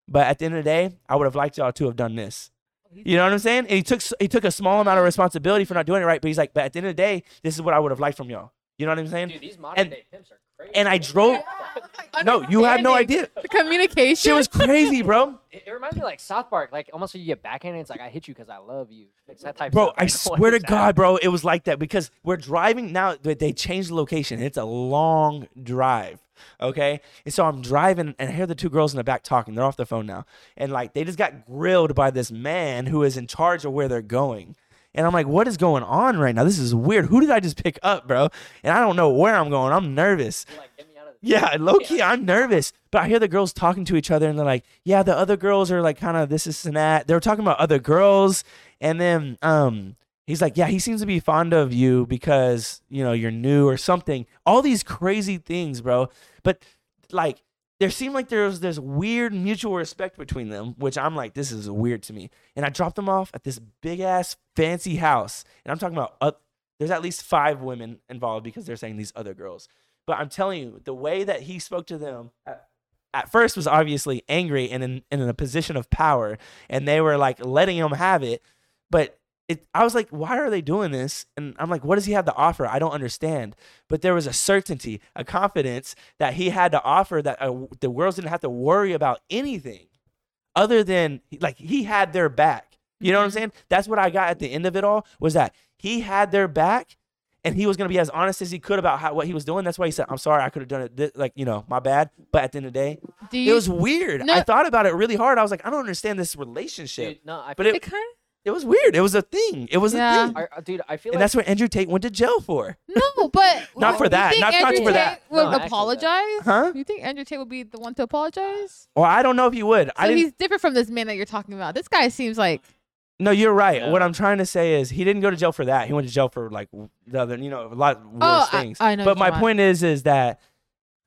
[SPEAKER 1] but at the end of the day, I would have liked y'all to have done this." You know what I'm saying? And he took s- he took a small amount of responsibility for not doing it right, but he's like, "But at the end of the day, this is what I would have liked from y'all." You know what I'm saying?
[SPEAKER 10] Dude, these modern
[SPEAKER 1] and-
[SPEAKER 10] day pimps are crazy.
[SPEAKER 1] And I drove. No, you have no idea.
[SPEAKER 4] The communication.
[SPEAKER 1] Shit was crazy, bro.
[SPEAKER 10] It, it reminds me like South Park, like almost when you get backhanded, it's like I hit you because I love you. It's that type.
[SPEAKER 1] Bro,
[SPEAKER 10] stuff.
[SPEAKER 1] I
[SPEAKER 10] don't know what
[SPEAKER 1] swear to
[SPEAKER 10] it's at.
[SPEAKER 1] God, bro, it was like that because we're driving now. They they changed the location. and It's a long drive. Okay. And so I'm driving and I hear the two girls in the back talking. They're off the phone now. And like they just got grilled by this man who is in charge of where they're going. And I'm like, what is going on right now? This is weird. Who did I just pick up, bro? And I don't know where I'm going. I'm nervous.
[SPEAKER 10] Like, get me out of this.
[SPEAKER 1] Yeah, low key, I'm nervous. But I hear the girls talking to each other, and they're like, "Yeah, the other girls are like kind of this, this, and that." They were talking about other girls, and then um, he's like, "Yeah, he seems to be fond of you because you know you're new or something." All these crazy things, bro. But like, there seemed like there was this weird mutual respect between them, which I'm like, this is weird to me. And I dropped them off at this big ass fancy house, and I'm talking about up. There's at least five women involved because they're saying these other girls. But I'm telling you, the way that he spoke to them at, at first was obviously angry and in, and in a position of power, and they were like letting him have it. But it, I was like, why are they doing this? And I'm like, what does he have to offer? I don't understand. But there was a certainty, a confidence that he had to offer that uh, the girls didn't have to worry about anything other than like he had their back. You know what I'm saying? That's what I got at the end of it all was that he had their back and he was gonna be as honest as he could about how, what he was doing. That's why he said, "I'm sorry, I could have done it. This, like you know, my bad." But at the end of the day,
[SPEAKER 4] Do
[SPEAKER 1] it
[SPEAKER 4] you?
[SPEAKER 1] was weird. I
[SPEAKER 4] No.
[SPEAKER 1] thought about it really hard. I was like, I don't understand this relationship.
[SPEAKER 10] Dude, no, I
[SPEAKER 1] But
[SPEAKER 10] feel,
[SPEAKER 4] it
[SPEAKER 1] it,
[SPEAKER 4] kind
[SPEAKER 1] it was weird. It was a thing. It was
[SPEAKER 4] Yeah.
[SPEAKER 1] a thing.
[SPEAKER 10] I, I- dude, I feel
[SPEAKER 1] And
[SPEAKER 10] like
[SPEAKER 1] that's what Andrew Tate went to jail for.
[SPEAKER 4] no, but
[SPEAKER 1] Not for
[SPEAKER 4] you
[SPEAKER 1] that.
[SPEAKER 4] think
[SPEAKER 1] Not- not
[SPEAKER 4] Andrew
[SPEAKER 1] for that.
[SPEAKER 4] Tate Would
[SPEAKER 10] No, actually,
[SPEAKER 4] apologize?
[SPEAKER 1] Huh?
[SPEAKER 4] You think Andrew Tate would be the one to apologize?
[SPEAKER 1] Or I don't know if you would. I
[SPEAKER 4] So
[SPEAKER 1] didn't.
[SPEAKER 4] he's different from this man that you're talking about. This guy seems like
[SPEAKER 1] No, you're right.
[SPEAKER 10] Yeah.
[SPEAKER 1] What I'm trying to say is he didn't go to jail for that. He went to jail for like w- the other, you know, a lot worse
[SPEAKER 4] oh, I-
[SPEAKER 1] things.
[SPEAKER 4] I, know.
[SPEAKER 1] but
[SPEAKER 4] what
[SPEAKER 1] my
[SPEAKER 4] you want.
[SPEAKER 1] point is, is that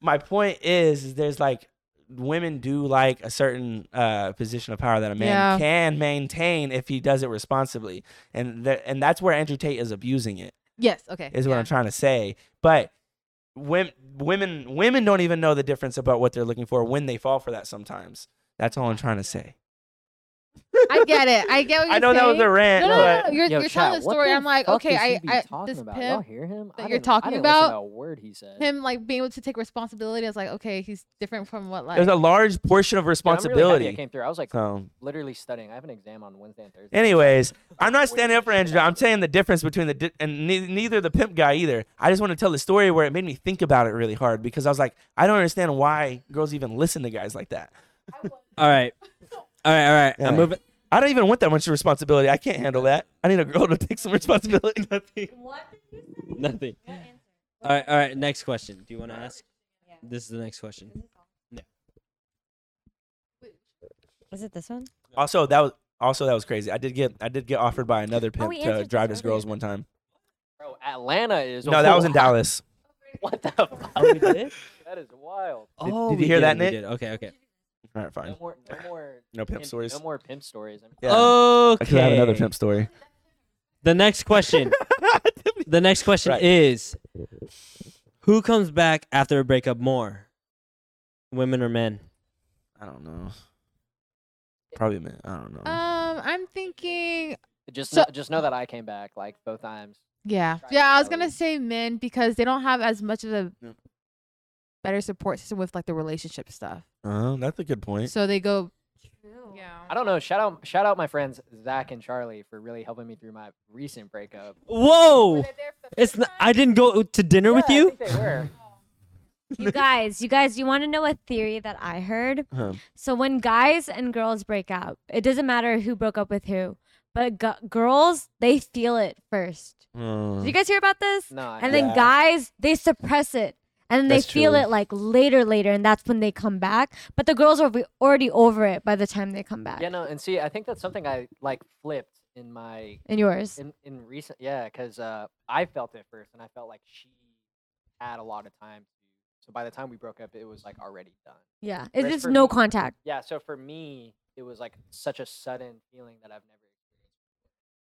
[SPEAKER 1] my point is, is there's like women do like a certain uh, position of power that a man
[SPEAKER 4] Yeah.
[SPEAKER 1] can maintain if he does it responsibly, and th- and that's where Andrew Tate is abusing it.
[SPEAKER 4] Yes. Okay.
[SPEAKER 1] Is what
[SPEAKER 4] yeah.
[SPEAKER 1] I'm trying to say. But women, women, women don't even know the difference about what they're looking for when they fall for that. Sometimes that's all I'm trying to say.
[SPEAKER 4] I get it. I get what you're
[SPEAKER 1] I know that was
[SPEAKER 4] saying.
[SPEAKER 1] a rant,
[SPEAKER 4] No, no,
[SPEAKER 1] but
[SPEAKER 4] no, no. You're,
[SPEAKER 10] Yo,
[SPEAKER 4] you're
[SPEAKER 10] chat,
[SPEAKER 4] telling the
[SPEAKER 10] what
[SPEAKER 4] story. I'm like,
[SPEAKER 10] fuck
[SPEAKER 4] okay,
[SPEAKER 10] is he
[SPEAKER 4] I,
[SPEAKER 10] be
[SPEAKER 4] I
[SPEAKER 10] talking
[SPEAKER 4] this
[SPEAKER 10] about? Y'all
[SPEAKER 4] pimp,
[SPEAKER 10] hear him? I
[SPEAKER 4] that you're
[SPEAKER 10] didn't- I
[SPEAKER 4] talking
[SPEAKER 10] didn't listen
[SPEAKER 4] about-
[SPEAKER 10] to a word he said.
[SPEAKER 4] him like being able to take responsibility. I was like, okay, he's different from what like.
[SPEAKER 1] there's a large portion of
[SPEAKER 10] Dude, I'm really happy I
[SPEAKER 1] responsibility.
[SPEAKER 10] came through. I was like
[SPEAKER 1] so,
[SPEAKER 10] literally studying. I have an exam on Wednesday and Thursday.
[SPEAKER 1] anyways, I'm
[SPEAKER 10] Wait,
[SPEAKER 1] not standing up for
[SPEAKER 10] shit,
[SPEAKER 1] Andrew. I'm saying the difference between the di- and ne- neither the pimp guy either. I just want to tell the story where it made me think about it really hard because I was like, I don't understand why girls even listen to guys like that.
[SPEAKER 12] All right. All right. All right.
[SPEAKER 1] Yeah.
[SPEAKER 12] I'm moving.
[SPEAKER 1] I don't even want that much responsibility. I can't handle that. I need a girl to take some responsibility.
[SPEAKER 5] What did you say?
[SPEAKER 12] Nothing.
[SPEAKER 5] What answer?
[SPEAKER 12] All right. All right. Next question. Do you want to ask? This is the next question.
[SPEAKER 5] Was it this one?
[SPEAKER 1] also, that was also that was crazy. I did get I did get offered by another pimp
[SPEAKER 5] Oh, we
[SPEAKER 1] to
[SPEAKER 5] answered
[SPEAKER 1] drive
[SPEAKER 5] this
[SPEAKER 1] his
[SPEAKER 5] earlier.
[SPEAKER 1] girls one time.
[SPEAKER 10] Bro, Atlanta is.
[SPEAKER 1] No, that was in Dallas.
[SPEAKER 10] What the fuck?
[SPEAKER 12] Oh, we did?
[SPEAKER 10] That is wild.
[SPEAKER 12] Oh,
[SPEAKER 1] did
[SPEAKER 12] we
[SPEAKER 1] you hear that,
[SPEAKER 12] we
[SPEAKER 1] Nick?
[SPEAKER 12] did. Okay. Okay.
[SPEAKER 1] All right,
[SPEAKER 10] No
[SPEAKER 1] fine.
[SPEAKER 10] more, no more
[SPEAKER 1] No pimp stories.
[SPEAKER 10] No more pimp stories. I mean,
[SPEAKER 1] Yeah.
[SPEAKER 12] Okay.
[SPEAKER 1] I could have another pimp story.
[SPEAKER 12] The next question. the next question
[SPEAKER 1] Right.
[SPEAKER 12] is Who comes back after a breakup more? Women or men?
[SPEAKER 1] I don't know. Probably man. I don't know.
[SPEAKER 5] Uh,
[SPEAKER 4] um, I'm thinking,
[SPEAKER 10] Just,
[SPEAKER 4] So-
[SPEAKER 10] know, just know that I came back like both times.
[SPEAKER 4] yeah,
[SPEAKER 10] Try
[SPEAKER 4] yeah. I was
[SPEAKER 10] to-
[SPEAKER 4] gonna say men because they don't have as much of a
[SPEAKER 1] Yeah.
[SPEAKER 4] better support system with like the relationship stuff.
[SPEAKER 1] oh, that's a good point.
[SPEAKER 4] So they go.
[SPEAKER 5] True.
[SPEAKER 10] I don't know. Shout out, shout out my friends Zach and Charlie for really helping me through my recent breakup.
[SPEAKER 12] Whoa! It's not, I didn't go to dinner with
[SPEAKER 10] Yeah, I
[SPEAKER 12] you.
[SPEAKER 10] think they were.
[SPEAKER 5] You guys, you guys, you want to know a theory that I heard?
[SPEAKER 1] Huh.
[SPEAKER 5] So when guys and girls break up, it doesn't matter who broke up with who, but gu- girls they feel it first.
[SPEAKER 1] Uh,
[SPEAKER 5] Did you guys hear about this?
[SPEAKER 10] No, I
[SPEAKER 5] And then
[SPEAKER 1] Uh-huh. Yeah.
[SPEAKER 5] guys they suppress it, and then they
[SPEAKER 1] That's
[SPEAKER 5] feel
[SPEAKER 1] true.
[SPEAKER 5] it like later, later, and that's when they come back. But the girls are re- already over it by the time they come back.
[SPEAKER 10] yeah, no, and see, I think that's something I like flipped in my
[SPEAKER 5] And yours.
[SPEAKER 10] in in recent, yeah, because uh, I felt it first, and I felt like she had a lot of time. So by the time we broke up, it was like already done.
[SPEAKER 5] Yeah, it's
[SPEAKER 10] Whereas
[SPEAKER 5] just
[SPEAKER 10] for
[SPEAKER 5] no
[SPEAKER 10] me-
[SPEAKER 5] contact.
[SPEAKER 10] Yeah, so for me, it was like such a sudden feeling that I've never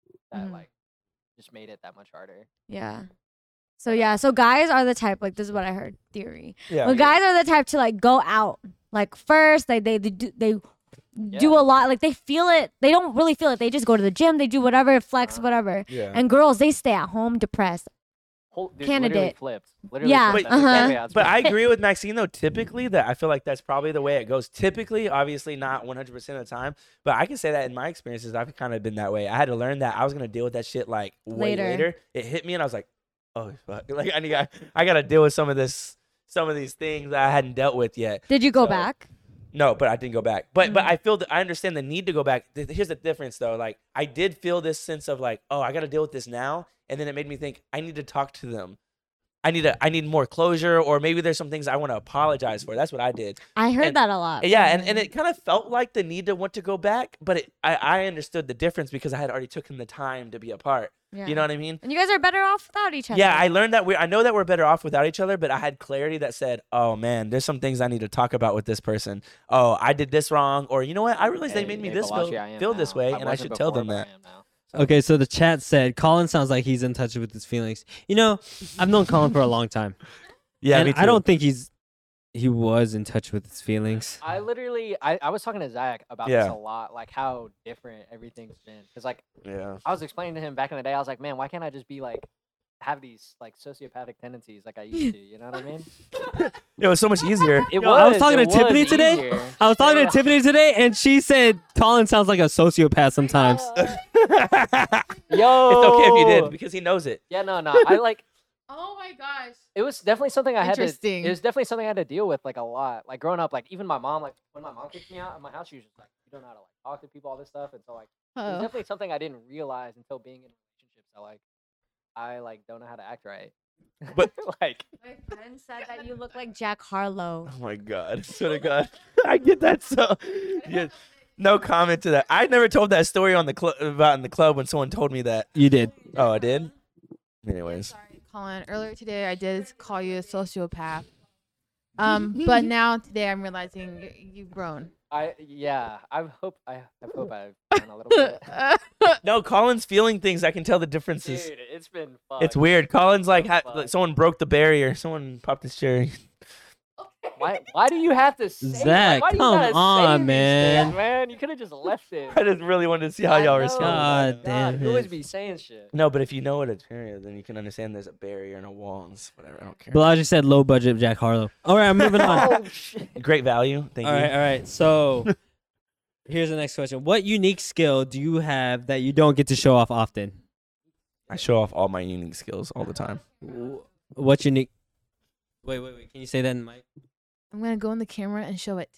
[SPEAKER 10] experienced that
[SPEAKER 5] Mhm.
[SPEAKER 10] like just made it that much harder.
[SPEAKER 5] Yeah. So yeah, so guys are the type like this is what I heard theory.
[SPEAKER 1] Yeah.
[SPEAKER 5] Well, guys are the type to like go out like first. Like they they do, they do
[SPEAKER 10] Yeah.
[SPEAKER 5] a lot. Like they feel it. They don't really feel it. They just go to the gym. They do whatever, flex,
[SPEAKER 10] Uh-huh.
[SPEAKER 5] whatever.
[SPEAKER 1] yeah.
[SPEAKER 5] And girls, they stay at home depressed.
[SPEAKER 10] Whole, dude, literally
[SPEAKER 5] Candidate.
[SPEAKER 10] flipped. Literally
[SPEAKER 5] Yeah,
[SPEAKER 10] flipped.
[SPEAKER 1] Wait,
[SPEAKER 10] That's
[SPEAKER 5] uh-huh.
[SPEAKER 10] exactly how it's
[SPEAKER 1] but
[SPEAKER 10] been.
[SPEAKER 1] I agree with Maxine though. Typically, that I feel like that's probably the way it goes. Typically, obviously not 100 percent of the time, but I can say that in my experiences, I've kind of been that way. I had to learn that I was gonna deal with that shit like way
[SPEAKER 5] Later.
[SPEAKER 1] later. It hit me, and I was like, oh fuck, like I need, I, I gotta deal with some of this, some of these things that I hadn't dealt with yet.
[SPEAKER 5] Did you go
[SPEAKER 1] So-
[SPEAKER 5] back?
[SPEAKER 1] No, but I didn't go back. But but I feel that I understand the need to go back. Th- Here's the difference though. Like I did feel this sense of like, oh, I got to deal with this now, and then it made me think I need to talk to them. I need a I need more closure, or maybe there's some things I want to apologize for. That's what I did.
[SPEAKER 5] I heard
[SPEAKER 1] and-
[SPEAKER 5] that a lot.
[SPEAKER 1] Yeah, and, and it kind of felt like the need to want to go back, but it, I I understood the difference because I had already taken the time to be apart. You know what I mean?
[SPEAKER 5] And you guys are better off without each other.
[SPEAKER 1] Yeah, I learned that we I know that we're better off without each other, but I had clarity that said, "Oh man, there's some things I need to talk about with this person. Oh, I did this wrong, or you know what? I realized they
[SPEAKER 10] Hey,
[SPEAKER 1] made me
[SPEAKER 10] hey,
[SPEAKER 1] this
[SPEAKER 10] Balaji,
[SPEAKER 1] feel,
[SPEAKER 10] I am
[SPEAKER 1] feel this
[SPEAKER 10] now.
[SPEAKER 1] way,
[SPEAKER 10] I
[SPEAKER 1] and I
[SPEAKER 10] wasn't
[SPEAKER 1] should tell
[SPEAKER 10] before,
[SPEAKER 1] them
[SPEAKER 10] but I
[SPEAKER 1] that."
[SPEAKER 10] am now.
[SPEAKER 12] Okay, so the chat said Colin sounds like he's in touch with his feelings. You know, I've known Colin for a long time.
[SPEAKER 1] Yeah,
[SPEAKER 12] and
[SPEAKER 1] me too.
[SPEAKER 12] I don't think he's he was in touch with his feelings.
[SPEAKER 10] I literally, I, I was talking to Zach about this
[SPEAKER 1] Yeah.
[SPEAKER 10] a lot, like how different everything's been. Because like
[SPEAKER 1] Yeah,
[SPEAKER 10] I was explaining to him back in the day, I was like, man, why can't I just be like have these like sociopathic tendencies like I used to? You know what I mean?
[SPEAKER 1] it was so much easier.
[SPEAKER 10] It
[SPEAKER 12] Yo, I was talking
[SPEAKER 10] it
[SPEAKER 12] to Tiffany
[SPEAKER 10] was
[SPEAKER 12] today.
[SPEAKER 10] easier.
[SPEAKER 12] I was talking
[SPEAKER 10] Yeah.
[SPEAKER 12] to Tiffany today, and she said Colin sounds like a sociopath
[SPEAKER 4] Oh.
[SPEAKER 12] sometimes.
[SPEAKER 1] it's
[SPEAKER 10] Yo,
[SPEAKER 1] Oh. okay if you did because he knows it.
[SPEAKER 10] Yeah, no, no. I like
[SPEAKER 4] Oh my gosh.
[SPEAKER 10] it was definitely something I had to.
[SPEAKER 4] Interesting.
[SPEAKER 10] It was definitely something I had to deal with like a lot. Like growing up, like even my mom, like when my mom kicked me out of my house, she was just like, "You don't know how to like talk to people, all this stuff." And so like, it was
[SPEAKER 4] Oh.
[SPEAKER 10] definitely something I didn't realize until being in relationships. I like, I like don't know how to act right.
[SPEAKER 1] But-
[SPEAKER 10] like,
[SPEAKER 5] My friend said that you look like Jack Harlow.
[SPEAKER 1] Oh my god! Swear to God, I get that so. Yeah, no comment to that. I never told that story on the club about in the club when someone told me that.
[SPEAKER 2] You did.
[SPEAKER 1] Oh, I did. Anyways,
[SPEAKER 4] Sorry, Colin. Earlier today, I did call you a sociopath. Um, but now today, I'm realizing y- you've grown.
[SPEAKER 10] I yeah, I hope I, I hope I've done a little bit.
[SPEAKER 1] no, Colin's feeling things. I can tell the differences.
[SPEAKER 10] Dude, it's been fun.
[SPEAKER 1] it's weird. Colin's like,
[SPEAKER 10] so
[SPEAKER 1] ha-
[SPEAKER 10] fun.
[SPEAKER 1] like someone broke the barrier. Someone popped his cherry.
[SPEAKER 10] Why why do you have to say like,
[SPEAKER 2] Zach,
[SPEAKER 10] why do you
[SPEAKER 2] come
[SPEAKER 10] gotta say
[SPEAKER 2] on,
[SPEAKER 10] these
[SPEAKER 2] man.
[SPEAKER 10] things, man, you could have just left it.
[SPEAKER 1] I just really wanted to see how
[SPEAKER 10] I
[SPEAKER 1] y'all
[SPEAKER 10] know.
[SPEAKER 1] respond.
[SPEAKER 2] God
[SPEAKER 10] God,
[SPEAKER 2] damn
[SPEAKER 10] You always
[SPEAKER 2] it.
[SPEAKER 10] be saying shit.
[SPEAKER 1] No, but if you know what a barrier, is, then you can understand there's a barrier and a wall and it's whatever. I don't care.
[SPEAKER 2] Bellagio said low budget Jack Harlow. All right, I'm moving on. all
[SPEAKER 10] Oh shit.
[SPEAKER 1] Great value. Thank you.
[SPEAKER 2] right, all right. So here's the next question. What unique skill do you have that you don't get to show off often?
[SPEAKER 1] I show off all my unique skills all the time.
[SPEAKER 2] Wh- What's unique? Wait, wait, wait. Can you say that in mic?
[SPEAKER 4] I'm gonna go in the camera and show it.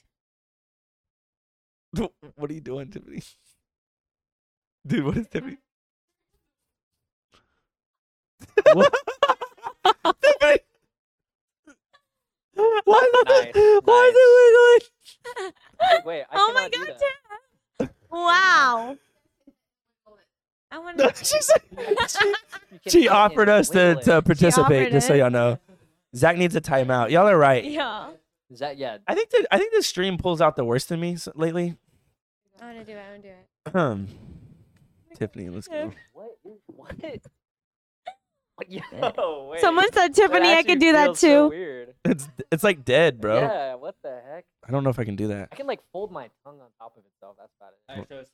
[SPEAKER 1] what are you doing, Tiffany? Dude, what is Tiffany?
[SPEAKER 2] What?
[SPEAKER 1] Tiffany! Why is that?
[SPEAKER 10] Nice,
[SPEAKER 1] Why is it
[SPEAKER 10] Wait, I
[SPEAKER 5] oh my
[SPEAKER 10] cannot do
[SPEAKER 5] god,
[SPEAKER 10] that.
[SPEAKER 5] Tara. Wow. I want
[SPEAKER 1] wiggling?
[SPEAKER 5] to.
[SPEAKER 1] she, said,
[SPEAKER 10] You
[SPEAKER 1] she, she
[SPEAKER 10] cannot
[SPEAKER 1] offered us to,
[SPEAKER 10] wiggle it.
[SPEAKER 1] to participate,
[SPEAKER 5] offered
[SPEAKER 1] just so
[SPEAKER 5] it.
[SPEAKER 1] y'all know. Zach needs a timeout. Y'all are right.
[SPEAKER 5] Yeah.
[SPEAKER 10] Is that yeah?
[SPEAKER 1] I think that I think this stream pulls out the worst in me s- lately.
[SPEAKER 5] I want to do it. I want to do it.
[SPEAKER 1] Tiffany, let's go.
[SPEAKER 10] What? is- What? What- Yo, wait.
[SPEAKER 5] Someone said, Tiffany, I
[SPEAKER 10] actually
[SPEAKER 5] could do that
[SPEAKER 10] feels so
[SPEAKER 5] too.
[SPEAKER 10] weird.
[SPEAKER 1] It's it's like dead, bro.
[SPEAKER 10] Yeah. What the heck?
[SPEAKER 1] I don't know if I can do that.
[SPEAKER 10] I can like fold my tongue on top of itself. That's about it.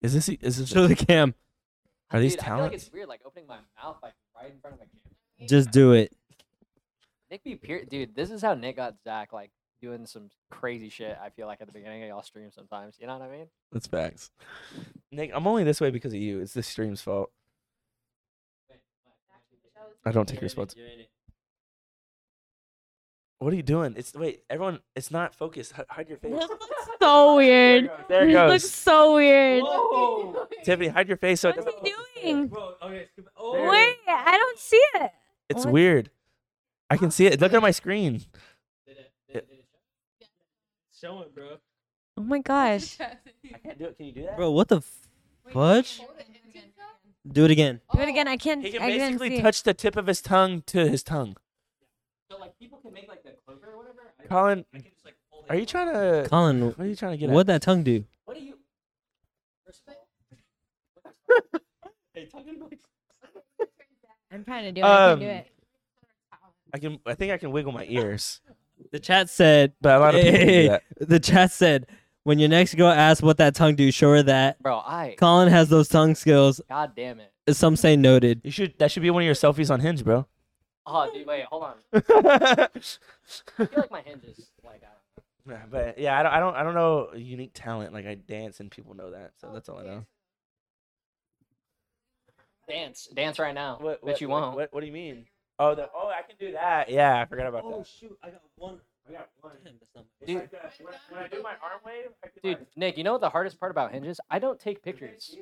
[SPEAKER 1] Is this e, is this
[SPEAKER 2] Show the cam.
[SPEAKER 1] are these
[SPEAKER 10] Dude, I feel like
[SPEAKER 1] talents?
[SPEAKER 10] it's weird, like opening my mouth like right in front of the camera.
[SPEAKER 2] Just do it.
[SPEAKER 10] Nick be pure, dude. This is how Nick got Zach like doing some crazy shit. I feel like at the beginning of y'all stream sometimes. You know what I mean?
[SPEAKER 1] That's facts. Nick, I'm only this way because of you. It's the stream's fault. I don't take responsibility. What are you doing? It's wait, everyone. It's not focused. Hi- hide your face.
[SPEAKER 5] This looks so weird.
[SPEAKER 1] There it
[SPEAKER 5] This
[SPEAKER 1] goes.
[SPEAKER 5] looks so weird.
[SPEAKER 1] Tiffany, hide your face. So it
[SPEAKER 5] What's
[SPEAKER 1] doesn't-
[SPEAKER 5] he doing?
[SPEAKER 1] There.
[SPEAKER 5] Wait, I don't see it.
[SPEAKER 1] It's
[SPEAKER 5] What?
[SPEAKER 1] weird. I can see it. Look at my screen.
[SPEAKER 5] Oh my gosh.
[SPEAKER 1] I can't do it. Can you do that?
[SPEAKER 2] Bro, what the f- fudge? Do it again.
[SPEAKER 5] Do it again. I can't.
[SPEAKER 1] He can
[SPEAKER 5] I can't see
[SPEAKER 1] basically
[SPEAKER 5] it.
[SPEAKER 1] touch the tip of his tongue to his tongue.
[SPEAKER 10] So like people can make like the clover or whatever.
[SPEAKER 1] Colin, are you trying to?
[SPEAKER 2] Colin,
[SPEAKER 1] What are you trying to get? at?
[SPEAKER 2] what'd that tongue do?
[SPEAKER 10] What are you? First of all,
[SPEAKER 5] I'm trying to do it. I can't do
[SPEAKER 1] Um,
[SPEAKER 5] it.
[SPEAKER 1] I can. I think I can wiggle my ears.
[SPEAKER 2] The chat said,
[SPEAKER 1] But a lot of people do
[SPEAKER 2] Hey,
[SPEAKER 1] that.
[SPEAKER 2] the chat said, when your next girl asks what that tongue do, show her that.
[SPEAKER 10] bro, I.
[SPEAKER 2] Colin has those tongue skills.
[SPEAKER 10] God damn it.
[SPEAKER 2] Some say noted.
[SPEAKER 1] You should. That should be one of your selfies on Hinge, bro.
[SPEAKER 10] Oh, dude, wait, hold on. I feel like my hinge is like. uh, I don't
[SPEAKER 1] Yeah, but yeah, I don't, I don't, I don't know unique talent. Like I dance, and people know that, so that's all I know.
[SPEAKER 10] know. Dance, dance right now.
[SPEAKER 1] What?
[SPEAKER 10] Bet you won't.
[SPEAKER 1] What, what do you mean? Oh, the, oh, I can do that. Yeah, I forgot
[SPEAKER 2] Oh,
[SPEAKER 1] about that.
[SPEAKER 2] shoot! I got one.
[SPEAKER 1] I got one.
[SPEAKER 10] Dude.
[SPEAKER 1] It's like that. When, I- when I do my arm wave, I do
[SPEAKER 10] Dude, Nick, you know what the hardest part about hinges? I don't take pictures.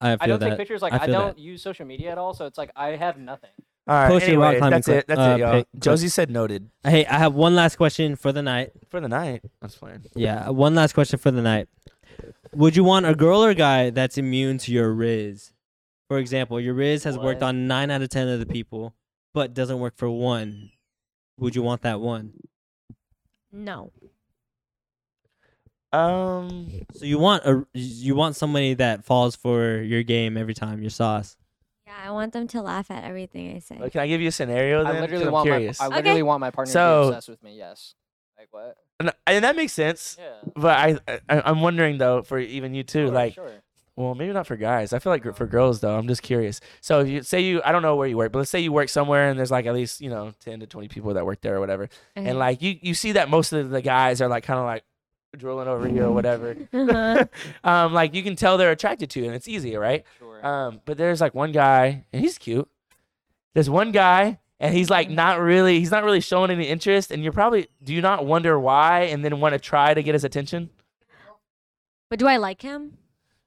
[SPEAKER 2] I feel
[SPEAKER 10] I don't
[SPEAKER 2] that.
[SPEAKER 10] take pictures. Like
[SPEAKER 2] I
[SPEAKER 10] I,
[SPEAKER 2] feel that.
[SPEAKER 10] don't use social media at all, so it's like I have nothing.
[SPEAKER 1] All right.
[SPEAKER 2] Post your rock
[SPEAKER 1] Anyway,
[SPEAKER 2] climbing
[SPEAKER 1] that's
[SPEAKER 2] clip,
[SPEAKER 1] it. That's
[SPEAKER 2] uh,
[SPEAKER 1] it, y'all.
[SPEAKER 2] pic- clip.
[SPEAKER 1] Josie said noted
[SPEAKER 2] Hey, I have one last question for the night.
[SPEAKER 1] for the night. I'm just playing.
[SPEAKER 2] Yeah, uh, one last question for the night. Would you want a girl or guy that's immune to your Riz? For example, your Riz has worked
[SPEAKER 10] What?
[SPEAKER 2] on nine out of ten of the people, but doesn't work for one. Would you want that one?
[SPEAKER 5] No.
[SPEAKER 1] Um,
[SPEAKER 2] So you want a you want somebody that falls for your game every time, your sauce.
[SPEAKER 5] Yeah, I want them to laugh at everything I say.
[SPEAKER 1] can I give you a scenario? Then?
[SPEAKER 10] I
[SPEAKER 1] 'Cause
[SPEAKER 10] literally
[SPEAKER 1] I'm
[SPEAKER 10] want
[SPEAKER 1] curious.
[SPEAKER 10] my. I
[SPEAKER 5] Okay.
[SPEAKER 10] literally want my partner to
[SPEAKER 1] So-
[SPEAKER 10] be obsessed with me. Yes. Like what?
[SPEAKER 1] and, and that makes sense.
[SPEAKER 10] Yeah.
[SPEAKER 1] But I, I, I'm wondering though, for even you too,
[SPEAKER 10] sure,
[SPEAKER 1] like.
[SPEAKER 10] Sure.
[SPEAKER 1] Well, maybe not for guys. I feel like gr- for girls though. I'm just curious. So if you say you, I don't know where you work, but let's say you work somewhere and there's like at least you know ten to twenty people that work there or whatever,
[SPEAKER 5] Okay.
[SPEAKER 10] Mm-hmm.
[SPEAKER 1] and like you, you see that most of the guys are like kind of like drooling over you or whatever.
[SPEAKER 5] Uh-huh.
[SPEAKER 10] Mm-hmm.
[SPEAKER 1] um, like you can uh, tell they're attracted to you and it's easier, right?
[SPEAKER 10] Sure.
[SPEAKER 1] Um, but there's like one guy and he's cute, There's one guy, and he's like not really, he's not really showing any interest, and you're probably, do you not wonder why, and then want to try to get his attention?
[SPEAKER 5] But do I like him?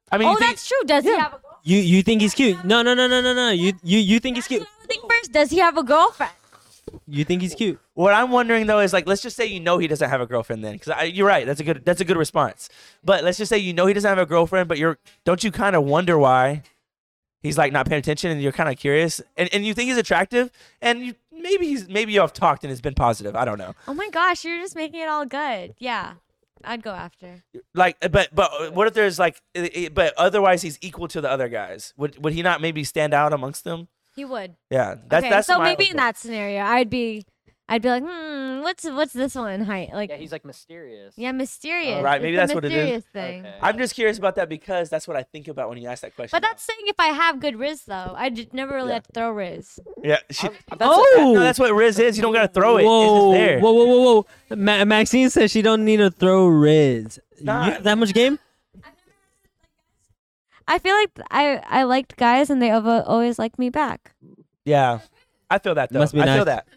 [SPEAKER 1] I mean,
[SPEAKER 5] oh,
[SPEAKER 1] you think-
[SPEAKER 5] that's true. Does he
[SPEAKER 1] Yeah.
[SPEAKER 5] have a girlfriend?
[SPEAKER 2] You you think he's cute? No no no no no no. You you you think he's
[SPEAKER 5] That's
[SPEAKER 2] cute?
[SPEAKER 5] what I would think first. Does he have a girlfriend?
[SPEAKER 2] You think he's cute?
[SPEAKER 1] What I'm wondering though is like, let's just say you know he doesn't have a girlfriend then, because you're right. That's a good that's a good response. But let's just say you know he doesn't have a girlfriend, but you're don't you kind of wonder why he's like not paying attention and you're kind of curious and, and you think he's attractive and you, maybe he's maybe y'all have talked and it's been positive. I don't know.
[SPEAKER 5] Oh my gosh, you're just making it all good. Yeah, I'd go after.
[SPEAKER 1] Like, uh, but but what if there's like, i- i- but otherwise he's equal to the other guys? Would would he not maybe stand out amongst them?
[SPEAKER 5] He would.
[SPEAKER 1] Yeah, that's
[SPEAKER 5] okay,
[SPEAKER 1] that's
[SPEAKER 5] so
[SPEAKER 1] my
[SPEAKER 5] maybe in
[SPEAKER 1] outlook.
[SPEAKER 5] that scenario, I'd be, I'd be like, hmm, what's what's this one height like?
[SPEAKER 10] Yeah, he's like mysterious.
[SPEAKER 5] yeah, mysterious.
[SPEAKER 1] right,
[SPEAKER 5] It's
[SPEAKER 1] maybe
[SPEAKER 5] the
[SPEAKER 1] that's what it is.
[SPEAKER 5] mysterious Thing.
[SPEAKER 10] Okay.
[SPEAKER 1] I'm just curious about that because that's what I think about when you ask that question.
[SPEAKER 5] But that's saying if I have good Riz though, I j- never really
[SPEAKER 1] Yeah.
[SPEAKER 5] had to throw Riz.
[SPEAKER 1] yeah. She,
[SPEAKER 2] oh,
[SPEAKER 1] no, that's what Riz is. You don't gotta throw it.
[SPEAKER 2] Whoa,
[SPEAKER 1] It's just there.
[SPEAKER 2] whoa, whoa, whoa, whoa! Ma- Maxine says she don't need to throw Riz.
[SPEAKER 1] Nah.
[SPEAKER 2] You have that much game?
[SPEAKER 5] I feel like th- I I liked guys and they avo- always liked me back.
[SPEAKER 1] Yeah, I feel that though.
[SPEAKER 2] Must be
[SPEAKER 1] I feel
[SPEAKER 2] nice.
[SPEAKER 1] that.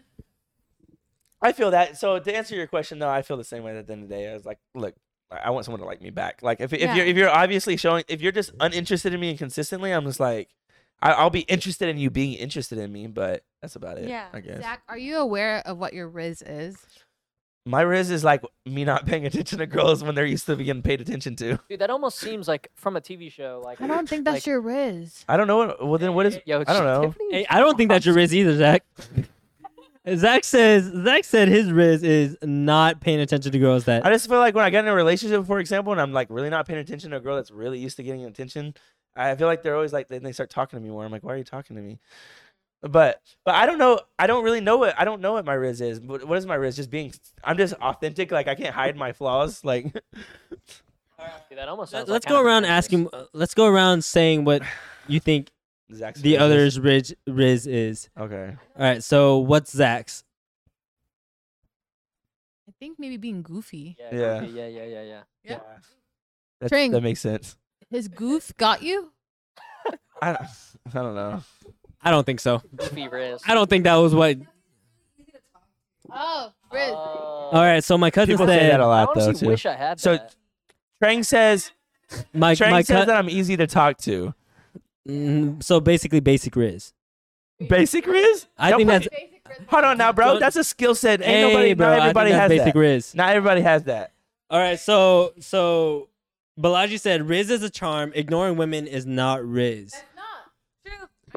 [SPEAKER 1] I feel that. So to answer your question, though, I feel the same way at the end of the day. I was like, look, I I want someone to like me back. Like if if
[SPEAKER 5] Yeah.
[SPEAKER 1] you're if you're obviously showing if you're just uninterested in me consistently, I'm just like, I, I'll be interested in you being interested in me, but that's about it.
[SPEAKER 5] Yeah,
[SPEAKER 1] I guess
[SPEAKER 4] Zach, are you aware of what your Riz is?
[SPEAKER 1] my riz is like me not paying attention to girls when they're used to being paid attention to.
[SPEAKER 10] Dude, that almost seems like from a TV show. Like
[SPEAKER 4] I don't think that's your Riz.
[SPEAKER 1] I don't know. What, well, then what is?
[SPEAKER 10] Yo,
[SPEAKER 1] I don't know.
[SPEAKER 2] Hey, I don't think that's your Riz either, Zach. Zach says Zach said his Riz is not paying attention to girls that.
[SPEAKER 1] I just feel like when I get in a relationship, for example, and I'm like really not paying attention to a girl that's really used to getting attention, I feel like they're always like then they start talking to me more. I'm like, why are you talking to me? But but I don't know. I don't really know what I don't know what my riz is. What, what is my riz? Just being. I'm just authentic. Like I can't hide my flaws. Like
[SPEAKER 10] Dude, that almost
[SPEAKER 2] Let-
[SPEAKER 10] sounds
[SPEAKER 2] let's
[SPEAKER 10] like
[SPEAKER 2] go around
[SPEAKER 10] counterproductive.
[SPEAKER 2] asking. uh, Let's go around saying what you think
[SPEAKER 1] Zach's
[SPEAKER 2] the
[SPEAKER 1] riz is-
[SPEAKER 2] other's Riz Riz is.
[SPEAKER 1] Okay.
[SPEAKER 2] All right, so what's Zach's?
[SPEAKER 4] I think maybe being goofy.
[SPEAKER 10] Yeah,
[SPEAKER 1] Yeah.
[SPEAKER 10] goofy, yeah, yeah, yeah, yeah.
[SPEAKER 4] Yeah.
[SPEAKER 1] That's-
[SPEAKER 4] Tring.
[SPEAKER 1] That makes sense.
[SPEAKER 4] His goof got you?
[SPEAKER 1] I don't, I don't know.
[SPEAKER 2] I don't think so.
[SPEAKER 10] Goofy wrist.
[SPEAKER 2] I don't think that was what.
[SPEAKER 4] Oh, Riz.
[SPEAKER 10] All
[SPEAKER 2] All right, so my cousin
[SPEAKER 1] People say
[SPEAKER 2] said
[SPEAKER 1] that a
[SPEAKER 10] Uh, I
[SPEAKER 1] lot though
[SPEAKER 10] honestly
[SPEAKER 1] too.
[SPEAKER 10] wish I had
[SPEAKER 1] So-
[SPEAKER 10] that.
[SPEAKER 1] Trang says
[SPEAKER 2] my
[SPEAKER 1] Trang
[SPEAKER 2] my
[SPEAKER 1] says
[SPEAKER 2] cousin.
[SPEAKER 1] that I'm easy to talk to.
[SPEAKER 2] so basically, basic Riz.
[SPEAKER 1] Basic riz?
[SPEAKER 2] I
[SPEAKER 1] Don't
[SPEAKER 2] think
[SPEAKER 1] put-
[SPEAKER 2] that's
[SPEAKER 1] Hold on now, bro.
[SPEAKER 2] Don't-
[SPEAKER 1] That's a skill set. Ain't
[SPEAKER 2] hey,
[SPEAKER 1] nobody,
[SPEAKER 2] bro. I
[SPEAKER 1] not
[SPEAKER 2] think
[SPEAKER 1] everybody
[SPEAKER 2] that's
[SPEAKER 1] has
[SPEAKER 2] basic
[SPEAKER 1] that.
[SPEAKER 2] Riz.
[SPEAKER 1] Not everybody has that.
[SPEAKER 2] All right, so so Balaji said Riz is a charm. Ignoring women is not Riz.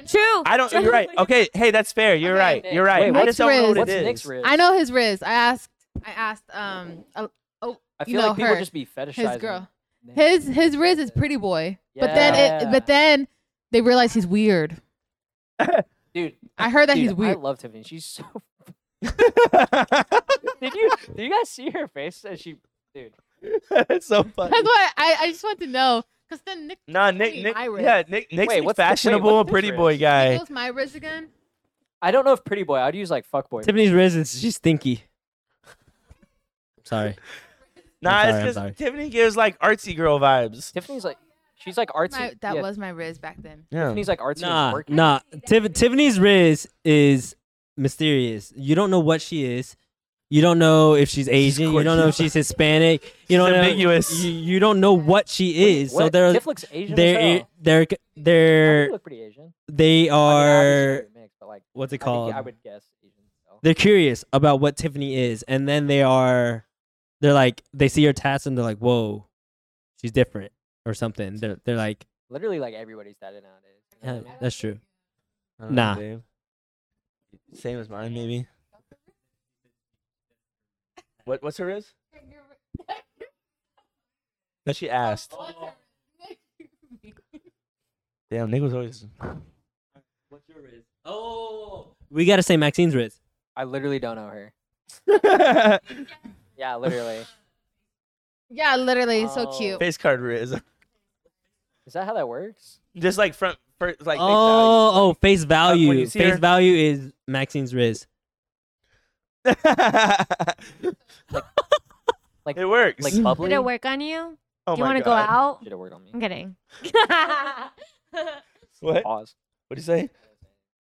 [SPEAKER 5] True.
[SPEAKER 1] I don't. You're right. Okay. Hey, that's fair. You're
[SPEAKER 4] Okay.
[SPEAKER 1] right. You're right.
[SPEAKER 4] Wait,
[SPEAKER 1] I just don't know what
[SPEAKER 4] what's
[SPEAKER 1] it is.
[SPEAKER 10] Nick's wrist?
[SPEAKER 4] I know his Riz. I asked I asked um a-
[SPEAKER 10] I
[SPEAKER 4] you
[SPEAKER 10] feel
[SPEAKER 4] know,
[SPEAKER 10] like people
[SPEAKER 4] her,
[SPEAKER 10] just be fetishizing.
[SPEAKER 4] his girl.
[SPEAKER 10] names.
[SPEAKER 4] His his Riz is pretty boy. But then
[SPEAKER 10] Yeah.
[SPEAKER 4] it, but then they realize he's weird.
[SPEAKER 10] dude,
[SPEAKER 4] I heard that
[SPEAKER 10] dude,
[SPEAKER 4] he's weird.
[SPEAKER 10] I love Tiffany. She's so. Did you? Do you guys see her face? As she, dude.
[SPEAKER 1] it's so funny.
[SPEAKER 4] That's why I, I just want to know. Because then Nick
[SPEAKER 1] Nah, Nick. Nick.
[SPEAKER 4] Iris.
[SPEAKER 1] Yeah, Nick. Nick's
[SPEAKER 10] Wait,
[SPEAKER 1] a
[SPEAKER 10] what's the- wait,
[SPEAKER 1] fashionable,
[SPEAKER 10] what's this
[SPEAKER 1] pretty
[SPEAKER 10] Riz?
[SPEAKER 1] boy guy.
[SPEAKER 4] goes my Riz again.
[SPEAKER 10] I don't know if pretty boy. I'd use like fuck boy.
[SPEAKER 2] Tiffany's Riz is she's stinky. Sorry.
[SPEAKER 1] Nah,
[SPEAKER 2] I'm sorry, I'm
[SPEAKER 1] it's
[SPEAKER 2] sorry.
[SPEAKER 1] because Tiffany gives like artsy girl vibes.
[SPEAKER 10] Tiffany's like, she's like artsy.
[SPEAKER 4] My, that
[SPEAKER 10] yeah,
[SPEAKER 4] was my Riz back then.
[SPEAKER 1] Yeah.
[SPEAKER 10] Tiffany's like artsy.
[SPEAKER 2] Nah,
[SPEAKER 10] and quirky.
[SPEAKER 2] nah. Tif- Tiffany's Riz is mysterious. You don't know what she is. You don't know if she's Asian. You don't know if she's Hispanic. You don't know.
[SPEAKER 1] ambiguous.
[SPEAKER 2] You, you don't know what she is. so
[SPEAKER 10] What?
[SPEAKER 2] they're
[SPEAKER 10] Tiff looks Asian. as
[SPEAKER 2] they're
[SPEAKER 10] hell.
[SPEAKER 2] they're
[SPEAKER 10] Tiffany
[SPEAKER 2] they're
[SPEAKER 10] look pretty Asian.
[SPEAKER 2] they
[SPEAKER 10] I mean, obviously
[SPEAKER 2] are
[SPEAKER 10] they're mixed, but like
[SPEAKER 2] what's it
[SPEAKER 10] I, think,
[SPEAKER 2] called?
[SPEAKER 10] yeah, I would guess Asian. So.
[SPEAKER 2] they're curious about what Tiffany is, and then they are, they're like, they see her tats and they're like, whoa, she's different or something. They're they're like,
[SPEAKER 10] Literally, like everybody's that nowadays. You
[SPEAKER 2] yeah,
[SPEAKER 10] know what I mean?
[SPEAKER 2] that's true.
[SPEAKER 1] I don't
[SPEAKER 2] nah.
[SPEAKER 1] dude. Same as mine, maybe. What? What's her is? That she asked.
[SPEAKER 10] Oh.
[SPEAKER 1] Damn, Nick was always.
[SPEAKER 2] What's your Riz? Oh, we gotta say Maxine's Riz.
[SPEAKER 10] I literally don't know her.
[SPEAKER 1] Face
[SPEAKER 10] Yeah, literally.
[SPEAKER 4] Yeah, literally, so
[SPEAKER 10] Oh.
[SPEAKER 4] cute.
[SPEAKER 1] card Riz.
[SPEAKER 10] Is that how that works?
[SPEAKER 1] Just like front, first, like. face value.
[SPEAKER 2] oh, oh, face value.
[SPEAKER 1] you see
[SPEAKER 2] face
[SPEAKER 1] her-
[SPEAKER 2] value is Maxine's Riz.
[SPEAKER 10] Like-
[SPEAKER 1] it works.
[SPEAKER 10] Like bubbly.
[SPEAKER 5] Did it work on you?
[SPEAKER 1] oh
[SPEAKER 5] Do you
[SPEAKER 1] my
[SPEAKER 5] want to go
[SPEAKER 1] God.
[SPEAKER 5] out?
[SPEAKER 10] Should have worked on me.
[SPEAKER 5] I'm kidding.
[SPEAKER 1] What?
[SPEAKER 10] Pause.
[SPEAKER 1] What'd you say?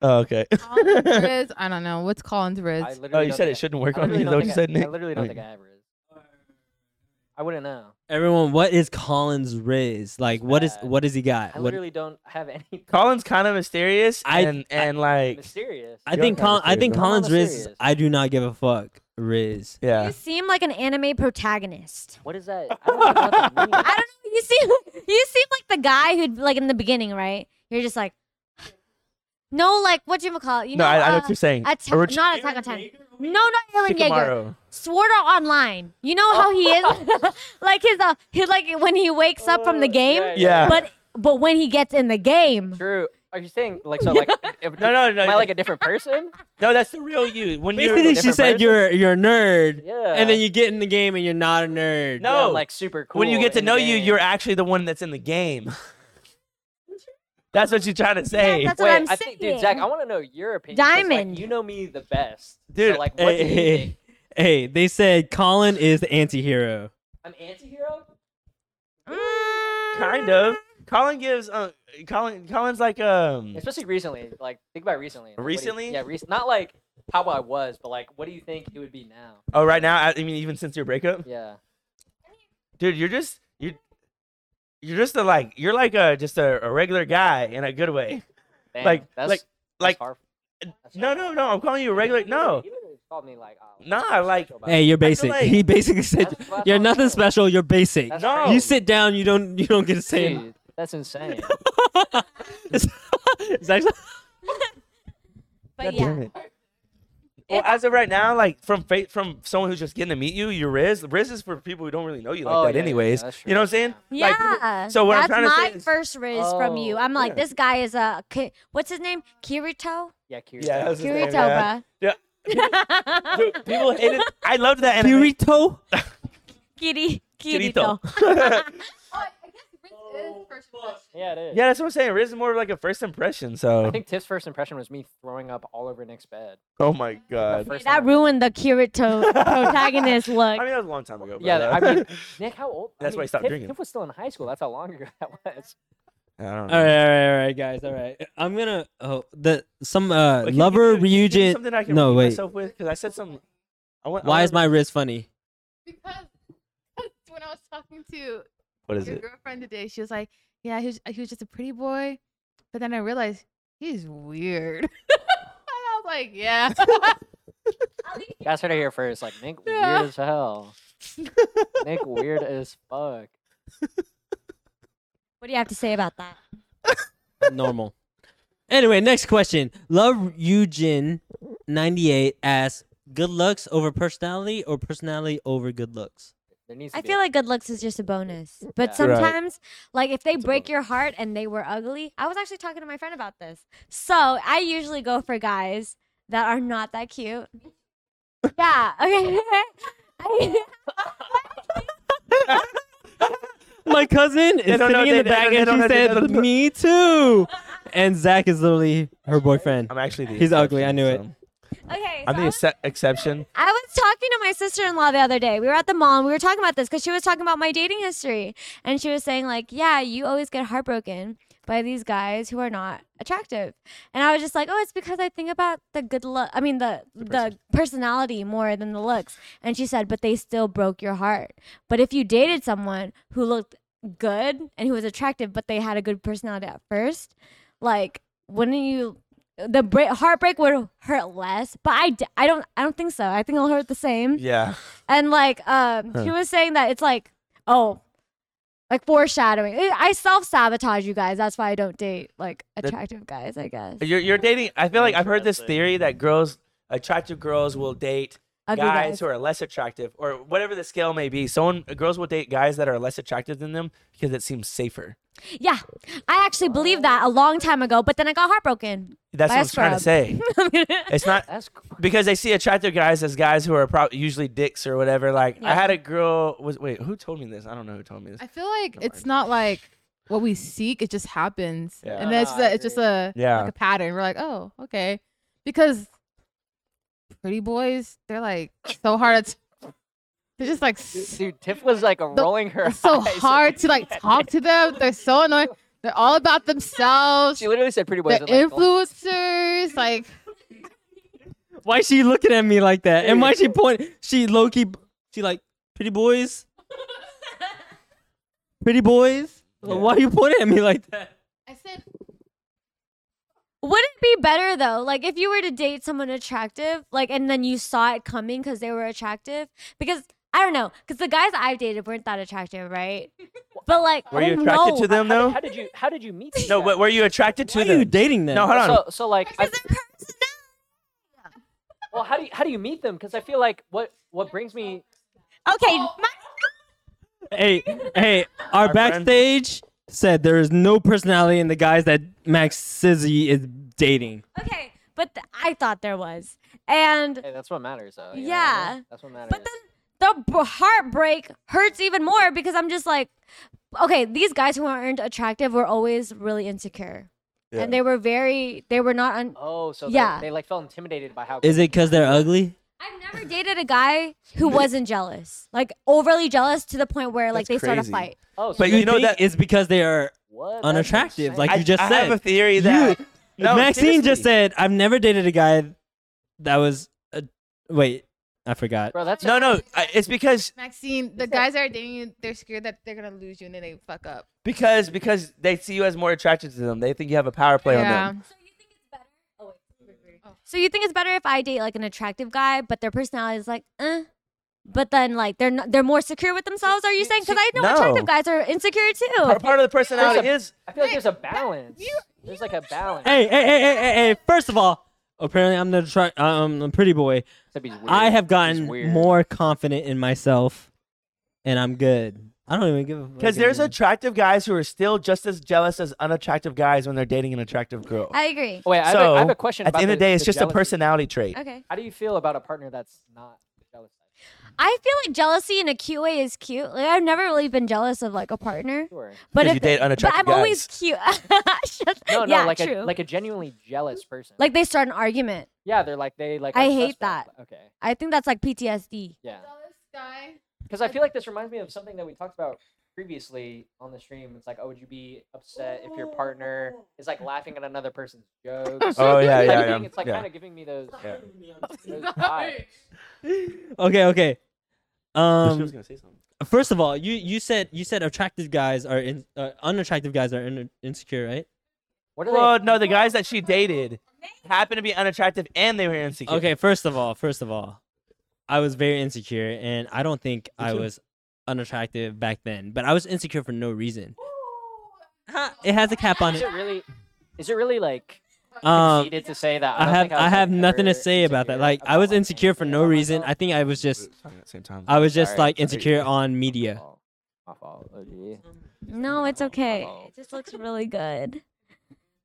[SPEAKER 1] Oh, okay.
[SPEAKER 4] Collins Riz, I don't know what's Collins Riz.
[SPEAKER 10] I
[SPEAKER 1] Oh,
[SPEAKER 10] literally
[SPEAKER 1] you
[SPEAKER 10] don't
[SPEAKER 1] said
[SPEAKER 10] think
[SPEAKER 1] it shouldn't
[SPEAKER 10] I,
[SPEAKER 1] work on me.
[SPEAKER 10] literally
[SPEAKER 1] Is that
[SPEAKER 10] don't
[SPEAKER 1] what you
[SPEAKER 10] think
[SPEAKER 1] said,
[SPEAKER 10] I,
[SPEAKER 1] Nick?
[SPEAKER 10] I literally don't
[SPEAKER 1] Okay.
[SPEAKER 10] think I ever is. I wouldn't know.
[SPEAKER 2] Everyone, what is Collins Riz? Like, what is
[SPEAKER 10] bad.
[SPEAKER 2] what does he got?
[SPEAKER 10] I
[SPEAKER 2] What,
[SPEAKER 10] literally don't have any
[SPEAKER 1] Colin's kind of mysterious
[SPEAKER 2] I-
[SPEAKER 1] and
[SPEAKER 2] I-
[SPEAKER 1] and like
[SPEAKER 10] mysterious.
[SPEAKER 2] I think
[SPEAKER 1] kinda
[SPEAKER 2] Col- I
[SPEAKER 1] serious,
[SPEAKER 2] think
[SPEAKER 1] bro.
[SPEAKER 2] Collins
[SPEAKER 10] I'm not
[SPEAKER 2] Riz.
[SPEAKER 10] serious.
[SPEAKER 2] I do not give a fuck. Riz.
[SPEAKER 1] yeah.
[SPEAKER 5] You seem like an anime protagonist.
[SPEAKER 10] What is that? I don't even know what that means.
[SPEAKER 5] I don't know. You seem you seem like the guy who'd like in the beginning, right? You're just like, no, like what you call it? You
[SPEAKER 1] No,
[SPEAKER 5] know,
[SPEAKER 1] I, I know
[SPEAKER 5] uh,
[SPEAKER 1] what you're saying.
[SPEAKER 5] Atta-
[SPEAKER 1] Orochi-
[SPEAKER 5] not Attack on Titan. No, not Eren Yeager.
[SPEAKER 1] Shikamaru.
[SPEAKER 5] Sword Art Online. You know how he is, like his uh, he like when he wakes up from the
[SPEAKER 10] Oh,
[SPEAKER 5] game,
[SPEAKER 1] Yeah.
[SPEAKER 5] but but when he gets in the game,
[SPEAKER 10] True. Are you saying like so? Like, if,
[SPEAKER 1] No, no, no.
[SPEAKER 10] am I like a different person?
[SPEAKER 1] no, that's the real you. When you're
[SPEAKER 2] Basically, she
[SPEAKER 10] different
[SPEAKER 2] said
[SPEAKER 10] person?
[SPEAKER 2] you're you're a nerd,
[SPEAKER 10] Yeah.
[SPEAKER 2] and then you get in the game and you're not a nerd.
[SPEAKER 1] No.
[SPEAKER 10] Yeah, I'm, like super cool.
[SPEAKER 1] when you get to
[SPEAKER 10] in
[SPEAKER 1] know you,
[SPEAKER 10] game.
[SPEAKER 1] you're actually the one that's in the game. that's what you're trying to say,
[SPEAKER 5] that's
[SPEAKER 10] Wait,
[SPEAKER 5] what I'm
[SPEAKER 10] I
[SPEAKER 5] saying.
[SPEAKER 10] think, dude, Zach, I want to know your opinion. 'cause, like,
[SPEAKER 5] Diamond.
[SPEAKER 10] you know me the best, So,
[SPEAKER 1] dude. eh.
[SPEAKER 10] like, what do you
[SPEAKER 2] Hey,
[SPEAKER 10] think?
[SPEAKER 2] hey, they said Colin is the anti-hero.
[SPEAKER 10] I'm anti-hero.
[SPEAKER 1] kind of. Colin gives. Uh, Colin. Colin's like um.
[SPEAKER 10] especially recently. Like, think about recently. Like, what do you-
[SPEAKER 1] Recently?
[SPEAKER 10] yeah, recent. Not like how I was, but like, what do you think it would be now?
[SPEAKER 1] Oh, right now. I I mean, even since your breakup.
[SPEAKER 10] Yeah.
[SPEAKER 1] dude you're just you you're just a like you're like a just a, a regular guy in a good way
[SPEAKER 10] Damn,
[SPEAKER 1] Like-
[SPEAKER 10] that's,
[SPEAKER 1] like-
[SPEAKER 10] that's
[SPEAKER 1] like-
[SPEAKER 10] hard. That's
[SPEAKER 1] no
[SPEAKER 10] hard.
[SPEAKER 1] no no i'm calling you a
[SPEAKER 10] He
[SPEAKER 1] regular
[SPEAKER 10] literally-
[SPEAKER 1] no
[SPEAKER 10] He literally called me like. Oh,
[SPEAKER 1] Nah,
[SPEAKER 10] nothing
[SPEAKER 1] like-
[SPEAKER 10] special about
[SPEAKER 2] Hey,
[SPEAKER 10] you.
[SPEAKER 2] you're basic.
[SPEAKER 1] like-
[SPEAKER 2] he basically said
[SPEAKER 10] That's- that's
[SPEAKER 2] you're
[SPEAKER 10] not
[SPEAKER 2] nothing
[SPEAKER 10] true.
[SPEAKER 2] special. You're basic.
[SPEAKER 10] That's
[SPEAKER 1] No.
[SPEAKER 10] crazy.
[SPEAKER 2] You sit down. You don't you don't get to say. it.
[SPEAKER 10] Dude, that's insane.
[SPEAKER 2] it's, it's actually
[SPEAKER 5] but
[SPEAKER 1] God
[SPEAKER 5] yeah,
[SPEAKER 1] damn it. well as of right now like from fa- from someone who's just getting to meet you you're riz riz is for people who don't really know you like
[SPEAKER 10] Oh,
[SPEAKER 1] that
[SPEAKER 10] yeah, yeah, yeah,
[SPEAKER 1] anyways
[SPEAKER 10] that's true,
[SPEAKER 1] you know what i'm
[SPEAKER 10] that's
[SPEAKER 1] saying Like, people-
[SPEAKER 5] yeah.
[SPEAKER 1] so what
[SPEAKER 5] that's
[SPEAKER 1] i'm trying to
[SPEAKER 5] my
[SPEAKER 1] say is,
[SPEAKER 5] first riz from you.
[SPEAKER 10] Oh,
[SPEAKER 5] I'm like,
[SPEAKER 1] yeah.
[SPEAKER 5] this guy is a ki- what's his name? Kirito.
[SPEAKER 10] yeah, curious.
[SPEAKER 1] yeah that's his name,
[SPEAKER 5] Kirito,
[SPEAKER 1] yeah.
[SPEAKER 5] bruh.
[SPEAKER 1] Dude, people hated i loved that anime.
[SPEAKER 2] Kirito.
[SPEAKER 5] Kiri, Kirito.
[SPEAKER 1] Kirito.
[SPEAKER 13] Oh, I guess Riz is first impression.
[SPEAKER 10] Yeah, it is.
[SPEAKER 1] yeah that's what i'm saying riz is more of like a first impression so
[SPEAKER 10] I think Tiff's first impression was me throwing up all over Nick's bed.
[SPEAKER 1] oh my
[SPEAKER 10] The
[SPEAKER 1] god
[SPEAKER 10] first time
[SPEAKER 5] That
[SPEAKER 10] I-
[SPEAKER 5] ruined the Kirito protagonist
[SPEAKER 1] i
[SPEAKER 5] look.
[SPEAKER 1] mean that was a long time ago but,
[SPEAKER 10] Yeah,
[SPEAKER 1] uh,
[SPEAKER 10] I mean, Nick, how old? I
[SPEAKER 1] That's why
[SPEAKER 10] mean,
[SPEAKER 1] he stopped
[SPEAKER 10] Tiff,
[SPEAKER 1] drinking.
[SPEAKER 10] Tiff was still in high school. That's how long ago that was.
[SPEAKER 1] I don't know.
[SPEAKER 2] All right, all right, all right, guys. All right. I'm gonna oh the some uh
[SPEAKER 1] Wait, can you
[SPEAKER 2] lover
[SPEAKER 1] give- can you give me
[SPEAKER 2] reunion.
[SPEAKER 1] Something I can
[SPEAKER 2] no
[SPEAKER 1] redeem
[SPEAKER 2] wait.
[SPEAKER 1] Myself with because I said some. I want, I
[SPEAKER 2] Why
[SPEAKER 1] wanna
[SPEAKER 2] is my wrist funny?
[SPEAKER 4] Because when I was talking to
[SPEAKER 1] know- What is
[SPEAKER 4] your
[SPEAKER 1] it?
[SPEAKER 4] girlfriend today, she was like, "Yeah, he was, he was just a pretty boy," but then I realized he's weird. and I was like, "Yeah."
[SPEAKER 10] You guys heard it here first. Like Nick,
[SPEAKER 4] Yeah.
[SPEAKER 10] weird as hell. Nick, weird as fuck.
[SPEAKER 5] What do you have to say about that?
[SPEAKER 2] Normal. Anyway, next question. Love Eugen ninety eight asks, good looks over personality or personality over good looks?
[SPEAKER 10] There needs to
[SPEAKER 5] I
[SPEAKER 10] be
[SPEAKER 5] feel
[SPEAKER 10] a-
[SPEAKER 5] like good looks is just a bonus. But
[SPEAKER 10] Yeah. Right.
[SPEAKER 5] sometimes, like if they break your heart and they were ugly, I was actually talking to my friend about this. So I usually go for guys that are not that cute. Yeah. Okay. I-
[SPEAKER 2] My cousin
[SPEAKER 1] They
[SPEAKER 2] is
[SPEAKER 1] don't know
[SPEAKER 2] sitting in
[SPEAKER 1] they-
[SPEAKER 2] the
[SPEAKER 1] they
[SPEAKER 2] back
[SPEAKER 1] don't- they
[SPEAKER 2] and
[SPEAKER 1] don't
[SPEAKER 2] she
[SPEAKER 1] know they
[SPEAKER 2] said,
[SPEAKER 1] don't know.
[SPEAKER 2] "Me too." And Zach is literally her boyfriend.
[SPEAKER 1] I'm actually the.
[SPEAKER 2] He's ugly, I knew it.
[SPEAKER 1] exception,
[SPEAKER 5] okay.
[SPEAKER 1] so- I'm
[SPEAKER 5] so
[SPEAKER 1] the
[SPEAKER 5] I was-
[SPEAKER 1] exce- exception.
[SPEAKER 5] I was talking to my sister-in-law the other day. We were at the mall and we were talking about this because she was talking about my dating history. And she was saying, like, yeah, you always get heartbroken by these guys who are not attractive. And I was just like, oh, it's because I think about the good look I mean the the, personality more than the looks. And she said, but they still broke your heart. But if you dated someone who looked good and who was attractive, but they had a good personality at first, like, wouldn't you the break, heartbreak would hurt less but I, d- I don't i don't think so i think it'll hurt the same
[SPEAKER 1] Yeah.
[SPEAKER 5] and like um she
[SPEAKER 1] Huh.
[SPEAKER 5] was saying that it's like oh like foreshadowing I- i self-sabotage you guys that's why i don't date like
[SPEAKER 1] That-
[SPEAKER 5] attractive guys i guess
[SPEAKER 1] You're, you're dating. I feel like I've heard this
[SPEAKER 10] Interesting.
[SPEAKER 1] theory that girls, attractive girls, will date
[SPEAKER 5] Ugly
[SPEAKER 1] guys, who are less attractive, or whatever the scale may be. Someone, girls will date guys that are less attractive than them because it seems safer.
[SPEAKER 5] yeah i actually believed that a long time ago but then i got heartbroken
[SPEAKER 1] That's
[SPEAKER 5] By
[SPEAKER 1] what
[SPEAKER 5] a
[SPEAKER 1] I'm trying to say. It's not
[SPEAKER 10] That's cr-
[SPEAKER 1] because they see attractive guys as guys who are prob- usually dicks or whatever. Like I
[SPEAKER 5] Yeah.
[SPEAKER 1] had a girl was wait who told me this? I don't know who told me this.
[SPEAKER 4] I feel like
[SPEAKER 1] Never
[SPEAKER 4] it's not like what we seek; it just happens,
[SPEAKER 1] Yeah.
[SPEAKER 4] and
[SPEAKER 10] No,
[SPEAKER 4] that's
[SPEAKER 10] no, I
[SPEAKER 4] it's just
[SPEAKER 10] agree.
[SPEAKER 4] a
[SPEAKER 1] Yeah.
[SPEAKER 4] like a pattern. We're like, "Oh, okay," because pretty boys they're like so hard. At they're just like. s-
[SPEAKER 10] dude. Tiff was like rolling her.
[SPEAKER 4] It's so
[SPEAKER 10] eyes when
[SPEAKER 4] hard
[SPEAKER 10] you
[SPEAKER 4] to like
[SPEAKER 10] said
[SPEAKER 4] talk
[SPEAKER 10] that.
[SPEAKER 4] to them. They're so annoying. They're all about themselves.
[SPEAKER 10] She literally said pretty boys.
[SPEAKER 4] They're
[SPEAKER 10] are like, oh gold.
[SPEAKER 4] influencers. Like,
[SPEAKER 2] Why is she looking at me like that? And why she point? She low key. She like pretty boys. pretty boys. Why are you pointing at me like that?
[SPEAKER 4] I said,
[SPEAKER 5] Would it be better though? Like if you were to date someone attractive, like and then you saw it coming because they were attractive? Because I don't know, because the guys I've dated weren't that attractive, right? But like,
[SPEAKER 1] Were you
[SPEAKER 5] oh,
[SPEAKER 1] attracted
[SPEAKER 5] no.
[SPEAKER 1] to them
[SPEAKER 10] how,
[SPEAKER 1] though?
[SPEAKER 10] did- how did you? How did you meet? these
[SPEAKER 1] No,
[SPEAKER 10] guys?
[SPEAKER 1] but were you attracted to
[SPEAKER 2] Why are you
[SPEAKER 1] them?
[SPEAKER 2] dating them?
[SPEAKER 1] No, hold on.
[SPEAKER 10] So, so like, I,
[SPEAKER 5] Because their personality-
[SPEAKER 10] well, how do you, how do you meet them? Because I feel like what what brings me
[SPEAKER 5] Okay,
[SPEAKER 1] Oh.
[SPEAKER 5] my-
[SPEAKER 2] hey, hey, our,
[SPEAKER 1] Our friend-
[SPEAKER 2] backstage said there is no personality in the guys that Max Sizzy is dating.
[SPEAKER 5] okay, but th- I thought there was, and
[SPEAKER 10] Hey, that's what matters, though. you know what I mean?
[SPEAKER 5] Yeah.
[SPEAKER 10] that's what matters.
[SPEAKER 5] But then the b- heartbreak hurts even more because I'm just like, okay, these guys who aren't attractive were always really insecure, and they were very, they were not. Un-
[SPEAKER 10] oh, so
[SPEAKER 5] Yeah.
[SPEAKER 10] yeah. they, like felt intimidated by how.
[SPEAKER 2] Is it because they're ugly?
[SPEAKER 5] I've never dated a guy who wasn't jealous, like overly jealous to the point where like
[SPEAKER 1] That's
[SPEAKER 5] they start a
[SPEAKER 1] crazy.
[SPEAKER 5] fight.
[SPEAKER 10] Oh, so
[SPEAKER 1] But you
[SPEAKER 10] they-
[SPEAKER 1] know
[SPEAKER 2] think
[SPEAKER 1] that-
[SPEAKER 2] it's because they are.
[SPEAKER 10] what? That's
[SPEAKER 2] unattractive,
[SPEAKER 10] insane.
[SPEAKER 2] like
[SPEAKER 1] I,
[SPEAKER 2] you just
[SPEAKER 1] I
[SPEAKER 2] said.
[SPEAKER 1] have a theory that No,
[SPEAKER 2] Maxine
[SPEAKER 1] seriously.
[SPEAKER 2] just said, "I've never dated a guy that was." A, wait, I forgot.
[SPEAKER 10] bro, that's
[SPEAKER 1] no, no. I, it's because
[SPEAKER 4] Maxine, the guys that are dating you, they're scared that they're gonna lose you and then they fuck up.
[SPEAKER 1] because because they see you as more attracted to them. They think you have a power play on them.
[SPEAKER 5] So you think it's better? Oh wait. So you think it's better if I date like an attractive guy, but their personality is like, eh. But then, like, they're not, they're more secure with themselves. Are you saying? Because I know
[SPEAKER 1] No.
[SPEAKER 5] attractive guys are insecure too.
[SPEAKER 1] Part, part of the personality is
[SPEAKER 10] I feel like there's a balance. there's like a balance.
[SPEAKER 2] Hey, hey, hey, hey, hey, hey! First of all, apparently I'm the tri- um I'm a pretty boy.
[SPEAKER 10] Except he's weird.
[SPEAKER 2] I have
[SPEAKER 10] He's
[SPEAKER 2] gotten
[SPEAKER 10] weird.
[SPEAKER 2] more confident in myself, and I'm good. I don't even give a
[SPEAKER 1] because
[SPEAKER 2] fuck
[SPEAKER 1] there's
[SPEAKER 2] anymore.
[SPEAKER 1] attractive guys who are still just as jealous as unattractive guys when they're dating an attractive girl.
[SPEAKER 5] I agree.
[SPEAKER 10] Oh, wait, I, have a, I have
[SPEAKER 1] So,
[SPEAKER 10] a question.
[SPEAKER 1] At the
[SPEAKER 10] about
[SPEAKER 1] end of the day, it's just
[SPEAKER 10] jealousy.
[SPEAKER 1] a personality trait.
[SPEAKER 5] Okay.
[SPEAKER 10] How do you feel about a partner that's not jealous?
[SPEAKER 5] I feel like jealousy in a cute way is cute. Like I've never really been jealous of like a partner,
[SPEAKER 10] Sure.
[SPEAKER 5] but
[SPEAKER 1] 'Cause
[SPEAKER 5] if
[SPEAKER 1] you date
[SPEAKER 5] but
[SPEAKER 1] unattractive
[SPEAKER 5] I'm always
[SPEAKER 1] guys.
[SPEAKER 5] cute. Shut-
[SPEAKER 10] No, no,
[SPEAKER 5] yeah,
[SPEAKER 10] like
[SPEAKER 5] true.
[SPEAKER 10] a like a genuinely jealous person.
[SPEAKER 5] Like, they start an argument.
[SPEAKER 10] yeah, they're like they like.
[SPEAKER 5] I
[SPEAKER 10] are
[SPEAKER 5] hate
[SPEAKER 10] suspect.
[SPEAKER 5] that.
[SPEAKER 10] Okay,
[SPEAKER 5] I think that's like PTSD.
[SPEAKER 10] yeah,
[SPEAKER 4] guy.
[SPEAKER 10] because I feel like this reminds me of something that we talked about previously on the stream. It's like, oh, would you be upset if your partner is like laughing at another person's jokes?
[SPEAKER 1] Oh, yeah,
[SPEAKER 10] Kinda
[SPEAKER 1] yeah,
[SPEAKER 10] giving-
[SPEAKER 1] yeah,
[SPEAKER 10] It's like
[SPEAKER 1] yeah.
[SPEAKER 10] kind of giving me those.
[SPEAKER 1] Yeah.
[SPEAKER 10] those vibes.
[SPEAKER 2] okay, okay.
[SPEAKER 1] she was
[SPEAKER 2] Um,
[SPEAKER 1] gonna say something.
[SPEAKER 2] first of all, you you said you said attractive guys are in, uh, unattractive guys are in, insecure, right?
[SPEAKER 10] What are they?
[SPEAKER 1] Well, no, the guys that she dated happened to be unattractive and they were insecure.
[SPEAKER 2] Okay, first of all, first of all, I was very insecure, and I don't think I was unattractive back then, but I was insecure for no reason. Ha, It has a cap on
[SPEAKER 10] is
[SPEAKER 2] it.
[SPEAKER 10] it really? Is it really like
[SPEAKER 2] Um,
[SPEAKER 10] conceited to say that?
[SPEAKER 2] I
[SPEAKER 10] don't
[SPEAKER 2] have
[SPEAKER 10] think
[SPEAKER 2] I
[SPEAKER 10] was, like,
[SPEAKER 2] have nothing to
[SPEAKER 10] ever
[SPEAKER 2] say about that.
[SPEAKER 10] insecure
[SPEAKER 2] Like I
[SPEAKER 10] about, Oh
[SPEAKER 2] was insecure for
[SPEAKER 10] anything
[SPEAKER 2] no
[SPEAKER 10] about
[SPEAKER 2] reason.
[SPEAKER 10] myself.
[SPEAKER 2] I think I was just
[SPEAKER 1] Talking at the same time.
[SPEAKER 2] I was just
[SPEAKER 10] Sorry,
[SPEAKER 2] like
[SPEAKER 10] sorry.
[SPEAKER 2] insecure on media.
[SPEAKER 10] My fault. My fault. OG.
[SPEAKER 5] No, it's okay.
[SPEAKER 10] Oh.
[SPEAKER 5] It just looks really good.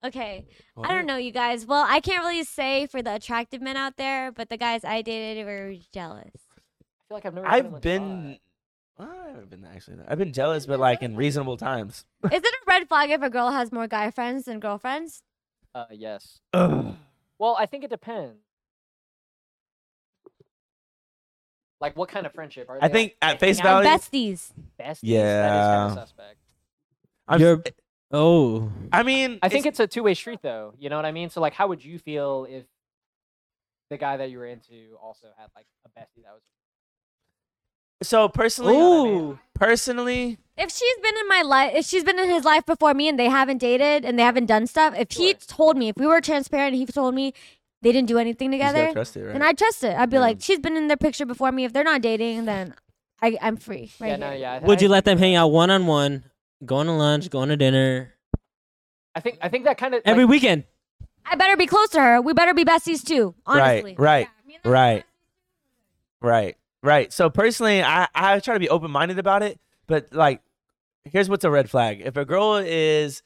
[SPEAKER 5] Okay,
[SPEAKER 1] Well,
[SPEAKER 5] I don't know, you guys. Well, I can't really say for the attractive men out there, but the guys I dated were jealous.
[SPEAKER 10] I feel like I've never.
[SPEAKER 1] I've been. well, I haven't been actually. I've been jealous, but like in reasonable times.
[SPEAKER 5] Is it a red flag if a girl has more guy friends than girlfriends?
[SPEAKER 10] Uh, yes.
[SPEAKER 1] Ugh.
[SPEAKER 10] Well, I think it depends. Like what
[SPEAKER 2] Mm,
[SPEAKER 10] kind of friendship are they?
[SPEAKER 1] I think
[SPEAKER 10] like,
[SPEAKER 1] at face
[SPEAKER 10] hanging out
[SPEAKER 1] value,
[SPEAKER 10] with
[SPEAKER 5] Besties.
[SPEAKER 10] besties? That is kind
[SPEAKER 1] Yeah.
[SPEAKER 10] of suspect.
[SPEAKER 1] I'm,
[SPEAKER 2] You're- Oh,
[SPEAKER 1] I mean,
[SPEAKER 10] I think it's a two-way street, though. You know what I mean? So, like, how would you feel if the guy that you were into also had like a bestie that was?
[SPEAKER 1] so personally.
[SPEAKER 10] You know what I mean?
[SPEAKER 1] Personally,
[SPEAKER 5] If she's been in my life, if she's been in his life before me and they haven't dated and they haven't done stuff, if he
[SPEAKER 10] Sure.
[SPEAKER 5] told me, if we were transparent, he told me they didn't do anything
[SPEAKER 1] you just
[SPEAKER 5] together,
[SPEAKER 1] gotta trust it, right? Mm.
[SPEAKER 5] then I trust it. I'd be
[SPEAKER 1] Yeah.
[SPEAKER 5] like, she's been in their picture before me. If they're not dating, then I, I'm free. Right
[SPEAKER 10] yeah,
[SPEAKER 5] here.
[SPEAKER 10] no, yeah. I-
[SPEAKER 2] would you
[SPEAKER 10] I
[SPEAKER 2] let them
[SPEAKER 10] think
[SPEAKER 2] hang
[SPEAKER 10] that-
[SPEAKER 2] out one on one, going to lunch, going to dinner
[SPEAKER 10] I think I think that kind of
[SPEAKER 2] every weekend?
[SPEAKER 5] I better be close to her. We better be besties too. Honestly.
[SPEAKER 1] right,
[SPEAKER 5] Yeah, me and her-
[SPEAKER 1] right. Right, right. So personally, I I try to be open minded about it, but like, here's what's a red flag: if a girl is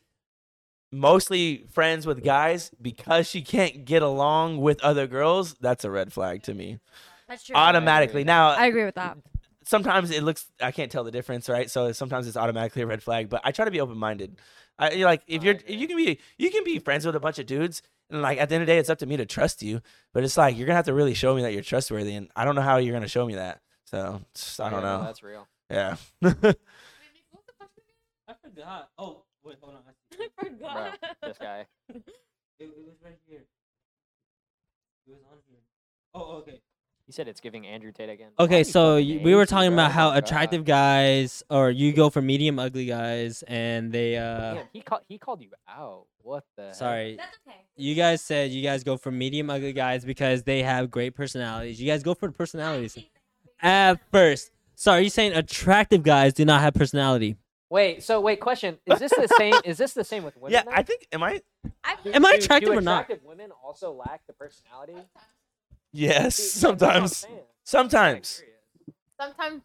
[SPEAKER 1] mostly friends with guys because she can't get along with other girls, that's a red flag to me
[SPEAKER 5] That's true.
[SPEAKER 1] automatically. Now,
[SPEAKER 5] I agree with that.
[SPEAKER 1] sometimes it looks I can't tell the difference, right? So sometimes it's automatically a red flag. But I try to be open minded. I you're like if
[SPEAKER 10] I
[SPEAKER 1] you're
[SPEAKER 10] agree.
[SPEAKER 1] you can be you can be friends with a bunch of dudes. And like at the end of the day, it's up to me to trust you. But it's like you're gonna have to really show me that you're trustworthy, and I don't know how you're gonna show me that. So it's- I
[SPEAKER 10] Yeah,
[SPEAKER 1] don't
[SPEAKER 10] no,
[SPEAKER 1] know.
[SPEAKER 10] That's real.
[SPEAKER 1] Yeah.
[SPEAKER 2] Oh, Wait, hold on.
[SPEAKER 5] I forgot.
[SPEAKER 10] this guy.
[SPEAKER 2] It, it was right here. It was on here. Oh, okay.
[SPEAKER 10] He said it's giving Andrew Tate again.
[SPEAKER 2] Okay,
[SPEAKER 10] Why
[SPEAKER 2] so y-
[SPEAKER 10] you fucking
[SPEAKER 2] we were
[SPEAKER 10] Asian,
[SPEAKER 2] talking
[SPEAKER 10] bro?
[SPEAKER 2] about
[SPEAKER 10] Oh
[SPEAKER 2] how
[SPEAKER 10] my God.
[SPEAKER 2] attractive guys, or you go for medium ugly guys, and they. uh
[SPEAKER 10] Damn, he called. He called you out. What the? heck?
[SPEAKER 2] Sorry,
[SPEAKER 5] That's okay.
[SPEAKER 2] you guys said you guys go for medium ugly guys because they have great personalities. You guys go for personalities at first. Sorry, you saying attractive guys do not have personality?
[SPEAKER 10] Wait. So wait. Question. Is this the same? is this the same with women?
[SPEAKER 1] Yeah,
[SPEAKER 10] though?
[SPEAKER 1] I think. Am I?
[SPEAKER 5] I,
[SPEAKER 2] Am I
[SPEAKER 10] Do- do
[SPEAKER 2] attractive or not?
[SPEAKER 10] Attractive women also lack the personality. See,
[SPEAKER 1] Yes,
[SPEAKER 10] that's what I'm
[SPEAKER 1] sometimes.
[SPEAKER 10] saying. I'm
[SPEAKER 1] Sometimes.
[SPEAKER 10] curious.
[SPEAKER 4] Sometimes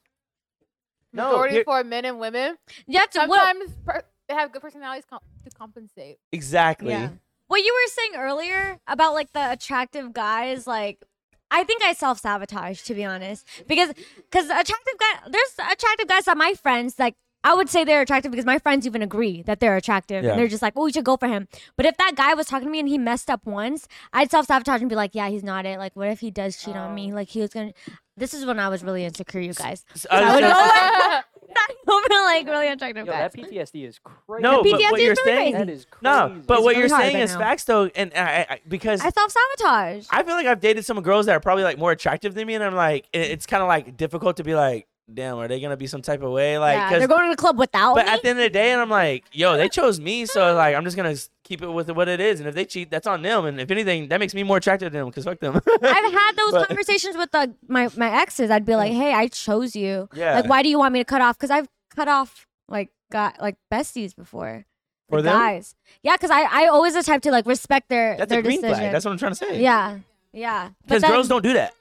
[SPEAKER 1] No,
[SPEAKER 4] majority
[SPEAKER 1] here-
[SPEAKER 4] for men and women.
[SPEAKER 5] you have to, well,
[SPEAKER 4] Sometimes per- they have good personalities com- to compensate.
[SPEAKER 1] Exactly.
[SPEAKER 14] Yeah.
[SPEAKER 5] what you were saying earlier about like the attractive guys, like I think I self sabotage to be honest, because because attractive guy, there's attractive guys that my friends like. I would say they're attractive because my friends even agree that they're attractive.
[SPEAKER 1] Yeah.
[SPEAKER 5] And they're just like, oh, we should go for him. But if that guy was talking to me and he messed up once, I'd self sabotage and be like, yeah, he's not it. Like, what if he does cheat on
[SPEAKER 10] Oh.
[SPEAKER 5] me? Like, he was going to. This is when I was really insecure, you guys.
[SPEAKER 1] So I
[SPEAKER 5] I would
[SPEAKER 1] was
[SPEAKER 5] go
[SPEAKER 1] gonna-
[SPEAKER 5] like, like really attractive
[SPEAKER 10] Yo,
[SPEAKER 5] guys.
[SPEAKER 10] that PTSD is crazy.
[SPEAKER 1] No, but
[SPEAKER 5] PTSD
[SPEAKER 1] what
[SPEAKER 5] is
[SPEAKER 1] you're
[SPEAKER 5] really
[SPEAKER 1] saying,
[SPEAKER 5] crazy.
[SPEAKER 10] that is crazy.
[SPEAKER 1] no, but
[SPEAKER 5] It's
[SPEAKER 1] what
[SPEAKER 5] really
[SPEAKER 1] you're
[SPEAKER 5] hard
[SPEAKER 1] saying
[SPEAKER 5] right
[SPEAKER 1] is
[SPEAKER 5] now.
[SPEAKER 1] facts though, and I, I because
[SPEAKER 5] I self sabotage.
[SPEAKER 1] I feel like I've dated some girls that are probably like more attractive than me, and I'm like, it- it's kind of like difficult to be like, damn, are they gonna be some type of way? Like,
[SPEAKER 5] yeah,
[SPEAKER 1] 'cause-
[SPEAKER 5] they're going to the club without
[SPEAKER 1] but
[SPEAKER 5] me.
[SPEAKER 1] at the end of the day, and I'm like, yo, they chose me, so like, I'm just gonna s- keep it with what it is, and if they cheat, that's on them, and if anything, that makes me more attractive than them, cause fuck them.
[SPEAKER 5] I've had those
[SPEAKER 1] But-
[SPEAKER 5] conversations with the, my my exes. I'd be like, "Hey, I chose you.
[SPEAKER 1] yeah,
[SPEAKER 5] Like, why do you want me to cut off? Because I've cut off like got like besties before.
[SPEAKER 1] For
[SPEAKER 5] Like,
[SPEAKER 1] them?
[SPEAKER 5] guys. Yeah, because I I always the type to like respect their
[SPEAKER 1] that's
[SPEAKER 5] their
[SPEAKER 1] a green
[SPEAKER 5] decision.
[SPEAKER 1] flag. That's what I'm trying to say.
[SPEAKER 5] yeah. Yeah,
[SPEAKER 1] because
[SPEAKER 5] then-
[SPEAKER 1] girls don't do that.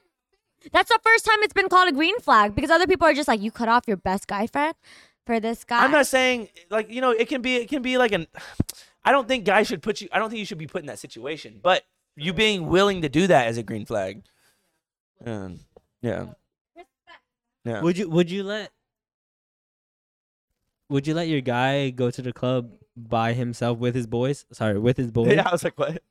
[SPEAKER 5] That's the first time it's been called a green flag because other people are just like, you cut off your best guy friend for this guy.
[SPEAKER 1] I'm not saying like you know it can be it can be like an. I don't think guys should put you. I don't think you should be put in that situation. But you being willing to do that is a green flag. And yeah, Yeah.
[SPEAKER 2] Would you Would you let Would you let your guy go to the club by himself with his boys? Sorry, with his boys.
[SPEAKER 1] I was like, what?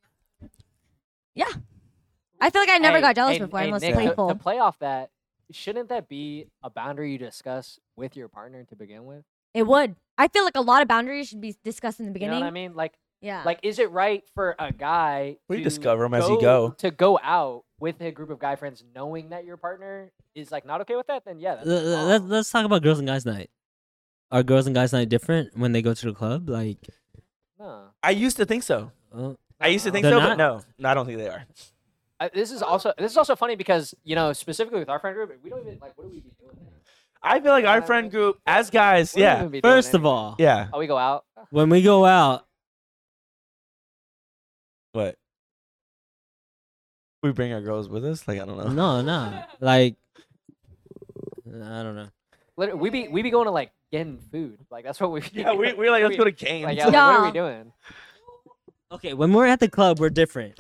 [SPEAKER 5] I feel like I never
[SPEAKER 10] Hey,
[SPEAKER 5] got jealous
[SPEAKER 10] hey,
[SPEAKER 5] before.
[SPEAKER 10] hey,
[SPEAKER 5] I'm less
[SPEAKER 10] Nick, to-
[SPEAKER 5] playful.
[SPEAKER 10] To play off that, shouldn't that be a boundary you discuss with your partner to begin with?
[SPEAKER 5] It would. I feel like a lot of boundaries should be discussed in the
[SPEAKER 10] You
[SPEAKER 5] beginning.
[SPEAKER 10] know what I mean? Like,
[SPEAKER 5] Yeah.
[SPEAKER 10] like is it right for a guy?
[SPEAKER 1] We
[SPEAKER 10] to
[SPEAKER 1] discover 'em as you go.
[SPEAKER 10] To go out with a group of guy friends, knowing that your partner is like not okay with that, then yeah, that's
[SPEAKER 2] Let's,
[SPEAKER 10] wrong.
[SPEAKER 2] let's talk about girls and guys night. Are girls and guys night different when they go to the club? Like,
[SPEAKER 10] No.
[SPEAKER 1] I used to think so.
[SPEAKER 2] oh,
[SPEAKER 1] I used to think
[SPEAKER 2] They're
[SPEAKER 1] so,
[SPEAKER 2] not?
[SPEAKER 1] but no, no, I don't think they are.
[SPEAKER 10] I, this is also this is also funny because you know specifically with our friend group, we don't even like what do we be doing? there?
[SPEAKER 1] I feel like our
[SPEAKER 10] Uh,
[SPEAKER 1] friend group, as guys,
[SPEAKER 10] We don't
[SPEAKER 1] yeah,
[SPEAKER 10] even be doing
[SPEAKER 2] first of
[SPEAKER 10] anything.
[SPEAKER 2] all,
[SPEAKER 1] yeah.
[SPEAKER 10] oh, we go out.
[SPEAKER 2] when we go out,
[SPEAKER 1] What? We bring our girls with us? Like I don't know.
[SPEAKER 2] no, no, like, I don't know.
[SPEAKER 10] Literally, we be we be going to like getting food. Like that's what we. be
[SPEAKER 1] Yeah, we
[SPEAKER 10] doing.
[SPEAKER 1] we like let's
[SPEAKER 10] We-
[SPEAKER 1] go to Canes.
[SPEAKER 10] Like, yeah, like, what are
[SPEAKER 5] Yeah.
[SPEAKER 10] we doing?
[SPEAKER 2] Okay, when we're at the club, we're different.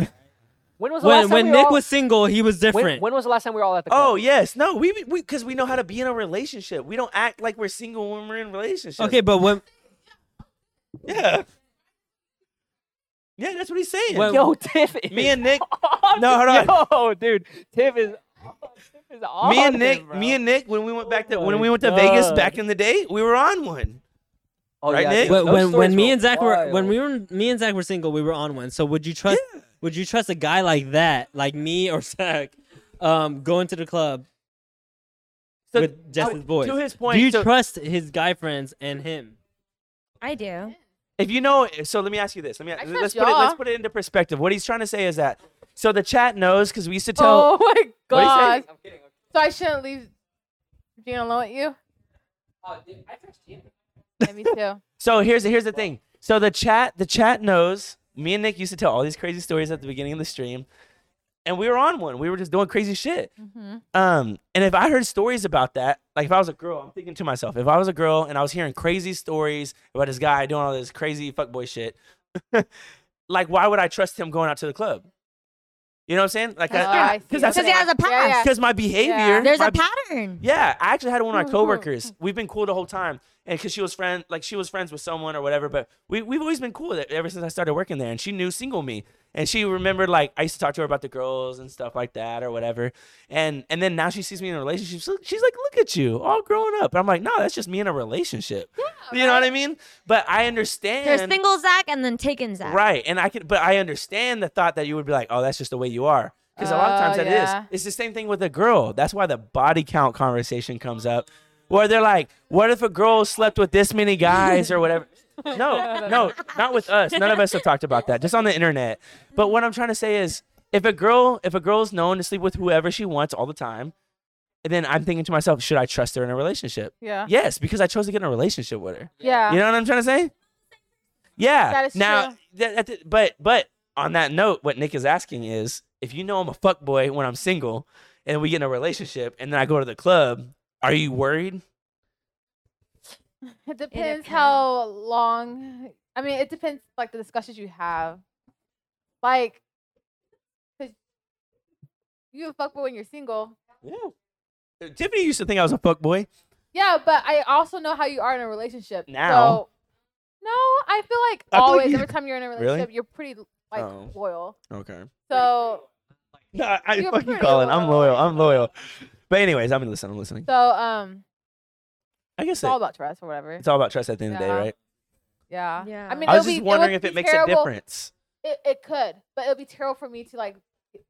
[SPEAKER 10] When was the last
[SPEAKER 2] when
[SPEAKER 10] time
[SPEAKER 2] when
[SPEAKER 10] we were
[SPEAKER 2] Nick
[SPEAKER 10] all-
[SPEAKER 2] was single, he was
[SPEAKER 10] when-
[SPEAKER 2] different.
[SPEAKER 10] When, was the last time we were all at the club?
[SPEAKER 1] Oh yes, no, we we because we know how to be in a relationship. We don't act like we're single when we're in relationships.
[SPEAKER 2] okay, but when
[SPEAKER 1] Yeah. Yeah, that's what he's saying.
[SPEAKER 2] Well-
[SPEAKER 10] Yo, Tiff. Is
[SPEAKER 1] me and Nick,
[SPEAKER 10] off.
[SPEAKER 1] No, hold on.
[SPEAKER 10] Yo, dude, Tiff is. Tiff is on
[SPEAKER 1] me and
[SPEAKER 10] him,
[SPEAKER 1] Nick,
[SPEAKER 10] bro.
[SPEAKER 1] me and Nick, when we went back to
[SPEAKER 2] Oh
[SPEAKER 1] when
[SPEAKER 2] my
[SPEAKER 1] we went to Vegas
[SPEAKER 2] God.
[SPEAKER 1] back in the day, we were on one.
[SPEAKER 10] oh,
[SPEAKER 1] right,
[SPEAKER 10] yeah,
[SPEAKER 1] Nick?
[SPEAKER 10] dude,
[SPEAKER 2] when
[SPEAKER 10] those
[SPEAKER 2] when,
[SPEAKER 10] stories
[SPEAKER 2] when me
[SPEAKER 10] were
[SPEAKER 2] and Zach were when
[SPEAKER 10] wild.
[SPEAKER 2] we were me and Zach were single, we were on one. So would you trust would you trust a guy like that, like me or Zach, um, going to the club
[SPEAKER 1] So-
[SPEAKER 2] with just
[SPEAKER 1] to-
[SPEAKER 2] his boys?
[SPEAKER 1] To his point,
[SPEAKER 2] Do you
[SPEAKER 1] so
[SPEAKER 2] trust his guy friends and him?
[SPEAKER 5] I do.
[SPEAKER 1] if you know, so let me ask you this. Let me
[SPEAKER 4] trust
[SPEAKER 1] let's put it
[SPEAKER 4] y'all.
[SPEAKER 1] let's put it into perspective. What he's trying to say is that so the chat knows because we used to tell.
[SPEAKER 4] Oh my
[SPEAKER 1] do you say?
[SPEAKER 4] god! So I shouldn't leave Gina alone with you. Yeah, me too.
[SPEAKER 1] So here's here's the thing. So the chat the chat knows me and Nick used to tell all these crazy stories at the beginning of the stream, and we were on one. We were just doing crazy shit.
[SPEAKER 4] Mhm.
[SPEAKER 1] Um, and if I heard stories about that, like if I was a girl, I'm thinking to myself, if I was a girl and I was hearing crazy stories about this guy doing all this crazy fuckboy shit, like why would I trust him going out to the club? You know what I'm saying? Like,
[SPEAKER 4] Oh, I
[SPEAKER 1] I,
[SPEAKER 4] see.
[SPEAKER 1] because I,
[SPEAKER 5] Because he has a
[SPEAKER 4] Yeah, yeah.
[SPEAKER 5] past.
[SPEAKER 1] because my behavior,
[SPEAKER 4] Yeah.
[SPEAKER 5] Uh, There's
[SPEAKER 1] my
[SPEAKER 5] a pattern.
[SPEAKER 1] yeah, I actually had one of my coworkers. We've been cool the whole time, and because she was friend, like she was friends with someone or whatever. But we we've always been cool with it ever since I started working there, and she knew single me. and she remembered like I used to talk to her about the girls and stuff like that or whatever. And and then now she sees me in a relationship. so She's like, look at you, all grown up. And I'm like, no, that's just me in a relationship. you know what I mean? But I understand.
[SPEAKER 5] There's single Zach and then taken Zach.
[SPEAKER 1] Right. And I could, but I understand the thought that you would be like, oh, that's just the way you are. Because a lot of
[SPEAKER 4] Oh,
[SPEAKER 1] times that is.
[SPEAKER 4] yeah.
[SPEAKER 1] It's the same thing with a girl. That's why the body count conversation comes up where they're like, what if a girl slept with this many guys or whatever? No, no, not with us. None of us have talked about that, just on the internet. But what I'm trying to say is if a girl, if a girl's known to sleep with whoever she wants all the time, and then I'm thinking to myself, should I trust her in a relationship?
[SPEAKER 4] Yeah.
[SPEAKER 1] Yes, because I chose to get in a relationship with her.
[SPEAKER 4] Yeah.
[SPEAKER 1] You know what I'm trying to say? Yeah.
[SPEAKER 4] That is
[SPEAKER 1] now,
[SPEAKER 4] true.
[SPEAKER 1] that- that- that- but but on that note, what Nick is asking is, if you know I'm a fuck boy when I'm single, and we get in a relationship, and then I go to the club, are you worried?
[SPEAKER 4] It depends how long. I mean, it depends like the discussions you have. Like, 'cause you a fuckboy when you're single.
[SPEAKER 1] Uh, Tiffany used to think I was a fuck boy.
[SPEAKER 4] Yeah, but I also know how you are in a relationship.
[SPEAKER 1] Now.
[SPEAKER 4] So, no, I feel like
[SPEAKER 1] I feel like
[SPEAKER 4] always
[SPEAKER 1] you-
[SPEAKER 4] every time you're in a
[SPEAKER 1] Really?
[SPEAKER 4] relationship, you're pretty like
[SPEAKER 1] Oh.
[SPEAKER 4] loyal.
[SPEAKER 1] Okay.
[SPEAKER 4] So,
[SPEAKER 1] No, I, I
[SPEAKER 4] You're
[SPEAKER 1] fucking
[SPEAKER 4] pretty
[SPEAKER 1] calling. I'm
[SPEAKER 4] loyal.
[SPEAKER 1] loyal. I'm loyal. But anyways, I'm listening. I'm listening.
[SPEAKER 4] so um,
[SPEAKER 1] I guess
[SPEAKER 4] it's all
[SPEAKER 1] it,
[SPEAKER 4] about trust or whatever.
[SPEAKER 1] it's all about trust at the end of the day,
[SPEAKER 4] Yeah.
[SPEAKER 1] right?
[SPEAKER 4] Yeah.
[SPEAKER 5] Yeah.
[SPEAKER 4] I mean,
[SPEAKER 1] I was
[SPEAKER 4] it'll
[SPEAKER 1] just
[SPEAKER 4] be-
[SPEAKER 1] wondering
[SPEAKER 4] would
[SPEAKER 1] if
[SPEAKER 4] be
[SPEAKER 1] it makes a
[SPEAKER 4] terrible-
[SPEAKER 1] difference.
[SPEAKER 4] It, it could, but it'll be terrible for me to like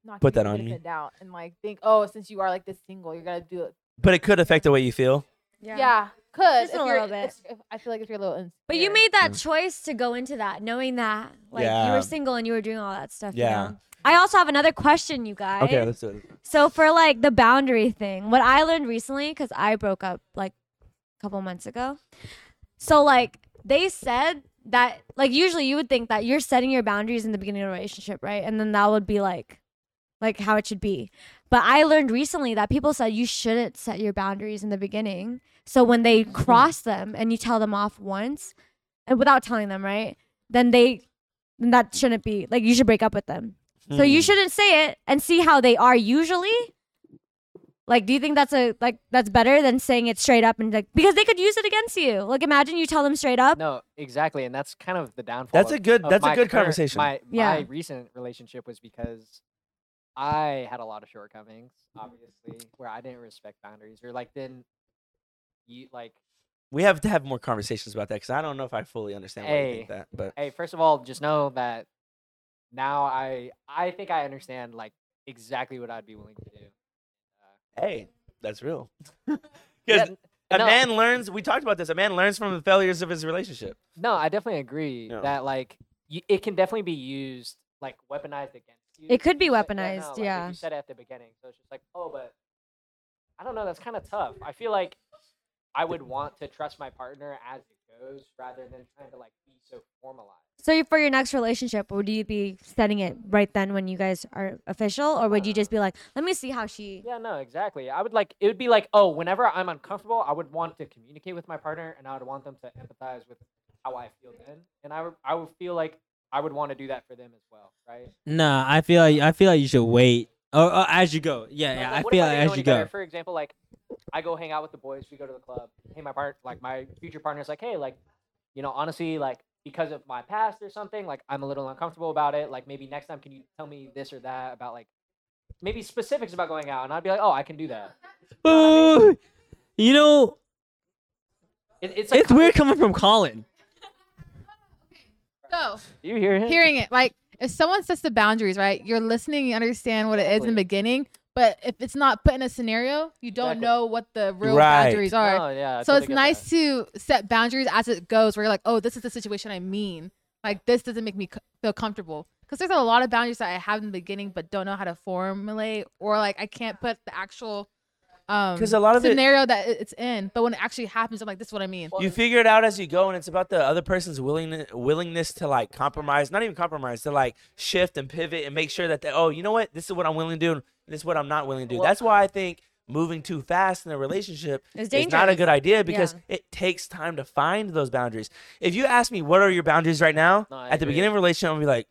[SPEAKER 4] not
[SPEAKER 1] Put
[SPEAKER 4] take
[SPEAKER 1] that
[SPEAKER 4] the
[SPEAKER 1] on
[SPEAKER 4] benefit
[SPEAKER 1] you.
[SPEAKER 4] of the doubt and like think, oh, since you are like this single, you're gonna do it.
[SPEAKER 1] But it could affect the way you feel.
[SPEAKER 4] Yeah, could
[SPEAKER 5] Just
[SPEAKER 4] if
[SPEAKER 5] a
[SPEAKER 4] you're-
[SPEAKER 5] little bit.
[SPEAKER 4] if- if- I feel like if you're a little insecure.
[SPEAKER 5] But you made that choice to go into that, knowing that like you
[SPEAKER 1] Yeah.
[SPEAKER 5] were single and you were doing all that stuff. you
[SPEAKER 1] Yeah.
[SPEAKER 5] know? I also have another question, you guys.
[SPEAKER 1] Okay, let's do it.
[SPEAKER 5] So for like the boundary thing, what I learned recently because I broke up like a couple months ago. So like they said that like usually you would think that you're setting your boundaries in the beginning of a relationship, right? And then that would be like like how it should be. But I learned recently that people said you shouldn't set your boundaries in the beginning. So when they cross them and you tell them off once and without telling them, right? Then they then that shouldn't be like you should break up with them. So
[SPEAKER 1] Hmm. Mm-hmm.
[SPEAKER 5] you shouldn't say it and see how they are usually. Like, do you think that's a like that's better than saying it straight up and like because they could use it against you? Like, imagine you tell them straight up.
[SPEAKER 10] No, exactly, and that's kind of the downfall.
[SPEAKER 1] That's
[SPEAKER 10] of-
[SPEAKER 1] a good-
[SPEAKER 10] of
[SPEAKER 1] that's a
[SPEAKER 10] my
[SPEAKER 1] good
[SPEAKER 10] current-
[SPEAKER 1] conversation.
[SPEAKER 10] My
[SPEAKER 5] Yeah.
[SPEAKER 10] my recent relationship was because I had a lot of shortcomings, obviously, where I didn't respect boundaries or like didn't you like.
[SPEAKER 1] We have to have more conversations about that because I don't know if I fully understand why you think
[SPEAKER 10] Hey.
[SPEAKER 1] that. But
[SPEAKER 10] Hey, first of all, just know that now I I think I understand like exactly what I'd be willing to do.
[SPEAKER 1] hey, that's real.
[SPEAKER 10] Yeah,
[SPEAKER 1] Because
[SPEAKER 10] n-
[SPEAKER 1] a
[SPEAKER 10] no,
[SPEAKER 1] man learns. We talked about this. A man learns from the failures of his relationship.
[SPEAKER 10] no, I definitely agree
[SPEAKER 1] No.
[SPEAKER 10] that like you, it can definitely be used like weaponized against you.
[SPEAKER 5] It could be
[SPEAKER 10] if you said-
[SPEAKER 5] weaponized,
[SPEAKER 10] no, like,
[SPEAKER 5] yeah.
[SPEAKER 10] If you said it at the beginning, so it's just like, oh, but I don't know. That's kind of tough. I feel like I would want to trust my partner as it goes, rather than trying to like be so formalized.
[SPEAKER 5] So you- for your next relationship, would you be setting it right then when you guys are official, or would you just be like, let me see how she?
[SPEAKER 10] Yeah, no, exactly. I would like it would be like, oh, whenever I'm uncomfortable, I would want to communicate with my partner, and I would want them to empathize with how I feel then, and I would I would feel like I would want to do that for them as well, right?
[SPEAKER 2] Nah, I feel like I feel like you should wait. Oh, oh, as you go. Yeah,
[SPEAKER 10] But,
[SPEAKER 2] yeah.
[SPEAKER 10] like,
[SPEAKER 2] I
[SPEAKER 10] what
[SPEAKER 2] feel
[SPEAKER 10] if
[SPEAKER 2] like
[SPEAKER 10] didn't know
[SPEAKER 2] as
[SPEAKER 10] any
[SPEAKER 2] you
[SPEAKER 10] better?
[SPEAKER 2] go.
[SPEAKER 10] For example, like I go hang out with the boys, we go to the club. Hey, my part, like my future partner's like, hey, like, you know, honestly, like because of my past or something, like I'm a little uncomfortable about it. Like maybe next time, can you tell me this or that about like maybe specifics about going out? And I'd be like, oh, I can do that.
[SPEAKER 2] Ooh, you know,
[SPEAKER 10] It, it's a
[SPEAKER 2] it's
[SPEAKER 10] co-
[SPEAKER 2] weird coming from Colin.
[SPEAKER 15] So
[SPEAKER 10] Do you hear him?
[SPEAKER 15] hearing it, like if someone sets the boundaries, right? You're listening, you understand what it is in the
[SPEAKER 10] Exactly.
[SPEAKER 15] beginning, but if it's not put in a scenario, you don't
[SPEAKER 10] Exactly.
[SPEAKER 15] know what the real
[SPEAKER 1] Right.
[SPEAKER 15] boundaries are.
[SPEAKER 10] Oh, yeah. I
[SPEAKER 15] so
[SPEAKER 10] totally
[SPEAKER 15] it's
[SPEAKER 10] get
[SPEAKER 15] nice
[SPEAKER 10] that.
[SPEAKER 15] to set boundaries as it goes where you're like oh this is the situation i mean like this doesn't make me c- feel comfortable because there's a lot of boundaries that i have in the beginning but don't know how to formulate or like i can't put the actual um
[SPEAKER 1] 'Cause a lot of it-
[SPEAKER 15] scenario that it- it's in but when it actually happens i'm like this is what i mean
[SPEAKER 1] You figure it out as you go, and it's about the other person's willingness willingness to like compromise, not even compromise, to like shift and pivot and make sure that they, oh, you know what, this is what I'm willing to do, and this is what I'm not willing to do.
[SPEAKER 10] Well-
[SPEAKER 1] That's why I think moving too fast in a relationship
[SPEAKER 5] It's
[SPEAKER 1] is not a
[SPEAKER 5] dangerous.
[SPEAKER 1] good idea because it takes time to find those boundaries. If you ask me what are your boundaries right now
[SPEAKER 10] No, I
[SPEAKER 1] at the
[SPEAKER 10] agree.
[SPEAKER 1] beginning of a relationship, I'll be like,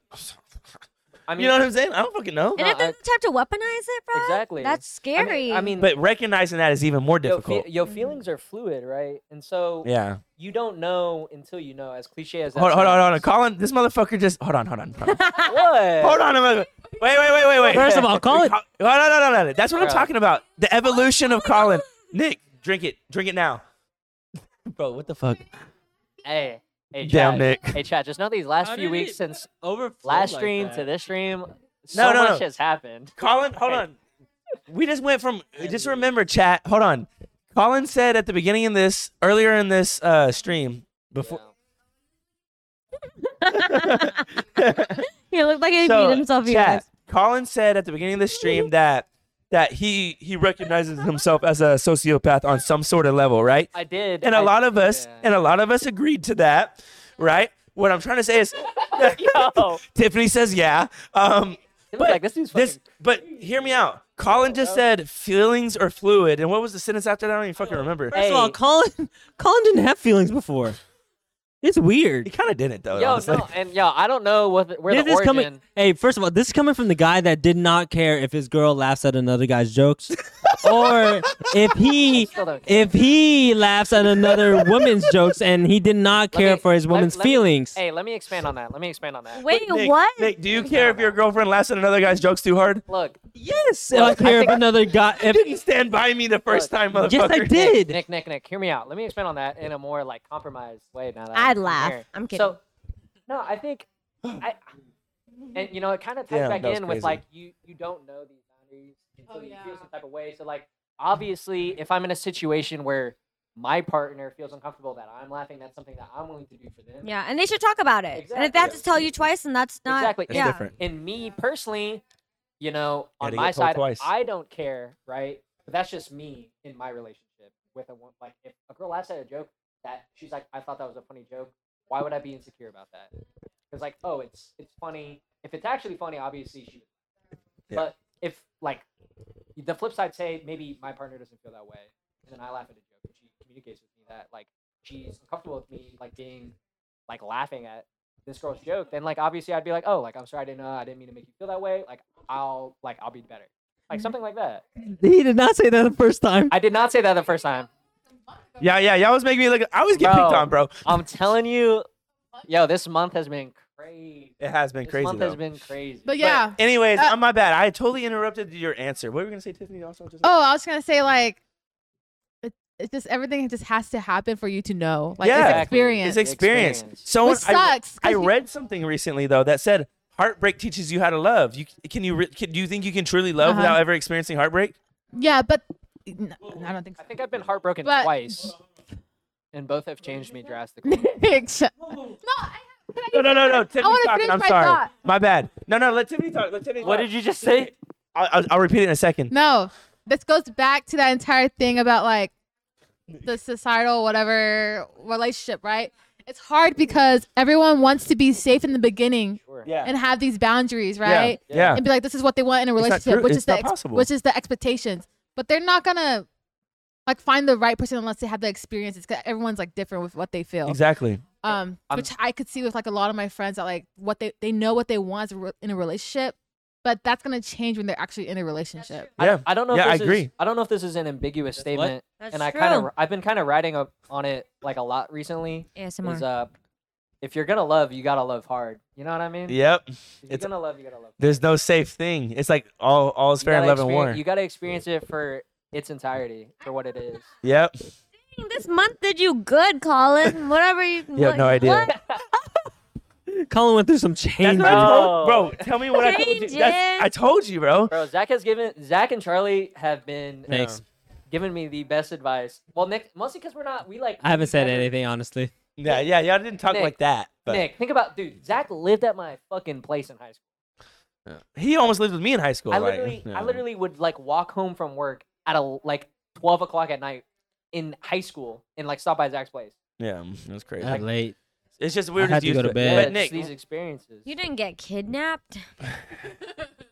[SPEAKER 10] I
[SPEAKER 1] "Oh,
[SPEAKER 10] mean,
[SPEAKER 1] you know what I'm saying? I don't fucking know.
[SPEAKER 5] And
[SPEAKER 10] No,
[SPEAKER 5] if they're
[SPEAKER 10] I-
[SPEAKER 5] the type to weaponize it, bro,
[SPEAKER 10] Exactly.
[SPEAKER 5] that's
[SPEAKER 10] I mean-
[SPEAKER 5] scary.
[SPEAKER 10] I mean,
[SPEAKER 1] But recognizing that is even more
[SPEAKER 10] yo, fe-
[SPEAKER 1] difficult.
[SPEAKER 10] yo, feelings are fluid, right? And so
[SPEAKER 1] Yeah.
[SPEAKER 10] you don't know until you know. As cliche as that.
[SPEAKER 1] Hold, hold on, hold on.
[SPEAKER 10] sounds.
[SPEAKER 1] Colin, this motherfucker just hold on, hold on, hold on.
[SPEAKER 10] What?
[SPEAKER 1] hold on a minute. Wait, wait, wait, wait, wait.
[SPEAKER 2] First of all, Colin-
[SPEAKER 1] Col- No, no, no, no, no. That's what I'm
[SPEAKER 10] Bro.
[SPEAKER 1] talking about. The evolution of Colin. Nick, drink it. Drink it now. Bro, what the fuck?
[SPEAKER 10] Hey, hey,
[SPEAKER 1] Damn,
[SPEAKER 10] Chad.
[SPEAKER 1] Nick.
[SPEAKER 10] Hey, Chad. Just know these last
[SPEAKER 2] How
[SPEAKER 10] few
[SPEAKER 2] did
[SPEAKER 10] weeks
[SPEAKER 2] it
[SPEAKER 10] since
[SPEAKER 2] Overflow
[SPEAKER 10] last
[SPEAKER 2] like
[SPEAKER 10] stream
[SPEAKER 2] that.
[SPEAKER 10] to this stream, so
[SPEAKER 1] no,
[SPEAKER 10] much
[SPEAKER 1] no.
[SPEAKER 10] has happened.
[SPEAKER 1] Colin, hold
[SPEAKER 10] Hey.
[SPEAKER 1] on. We just went from just remember chat. Hold on. Colin said at the beginning in this earlier in this uh stream before
[SPEAKER 5] he looked like he beat himself. you
[SPEAKER 1] Chad,
[SPEAKER 5] guys.
[SPEAKER 1] Colin said at the beginning of the stream that that he he recognizes himself as a sociopath on some sort of level, right?
[SPEAKER 10] I did.
[SPEAKER 1] And a
[SPEAKER 10] I-
[SPEAKER 1] lot of us
[SPEAKER 10] yeah.
[SPEAKER 1] and a lot of us agreed to that, right? What I'm trying to say is
[SPEAKER 10] Yo,
[SPEAKER 1] Tiffany says yeah. Um
[SPEAKER 10] it was
[SPEAKER 1] But
[SPEAKER 10] like this dude's
[SPEAKER 1] this
[SPEAKER 10] fucking-
[SPEAKER 1] but hear me out. Colin just said feelings are fluid. And what was the sentence after that? I don't even fucking remember.
[SPEAKER 2] First of all,
[SPEAKER 10] Hey.
[SPEAKER 2] Colin, Colin didn't have feelings before. It's
[SPEAKER 1] He
[SPEAKER 2] weird.
[SPEAKER 1] kind of didn't though.
[SPEAKER 10] Yo,
[SPEAKER 1] honestly.
[SPEAKER 10] Oh, no, and yo, I don't know what the, where
[SPEAKER 2] This
[SPEAKER 10] the
[SPEAKER 2] is
[SPEAKER 10] origin.
[SPEAKER 2] coming. Hey, first of all, this is coming from the guy that did not care if his girl laughs at another guy's jokes, or if he
[SPEAKER 10] Still don't care.
[SPEAKER 2] if he laughs at another woman's jokes and he did not
[SPEAKER 10] Let
[SPEAKER 2] care
[SPEAKER 10] me-
[SPEAKER 2] for his
[SPEAKER 10] let-
[SPEAKER 2] woman's
[SPEAKER 10] let me-
[SPEAKER 2] feelings.
[SPEAKER 10] Hey, let me expand on that. Let me expand on that.
[SPEAKER 5] Wait,
[SPEAKER 1] Nick,
[SPEAKER 5] what?
[SPEAKER 1] Nick, do you care if your girlfriend laughs at another guy's jokes too hard?
[SPEAKER 10] Look,
[SPEAKER 2] yes, I
[SPEAKER 10] look, I
[SPEAKER 2] care if
[SPEAKER 10] think-
[SPEAKER 2] another guy.
[SPEAKER 1] You
[SPEAKER 2] If,
[SPEAKER 1] didn't stand by me the first time, motherfucker.
[SPEAKER 2] yes, I
[SPEAKER 10] Nick,
[SPEAKER 2] did.
[SPEAKER 10] Nick, Nick, Nick, hear me out. Let me expand on that in a more like compromised way. Now that
[SPEAKER 5] I'd
[SPEAKER 10] I'm
[SPEAKER 5] laugh.
[SPEAKER 10] here.
[SPEAKER 5] I'm kidding.
[SPEAKER 10] So, no, I think, I, and you know, it kind of ties
[SPEAKER 1] Damn,
[SPEAKER 10] back
[SPEAKER 1] that was
[SPEAKER 10] in
[SPEAKER 1] crazy.
[SPEAKER 10] with like you you don't know these boundaries until
[SPEAKER 4] Oh,
[SPEAKER 10] you
[SPEAKER 4] yeah.
[SPEAKER 10] feel some type of way. So like, obviously, if I'm in a situation where my partner feels uncomfortable that I'm laughing, that's something that I'm willing to do for them.
[SPEAKER 5] yeah, and they should talk about it. And if they have
[SPEAKER 10] Exactly.
[SPEAKER 5] to tell you twice, and that's not
[SPEAKER 10] Exactly.
[SPEAKER 1] That's
[SPEAKER 5] yeah.
[SPEAKER 1] different.
[SPEAKER 10] And me personally, you know,
[SPEAKER 1] Yeah,
[SPEAKER 10] on
[SPEAKER 1] they
[SPEAKER 10] my
[SPEAKER 1] get told
[SPEAKER 10] side,
[SPEAKER 1] twice.
[SPEAKER 10] I don't care, right? But that's just me in my relationship with a woman. Like, if a girl laughs at a joke that she's like, I thought that was a funny joke, why would I be insecure about that? Because like, oh, it's it's funny. If it's actually funny, obviously she.
[SPEAKER 1] Yeah.
[SPEAKER 10] But if like, the flip side, say maybe my partner doesn't feel that way, and then I laugh at a joke, and she communicates with me that like she's uncomfortable with me like being like laughing at this girl's joke, then like obviously I'd be like, oh, like I'm sorry, I didn't know, I didn't mean to make you feel that way. Like I'll like I'll be better,
[SPEAKER 4] Mm-hmm.
[SPEAKER 10] like something like that.
[SPEAKER 2] He did not say that the first time.
[SPEAKER 10] I did not say that the first time.
[SPEAKER 1] Yeah, yeah, y'all was making me look. I always get picked
[SPEAKER 10] Bro.
[SPEAKER 1] on, bro.
[SPEAKER 10] I'm telling you, yo, this month has been crazy.
[SPEAKER 1] It has been
[SPEAKER 10] this
[SPEAKER 1] crazy
[SPEAKER 10] month
[SPEAKER 1] though.
[SPEAKER 10] has been crazy.
[SPEAKER 4] But yeah.
[SPEAKER 1] Anyways,
[SPEAKER 4] Uh,
[SPEAKER 1] I'm my bad. I totally interrupted your answer. What were you gonna say, Tiffany? Also, just
[SPEAKER 4] Oh, I was gonna say like, it, it's just everything just has to happen for you to know. Like
[SPEAKER 1] Yeah.
[SPEAKER 4] it's
[SPEAKER 1] Exactly.
[SPEAKER 4] experience.
[SPEAKER 1] it's
[SPEAKER 10] The
[SPEAKER 1] experience.
[SPEAKER 10] experience.
[SPEAKER 1] Someone
[SPEAKER 4] Which
[SPEAKER 1] I,
[SPEAKER 4] sucks. 'cause
[SPEAKER 1] I
[SPEAKER 4] you-
[SPEAKER 1] read something recently though that said heartbreak teaches you how to love. You can you re- can, do you think you can truly love
[SPEAKER 4] Uh-huh.
[SPEAKER 1] without ever experiencing heartbreak?
[SPEAKER 4] yeah, but n- I don't think
[SPEAKER 10] I
[SPEAKER 4] so.
[SPEAKER 10] think I've been heartbroken
[SPEAKER 4] But-
[SPEAKER 10] twice, and both have changed me drastically.
[SPEAKER 4] Shut-
[SPEAKER 1] No, no, no, no. Tiffany's
[SPEAKER 4] wanna
[SPEAKER 1] talking.
[SPEAKER 4] finish
[SPEAKER 1] I'm
[SPEAKER 4] my
[SPEAKER 1] sorry.
[SPEAKER 4] thought.
[SPEAKER 1] My bad. No, no. Let Tiffany talk. Let Tiffany.
[SPEAKER 10] what
[SPEAKER 1] talk.
[SPEAKER 10] did you just say?
[SPEAKER 1] I'll, I'll, I'll repeat it in a second.
[SPEAKER 4] no, this goes back to that entire thing about like the societal whatever relationship, right? It's hard because everyone wants to be safe in the beginning
[SPEAKER 10] Sure.
[SPEAKER 1] Yeah.
[SPEAKER 4] and have these boundaries, right?
[SPEAKER 1] Yeah. yeah.
[SPEAKER 4] and be like, this is what they want in a
[SPEAKER 1] It's not
[SPEAKER 4] relationship,
[SPEAKER 1] true-
[SPEAKER 4] which
[SPEAKER 1] it's
[SPEAKER 4] is the
[SPEAKER 1] not
[SPEAKER 4] ex-
[SPEAKER 1] possible.
[SPEAKER 4] which is the expectations. But they're not gonna like find the right person unless they have the experiences. 'cause everyone's like different with what they feel.
[SPEAKER 1] Exactly.
[SPEAKER 4] Um,
[SPEAKER 10] I'm-
[SPEAKER 4] which I could see with like a lot of my friends that like what they they know what they want is a re- in a relationship, but that's gonna change when they're actually in a relationship.
[SPEAKER 10] I
[SPEAKER 1] Yeah.
[SPEAKER 10] don't- I don't know.
[SPEAKER 1] Yeah,
[SPEAKER 10] if
[SPEAKER 1] I
[SPEAKER 10] this Is,
[SPEAKER 1] agree.
[SPEAKER 10] I don't know if this is an ambiguous statement,
[SPEAKER 5] That's
[SPEAKER 10] and I
[SPEAKER 5] true.
[SPEAKER 10] kind of I've been kind of writing up on it like a lot recently.
[SPEAKER 5] ASMR.
[SPEAKER 10] Is uh, if you're gonna love, you gotta love hard. You know what I mean?
[SPEAKER 1] Yep.
[SPEAKER 10] If you're
[SPEAKER 1] it's-
[SPEAKER 10] gonna love, you gotta love.
[SPEAKER 1] There's no safe thing. It's like all all is
[SPEAKER 10] You
[SPEAKER 1] fair in
[SPEAKER 10] gotta
[SPEAKER 1] love and
[SPEAKER 10] experi-
[SPEAKER 1] war.
[SPEAKER 10] You gotta experience it for its entirety, for what it is.
[SPEAKER 1] Yep.
[SPEAKER 5] this month did you good, Colin. Whatever you.
[SPEAKER 1] Yeah,
[SPEAKER 5] what-
[SPEAKER 1] no idea.
[SPEAKER 5] what?
[SPEAKER 2] Colin went through some
[SPEAKER 1] That's
[SPEAKER 2] changes.
[SPEAKER 1] what I told,
[SPEAKER 10] No.
[SPEAKER 1] bro. Tell me what I told you. That's, I
[SPEAKER 5] Changes.
[SPEAKER 1] told you, bro.
[SPEAKER 10] Bro, Zach has given Zach and Charlie have been
[SPEAKER 2] Thanks.
[SPEAKER 10] giving me the best advice. Well, Nick, mostly because we're not we like.
[SPEAKER 2] I haven't said
[SPEAKER 10] never-
[SPEAKER 2] anything honestly.
[SPEAKER 1] Yeah, yeah, y'all didn't talk
[SPEAKER 10] Nick,
[SPEAKER 1] like that. But
[SPEAKER 10] Nick, think about dude. Zach lived at my fucking place in high school.
[SPEAKER 1] he almost lived with me in high school.
[SPEAKER 10] I
[SPEAKER 1] like,
[SPEAKER 10] literally,
[SPEAKER 1] yeah.
[SPEAKER 10] I literally would like walk home from work at a like twelve o'clock at night in high school and like stop by Zach's place.
[SPEAKER 1] Yeah, it was crazy.
[SPEAKER 2] I'm late.
[SPEAKER 1] it's just we were
[SPEAKER 2] I had
[SPEAKER 1] just
[SPEAKER 2] to
[SPEAKER 1] used
[SPEAKER 2] go
[SPEAKER 1] to,
[SPEAKER 2] to
[SPEAKER 1] it.
[SPEAKER 2] bed.
[SPEAKER 10] Yeah,
[SPEAKER 1] But
[SPEAKER 10] it's
[SPEAKER 1] Nick,
[SPEAKER 10] these experiences.
[SPEAKER 5] You didn't get kidnapped.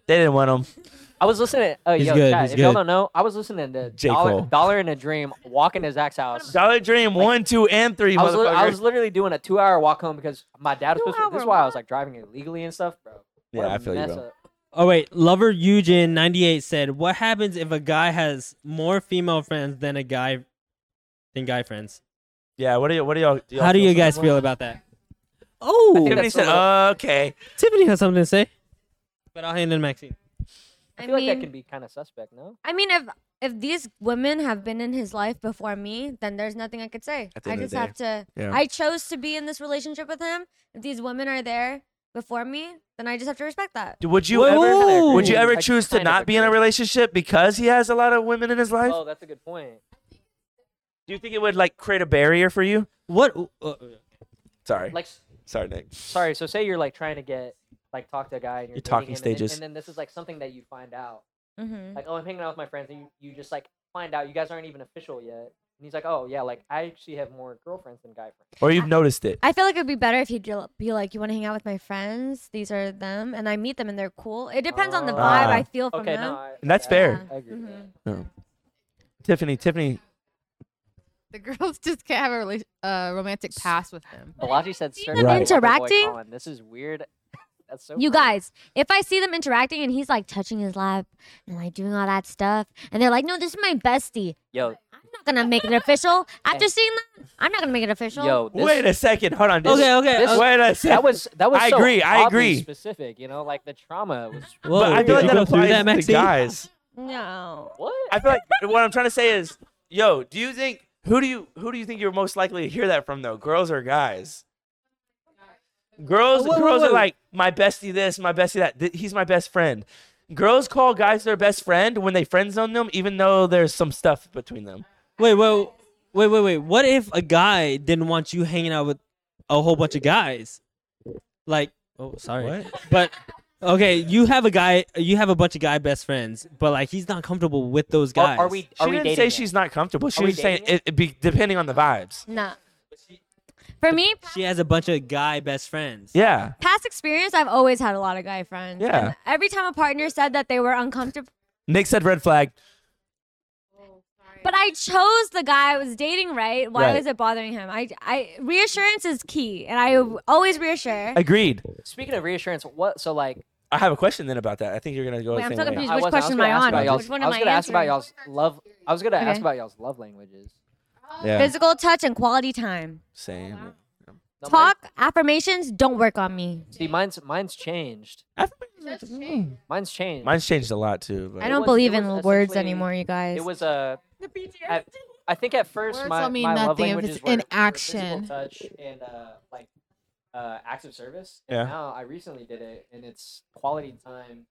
[SPEAKER 1] they didn't want him.
[SPEAKER 10] I was listening. Oh,
[SPEAKER 2] He's
[SPEAKER 10] yo,
[SPEAKER 2] good,
[SPEAKER 10] Chad,
[SPEAKER 2] he's
[SPEAKER 10] if y'all
[SPEAKER 2] good.
[SPEAKER 10] don't know, I was listening to
[SPEAKER 1] J. Cole.
[SPEAKER 10] Dollar, Dollar in a Dream walking to Zach's house.
[SPEAKER 1] Dollar Dream one, two, and three,
[SPEAKER 10] I was, li- I
[SPEAKER 1] motherfucker.
[SPEAKER 10] was literally doing a two-hour walk home because my dad was supposed to. This
[SPEAKER 5] Two-hour
[SPEAKER 10] is why I was
[SPEAKER 5] walk?
[SPEAKER 10] like driving illegally and stuff, bro.
[SPEAKER 1] Yeah, I feel you,
[SPEAKER 10] mess
[SPEAKER 1] bro.
[SPEAKER 10] up.
[SPEAKER 2] Oh wait, lover Eugen ninety eight said, "What happens if a guy has more female friends than a guy than guy friends?
[SPEAKER 1] Yeah, what do you what do y'all? Do y'all
[SPEAKER 2] How do
[SPEAKER 1] feel
[SPEAKER 2] you guys
[SPEAKER 1] something
[SPEAKER 2] feel
[SPEAKER 1] about
[SPEAKER 2] about that?"
[SPEAKER 1] it?
[SPEAKER 2] Oh,
[SPEAKER 1] Tiffany
[SPEAKER 10] that's a
[SPEAKER 1] said, "Okay."
[SPEAKER 2] Tiffany has something to say, but I'll hand it to Maxine.
[SPEAKER 10] I
[SPEAKER 5] I
[SPEAKER 10] feel like that
[SPEAKER 5] mean,
[SPEAKER 10] can be kind of suspect, no?
[SPEAKER 5] I mean, if if these women have been in his life before me, then there's nothing I could say.
[SPEAKER 1] At the
[SPEAKER 5] I
[SPEAKER 1] end of
[SPEAKER 5] just
[SPEAKER 1] the
[SPEAKER 5] have to.
[SPEAKER 1] Yeah.
[SPEAKER 5] I chose to be in this relationship with him. If these women are there before me, then I just have to respect that.
[SPEAKER 1] Do- Would you
[SPEAKER 2] Whoa,
[SPEAKER 1] ever?
[SPEAKER 2] whoa, whoa.
[SPEAKER 1] Would you ever
[SPEAKER 10] I
[SPEAKER 1] choose to
[SPEAKER 10] kind of
[SPEAKER 1] not be in a
[SPEAKER 10] agree.
[SPEAKER 1] relationship because he has a lot of women in his life?
[SPEAKER 10] Oh, that's a good point.
[SPEAKER 1] Do you think it would like create a barrier for you?
[SPEAKER 2] What? Uh,
[SPEAKER 1] Sorry,
[SPEAKER 10] Like, s-
[SPEAKER 1] sorry, Nick.
[SPEAKER 10] sorry. So say you're like trying to get like talk to a guy and you're
[SPEAKER 1] Your
[SPEAKER 10] dating
[SPEAKER 1] talking
[SPEAKER 10] him, and then-
[SPEAKER 1] stages.
[SPEAKER 10] and then this is like something that you find out.
[SPEAKER 5] Mm-hmm.
[SPEAKER 10] like, oh, I'm hanging out with my friends, and you, you just like find out you guys aren't even official yet. And he's like, oh yeah, like I actually have more girlfriends than guy friends.
[SPEAKER 1] Or you've noticed it?
[SPEAKER 5] I feel like it'd be better if he'd l- be like, "You want to hang out with my friends? These are them, and I meet them, and they're cool." It depends on the
[SPEAKER 10] Oh.
[SPEAKER 5] vibe
[SPEAKER 1] Ah.
[SPEAKER 5] I feel from
[SPEAKER 10] Okay,
[SPEAKER 5] them.
[SPEAKER 10] no, I,
[SPEAKER 1] And that's
[SPEAKER 10] I-
[SPEAKER 1] fair.
[SPEAKER 10] I agree. with
[SPEAKER 5] Mhm.
[SPEAKER 10] that.
[SPEAKER 1] Tiffany, Tiffany,
[SPEAKER 4] The girls just can't have a rela- uh, romantic past with him.
[SPEAKER 10] Balaji said,
[SPEAKER 5] See
[SPEAKER 10] "Sir,
[SPEAKER 1] them
[SPEAKER 10] I want the boy
[SPEAKER 5] interacting?
[SPEAKER 10] Colin. This is weird. that's so.
[SPEAKER 5] You
[SPEAKER 10] funny.
[SPEAKER 5] guys, if I see them interacting and he's like touching his lap and like doing all that stuff, and they're like, "No, this is my bestie,"
[SPEAKER 10] Yo,
[SPEAKER 5] I'm not gonna make it official. After
[SPEAKER 10] Hey.
[SPEAKER 5] seeing that, I'm not gonna make it official.
[SPEAKER 10] yo. This,
[SPEAKER 1] wait a second. Hold on. This,
[SPEAKER 2] okay, okay.
[SPEAKER 10] this-
[SPEAKER 2] uh,
[SPEAKER 1] Wait a second.
[SPEAKER 10] That was that was.
[SPEAKER 1] I
[SPEAKER 10] so
[SPEAKER 1] agree, I
[SPEAKER 10] oddly
[SPEAKER 1] agree.
[SPEAKER 10] Specific, you know, like the trauma was.
[SPEAKER 2] whoa,
[SPEAKER 1] but I
[SPEAKER 2] Oh, did
[SPEAKER 1] feel like
[SPEAKER 2] you
[SPEAKER 1] that
[SPEAKER 2] go through
[SPEAKER 1] applies to
[SPEAKER 2] Maxine?
[SPEAKER 1] guys.
[SPEAKER 5] No.
[SPEAKER 10] What?
[SPEAKER 1] I feel like what I'm trying to say is, yo, do you think who do you who do you think you're most likely to hear that from though? Girls or guys? Girls,
[SPEAKER 2] Oh, wait, wait,
[SPEAKER 1] girls
[SPEAKER 2] wait.
[SPEAKER 1] are like my bestie this, my bestie that. Th- he's my best friend. Girls call guys their best friend when they friend zone them, even though there's some stuff between them.
[SPEAKER 2] Wait, wait, wait, wait, wait. What if a guy didn't want you hanging out with a whole bunch of guys? Like, oh, sorry. But okay, you have a guy, you have a bunch of guy best friends, but like he's not comfortable with those
[SPEAKER 10] Are-
[SPEAKER 2] guys.
[SPEAKER 10] Are, we?
[SPEAKER 1] She
[SPEAKER 10] Are we
[SPEAKER 1] didn't
[SPEAKER 10] dating?
[SPEAKER 1] say
[SPEAKER 10] yet?
[SPEAKER 1] she's not comfortable. She
[SPEAKER 10] Are we
[SPEAKER 1] was saying
[SPEAKER 10] dating
[SPEAKER 1] it, it be depending on the vibes.
[SPEAKER 5] No. For me,
[SPEAKER 2] She has a bunch of guy best friends.
[SPEAKER 1] Yeah,
[SPEAKER 5] past experience, I've always had a lot of guy friends.
[SPEAKER 1] Yeah.
[SPEAKER 5] And every time a partner said that they were uncomfortable,
[SPEAKER 1] Nick said red flag.
[SPEAKER 5] but I chose the guy I was dating, right? Why
[SPEAKER 1] Right.
[SPEAKER 5] was it bothering him? I, I reassurance is key, and I always reassure.
[SPEAKER 1] Agreed.
[SPEAKER 10] Speaking of reassurance, what? So like,
[SPEAKER 1] I have a question then about that. I think you're gonna go.
[SPEAKER 5] Wait,
[SPEAKER 1] the
[SPEAKER 5] I'm
[SPEAKER 1] same
[SPEAKER 5] so
[SPEAKER 1] way.
[SPEAKER 5] confused.
[SPEAKER 10] I
[SPEAKER 5] Which
[SPEAKER 10] wasn't- I was
[SPEAKER 5] question
[SPEAKER 10] gonna
[SPEAKER 5] am I
[SPEAKER 10] ask
[SPEAKER 5] on?
[SPEAKER 10] about y'all's-
[SPEAKER 5] Which one
[SPEAKER 10] I
[SPEAKER 5] am
[SPEAKER 10] was
[SPEAKER 5] I
[SPEAKER 10] gonna ask about y'all's
[SPEAKER 5] answering?
[SPEAKER 10] love. I was gonna ask
[SPEAKER 5] Okay.
[SPEAKER 10] about y'all's love languages.
[SPEAKER 1] Yeah,
[SPEAKER 5] Physical touch and quality time.
[SPEAKER 1] same.
[SPEAKER 10] No, mine-
[SPEAKER 5] Talk, affirmations don't work on me.
[SPEAKER 10] See, mine's mine's changed. Mine's changed.
[SPEAKER 1] Mine's changed a lot too. But.
[SPEAKER 5] I don't
[SPEAKER 10] was- it
[SPEAKER 5] believe
[SPEAKER 10] was
[SPEAKER 5] in words
[SPEAKER 10] essentially-
[SPEAKER 5] anymore, you guys.
[SPEAKER 10] It was a. at-
[SPEAKER 4] Oh,
[SPEAKER 10] I think at first
[SPEAKER 4] Words
[SPEAKER 10] my,
[SPEAKER 4] don't mean
[SPEAKER 10] my love
[SPEAKER 4] nothing if
[SPEAKER 10] languages
[SPEAKER 4] it's
[SPEAKER 10] were-
[SPEAKER 4] in
[SPEAKER 10] were physical
[SPEAKER 4] action.
[SPEAKER 10] touch and uh, like uh, acts of service.
[SPEAKER 1] Yeah.
[SPEAKER 10] And now I recently did it, and it's quality time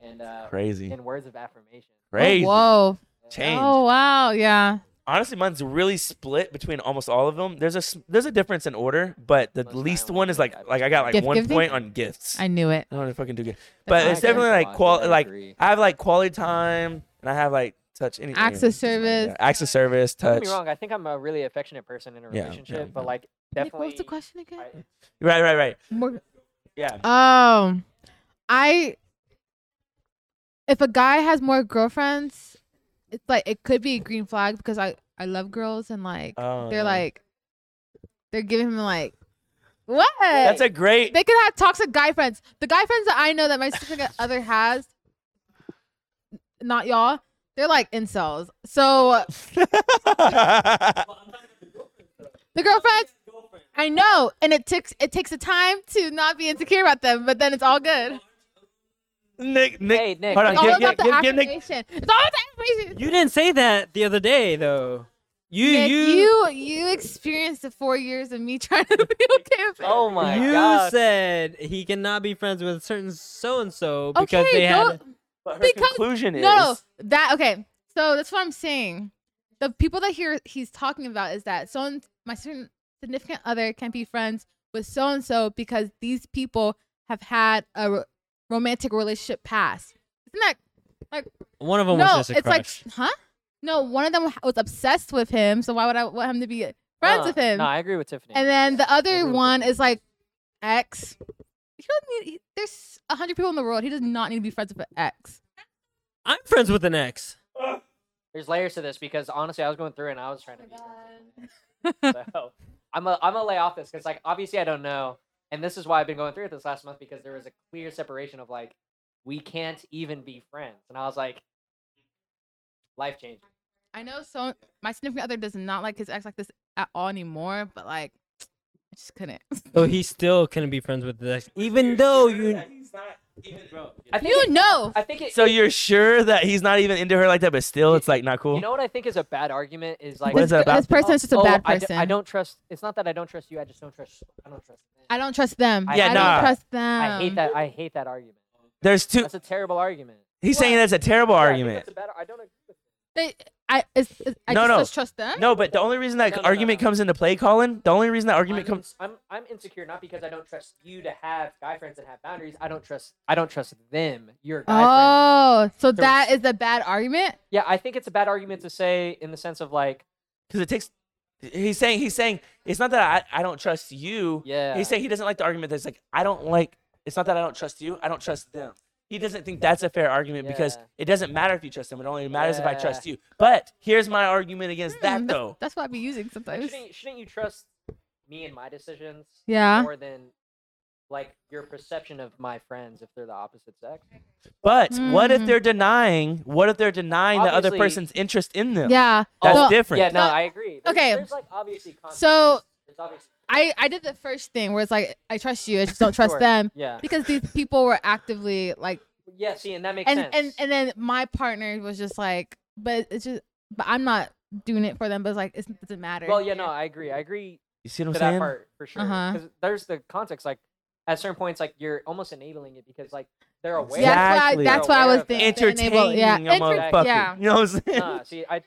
[SPEAKER 10] and uh,
[SPEAKER 1] Crazy.
[SPEAKER 10] and words of affirmation.
[SPEAKER 1] Crazy.
[SPEAKER 4] Oh, whoa.
[SPEAKER 1] Change.
[SPEAKER 4] Oh, wow. Yeah.
[SPEAKER 1] Honestly, mine's really split between almost all of them. Theys a s- there's a difference in order, but the
[SPEAKER 10] Unless I
[SPEAKER 1] least
[SPEAKER 10] only
[SPEAKER 1] one is
[SPEAKER 10] think
[SPEAKER 1] like
[SPEAKER 10] I've-
[SPEAKER 1] like I got like
[SPEAKER 4] Gift
[SPEAKER 1] one
[SPEAKER 4] giving?
[SPEAKER 1] point on gifts. I,
[SPEAKER 4] I knew it.
[SPEAKER 1] don't know if I can do gifts, but
[SPEAKER 4] I
[SPEAKER 1] it's
[SPEAKER 4] agree.
[SPEAKER 1] definitely like
[SPEAKER 10] quality.
[SPEAKER 1] qual like I have like quality time and I have like touch anything.
[SPEAKER 4] Acts of service.
[SPEAKER 1] access service,
[SPEAKER 10] Don't get
[SPEAKER 1] touch.
[SPEAKER 10] me wrong. I think I'm a really affectionate person in a
[SPEAKER 1] Yeah,
[SPEAKER 10] relationship,
[SPEAKER 1] yeah,
[SPEAKER 10] but
[SPEAKER 1] yeah.
[SPEAKER 10] like
[SPEAKER 4] Nick,
[SPEAKER 10] definitely.
[SPEAKER 4] what was the question again?
[SPEAKER 10] I-
[SPEAKER 1] Right, right, right.
[SPEAKER 4] More-
[SPEAKER 1] Yeah.
[SPEAKER 4] Um, I if a guy has more girlfriends, it's like it could be a green flag because I I love girls and like
[SPEAKER 1] Oh,
[SPEAKER 4] they're
[SPEAKER 1] yeah.
[SPEAKER 4] like they're giving him like what
[SPEAKER 1] That's a great.
[SPEAKER 4] they could have toxic guy friends. The guy friends that I know that my significant other has, n- not y'all, they're like incels. So the girlfriends. I know, and it takes it takes the time to not be insecure about them, but then it's all good.
[SPEAKER 1] Nick, Nick,
[SPEAKER 10] Hey, Nick,
[SPEAKER 1] hold on.
[SPEAKER 4] It's all
[SPEAKER 1] Give, give,
[SPEAKER 4] about the
[SPEAKER 1] give, give Nick.
[SPEAKER 4] affirmation. It's all about the affirmation.
[SPEAKER 2] You didn't say that the other day though. You
[SPEAKER 4] Nick,
[SPEAKER 2] you
[SPEAKER 4] you you experienced the four years of me trying to be okay with it.
[SPEAKER 10] Oh my
[SPEAKER 2] you
[SPEAKER 10] god.
[SPEAKER 2] said he cannot be friends with a certain so and so because
[SPEAKER 4] okay,
[SPEAKER 2] they had.
[SPEAKER 4] don't-
[SPEAKER 1] But her
[SPEAKER 4] because-
[SPEAKER 1] conclusion is
[SPEAKER 4] no that okay. So that's what I'm saying. The people that here he's talking about is that so and- my certain significant other can be friends with so and so because these people have had a ro- romantic relationship past. Isn't that
[SPEAKER 2] One of them
[SPEAKER 4] no?
[SPEAKER 2] was just a
[SPEAKER 4] It's like
[SPEAKER 2] crush.
[SPEAKER 4] huh? No, one of them was obsessed with him, so why would I want him to be friends
[SPEAKER 10] Uh,
[SPEAKER 4] with him?
[SPEAKER 10] No, I agree with Tiffany.
[SPEAKER 4] And then the
[SPEAKER 10] agree
[SPEAKER 4] other
[SPEAKER 10] with
[SPEAKER 4] one
[SPEAKER 10] you.
[SPEAKER 4] is like X. He doesn't need, he- there's a hundred people in the world. He does not need to be friends with an X.
[SPEAKER 2] I'm friends with an ex.
[SPEAKER 10] There's layers to this because honestly, I was going through and I was trying to. be friends with him. so I'm a, I'm gonna lay off this because like obviously I don't know, And this is why I've been going through it this last month because there was a clear separation of like, we can't even be friends. And I was like, life changing.
[SPEAKER 4] I know so my significant other does not like his ex like this at all anymore, but like I just couldn't.
[SPEAKER 2] So he still couldn't be friends with the ex, even though you.
[SPEAKER 10] I think
[SPEAKER 4] You
[SPEAKER 10] it-
[SPEAKER 4] know.
[SPEAKER 10] I think it,
[SPEAKER 1] So you're sure that he's not even into her like that, but still, it's like not cool.
[SPEAKER 10] you know what I think is a bad argument is like
[SPEAKER 1] What is that about?
[SPEAKER 4] This person is just a
[SPEAKER 10] "Oh,
[SPEAKER 4] bad
[SPEAKER 10] I d-
[SPEAKER 4] person.
[SPEAKER 10] I don't trust. It's not that I don't trust you. I just don't trust. I don't trust. them.
[SPEAKER 4] I don't trust them.
[SPEAKER 10] Yeah,
[SPEAKER 4] I
[SPEAKER 1] nah.
[SPEAKER 4] don't trust them.
[SPEAKER 10] I hate that. I hate that argument.
[SPEAKER 1] There's two.
[SPEAKER 10] That's a terrible argument.
[SPEAKER 1] He's saying that's a terrible
[SPEAKER 10] Yeah, I think
[SPEAKER 1] argument.
[SPEAKER 10] That's a bad, I don't. ag-
[SPEAKER 4] They, I, it's, it's- I
[SPEAKER 1] No,
[SPEAKER 4] just
[SPEAKER 1] no.
[SPEAKER 4] just trust them.
[SPEAKER 1] No, but the only reason that
[SPEAKER 10] No, no, no,
[SPEAKER 1] argument
[SPEAKER 10] no.
[SPEAKER 1] comes into play, Colin, the only reason that
[SPEAKER 10] I'm,
[SPEAKER 1] argument comes.
[SPEAKER 10] I'm I'm insecure not because I don't trust you to have guy friends and have boundaries. I don't trust. I don't trust them. Your guy friends.
[SPEAKER 4] Oh, so
[SPEAKER 10] There
[SPEAKER 4] that
[SPEAKER 10] was-
[SPEAKER 4] is a bad argument.
[SPEAKER 10] Yeah, I think it's a bad argument to say in the sense of like,
[SPEAKER 1] because it takes. He's saying he's saying it's not that I, I don't trust you.
[SPEAKER 10] yeah.
[SPEAKER 1] He's saying he doesn't like the argument that's like I don't like. It's not that I don't trust you. I don't trust them. He doesn't think that's a fair argument because
[SPEAKER 10] Yeah.
[SPEAKER 1] it doesn't matter if you trust them. It only matters if I
[SPEAKER 10] Yeah.
[SPEAKER 1] trust you. But here's my argument against
[SPEAKER 4] Hmm,
[SPEAKER 1] that
[SPEAKER 4] that's-
[SPEAKER 1] though.
[SPEAKER 4] That's what I be using
[SPEAKER 10] like,
[SPEAKER 4] sometimes.
[SPEAKER 10] shouldn't, shouldn't you trust me and my decisions
[SPEAKER 4] Yeah.
[SPEAKER 10] more than like your perception of my friends if they're the opposite sex?
[SPEAKER 1] But what if
[SPEAKER 4] Mm.
[SPEAKER 1] they're denying? What if they're denying the other
[SPEAKER 10] Obviously- Oh,
[SPEAKER 1] person's interest in them?
[SPEAKER 4] Yeah.
[SPEAKER 1] That's
[SPEAKER 4] So
[SPEAKER 1] different.
[SPEAKER 10] Yeah, no,
[SPEAKER 4] Not-
[SPEAKER 10] I agree. There's-
[SPEAKER 4] okay.
[SPEAKER 10] There's like obviously
[SPEAKER 4] So-
[SPEAKER 10] consequences. There's obviously-
[SPEAKER 4] I, I did the first thing where it's like I trust you, I just don't trust
[SPEAKER 10] Sure.
[SPEAKER 4] them
[SPEAKER 10] yeah,
[SPEAKER 4] because these people were actively like,
[SPEAKER 10] yeah. See, and that makes
[SPEAKER 4] and
[SPEAKER 10] sense.
[SPEAKER 4] and and then my partner was just like, but it's just, but I'm not doing it for them. But it's like it's- it doesn't matter.
[SPEAKER 10] well, yeah, no, I agree. I agree
[SPEAKER 1] You see
[SPEAKER 10] to
[SPEAKER 1] what I'm
[SPEAKER 10] that
[SPEAKER 1] saying?
[SPEAKER 10] part for sure.
[SPEAKER 4] Uh-huh.
[SPEAKER 10] Because there's the context. Like at certain points, like you're almost enabling it because like they're aware.
[SPEAKER 4] Yeah, that's what I,
[SPEAKER 1] Exactly.
[SPEAKER 4] that's what I
[SPEAKER 10] Aware
[SPEAKER 4] was
[SPEAKER 10] of that.
[SPEAKER 4] thinking. to enable-
[SPEAKER 1] Entertaining
[SPEAKER 4] Yeah.
[SPEAKER 1] a
[SPEAKER 4] Enter-
[SPEAKER 1] motherfucker.
[SPEAKER 4] yeah.
[SPEAKER 1] You know what I'm saying?
[SPEAKER 10] Nah, see, I
[SPEAKER 4] And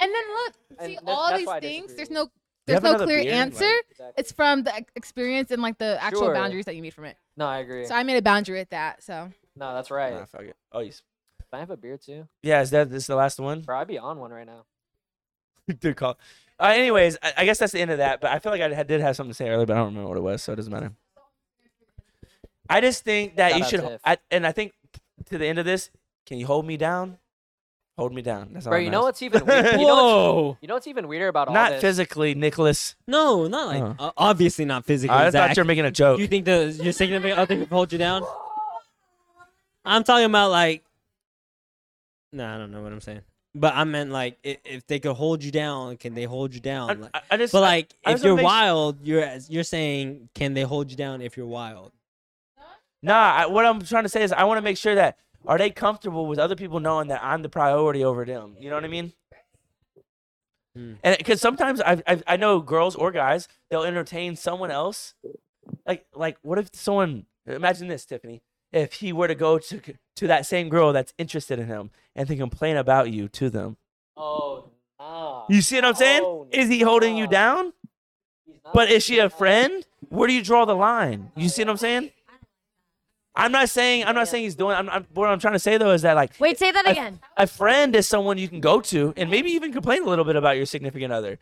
[SPEAKER 4] then look,
[SPEAKER 10] And
[SPEAKER 4] see
[SPEAKER 10] that's-
[SPEAKER 4] all
[SPEAKER 10] that's
[SPEAKER 4] these
[SPEAKER 10] why I
[SPEAKER 4] things.
[SPEAKER 10] disagree
[SPEAKER 4] There's
[SPEAKER 10] with
[SPEAKER 4] no
[SPEAKER 1] You
[SPEAKER 4] there's
[SPEAKER 1] have
[SPEAKER 4] no
[SPEAKER 1] another
[SPEAKER 4] clear
[SPEAKER 1] beer?
[SPEAKER 4] answer.
[SPEAKER 10] exactly.
[SPEAKER 4] it's from the ex- experience and like the actual
[SPEAKER 10] Sure.
[SPEAKER 4] boundaries that you made from it.
[SPEAKER 10] no, I agree.
[SPEAKER 4] So I made a boundary with that. So
[SPEAKER 10] no, that's right.
[SPEAKER 1] Nah, fuck it. Oh, you s-
[SPEAKER 10] Can I have a beer too?
[SPEAKER 1] yeah. Is that this is the last one?
[SPEAKER 10] Bro, I'd be on one right now.
[SPEAKER 1] Good call. Uh, anyways, I, I guess that's the end of that. But I feel like I had- did have something to say earlier, but I don't remember what it was, so it doesn't matter. I just think that
[SPEAKER 10] Shout
[SPEAKER 1] you
[SPEAKER 10] out
[SPEAKER 1] should,
[SPEAKER 10] Tiff.
[SPEAKER 1] I, and I think to the end of this, can you hold me down? Hold me down. That's all.
[SPEAKER 10] Bro,
[SPEAKER 1] that
[SPEAKER 10] you know
[SPEAKER 1] matters.
[SPEAKER 10] what's even weird? You know what's,
[SPEAKER 2] Whoa!
[SPEAKER 10] you know what's even weirder about all
[SPEAKER 1] Not
[SPEAKER 10] this?
[SPEAKER 1] physically, Nicholas.
[SPEAKER 2] No, not like
[SPEAKER 1] Uh-huh.
[SPEAKER 2] uh, obviously not physically.
[SPEAKER 1] I
[SPEAKER 2] Zach.
[SPEAKER 1] thought you were making a joke.
[SPEAKER 2] You think the your significant other can hold you down? I'm talking about like. No, I don't know what I'm saying. But I meant like if, if they could hold you down, can they hold you down?
[SPEAKER 1] I,
[SPEAKER 2] like,
[SPEAKER 1] I- I just,
[SPEAKER 2] but like
[SPEAKER 1] I
[SPEAKER 2] if
[SPEAKER 1] just wanna
[SPEAKER 2] you're
[SPEAKER 1] make s-
[SPEAKER 2] wild, you're as- you're saying can they hold you down if you're wild?
[SPEAKER 1] nah. I, what I'm trying to say is, I want to make sure that are they comfortable with other people knowing that I'm the priority over them. You know what I mean?
[SPEAKER 2] Hmm.
[SPEAKER 1] And because sometimes I I I know girls or guys they'll entertain someone else, like like what if someone imagine this Tiffany if he were to go to c- to that same girl that's interested in him and to complain about you to them.
[SPEAKER 10] Oh, nah.
[SPEAKER 1] You see what I'm saying?
[SPEAKER 10] Oh,
[SPEAKER 1] Is he holding you
[SPEAKER 10] nah.
[SPEAKER 1] down?
[SPEAKER 10] He's not
[SPEAKER 1] But is she a
[SPEAKER 10] holding you down.
[SPEAKER 1] friend? Where do you draw the line? You see what I'm saying? I'm not saying I'm not saying he's doing. I'm, I'm what I'm trying to say though is that like
[SPEAKER 5] Wait, say that
[SPEAKER 1] I-
[SPEAKER 5] again.
[SPEAKER 1] a friend is someone you can go to and maybe even complain a little bit about your significant other.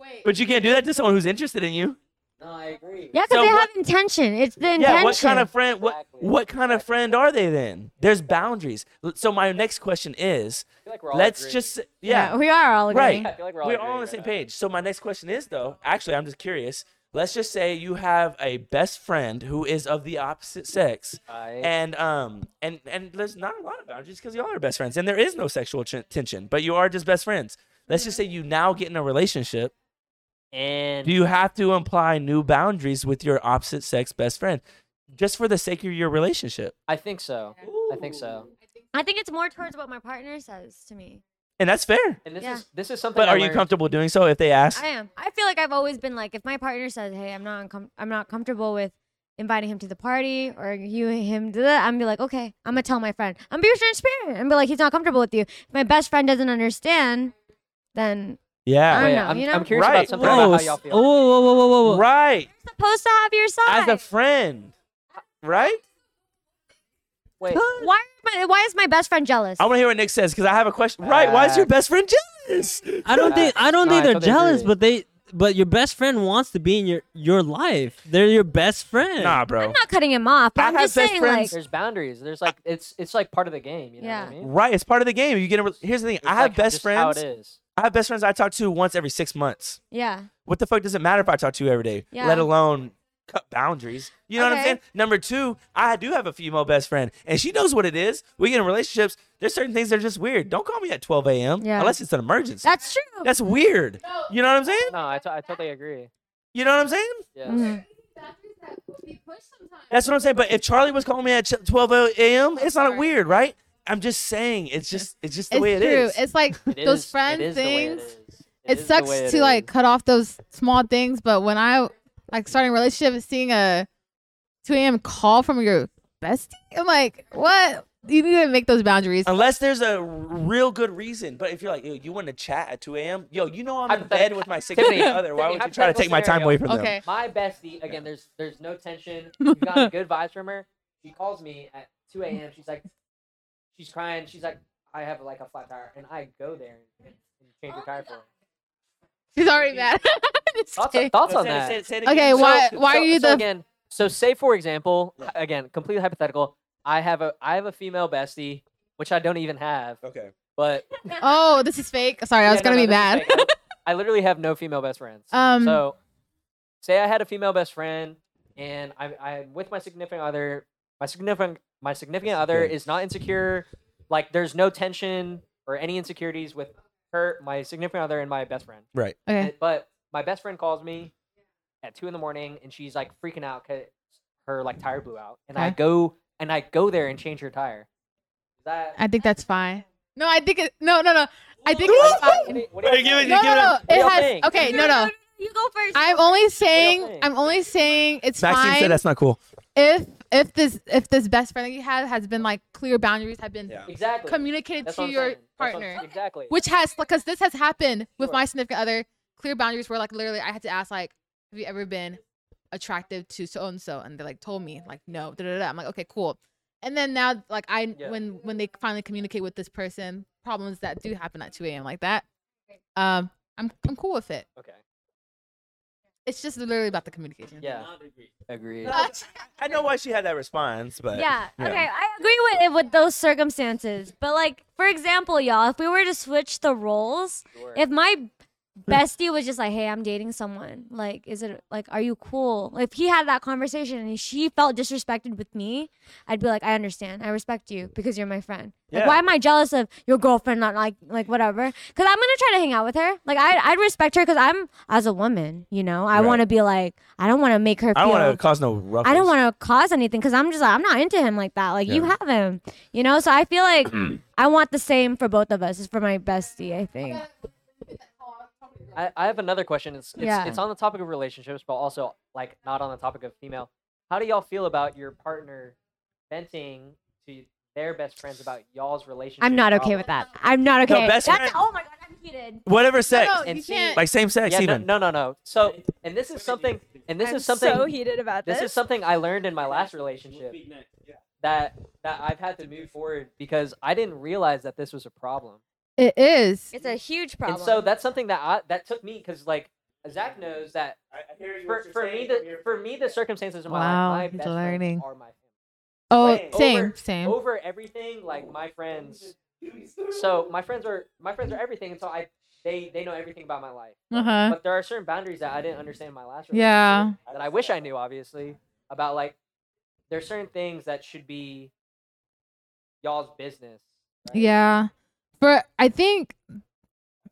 [SPEAKER 4] wait,
[SPEAKER 1] But you can't do that to someone who's interested in you.
[SPEAKER 10] No, I agree.
[SPEAKER 5] Yeah, because
[SPEAKER 1] So
[SPEAKER 5] they
[SPEAKER 1] what-
[SPEAKER 5] have intention. It's the intention.
[SPEAKER 1] Yeah, what kind of friend? What
[SPEAKER 10] Exactly,
[SPEAKER 1] what kind of
[SPEAKER 10] exactly.
[SPEAKER 1] friend are they then? There's boundaries. L- So my next question is,
[SPEAKER 10] I feel like we're all
[SPEAKER 1] let's
[SPEAKER 10] agreeing.
[SPEAKER 1] just s- yeah,
[SPEAKER 5] we are all
[SPEAKER 1] right.
[SPEAKER 5] agreeing.
[SPEAKER 10] Yeah, I feel like we're all,
[SPEAKER 1] We're all on the same
[SPEAKER 10] agreeing
[SPEAKER 1] page. So my next question is though, actually, I'm just curious. Let's just say you have a best friend who is of the opposite sex,
[SPEAKER 10] right now. I-
[SPEAKER 1] and um, and and there's not a lot of boundaries because y'all are best friends, and there is no sexual ch- tension, but you are just best friends. Let's just say you now get in a relationship.
[SPEAKER 10] And
[SPEAKER 1] Do you have to imply new boundaries with your opposite sex best friend just for the sake of your relationship?
[SPEAKER 10] I think so. I think so.
[SPEAKER 5] I think it's more towards what my partner says to me.
[SPEAKER 1] And that's fair.
[SPEAKER 10] And this
[SPEAKER 5] Yeah.
[SPEAKER 10] is this is something.
[SPEAKER 1] But
[SPEAKER 10] I
[SPEAKER 1] are you
[SPEAKER 10] learned-
[SPEAKER 1] comfortable doing so if they ask?
[SPEAKER 5] I am. I feel like I've always been like, if my partner says, "Hey, I'm not uncom- I'm not comfortable with inviting him to the party or you and him to that," I'm be like, okay, I'm gonna tell my friend. I'm be transparent. I'm be like, he's not comfortable with you. If my best friend doesn't understand, then
[SPEAKER 1] Yeah.
[SPEAKER 5] I don't
[SPEAKER 10] Wait,
[SPEAKER 5] know,
[SPEAKER 10] I'm,
[SPEAKER 5] you know?
[SPEAKER 10] I'm curious
[SPEAKER 1] Right.
[SPEAKER 10] about something about how y'all
[SPEAKER 2] s-
[SPEAKER 10] feel.
[SPEAKER 2] oh, whoa, whoa, whoa, whoa, whoa.
[SPEAKER 1] Right.
[SPEAKER 5] you're supposed to have your
[SPEAKER 1] As
[SPEAKER 5] side.
[SPEAKER 1] a friend. Right?
[SPEAKER 10] Wait,
[SPEAKER 5] why? Are my, why is my best friend jealous?
[SPEAKER 1] I want to hear what Nick says because I have a question. Right. Why is
[SPEAKER 10] Uh,
[SPEAKER 1] your best friend jealous?
[SPEAKER 2] I don't think I don't
[SPEAKER 10] No,
[SPEAKER 2] think
[SPEAKER 10] I
[SPEAKER 2] they're
[SPEAKER 10] totally agree.
[SPEAKER 2] jealous, but they but your best friend wants to be in your your life. They're your best friend.
[SPEAKER 1] Nah, bro.
[SPEAKER 5] I'm not cutting him off, but
[SPEAKER 1] I
[SPEAKER 5] I'm
[SPEAKER 1] have
[SPEAKER 5] just
[SPEAKER 1] best
[SPEAKER 5] saying,
[SPEAKER 1] friends-
[SPEAKER 5] like,
[SPEAKER 10] there's boundaries. There's like it's it's like part of the game. You know what I
[SPEAKER 5] Yeah.
[SPEAKER 10] mean?
[SPEAKER 1] Right. It's part of the game. You get a re- Here's the thing.
[SPEAKER 10] It's
[SPEAKER 1] I have
[SPEAKER 10] like
[SPEAKER 1] best
[SPEAKER 10] just How it
[SPEAKER 1] friends.
[SPEAKER 10] is.
[SPEAKER 1] I have best friends I talk to once every six months.
[SPEAKER 5] yeah,
[SPEAKER 1] What the fuck does it matter if I talk to you every day?
[SPEAKER 5] Yeah.
[SPEAKER 1] Let alone cut boundaries. You know what I'm
[SPEAKER 4] Okay.
[SPEAKER 1] saying? Number two, I do have a female best friend, and she knows what it is. We get in relationships. There's certain things that are just weird. Don't call me at 12 a.m.
[SPEAKER 5] Yeah.
[SPEAKER 1] unless it's an emergency.
[SPEAKER 5] That's true.
[SPEAKER 1] That's weird. You know what I'm saying?
[SPEAKER 10] No, I, t- I totally agree.
[SPEAKER 1] You know what I'm saying?
[SPEAKER 10] Yeah.
[SPEAKER 4] Mm-hmm.
[SPEAKER 5] Mhm.
[SPEAKER 1] That's what I'm saying. But if Charlie was calling me at ch- 12 a.m., it's not weird, right? I'm just saying. It's just it's just the
[SPEAKER 4] it's
[SPEAKER 1] way it is.
[SPEAKER 4] true. It's like
[SPEAKER 10] It
[SPEAKER 4] those
[SPEAKER 10] is- it
[SPEAKER 4] friend
[SPEAKER 10] is the way it
[SPEAKER 4] things.
[SPEAKER 10] is.
[SPEAKER 4] it
[SPEAKER 10] is the
[SPEAKER 4] sucks
[SPEAKER 10] way it
[SPEAKER 4] to like
[SPEAKER 10] is.
[SPEAKER 4] cut off those small things, but when I like starting a relationship and seeing a 2 a.m. call from your bestie, I'm like, what? You need to make those boundaries.
[SPEAKER 1] Unless there's a r- real good reason. But if you're like, yo, you want to chat at 2 a.m., yo, you know I'm in
[SPEAKER 10] Hypothetical-
[SPEAKER 1] bed with my significant
[SPEAKER 10] Tiffany,
[SPEAKER 1] other. Why
[SPEAKER 10] Tiffany,
[SPEAKER 1] would you try to take my time away from them?
[SPEAKER 4] Okay.
[SPEAKER 10] My bestie, again, there's there's no tension. You got a good vibes from her. She calls me at 2 a.m. She's like, she's crying. She's like, I have like a flat tire, and I go there and, and change the tire for her.
[SPEAKER 4] She's already mad. Just
[SPEAKER 10] Thoughts,
[SPEAKER 4] kidding.
[SPEAKER 10] thoughts
[SPEAKER 1] Say
[SPEAKER 10] on
[SPEAKER 1] it-
[SPEAKER 10] that?
[SPEAKER 1] say it- say it
[SPEAKER 4] Okay,
[SPEAKER 1] again.
[SPEAKER 10] So-
[SPEAKER 4] why? Why
[SPEAKER 10] so-
[SPEAKER 4] are you
[SPEAKER 10] so
[SPEAKER 4] the?
[SPEAKER 10] again? So say for example, h- again, completely hypothetical. I have a I have a female bestie, which I don't even have,
[SPEAKER 1] Okay.
[SPEAKER 10] but
[SPEAKER 4] oh, this is fake. Sorry, I was gonna be mad.
[SPEAKER 10] mad. I literally have no female best friends.
[SPEAKER 4] Um,
[SPEAKER 10] so say I had a female best friend, and I'm I'm with my significant other. My significant my significant other is not insecure. Like there's no tension or any insecurities with her, my significant other, and my best friend.
[SPEAKER 4] okay.
[SPEAKER 10] And- But my best friend calls me at two in the morning, and she's like freaking out because her like tire blew out, and I
[SPEAKER 4] Okay.
[SPEAKER 10] go and I go there and change her tire. Is that
[SPEAKER 4] I think that's fine. No, I think it. No, no, no. I think
[SPEAKER 1] Ooh.
[SPEAKER 4] it's fine. No,
[SPEAKER 10] What do you
[SPEAKER 1] Hey, give
[SPEAKER 10] think?
[SPEAKER 1] it-
[SPEAKER 4] no,
[SPEAKER 1] give
[SPEAKER 4] no.
[SPEAKER 10] What do
[SPEAKER 4] It
[SPEAKER 10] y'all
[SPEAKER 4] has.
[SPEAKER 10] think?
[SPEAKER 4] Okay, no, no.
[SPEAKER 5] You go first.
[SPEAKER 4] I'm only saying.
[SPEAKER 10] think?
[SPEAKER 4] I'm only saying it's
[SPEAKER 1] Maxine
[SPEAKER 4] fine.
[SPEAKER 1] said that's not cool.
[SPEAKER 4] if if this if this best friend that you have has been like clear boundaries have been
[SPEAKER 1] Yeah.
[SPEAKER 10] Exactly.
[SPEAKER 4] communicated
[SPEAKER 10] That's
[SPEAKER 4] to
[SPEAKER 10] what I'm
[SPEAKER 4] your
[SPEAKER 10] saying. That's what I'm-
[SPEAKER 4] partner,
[SPEAKER 10] Exactly.
[SPEAKER 4] which has because this has happened with
[SPEAKER 10] Sure.
[SPEAKER 4] my significant other, clear boundaries where like literally I had to ask like, have you ever been attractive to so and so, and they like told me like no, da da da. I'm like okay, cool. And then now like I
[SPEAKER 10] Yeah.
[SPEAKER 4] when when they finally communicate with this person, problems that do happen at 2 a.m. like that, um, I'm I'm cool with it.
[SPEAKER 10] Okay.
[SPEAKER 4] It's just literally about the communication.
[SPEAKER 10] Yeah. Agreed.
[SPEAKER 1] I know why she had that response, but
[SPEAKER 5] yeah.
[SPEAKER 1] yeah.
[SPEAKER 5] Okay, I agree with it with those circumstances. But like, for example, y'all, if we were to switch the roles,
[SPEAKER 10] Sure.
[SPEAKER 5] if my bestie was just like, "Hey, I'm dating someone. Like, is it like, are you cool?" If he had that conversation and she felt disrespected with me, I'd be like, "I understand. I respect you because you're my friend. Like,
[SPEAKER 1] Yeah.
[SPEAKER 5] why am I jealous of your girlfriend? Not like, like whatever. Because I'm gonna try to hang out with her. Like, I I'd respect her because I'm as a woman. You know, I
[SPEAKER 1] Right.
[SPEAKER 5] want to be like, I don't want to make her.
[SPEAKER 1] I don't
[SPEAKER 5] feel
[SPEAKER 1] want to cause no ruffles.
[SPEAKER 5] I don't want to cause anything because I'm just like, I'm not into him like that. Like, you
[SPEAKER 1] Yeah.
[SPEAKER 5] have him, you know? So I feel like I want the same for both of us. It's for my bestie, I think.
[SPEAKER 10] I, I have another question. It's it's,
[SPEAKER 5] Yeah.
[SPEAKER 10] it's on the topic of relationships, but also like not on the topic of female. How do y'all feel about your partner venting to their best friends about y'all's relationship?
[SPEAKER 5] I'm not okay with that. I'm not okay.
[SPEAKER 1] best
[SPEAKER 5] That's,
[SPEAKER 1] friend-
[SPEAKER 5] Oh my God, I'm heated.
[SPEAKER 1] Whatever sex,
[SPEAKER 4] No, no, you
[SPEAKER 10] And see,
[SPEAKER 4] can't.
[SPEAKER 1] like same sex
[SPEAKER 10] Yeah, no,
[SPEAKER 1] even.
[SPEAKER 10] no, no, no. So, and this is something, and this
[SPEAKER 16] I'm
[SPEAKER 10] is something,
[SPEAKER 16] so heated about this.
[SPEAKER 10] this is something I learned in my last relationship that that I've had to move forward because I didn't realize that this was a problem.
[SPEAKER 4] It is.
[SPEAKER 16] it's a huge problem.
[SPEAKER 10] And so that's something that I that took me because like Zach knows that for, for me the for me the circumstances in my
[SPEAKER 4] Wow,
[SPEAKER 10] life,
[SPEAKER 4] he's
[SPEAKER 10] my best friends
[SPEAKER 4] learning.
[SPEAKER 10] are my family.
[SPEAKER 4] Oh,
[SPEAKER 10] Like,
[SPEAKER 4] same,
[SPEAKER 10] over-
[SPEAKER 4] same.
[SPEAKER 10] Over everything, like my friends. So my friends are my friends are everything, and so I they they know everything about my life.
[SPEAKER 4] Uh huh.
[SPEAKER 10] But there are certain boundaries that I didn't understand in my last relationship
[SPEAKER 4] Yeah.
[SPEAKER 10] that I wish I knew, obviously, about like there's certain things that should be y'all's business. right?
[SPEAKER 4] Yeah. But I think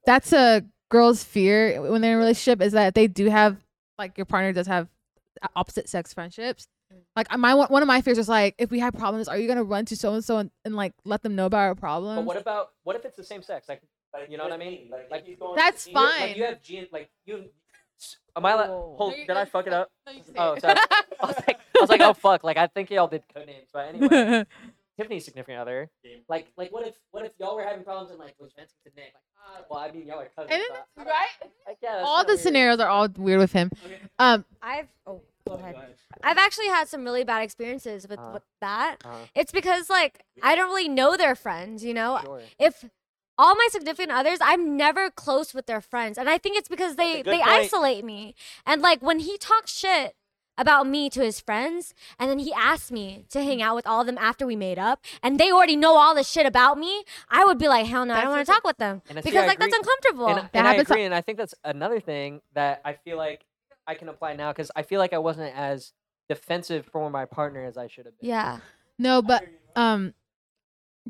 [SPEAKER 4] that's a girl's fear when they're in a relationship is that they do have like your partner does have opposite sex friendships. Like my one one of my fears was like if we had problems, are you gonna run to so and so and like let them know about our
[SPEAKER 10] But
[SPEAKER 4] problems?
[SPEAKER 10] what about what if it's the same sex? Like you know what I mean? Like,
[SPEAKER 4] That's
[SPEAKER 10] you- Like
[SPEAKER 4] fine.
[SPEAKER 10] you have G like you. Am I la- hold?
[SPEAKER 4] No, you-
[SPEAKER 10] Did I fuck it up?
[SPEAKER 4] No, you
[SPEAKER 10] Oh,
[SPEAKER 4] say
[SPEAKER 10] sorry.
[SPEAKER 4] it.
[SPEAKER 10] I was like, I was like, oh fuck! Like I think y'all did code names, but anyway, Tiffany's significant other. Like, like what if what if y'all were having problems and like was venting to Nick? Like, ah, well, I mean y'all are cousins.
[SPEAKER 4] and then,
[SPEAKER 10] but-
[SPEAKER 4] right?
[SPEAKER 10] Like, yeah, that's
[SPEAKER 4] All
[SPEAKER 10] kinda
[SPEAKER 4] the
[SPEAKER 10] weird.
[SPEAKER 4] scenarios are all weird with him. Um,
[SPEAKER 5] I've, oh, go ahead. I've actually had some really bad experiences with,
[SPEAKER 10] Uh-huh.
[SPEAKER 5] with that.
[SPEAKER 10] Uh-huh.
[SPEAKER 5] It's because, like, I don't really know their friends, you know?
[SPEAKER 10] Sure.
[SPEAKER 5] If all my significant others, I'm never close with their friends. And I think it's because they,
[SPEAKER 1] good
[SPEAKER 5] they
[SPEAKER 1] point.
[SPEAKER 5] isolate me. And like when he talks shit about me to his friends, and then he asked me to hang out with all of them after we made up, and they already know all the shit about me, I would be like, hell no, I don't
[SPEAKER 4] That's
[SPEAKER 5] want to
[SPEAKER 4] such a-
[SPEAKER 5] talk with them.
[SPEAKER 10] And I see,
[SPEAKER 5] Because
[SPEAKER 10] I
[SPEAKER 5] like that's
[SPEAKER 10] agree.
[SPEAKER 1] uh,
[SPEAKER 5] uncomfortable.
[SPEAKER 10] And, I-
[SPEAKER 4] that
[SPEAKER 10] and I
[SPEAKER 4] happens to-
[SPEAKER 10] agree, and I think that's another thing that I feel like I can apply now because I feel like I wasn't as defensive for my partner as I should have been.
[SPEAKER 5] Yeah.
[SPEAKER 4] No, but um,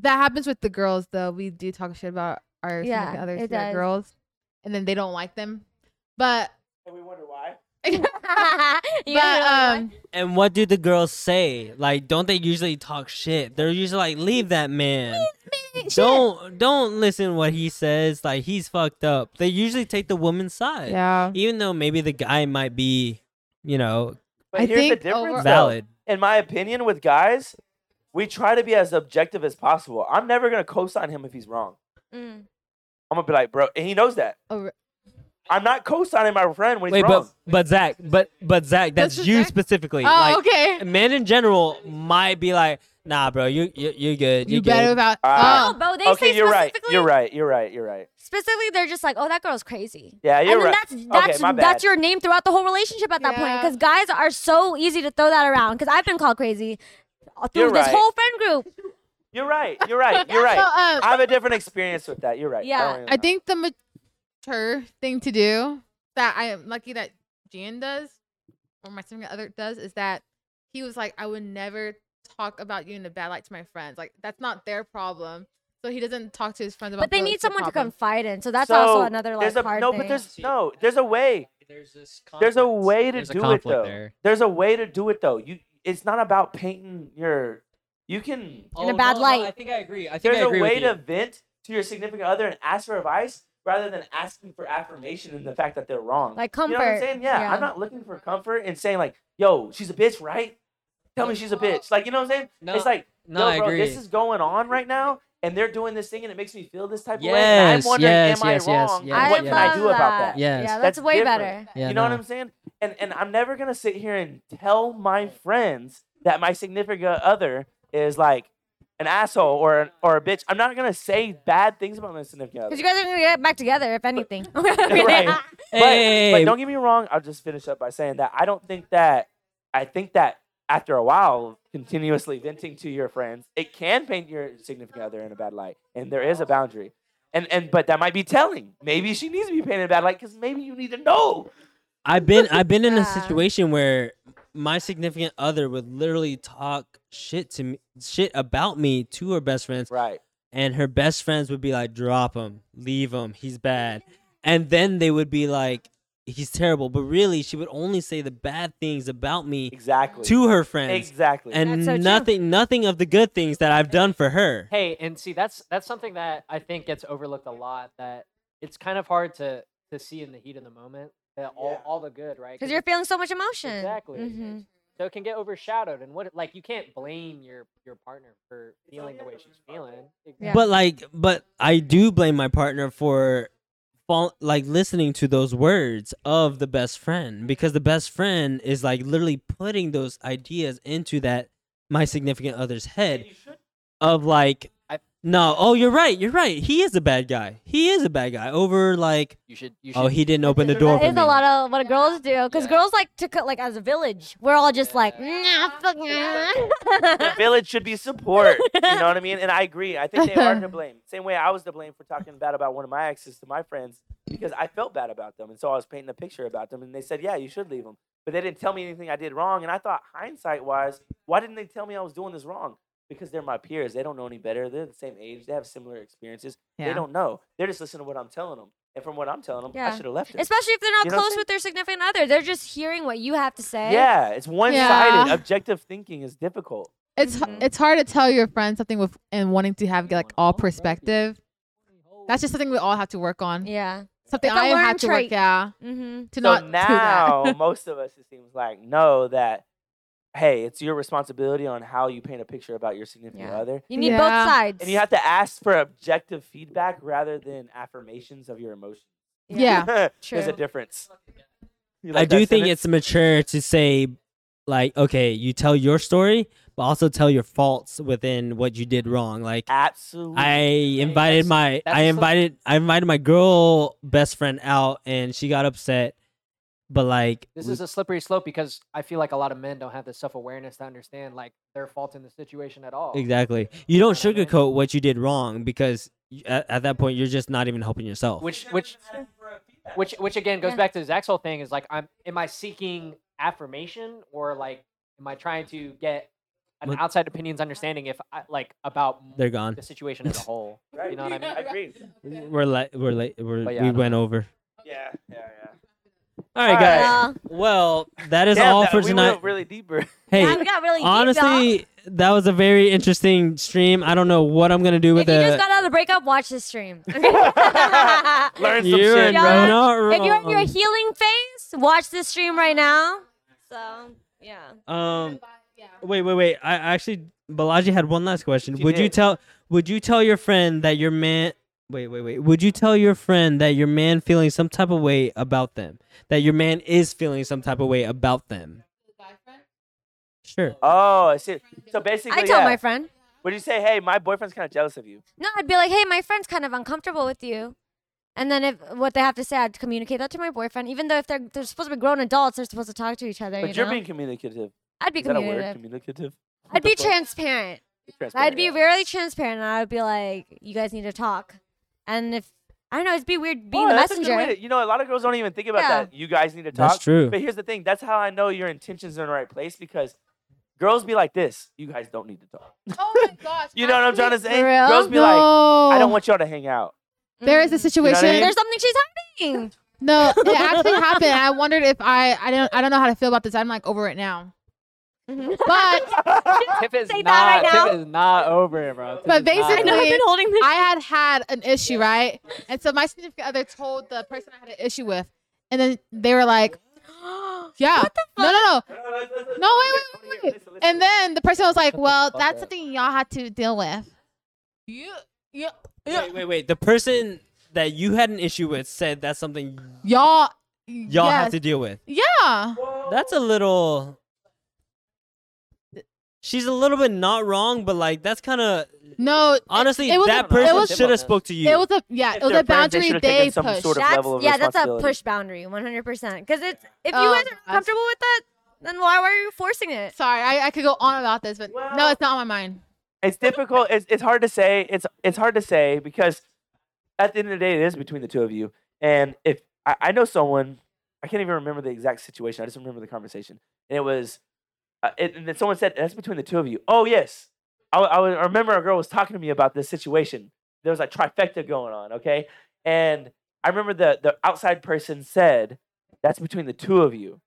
[SPEAKER 4] that happens with the girls though. We do talk shit about our
[SPEAKER 5] Yeah,
[SPEAKER 4] significant others
[SPEAKER 5] it
[SPEAKER 4] to our
[SPEAKER 5] does.
[SPEAKER 4] girls, and then they don't like them. But
[SPEAKER 1] And we wonder why.
[SPEAKER 5] You
[SPEAKER 4] but
[SPEAKER 5] guys
[SPEAKER 4] um,
[SPEAKER 2] And what do the girls say? Like, don't they usually talk shit? They're usually like, leave that man. Don't don't listen what he says. Like he's fucked up. They usually take the woman's side.
[SPEAKER 4] yeah,
[SPEAKER 2] Even though maybe the guy might be, you know,
[SPEAKER 1] But
[SPEAKER 4] I
[SPEAKER 1] here's
[SPEAKER 4] think
[SPEAKER 1] the difference,
[SPEAKER 4] over-
[SPEAKER 1] though.
[SPEAKER 2] valid.
[SPEAKER 1] in my opinion, with guys, we try to be as objective as possible. I'm never gonna co-sign him if he's wrong.
[SPEAKER 5] Mm.
[SPEAKER 1] I'm gonna be like, bro, and he knows that.
[SPEAKER 4] Over-
[SPEAKER 1] I'm not co-signing my friend when he's
[SPEAKER 2] Wait,
[SPEAKER 1] wrong.
[SPEAKER 2] but but Zach, but but Zach, that's
[SPEAKER 4] That's
[SPEAKER 2] you
[SPEAKER 4] Zach?
[SPEAKER 2] specifically.
[SPEAKER 4] oh
[SPEAKER 2] like,
[SPEAKER 4] okay,
[SPEAKER 2] Men in general might be like, nah, bro, you you you're good. You're
[SPEAKER 4] you
[SPEAKER 2] good.
[SPEAKER 4] better about
[SPEAKER 1] Ah.
[SPEAKER 5] No,
[SPEAKER 4] oh
[SPEAKER 5] bro, they
[SPEAKER 1] okay,
[SPEAKER 5] say
[SPEAKER 1] you're right.
[SPEAKER 5] specifically,
[SPEAKER 1] You're right. You're right. You're right.
[SPEAKER 5] Specifically, they're just like, oh, that girl's crazy.
[SPEAKER 1] Yeah, you're
[SPEAKER 5] and then
[SPEAKER 1] right.
[SPEAKER 5] that's that's
[SPEAKER 1] my bad.
[SPEAKER 5] that's your name throughout the whole relationship at that point
[SPEAKER 4] Yeah.
[SPEAKER 5] because guys are so easy to throw that around because I've been called crazy uh, through
[SPEAKER 1] You're
[SPEAKER 5] this
[SPEAKER 1] right.
[SPEAKER 5] whole friend group.
[SPEAKER 1] You're right. You're right. You're
[SPEAKER 4] So,
[SPEAKER 1] right.
[SPEAKER 4] um,
[SPEAKER 1] I have a different experience with that. You're right.
[SPEAKER 5] Yeah,
[SPEAKER 1] don't
[SPEAKER 4] I
[SPEAKER 1] even know.
[SPEAKER 4] think the mature thing to do that I am lucky that Jan does or my significant other does is that he was like, I would never talk about you in a bad light to my friends. Like that's not their problem. So he doesn't talk to his friends about.
[SPEAKER 5] But they
[SPEAKER 4] the-
[SPEAKER 5] need
[SPEAKER 4] the
[SPEAKER 5] someone to
[SPEAKER 4] problem.
[SPEAKER 5] confide in, so that's
[SPEAKER 1] So,
[SPEAKER 5] also another like
[SPEAKER 1] there's a
[SPEAKER 5] hard
[SPEAKER 1] no,
[SPEAKER 5] thing.
[SPEAKER 1] but there's no, there's a way.
[SPEAKER 7] There's this.
[SPEAKER 1] There's a way to
[SPEAKER 7] There's a
[SPEAKER 1] do it
[SPEAKER 7] conflict
[SPEAKER 1] though.
[SPEAKER 7] there.
[SPEAKER 1] There's a way to do it though. You, it's not about painting your. You can
[SPEAKER 5] a bad light.
[SPEAKER 7] I think I agree. I think
[SPEAKER 1] there's
[SPEAKER 7] I agree
[SPEAKER 1] a way
[SPEAKER 7] with you.
[SPEAKER 1] to vent to your significant other and ask for advice rather than asking for affirmation in the fact that they're wrong.
[SPEAKER 5] Like
[SPEAKER 1] You know what I'm
[SPEAKER 5] comfort,
[SPEAKER 1] saying? Yeah,
[SPEAKER 5] yeah.
[SPEAKER 1] I'm not looking for comfort and saying like, "Yo, she's a bitch, right? Tell me she's a bitch." Like, you know what I'm saying?
[SPEAKER 7] No,
[SPEAKER 1] it's like,
[SPEAKER 7] no,
[SPEAKER 1] "Yo,
[SPEAKER 7] I
[SPEAKER 1] bro,
[SPEAKER 7] agree.
[SPEAKER 1] this is going on right now, and they're doing this thing, and it makes me feel this type of way." And I'm
[SPEAKER 7] Yes,
[SPEAKER 1] wondering,
[SPEAKER 7] yes,
[SPEAKER 1] am
[SPEAKER 7] yes,
[SPEAKER 1] I
[SPEAKER 7] yes,
[SPEAKER 1] wrong?
[SPEAKER 7] yes,
[SPEAKER 1] And
[SPEAKER 5] I
[SPEAKER 1] what
[SPEAKER 7] yes.
[SPEAKER 1] can I
[SPEAKER 5] love
[SPEAKER 1] do about
[SPEAKER 5] that.
[SPEAKER 1] that?
[SPEAKER 7] Yes.
[SPEAKER 5] Yeah, that's,
[SPEAKER 1] That's
[SPEAKER 5] way
[SPEAKER 1] different.
[SPEAKER 5] better.
[SPEAKER 7] yeah,
[SPEAKER 1] you know
[SPEAKER 7] no.
[SPEAKER 1] what I'm saying? And and I'm never gonna sit here and tell my friends that my significant other is like an asshole or an, or a bitch. I'm not gonna say bad things about my significant other.
[SPEAKER 5] Because you guys are gonna get back together, if anything.
[SPEAKER 1] Right.
[SPEAKER 2] Hey,
[SPEAKER 1] but,
[SPEAKER 2] hey,
[SPEAKER 1] but
[SPEAKER 2] hey,
[SPEAKER 1] don't get me wrong. I'll just finish up by saying that I don't think that I think that after a while, of continuously venting to your friends, it can paint your significant other in a bad light, and there is a boundary. And and but that might be telling. Maybe she needs to be painted in a bad light because maybe you need to know.
[SPEAKER 2] I've been I've been in
[SPEAKER 5] Yeah.
[SPEAKER 2] a situation where my significant other would literally talk shit to me shit about me to her best friends
[SPEAKER 1] Right.
[SPEAKER 2] and her best friends would be like drop him, leave him, he's bad. And then they would be like he's terrible, but really she would only say the bad things about me
[SPEAKER 1] Exactly.
[SPEAKER 2] to her friends
[SPEAKER 1] Exactly.
[SPEAKER 2] and
[SPEAKER 5] That's so true.
[SPEAKER 2] nothing nothing of the good things that I've done for her.
[SPEAKER 10] Hey, and see that's that's something that I think gets overlooked a lot. That it's kind of hard to to see in the heat of the moment that all all the good, right?
[SPEAKER 5] Because you're feeling so much emotion.
[SPEAKER 10] Exactly.
[SPEAKER 4] Mm-hmm.
[SPEAKER 5] Mhm.
[SPEAKER 10] so it can get overshadowed, and what like you can't blame your your partner for feeling the way she's feeling.
[SPEAKER 5] Yeah.
[SPEAKER 2] But like, but I do blame my partner for, fall, like listening to those words of the best friend because the best friend is like literally putting those ideas into that my significant other's head of like,
[SPEAKER 10] I-
[SPEAKER 2] no, oh you're right, you're right, he is a bad guy, he is a bad guy over like,
[SPEAKER 10] You should you should
[SPEAKER 2] oh he didn't open the door
[SPEAKER 5] That
[SPEAKER 2] for
[SPEAKER 5] is
[SPEAKER 2] me.
[SPEAKER 5] a lot of what girls do. Because
[SPEAKER 10] Yeah.
[SPEAKER 5] girls like to cut, like, as a village, we're all just like, nah, fuck
[SPEAKER 1] the
[SPEAKER 5] nah."
[SPEAKER 1] village should be support. You know what I mean? And I agree. I think they are to blame. Same way I was to blame for talking bad about one of my exes to my friends because I felt bad about them. And so I was painting a picture about them. And they said, yeah, you should leave them. But they didn't tell me anything I did wrong. And I thought, hindsight wise, why didn't they tell me I was doing this wrong? Because they're my peers. They don't know any better. They're the same age. They have similar experiences. They
[SPEAKER 4] Yeah.
[SPEAKER 1] don't know. They're just listening to what I'm telling them. And from what I'm telling them,
[SPEAKER 5] Yeah.
[SPEAKER 1] I should have left it.
[SPEAKER 5] Especially if they're not
[SPEAKER 1] You know what I'm
[SPEAKER 5] close with their significant other. They're just hearing what you have to say.
[SPEAKER 1] yeah, it's one sided.
[SPEAKER 4] Yeah.
[SPEAKER 1] Objective thinking is difficult.
[SPEAKER 4] It's
[SPEAKER 5] Mhm.
[SPEAKER 4] it's hard to tell your friends something with and wanting to have like all perspective. That's just something we all have to work on.
[SPEAKER 5] Yeah.
[SPEAKER 4] Something
[SPEAKER 5] It's a
[SPEAKER 4] I have
[SPEAKER 5] learned
[SPEAKER 4] had to
[SPEAKER 5] trait.
[SPEAKER 4] work out
[SPEAKER 5] Mm-hmm.
[SPEAKER 4] to
[SPEAKER 1] so
[SPEAKER 4] not
[SPEAKER 1] now
[SPEAKER 4] do that.
[SPEAKER 1] most of us it seems like know that hey it's your responsibility on how you paint a picture about your significant
[SPEAKER 5] Yeah.
[SPEAKER 1] other
[SPEAKER 5] You need
[SPEAKER 4] Yeah.
[SPEAKER 5] both sides.
[SPEAKER 1] and you have to ask for objective feedback rather than affirmations of your emotions
[SPEAKER 4] yeah.
[SPEAKER 1] there's
[SPEAKER 5] True.
[SPEAKER 1] a difference You
[SPEAKER 2] I
[SPEAKER 1] like
[SPEAKER 2] do
[SPEAKER 1] that
[SPEAKER 2] think
[SPEAKER 1] sentence?
[SPEAKER 2] it's mature to say, like, okay, you tell your story, but also tell your faults within what you did wrong, like.
[SPEAKER 1] absolutely
[SPEAKER 2] I invited
[SPEAKER 10] that's-
[SPEAKER 2] my
[SPEAKER 10] that's
[SPEAKER 2] I
[SPEAKER 10] so-
[SPEAKER 2] invited I invited my girl best friend out and she got upset. But like
[SPEAKER 10] This
[SPEAKER 2] we-
[SPEAKER 10] is a slippery slope because I feel like a lot of men don't have the self awareness to understand like their fault in the situation at all.
[SPEAKER 2] exactly. You don't
[SPEAKER 10] You know what I mean?
[SPEAKER 2] sugarcoat what you did wrong because y- at, at that point you're just not even helping yourself.
[SPEAKER 10] Which which which which again goes back to Zach's whole thing is like I'm am I seeking affirmation or like am I trying to get an
[SPEAKER 2] Look-
[SPEAKER 10] outside opinion's understanding if I, like about m-
[SPEAKER 2] They're gone.
[SPEAKER 10] the situation as a whole.
[SPEAKER 1] Right.
[SPEAKER 10] You know what I mean?
[SPEAKER 1] I agree.
[SPEAKER 2] We're late. We're late. We're,
[SPEAKER 10] But yeah, I
[SPEAKER 2] we
[SPEAKER 10] don't
[SPEAKER 2] went over.
[SPEAKER 1] Yeah, yeah, yeah.
[SPEAKER 2] All right, guys.
[SPEAKER 5] Well,
[SPEAKER 2] Well, that is
[SPEAKER 1] Damn,
[SPEAKER 2] all
[SPEAKER 1] that-
[SPEAKER 2] for
[SPEAKER 1] we
[SPEAKER 2] tonight.
[SPEAKER 1] went really deeper.
[SPEAKER 2] hey,
[SPEAKER 5] yeah, we got really deep,
[SPEAKER 2] honestly,
[SPEAKER 5] y'all.
[SPEAKER 2] that was a very interesting stream. I don't know what I'm gonna do
[SPEAKER 5] if
[SPEAKER 2] with
[SPEAKER 5] you
[SPEAKER 2] it.
[SPEAKER 5] just got out of the breakup, watch this stream. Okay?
[SPEAKER 1] Learn some
[SPEAKER 2] You're
[SPEAKER 1] shit.
[SPEAKER 5] Yeah.
[SPEAKER 1] bro.
[SPEAKER 2] not
[SPEAKER 5] if you're in your
[SPEAKER 2] wrong.
[SPEAKER 5] healing phase, watch this stream right now. So yeah.
[SPEAKER 2] Um, wait, wait, wait. I actually, Balaji had one last question.
[SPEAKER 1] She
[SPEAKER 2] would you
[SPEAKER 1] did.
[SPEAKER 2] tell? Would you tell your friend that your man? Wait, wait, wait. Would you tell your friend that your man feeling some type of way about them? That your man is feeling some type of way about them? Sure.
[SPEAKER 1] Oh, I see. So basically,
[SPEAKER 5] I tell
[SPEAKER 1] yeah.
[SPEAKER 5] my friend.
[SPEAKER 1] Would you say, "Hey, my boyfriend's kind of jealous of you"?
[SPEAKER 5] No, I'd be like, hey, my friend's kind of uncomfortable with you. And then if what they have to say, I'd communicate that to my boyfriend. Even though if they're they're supposed to be grown adults, they're supposed to talk to each other.
[SPEAKER 1] But
[SPEAKER 5] you
[SPEAKER 1] you're
[SPEAKER 5] know?
[SPEAKER 1] being communicative.
[SPEAKER 5] I'd be
[SPEAKER 1] Is that a word? Communicative.
[SPEAKER 5] communicative. I'd be
[SPEAKER 1] What the fuck?
[SPEAKER 5] transparent.
[SPEAKER 1] Transparent,
[SPEAKER 5] I'd be
[SPEAKER 1] yeah.
[SPEAKER 5] really transparent, and I'd be like, you guys need to talk. And if I don't know, it'd be weird being
[SPEAKER 1] Oh,
[SPEAKER 5] the
[SPEAKER 1] that's a good way
[SPEAKER 5] messenger.
[SPEAKER 1] to- you know, a lot of girls don't even think about
[SPEAKER 5] Yeah.
[SPEAKER 1] that. You guys need to talk.
[SPEAKER 2] That's true.
[SPEAKER 1] But here's the thing. That's how I know your intentions are in the right place because girls be like this. You guys don't need to talk.
[SPEAKER 17] Oh my gosh.
[SPEAKER 1] You know what I'm trying to say?
[SPEAKER 5] For real?
[SPEAKER 1] Girls be like, I
[SPEAKER 4] Oh.
[SPEAKER 1] don't want y'all to hang out.
[SPEAKER 17] There is a
[SPEAKER 2] Mm.
[SPEAKER 17] situation.
[SPEAKER 1] mean?
[SPEAKER 5] Mm-hmm. There's something she's hiding.
[SPEAKER 17] no.
[SPEAKER 4] it actually happened. I wondered if I I don't I don't know how to feel about this. I'm like over it now.
[SPEAKER 2] Mm-hmm.
[SPEAKER 4] But
[SPEAKER 10] Tiff is
[SPEAKER 5] Say
[SPEAKER 10] not
[SPEAKER 5] that right
[SPEAKER 10] Tiff
[SPEAKER 5] now.
[SPEAKER 10] is not over it, bro. Tiff
[SPEAKER 4] But
[SPEAKER 10] is not
[SPEAKER 4] basically-
[SPEAKER 10] over it.
[SPEAKER 4] I've been
[SPEAKER 5] holding this.
[SPEAKER 4] I had had an issue, right? And so my significant other told the person I had an issue with, and then they were like, "Yeah, no, no, no." No, wait, wait, wait, wait. And then the person was like, "Well,
[SPEAKER 10] fuck
[SPEAKER 4] that's
[SPEAKER 10] up.
[SPEAKER 4] something y'all had to deal with." You, you,
[SPEAKER 2] Wait, wait, wait. The person that you had an issue with said that's something
[SPEAKER 4] y'all,
[SPEAKER 2] y'all
[SPEAKER 4] yes.
[SPEAKER 2] have to deal with.
[SPEAKER 4] Yeah.
[SPEAKER 2] That's a little. She's a little bit not wrong, but like that's kind of
[SPEAKER 4] No,
[SPEAKER 2] honestly
[SPEAKER 4] it was a-
[SPEAKER 2] that
[SPEAKER 4] it
[SPEAKER 2] person
[SPEAKER 4] was-
[SPEAKER 2] should have spoke to you.
[SPEAKER 4] it was a yeah,
[SPEAKER 1] If
[SPEAKER 4] it was
[SPEAKER 1] they're
[SPEAKER 4] a
[SPEAKER 1] friends, they
[SPEAKER 4] boundary
[SPEAKER 1] should've taken
[SPEAKER 4] they
[SPEAKER 1] some
[SPEAKER 4] pushed.
[SPEAKER 1] sort of-
[SPEAKER 5] that's
[SPEAKER 1] level of
[SPEAKER 5] yeah, that's a
[SPEAKER 1] responsibility.
[SPEAKER 5] push boundary, 100. percent Because it's if you
[SPEAKER 4] Oh,
[SPEAKER 5] guys
[SPEAKER 4] that's-
[SPEAKER 5] are comfortable with that, then why were you forcing it?
[SPEAKER 4] Sorry, I, I could go on about this, but no,
[SPEAKER 1] Well-
[SPEAKER 4] it's not on my mind.
[SPEAKER 1] It's difficult. It's, it's hard to say. It's it's hard to say because at the end of the day, it is between the two of you. And if I, I know someone, I can't even remember the exact situation. I just remember the conversation, and it was, uh, it, and then someone said that's between the two of you. Oh yes, I, I, was- I remember a girl was talking to me about this situation. There was a trifecta going on, okay? And I remember the the outside person said that's between the two of you,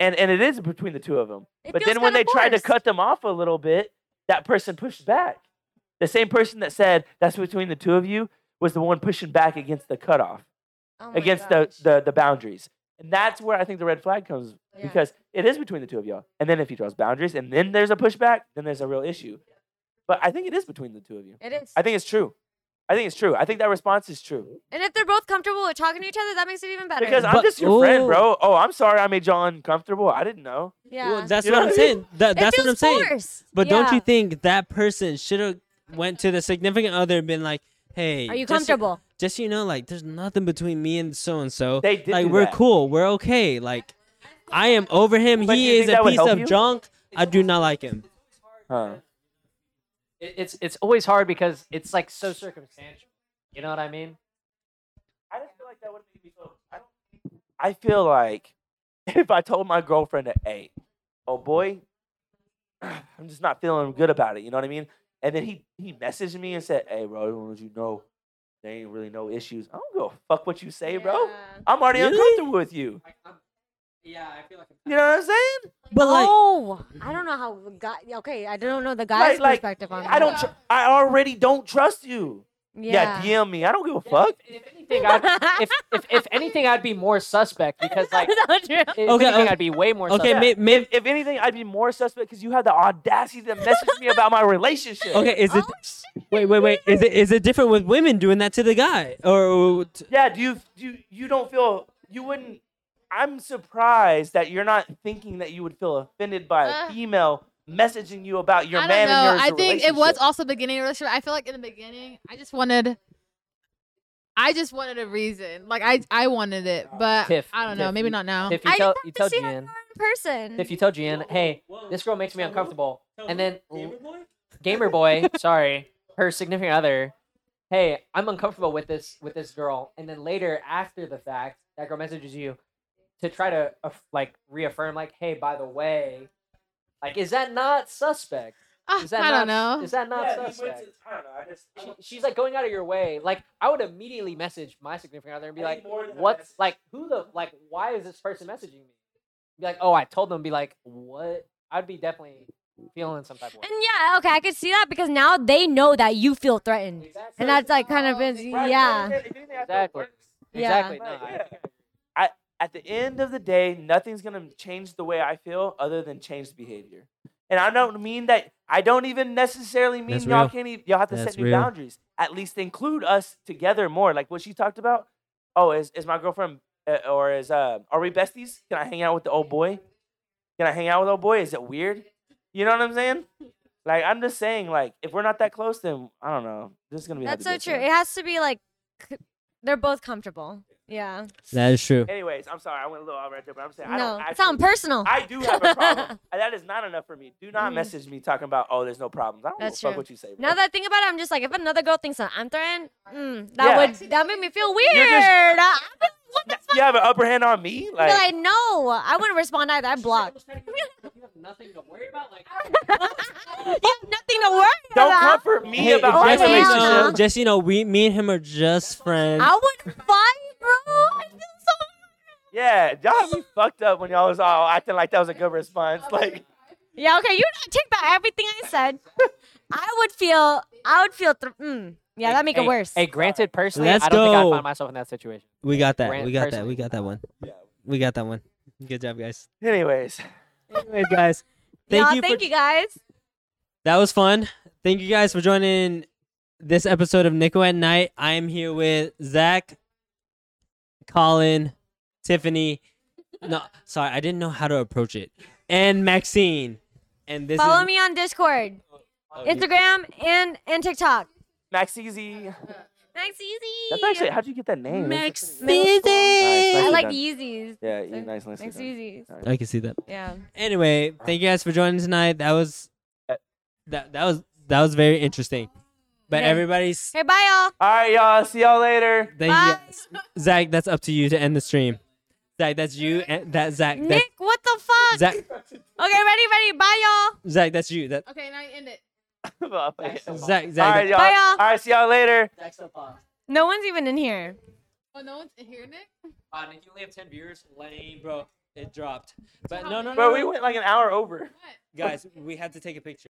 [SPEAKER 1] and and it is between the two of them.
[SPEAKER 5] It
[SPEAKER 1] but
[SPEAKER 5] feels
[SPEAKER 1] then when they
[SPEAKER 5] kinda
[SPEAKER 1] tried to
[SPEAKER 5] forced.
[SPEAKER 1] cut them off a little bit, that person pushed back. The same person that said that's between the two of you was the one pushing back against the cutoff,
[SPEAKER 5] Oh my
[SPEAKER 1] against the,
[SPEAKER 5] gosh.
[SPEAKER 1] the the boundaries. And that's where I think the red flag comes
[SPEAKER 5] Yeah.
[SPEAKER 1] because it is between the two of y'all. And then if he draws boundaries and then there's a pushback, then there's a real issue. But I think it is between the two of you.
[SPEAKER 5] it is.
[SPEAKER 1] I think it's true. I think it's true. I think that response is true.
[SPEAKER 5] and if they're both comfortable with talking to each other, that makes it even better.
[SPEAKER 1] Because I'm
[SPEAKER 2] But-
[SPEAKER 1] just your friend,
[SPEAKER 2] ooh.
[SPEAKER 1] bro. Oh, I'm sorry I made y'all uncomfortable. I didn't know.
[SPEAKER 5] yeah,
[SPEAKER 2] Well, that's
[SPEAKER 1] You
[SPEAKER 2] what
[SPEAKER 1] know
[SPEAKER 2] I'm
[SPEAKER 1] what I mean?
[SPEAKER 2] saying. That,
[SPEAKER 5] It
[SPEAKER 2] that's what I'm
[SPEAKER 5] feels
[SPEAKER 2] saying.
[SPEAKER 5] forced.
[SPEAKER 2] But don't
[SPEAKER 5] Yeah.
[SPEAKER 2] you think that person should have went to the significant other and been like, "Hey,
[SPEAKER 5] Are you
[SPEAKER 2] just so-
[SPEAKER 5] comfortable?
[SPEAKER 2] Just so you know, like, there's nothing between me and so and so.
[SPEAKER 1] They did
[SPEAKER 2] Like,
[SPEAKER 1] do
[SPEAKER 2] we're
[SPEAKER 1] that.
[SPEAKER 2] cool. We're okay. Like, I am over him.
[SPEAKER 1] But do you
[SPEAKER 2] he is
[SPEAKER 1] think
[SPEAKER 2] a
[SPEAKER 1] that would
[SPEAKER 2] piece
[SPEAKER 1] help
[SPEAKER 2] of
[SPEAKER 1] you?
[SPEAKER 2] junk. I do not like him.
[SPEAKER 1] Huh.
[SPEAKER 10] It- it's it's always hard because it's like so circumstantial. You know what I mean?
[SPEAKER 1] I just feel like that would make me so. I, don't, I feel like if I told my girlfriend at eight, oh boy, I'm just not feeling good about it. You know what I mean? And then he he messaged me and said, "Hey, bro, I want you to know there ain't really no issues. I don't give a fuck what you say, bro. I'm already
[SPEAKER 2] Really?
[SPEAKER 1] uncomfortable with you.
[SPEAKER 10] yeah, I feel like
[SPEAKER 1] You know what I'm saying?
[SPEAKER 2] But like,
[SPEAKER 5] oh, I don't know how the guy. Okay, I don't know the guy's
[SPEAKER 1] like,
[SPEAKER 5] perspective on
[SPEAKER 1] I don't.
[SPEAKER 5] that.
[SPEAKER 1] Tr- I already don't trust you. Yeah.
[SPEAKER 5] yeah.
[SPEAKER 1] DM me. I don't give a fuck.
[SPEAKER 10] If anything, I'd, if, if, if anything, I'd be more suspect because like if anything,
[SPEAKER 2] okay.
[SPEAKER 10] I'd be way more.
[SPEAKER 2] okay,
[SPEAKER 10] suspect.
[SPEAKER 2] may, may,
[SPEAKER 1] If anything, I'd be more suspect because you had the audacity to message me about my relationship.
[SPEAKER 2] okay. Is it? Wait, wait, wait. Is it? Is it different with women doing that to the guy? Or t-
[SPEAKER 1] Yeah, do you do you, you don't feel you wouldn't I'm surprised that you're not thinking that you would feel offended by a
[SPEAKER 4] Uh,
[SPEAKER 1] female messaging you about your
[SPEAKER 4] I
[SPEAKER 1] man
[SPEAKER 4] don't know.
[SPEAKER 1] and
[SPEAKER 4] I
[SPEAKER 1] your
[SPEAKER 4] think it was also beginning of the relationship. I feel like in the beginning, I just wanted, I just wanted a reason. Like I, I wanted it, but
[SPEAKER 10] Tiff,
[SPEAKER 4] I don't know.
[SPEAKER 10] Tiff,
[SPEAKER 4] Maybe
[SPEAKER 10] you-
[SPEAKER 4] not now.
[SPEAKER 10] if
[SPEAKER 5] I
[SPEAKER 10] you
[SPEAKER 5] just
[SPEAKER 10] tell
[SPEAKER 5] have
[SPEAKER 10] you
[SPEAKER 5] to
[SPEAKER 10] tell
[SPEAKER 5] see how you
[SPEAKER 10] Gian,
[SPEAKER 5] are in person.
[SPEAKER 10] if you tell Gian, hey, this girl makes me uncomfortable, and then Gamer Boy, sorry, her significant other, hey, I'm uncomfortable with this with this girl, and then later after the fact, that girl messages you to try to aff like reaffirm, like, hey, by the way, like, is that not suspect?
[SPEAKER 4] Ah,
[SPEAKER 10] Is that
[SPEAKER 4] I don't
[SPEAKER 10] not-
[SPEAKER 4] know.
[SPEAKER 10] Is that not
[SPEAKER 1] Yeah, he went
[SPEAKER 10] suspect?
[SPEAKER 1] to- I don't know. I just. I
[SPEAKER 10] she,
[SPEAKER 1] don't-
[SPEAKER 10] she's like going out of your way. Like I would immediately message my significant other and be
[SPEAKER 1] I need
[SPEAKER 10] like,
[SPEAKER 1] more than a
[SPEAKER 10] "What's
[SPEAKER 1] message.
[SPEAKER 10] like who the like why is this person messaging me?" Be like, "Oh, I told them." Be like, "What?" I'd be definitely feeling some type of way.
[SPEAKER 5] And yeah, okay, I could see that because now they know that you feel threatened. And that's like kind of is
[SPEAKER 1] Right,
[SPEAKER 5] yeah.
[SPEAKER 1] if anything, I thought
[SPEAKER 10] Exactly.
[SPEAKER 1] works.
[SPEAKER 5] Yeah.
[SPEAKER 10] Exactly. no,
[SPEAKER 1] Right,
[SPEAKER 10] I-
[SPEAKER 1] yeah. I, at the end of the day, nothing's gonna change the way I feel other than change behavior. And I don't mean that. I don't even necessarily mean
[SPEAKER 2] That's
[SPEAKER 1] y'all
[SPEAKER 2] real.
[SPEAKER 1] can't. Even, y'all have to
[SPEAKER 2] That's
[SPEAKER 1] set new
[SPEAKER 2] real.
[SPEAKER 1] boundaries. At least include us together more. Like what she talked about. Oh, is is my girlfriend uh, or is uh are we besties? Can I hang out with the old boy? Can I hang out with old boy? Is it weird? You know what I'm saying? Like I'm just saying. Like if we're not that close, then I don't know. This is gonna be. hard
[SPEAKER 5] That's
[SPEAKER 1] to
[SPEAKER 5] so
[SPEAKER 1] get
[SPEAKER 5] true.
[SPEAKER 1] through.
[SPEAKER 5] It has to be like c- they're both comfortable. Yeah.
[SPEAKER 2] That is true.
[SPEAKER 1] Anyways, I'm sorry. I went a little out right there, but I'm saying I
[SPEAKER 5] No,
[SPEAKER 1] don't
[SPEAKER 5] it's on
[SPEAKER 1] actually-
[SPEAKER 5] personal.
[SPEAKER 1] I do have a problem. and that is not enough for me. Do
[SPEAKER 5] Mm.
[SPEAKER 1] not message me talking about, oh, there's no problems. I don't
[SPEAKER 5] That's
[SPEAKER 1] give a fuck
[SPEAKER 5] true.
[SPEAKER 1] what you say. Bro.
[SPEAKER 5] Now that I think about it, I'm just like, if another girl thinks that I'm threatened, mm, that
[SPEAKER 1] Yeah.
[SPEAKER 5] would that made me feel weird.
[SPEAKER 1] just-
[SPEAKER 5] I- I'd be what the
[SPEAKER 1] you have an upper hand on me?
[SPEAKER 5] I'd
[SPEAKER 1] Like,
[SPEAKER 5] be like, no, I wouldn't respond either. I blocked.
[SPEAKER 10] You have nothing to worry about. Like
[SPEAKER 5] you have nothing to worry
[SPEAKER 1] don't
[SPEAKER 5] about.
[SPEAKER 1] comfort me
[SPEAKER 2] Hey,
[SPEAKER 1] about my
[SPEAKER 2] just, so you know,
[SPEAKER 5] hell no.
[SPEAKER 1] relationship.
[SPEAKER 2] just you uh, know, we, me and him are just friends.
[SPEAKER 5] I would fight, bro. I feel so
[SPEAKER 1] Yeah, y'all have me fucked up when y'all was all acting like that was a good response. Like,
[SPEAKER 5] Yeah, okay. You take back everything I said. I would feel. I would feel. Th- mm. Yeah, that make
[SPEAKER 10] hey,
[SPEAKER 5] it worse.
[SPEAKER 10] Hey, granted, personally,
[SPEAKER 2] Let's
[SPEAKER 10] I don't think I
[SPEAKER 2] go.
[SPEAKER 10] find myself in that situation.
[SPEAKER 2] We got that.
[SPEAKER 10] Grant
[SPEAKER 2] we got that.
[SPEAKER 10] personally.
[SPEAKER 2] We got that one.
[SPEAKER 1] Yeah.
[SPEAKER 2] We got that one. Good job, guys.
[SPEAKER 1] anyways,
[SPEAKER 2] Anyways, guys, thank
[SPEAKER 5] Y'all,
[SPEAKER 2] you.
[SPEAKER 5] thank
[SPEAKER 2] for,
[SPEAKER 5] you guys.
[SPEAKER 2] That was fun. Thank you guys for joining this episode of Nico at Night. I am here with Zach, Colin, Tiffany. No, sorry, I didn't know how to approach it. And Maxine. And this
[SPEAKER 5] Follow
[SPEAKER 2] is
[SPEAKER 5] me on Discord,
[SPEAKER 1] Oh,
[SPEAKER 5] Instagram, and and TikTok.
[SPEAKER 1] Max Easy.
[SPEAKER 5] Nice easy.
[SPEAKER 1] That's actually, how'd you get that name? Max
[SPEAKER 5] I
[SPEAKER 1] Easy.
[SPEAKER 5] like the Yeezys.
[SPEAKER 1] Yeah, you nice, nice.
[SPEAKER 5] Nice Yeezys.
[SPEAKER 2] I can see that.
[SPEAKER 5] Yeah.
[SPEAKER 2] Anyway, thank you guys for joining tonight. That was uh, that that was that was very interesting. But
[SPEAKER 5] Yeah.
[SPEAKER 2] everybody's
[SPEAKER 5] Hey, bye y'all.
[SPEAKER 1] All right, y'all. See y'all later.
[SPEAKER 2] thank
[SPEAKER 5] Bye.
[SPEAKER 2] you guys. Zach, that's up to you to end the stream. Zach, that's you and that Zach that
[SPEAKER 5] Nick, what the fuck?
[SPEAKER 2] Zach
[SPEAKER 5] Okay, ready, ready. Bye y'all.
[SPEAKER 2] Zach, that's you. That
[SPEAKER 4] Okay, now you end it.
[SPEAKER 1] Fuck. All
[SPEAKER 2] Zach, Zach.
[SPEAKER 1] right, y'all.
[SPEAKER 5] Bye, y'all.
[SPEAKER 1] All right, see y'all later.
[SPEAKER 5] No one's even in here.
[SPEAKER 4] Oh, no one's hearing it.
[SPEAKER 10] Uh, if you only have ten viewers,
[SPEAKER 2] Lame, bro. It dropped. But no, no, no,
[SPEAKER 1] Bro,
[SPEAKER 2] no.
[SPEAKER 1] we went like an hour over.
[SPEAKER 2] guys, we have to take a picture.